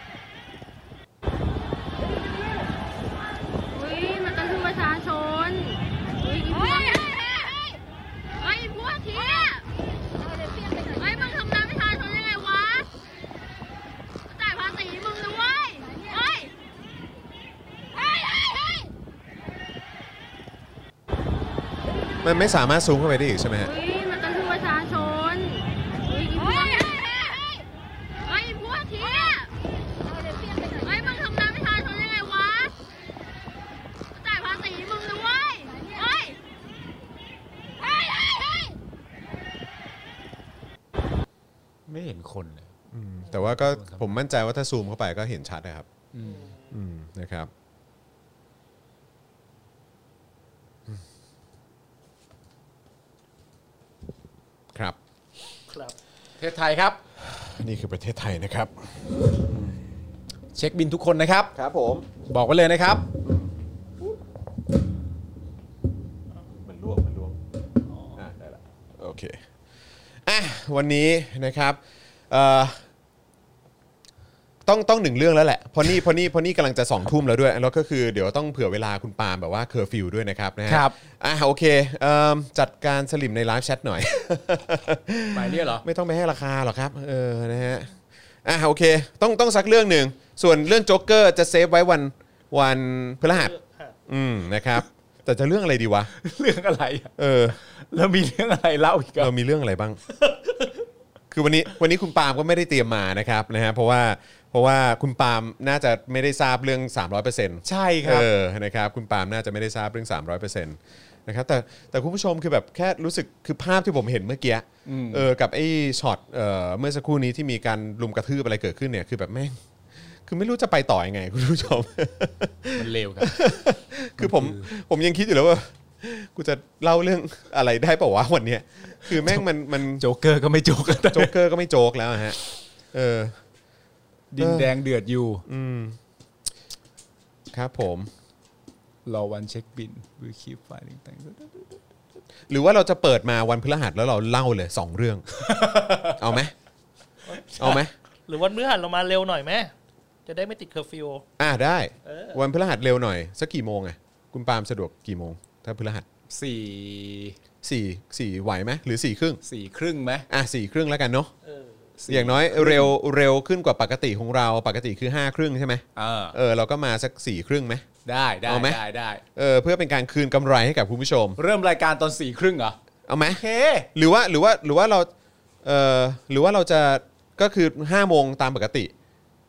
เฮ้ยมันก็คือประชาชน เฮ้ยไอ้ไอ้พวกเหี้ยไอ้มึงทำร้ายประชาชนยังไงวะจ่ายภาษีมึงนะเว้ยเฮ้ยเฮ้ยเฮ้ย มันไม่สามารถซูมเข้าไปได้อีกใช่ไหมฮะ เฮ้ยมันก็คือประชาชน เฮ้ยไอ้ไอ้พวกเหี้ยไอ้มึงทำร้ายประชาชนยังไงวะจ่ายภาษีมึงนะเว้ยเฮ้ยเฮ้ยเฮ้ยเฮ้ย ไม่เห็นคนเลย อืมแต่ว่าก็ผมมั่นใจว่าถ้าซูมเข้าไปก็เห็นชัดนะครับ อืมนะครับอืมครับ ครับ ประเทศไทยครับ นี่คือประเทศไทยนะครับ เช็คบินทุกคนนะครับ ครับผม บอกไว้เลยนะครับ มันร่วงมันร่วงอ่ะได้ละโอเคอ่ะวันนี้นะครับเอ่อ ต้องต้องหนึ่งเรื่องแล้วแหละเพอนี่เพอนี่เพอนี่กำลังจะสองทุ่มแล้วด้วยแล้วก็คือเดี๋ยวต้องเผื่อเวลาคุณปาล์มแบบว่าเคอร์ฟิวด้วยนะครับนะฮะ ครับ อ่ะโอเคเอิ่มจัดการสลิมในไลฟ์แชทหน่อย หมายเรียกเหรอ ไม่ต้องไปให้ราคาหรอกครับ เออ นะฮะ อ่ะโอเค ต้องต้องสักเรื่องหนึ่ง ส่วนเรื่องโจ๊กเกอร์จะเซฟไว้วันวันพฤหัส อืม นะครับ แต่จะเรื่องอะไรดีวะ เรื่องอะไรอะ เออ แล้วมีเรื่องอะไรเล่าอีกอะ เรามีเรื่องอะไรบ้าง คือวันนี้วันนี้คุณปาล์มก็ไม่ได้เตรียมมานะครับนะฮะ เพราะว่าเพราะว่าคุณปาล์มน่าจะไม่ได้ทราบเรื่อง 300% ใช่ครับ เออ นะครับ คุณปาล์มน่าจะไม่ได้ทราบเรื่อง 300%นะครับ แต่แต่คุณผู้ชมคือแบบแค่รู้สึกคือภาพที่ผมเห็นเมื่อกี้ เออ กับไอ้ช็อต เอ่อ เมื่อสักครู่นี้ที่มีการลุมกระทืบอะไรเกิดขึ้นเนี่ย คือแบบแม่ง คือไม่รู้จะไปต่อยังไง คุณผู้ชม มันเลวครับ คือผมผมยังคิดอยู่เลยว่า กูจะเล่าเรื่องอะไรได้เปล่าวะวันเนี้ย คือแม่งมันมัน โจ๊กเกอร์ก็ไม่โจ๊ก โจ๊กเกอร์ก็ไม่โจ๊กแล้วอะฮะ เออ ดินแดงเดือดอยู่ อืม ครับผม รอวันเช็คบิน we keep filing thanks หรือว่าเราจะเปิดมาวันพฤหัสแล้วเราเล่าเลยสองเรื่อง เอาไหมเอาไหม หรือวันพฤหัสเรามาเร็วหน่อยไหมจะได้ไม่ติดเคอร์ฟิว อ่าได้ เออ วันพฤหัสเร็วหน่อย สักกี่โมงอะคุณปาล์มสะดวกกี่โมง ถ้าพฤหัส สี่ สี่สี่ไหวไหมหรือสี่ครึ่ง สี่ครึ่งไหม อ่ะสี่ครึ่งแล้วกันเนาะ เออ สี่ อย่างน้อยเร็วเร็วขึ้นกว่าปกติของเราปกติคือห้าครึ่งใช่ไหม เออ เออเราก็มาสักสี่ครึ่งไหม ได้ได้ เอาไหม ได้ได้ เออเพื่อเป็นการคืนกำไรให้กับคุณผู้ชม เริ่มรายการตอนสี่ครึ่งเหรอ เอาไหม โอเค หรือว่าหรือว่าหรือว่าเราเอ่อหรือว่าเราจะก็คือ5้าโมงตามปกติ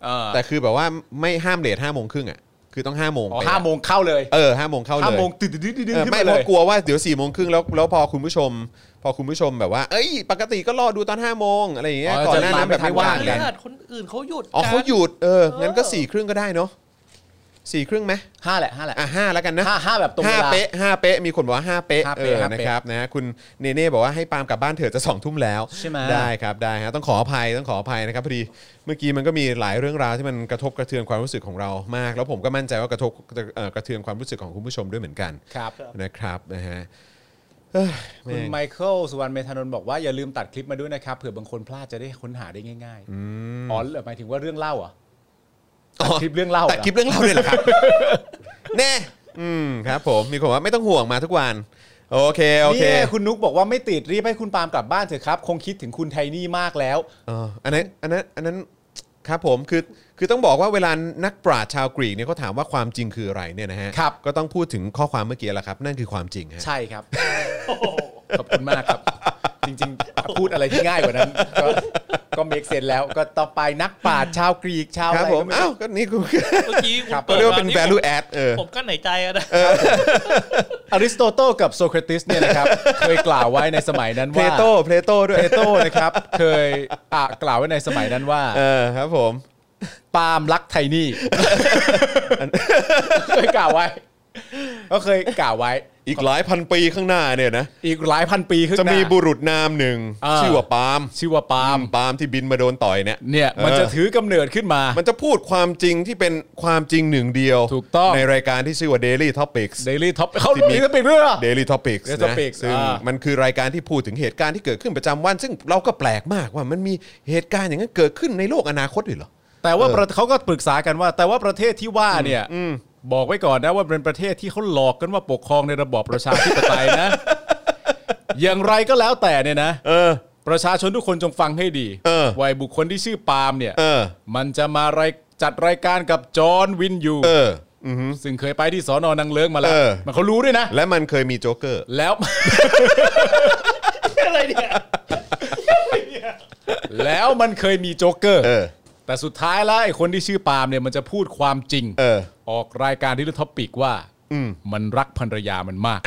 เออ แต่คือแบบว่าไม่ห้ามเลทห้าโมงครึ่งอ่ะคือต้อง5้าโมง อ๋อ ไป ห้าโมงเข้าเลย เออห้าโมงเข้าเลย ห้าโมงตื่นตื่นตื่น เออ ขึ้น ไม่ มา เพ เล ราะ ย กลัวว่าเดี๋ยว4ี่โมงครึ่งแล้วแล้วพอคุณผู้ชม พอคุณผู้ชมแบบว่า เอ้ย ปกติก็รอดูตอน5้าโมงอะไรอย่างเงี้ย อ๋อ ก่อนหน้านั้น จะตามไม่ แบบไม่ว่าง ทันกันพฤหัสคนอื่นเขาหยุด อ๋อเขาห กัน ยุดเอองั้นก็ เออ สี่ครึ่งก็ได้เนาะสี่ครึ่งไหม ห้าแหละห้าแหละ อ่ะห้าแล้วกันนะ ห้าห้าแบบตรงเว ห้า ลา เป๊ะห้าเป๊ะมีคนบอกว่าห้าเป๊ะ ห้า เอ เป๊ะ อ ห้า นะ เป๊ะ ครับนะคุณเนเน่บอกว่าให้ปาล์มกลับบ้านเถอะจะสองทุ่มแล้ว ใช่ไหม ได้ครับได้ฮะต้องขออภัยต้องขออภัยนะครับพอดีเมื่อกี้มันก็มีหลายเรื่องราวที่มันกระทบกระเทือนความรู้สึกของเรามาก แล้วผมก็มั่นใจว่ากระทบเอ่อกระเทือนความรู้สึกของคุณผู้ชมด้วยเหมือนกัน ครับ นะครับนะฮะเอ้ย คุณ แม่ง ไมเคิลสุวรรณเมธานนท์บอกว่าอย่าลืมตัดคลิปมาด้วยนะครับเผื่อบางคนพลาดจะได้ค้นหาได้ง่าย อืม ๆอ๋อหมายถึงว่าเรื่องเล่าเหรอ่ะ อ๋อ คลิปเรื่องเล่าเหร ตั อ ดคลิปเรื่องเล่าเลยเหรอครับ <laughs> แน่อืมครับผมมีคนบอกว่าไม่ต้องห่วงมาทุกวัน โอเคโอเค นี่คุณนุกบอกว่าไม่ติดรีบให้คุณปาล์มกลับบ้านเถอะครับ คงคิดถึงคุณไทนี่มากแล้ว อ๋ออันนั้นอันนั้นอันนั้นครับผมคือคือต้องบอกว่าเวลานักปราชญ์ชาวกรีกเนี่ยเขาถามว่าความจริงคืออะไรเนี่ยนะฮะ ครับ ก็ต้องพูดถึงข้อความเมื่อกี้แหละครับ นั่นคือความจริงฮะ ใช่ครับ ขอบคุณมากครับ จริงๆ พูดอะไรที่ง่ายกว่านั้น ก็ก็เมกเซนแล้ว ก็ต่อไปนักปราชญ์ชาวกรีกชาว ค อะ รับ ไร ผม ก็ไม่ อ้าว รู้ ก็นี่ <laughs> กู เมื่อกี้คุณ ครับ ก็ เปิด เรียกว่า มา เป็น นี่ value add เออ ผมก็ไหนใจอะนะ อริสโตเติลกับโซเครติสเนี่ยนะครับ เคยกล่าวไว้ในสมัยนั้น เพล ว่า โตเพลโตด้วย เพลโตนะครับ เคยอ่ะกล่าวไว้ในสมัยนั้นว่า เออครับผม ปาล์มรักไทนี่ <laughs> เคยกล่าวไว้ ก็เคยกล่าวไว้ อีกหลายพันปีข้างหน้าเนี่ยนะ อีกหลายพันปีขึ้นห จะ น้า มีบุรุษนามหนึ่ง เออ ชื่อว่าปาล์ม ชื่อว่าปาล์ม ปาล์มที่บินมาโดนต่อยเนี่ย เนี่ย มันจะถือกำเนิดขึ้นมา มันจะพูดความจริงที่เป็นความจริงหนึ่งเดียว ถูกต้อง ในรายการที่ชื่อว่า Daily Topics เดลี่ท็อปเขารู้อีกแล้วเป็นเรื่องเหรอ Daily Topics Daily นะ Topics ซึ่ง อ่ามั มันคือรายการที่พูดถึงเหตุการณ์ที่เกิดขึ้นประจำวัน ซึ่งเราก็แปลกมากว่ามันมีเหตุการณ์อย่างนั้นเกิดขึ้นในโลกอนาคตด้วยเหรอ แต่ว่า เออ ประเขาก็ปรึกษากันว่า แต่ว่าประเทศที่ว่าเนี่ยบอกไว้ก่อนนะว่าเป็นประเทศที่เขาหลอกกันว่าปกครองในระบอบประชาธิปไตย <laughs> นะ อย่างไรก็แล้วแต่เนี่ยนะประชาชนทุกคนจงฟังให้ดี เออ วัยบุคคลที่ชื่อปาล์มเนี่ย เออ มันจะมารายจัดรายการกับจอห์นวินยู เออ อือฮึ ซึ่งเคยไปที่สอนอนังเลิงมาแล้ เอ ว อ มันเขารู้ด้วยนะ และมันเคยมีโจ๊กเกอร์ แล้ว <laughs> อะไรเนี่ย แล้วมันเคยมีโจ๊กเกอร์ เออ แต่สุดท้ายแล้วไอ้คนที่ชื่อปาล์มเนี่ยมันจะพูดความจริง เออ ออกรายการที่เรื่องท็อปิกว่า อืม มันรักภรรยามันมาก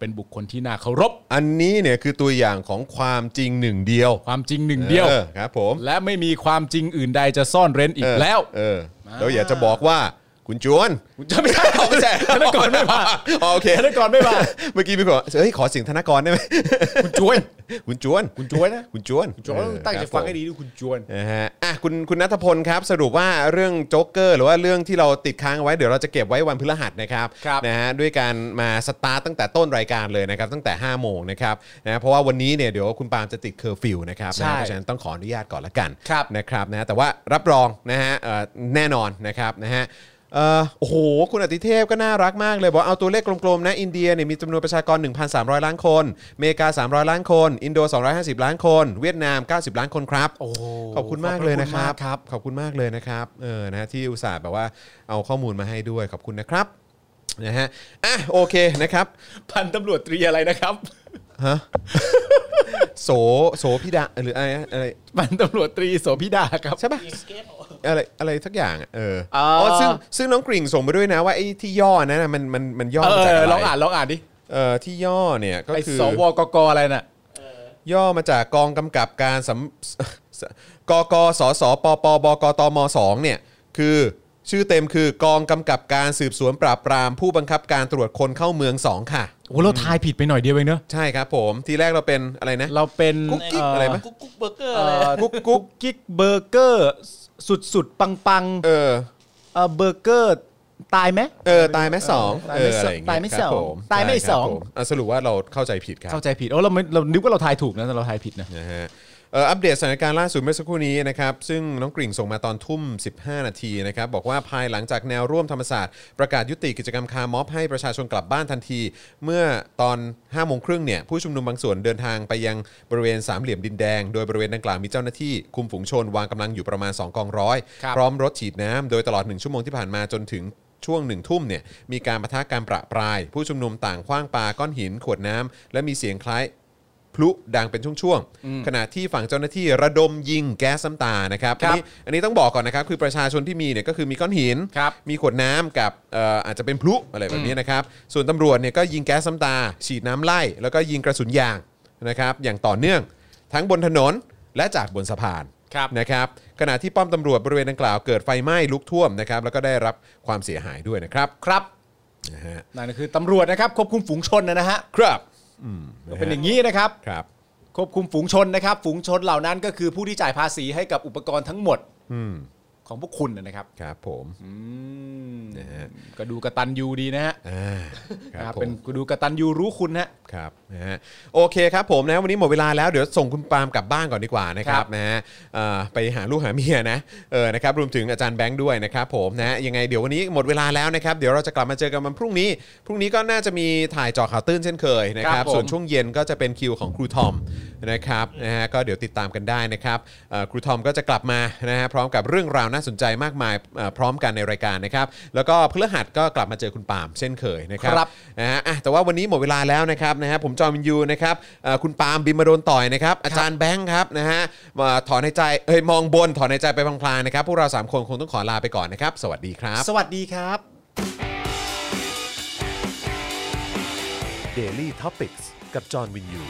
เป็นบุคคลที่น่าเคารพ อันนี้เนี่ยคือตัวอย่างของความจริงหนึ่งเดียว ความจริงหนึ่งเดียว ออครับผม และไม่มีความจริงอื่นใดจะซ่อนเร้นอี เ กแล้ว เออ เราอยากจะบอกว่า คุณจวน คุณจะไม่ใช่ของ <laughs> แจกธนกรไม่มา อ๋อโอเค ธนกรไม่มา เมื่อกี้พี่บอกว่าเฮ้ยขอเสียงธนกรได้ไหม คุณจวน คุณจวน คุณจวนนะ คุณจวน คุณจวนต้องตั้ง เอ ใจ อครับ ฟัง ผม ให้ดีดูคุณจวน นะฮะอ่ะคุณคุณนัทพลครับสรุปว่าเรื่องโจ๊กเกอร์หรือว่าเรื่องที่เราติดค้างเอาไว้เดี๋ยวเราจะเก็บไว้วันพฤหัสนะครับ ครับ นะฮะด้วยการมาสตาร์ตตั้งแต่ต้นรายการเลยนะครับตั้งแต่ 5 โมงนะครับนะเพราะว่าวันนี้เนี่ยเดี๋ยวคุณปาล์มจะติดเคอร์ฟิวนะครับ ใช่ นะเพราะฉะนั้นต้องขออนุญาตก่อนละกัน ครับ นะครับนะแต่ว่ารับรองนะฮะเอ่อแน่นอนนะครับนะฮะเอ่อโอ้โห คุณอติเทพก็น่ารักมากเลยบอกเอาตัวเลขกลมๆนะอินเดียเนี่ยมีจำนวนประชากร 1,300 ล้านคนอเมริกา 300 ล้านคน อินโด 250 ล้านคน เวียดนาม 90 ล้านคนครับ โอ้โห ขอบคุณมากเลยนะครัขบอณมากครับ ขอบคุณมากเลยนะครับ เออ นะฮะที่อุตส่าห์แบบว่าเอาข้อมูลมาให้ด้วย ขอบคุณนะครับ นะฮะ อ่ะ โอเคนะครับ พันตำรวจตรีอะไรนะครับ <laughs> ฮะ โส โสพิดา หรืออะไรนะอะไร พันตำรวจตรีโสพิดาครับ ใช่ปะ ยิงเก้ว อะไร อะไรทักอย่างอะเออ อ๋ออ๋ อซึ่ง ซึ่งน้องกริ่งส่งมาด้วยนะว่าไอ้ที่ย่อนั้นน่ะมัน มัน มันย่อ เอ มาจาก อ อะไร ลองอ่านลองอ่านดิ เออที่ย่อเนี่ยก็ ไอ คือ สวกกอะไรน่ะ ย่อมาจากกองกำ <laughs> กับการสำสกกสสปปบกตมสองเนี่ยคือชื่อเต็มคือกองกำกับการสืบสวนปราบปราม ผู้บังคับการตรวจคนเข้าเมืองสองค่ะ โอ้เราทายผิดไปหน่อยเดียวเองเนอะ ใช่ครับผมทีแรกเราเป็นอะไรนะ เราเป็น กุ๊กกิ๊กอะไรปะ กุ๊กกุ๊กเบอร์เกอร์ เอ่ อะอไรกุ๊กกุ๊กกิ๊กเบอร์เกอร์ สุดสุดปังปังๆ เออ เอ่อเบอร์เกอร์ตายไหม เออตายไหมสอง ตาย เอ ไหม ออะไรองเงี้ ตายไหม ครับผ ตายไหม ใช่ครับ สอง ผะสรุปว่าเราเข้าใจผิดครับ เข้าใจผิดโอ้เราไม่เรานึกว่าเราทายถูกนะแต่เราทายผิดนะ นะฮะเอ่ออัปเดตสถานการณ์ล่าสุดเมื่อสักครู่นี้นะครับ ซึ่งน้องกริ่งส่งมาตอนทุ่ม 15 นาทีนะครับ บอกว่าภายหลังจากแนวร่วมธรรมศาสตร์ ประกาศยุติกิจกรรมคาร์ม็อบให้ประชาชนกลับบ้านทันที เมื่อตอน 5 โมงครึ่งเนี่ย ผู้ชุมนุมบางส่วนเดินทางไปยังบริเวณสามเหลี่ยมดินแดง โดยบริเวณดังกล่าวมีเจ้าหน้าที่คุมฝูงชนวางกำลังอยู่ประมาณ 2 กองร้อย ครับ พร้อมรถฉีดน้ำโดยตลอด 1 ชั่วโมงที่ผ่านมาจนถึงช่วงหนึ่งทุ่มเนี่ยมีการปะทะการประปราย ผู้ชุมนุมต่างคว้างปาก้อนหินขวดน้ำและมีเสียงคล้าย พลุดังเป็นช่วงๆ ขณะที่ฝั่งเจ้าหน้าที่ระดมยิงแก๊สซ้ำตานะครับ ครับ อันนี้อันนี้ต้องบอกก่อนนะครับ คือประชาชนที่มีเนี่ยก็คือมีก้อนหิน ครับ มีขวดน้ำกับเอ่ออาจจะเป็นพลุอะไรแบบนี้นะครับ ส่วนตำรวจเนี่ยก็ยิงแก๊สซ้ำตา ฉีดน้ำไล่ แล้วก็ยิงกระสุนยางนะครับ อย่างต่อเนื่อง ทั้งบนถนนและจากบนสะพาน ครับ นะครับขณะที่ป้อมตำรวจบริเวณดังกล่าวเกิดไฟไหม้ลุกท่วมนะครับแล้วก็ได้รับความเสียหายด้วยนะครับ ครับ นะฮะ นั่นก็คือตำรวจนะครับควบคุมฝูงชนนะฮะ ครับ ก็เป็นอย่างนี้นะครับ ครับ ควบคุมฝูงชนนะครับ ฝูงชนเหล่านั้นก็คือผู้ที่จ่ายภาษีให้กับอุปกรณ์ทั้งหมด อืม ของพวกคุณนะครับ ครับผม นะฮะ ก็ดูกระตันยูดีนะฮะ อ่าคครั รั บบ ผม เป็นดูกระตันยูรู้คุณนะ ครับนะฮะโอเคครับผมนะวันนี้หมดเวลาแล้วเดี๋ยวส่งคุณปาล์มกลับบ้านก่อนดีกว่านะครัคบรับ นะฮะเอ่อไปหาลูกหาเมียนะเออนะครับรวมถึงอาจารย์แบงค์ด้วยนะครับผมนะฮะยังไงเดี๋ยววันนี้หมดเวลาแล้วนะครับเดี๋ยวเราจะกลับมาเจอกันวันพรุ่งนี้ พรุ่งนี้ก็น่าจะมีถ่ายเจอข่าวตื้นเช่นเคยนะค ค รั รั บบ ผม ส่วนช่วงเย็นก็จะเป็นคิวของครูทอมนะครับนะฮะก็เดี๋ยวติดตามกันได้นะครับเอ่อครูทอมก็จะกลับมานะฮะพร้อมกับเรื่องราวน่าสนใจมากมายเอ่อพร้อมกันในรายการนะครับแล้วก็พฤหัสก็กลับมาเจอคุณปาล์มเช่นเคยนะครั ครับ นะฮะอ่ะแต่ว่าวันนี้หมดเวลาแล้วนะครับนะฮะผมจอห์นวินยูนะครับเอ่อคุณปาล์มบิมมาโดนต่อยนะครับอาจารย์แบงค์ครับนะฮะมาถอนในใจเอ้ยมองบนถอนในใจไปพลางๆนะครับพวกเราสามคนคงต้องขอลาไปก่อนนะครับ สวัสดีครับ สวัสดีครับ Daily Topics กับจอห์นวินยู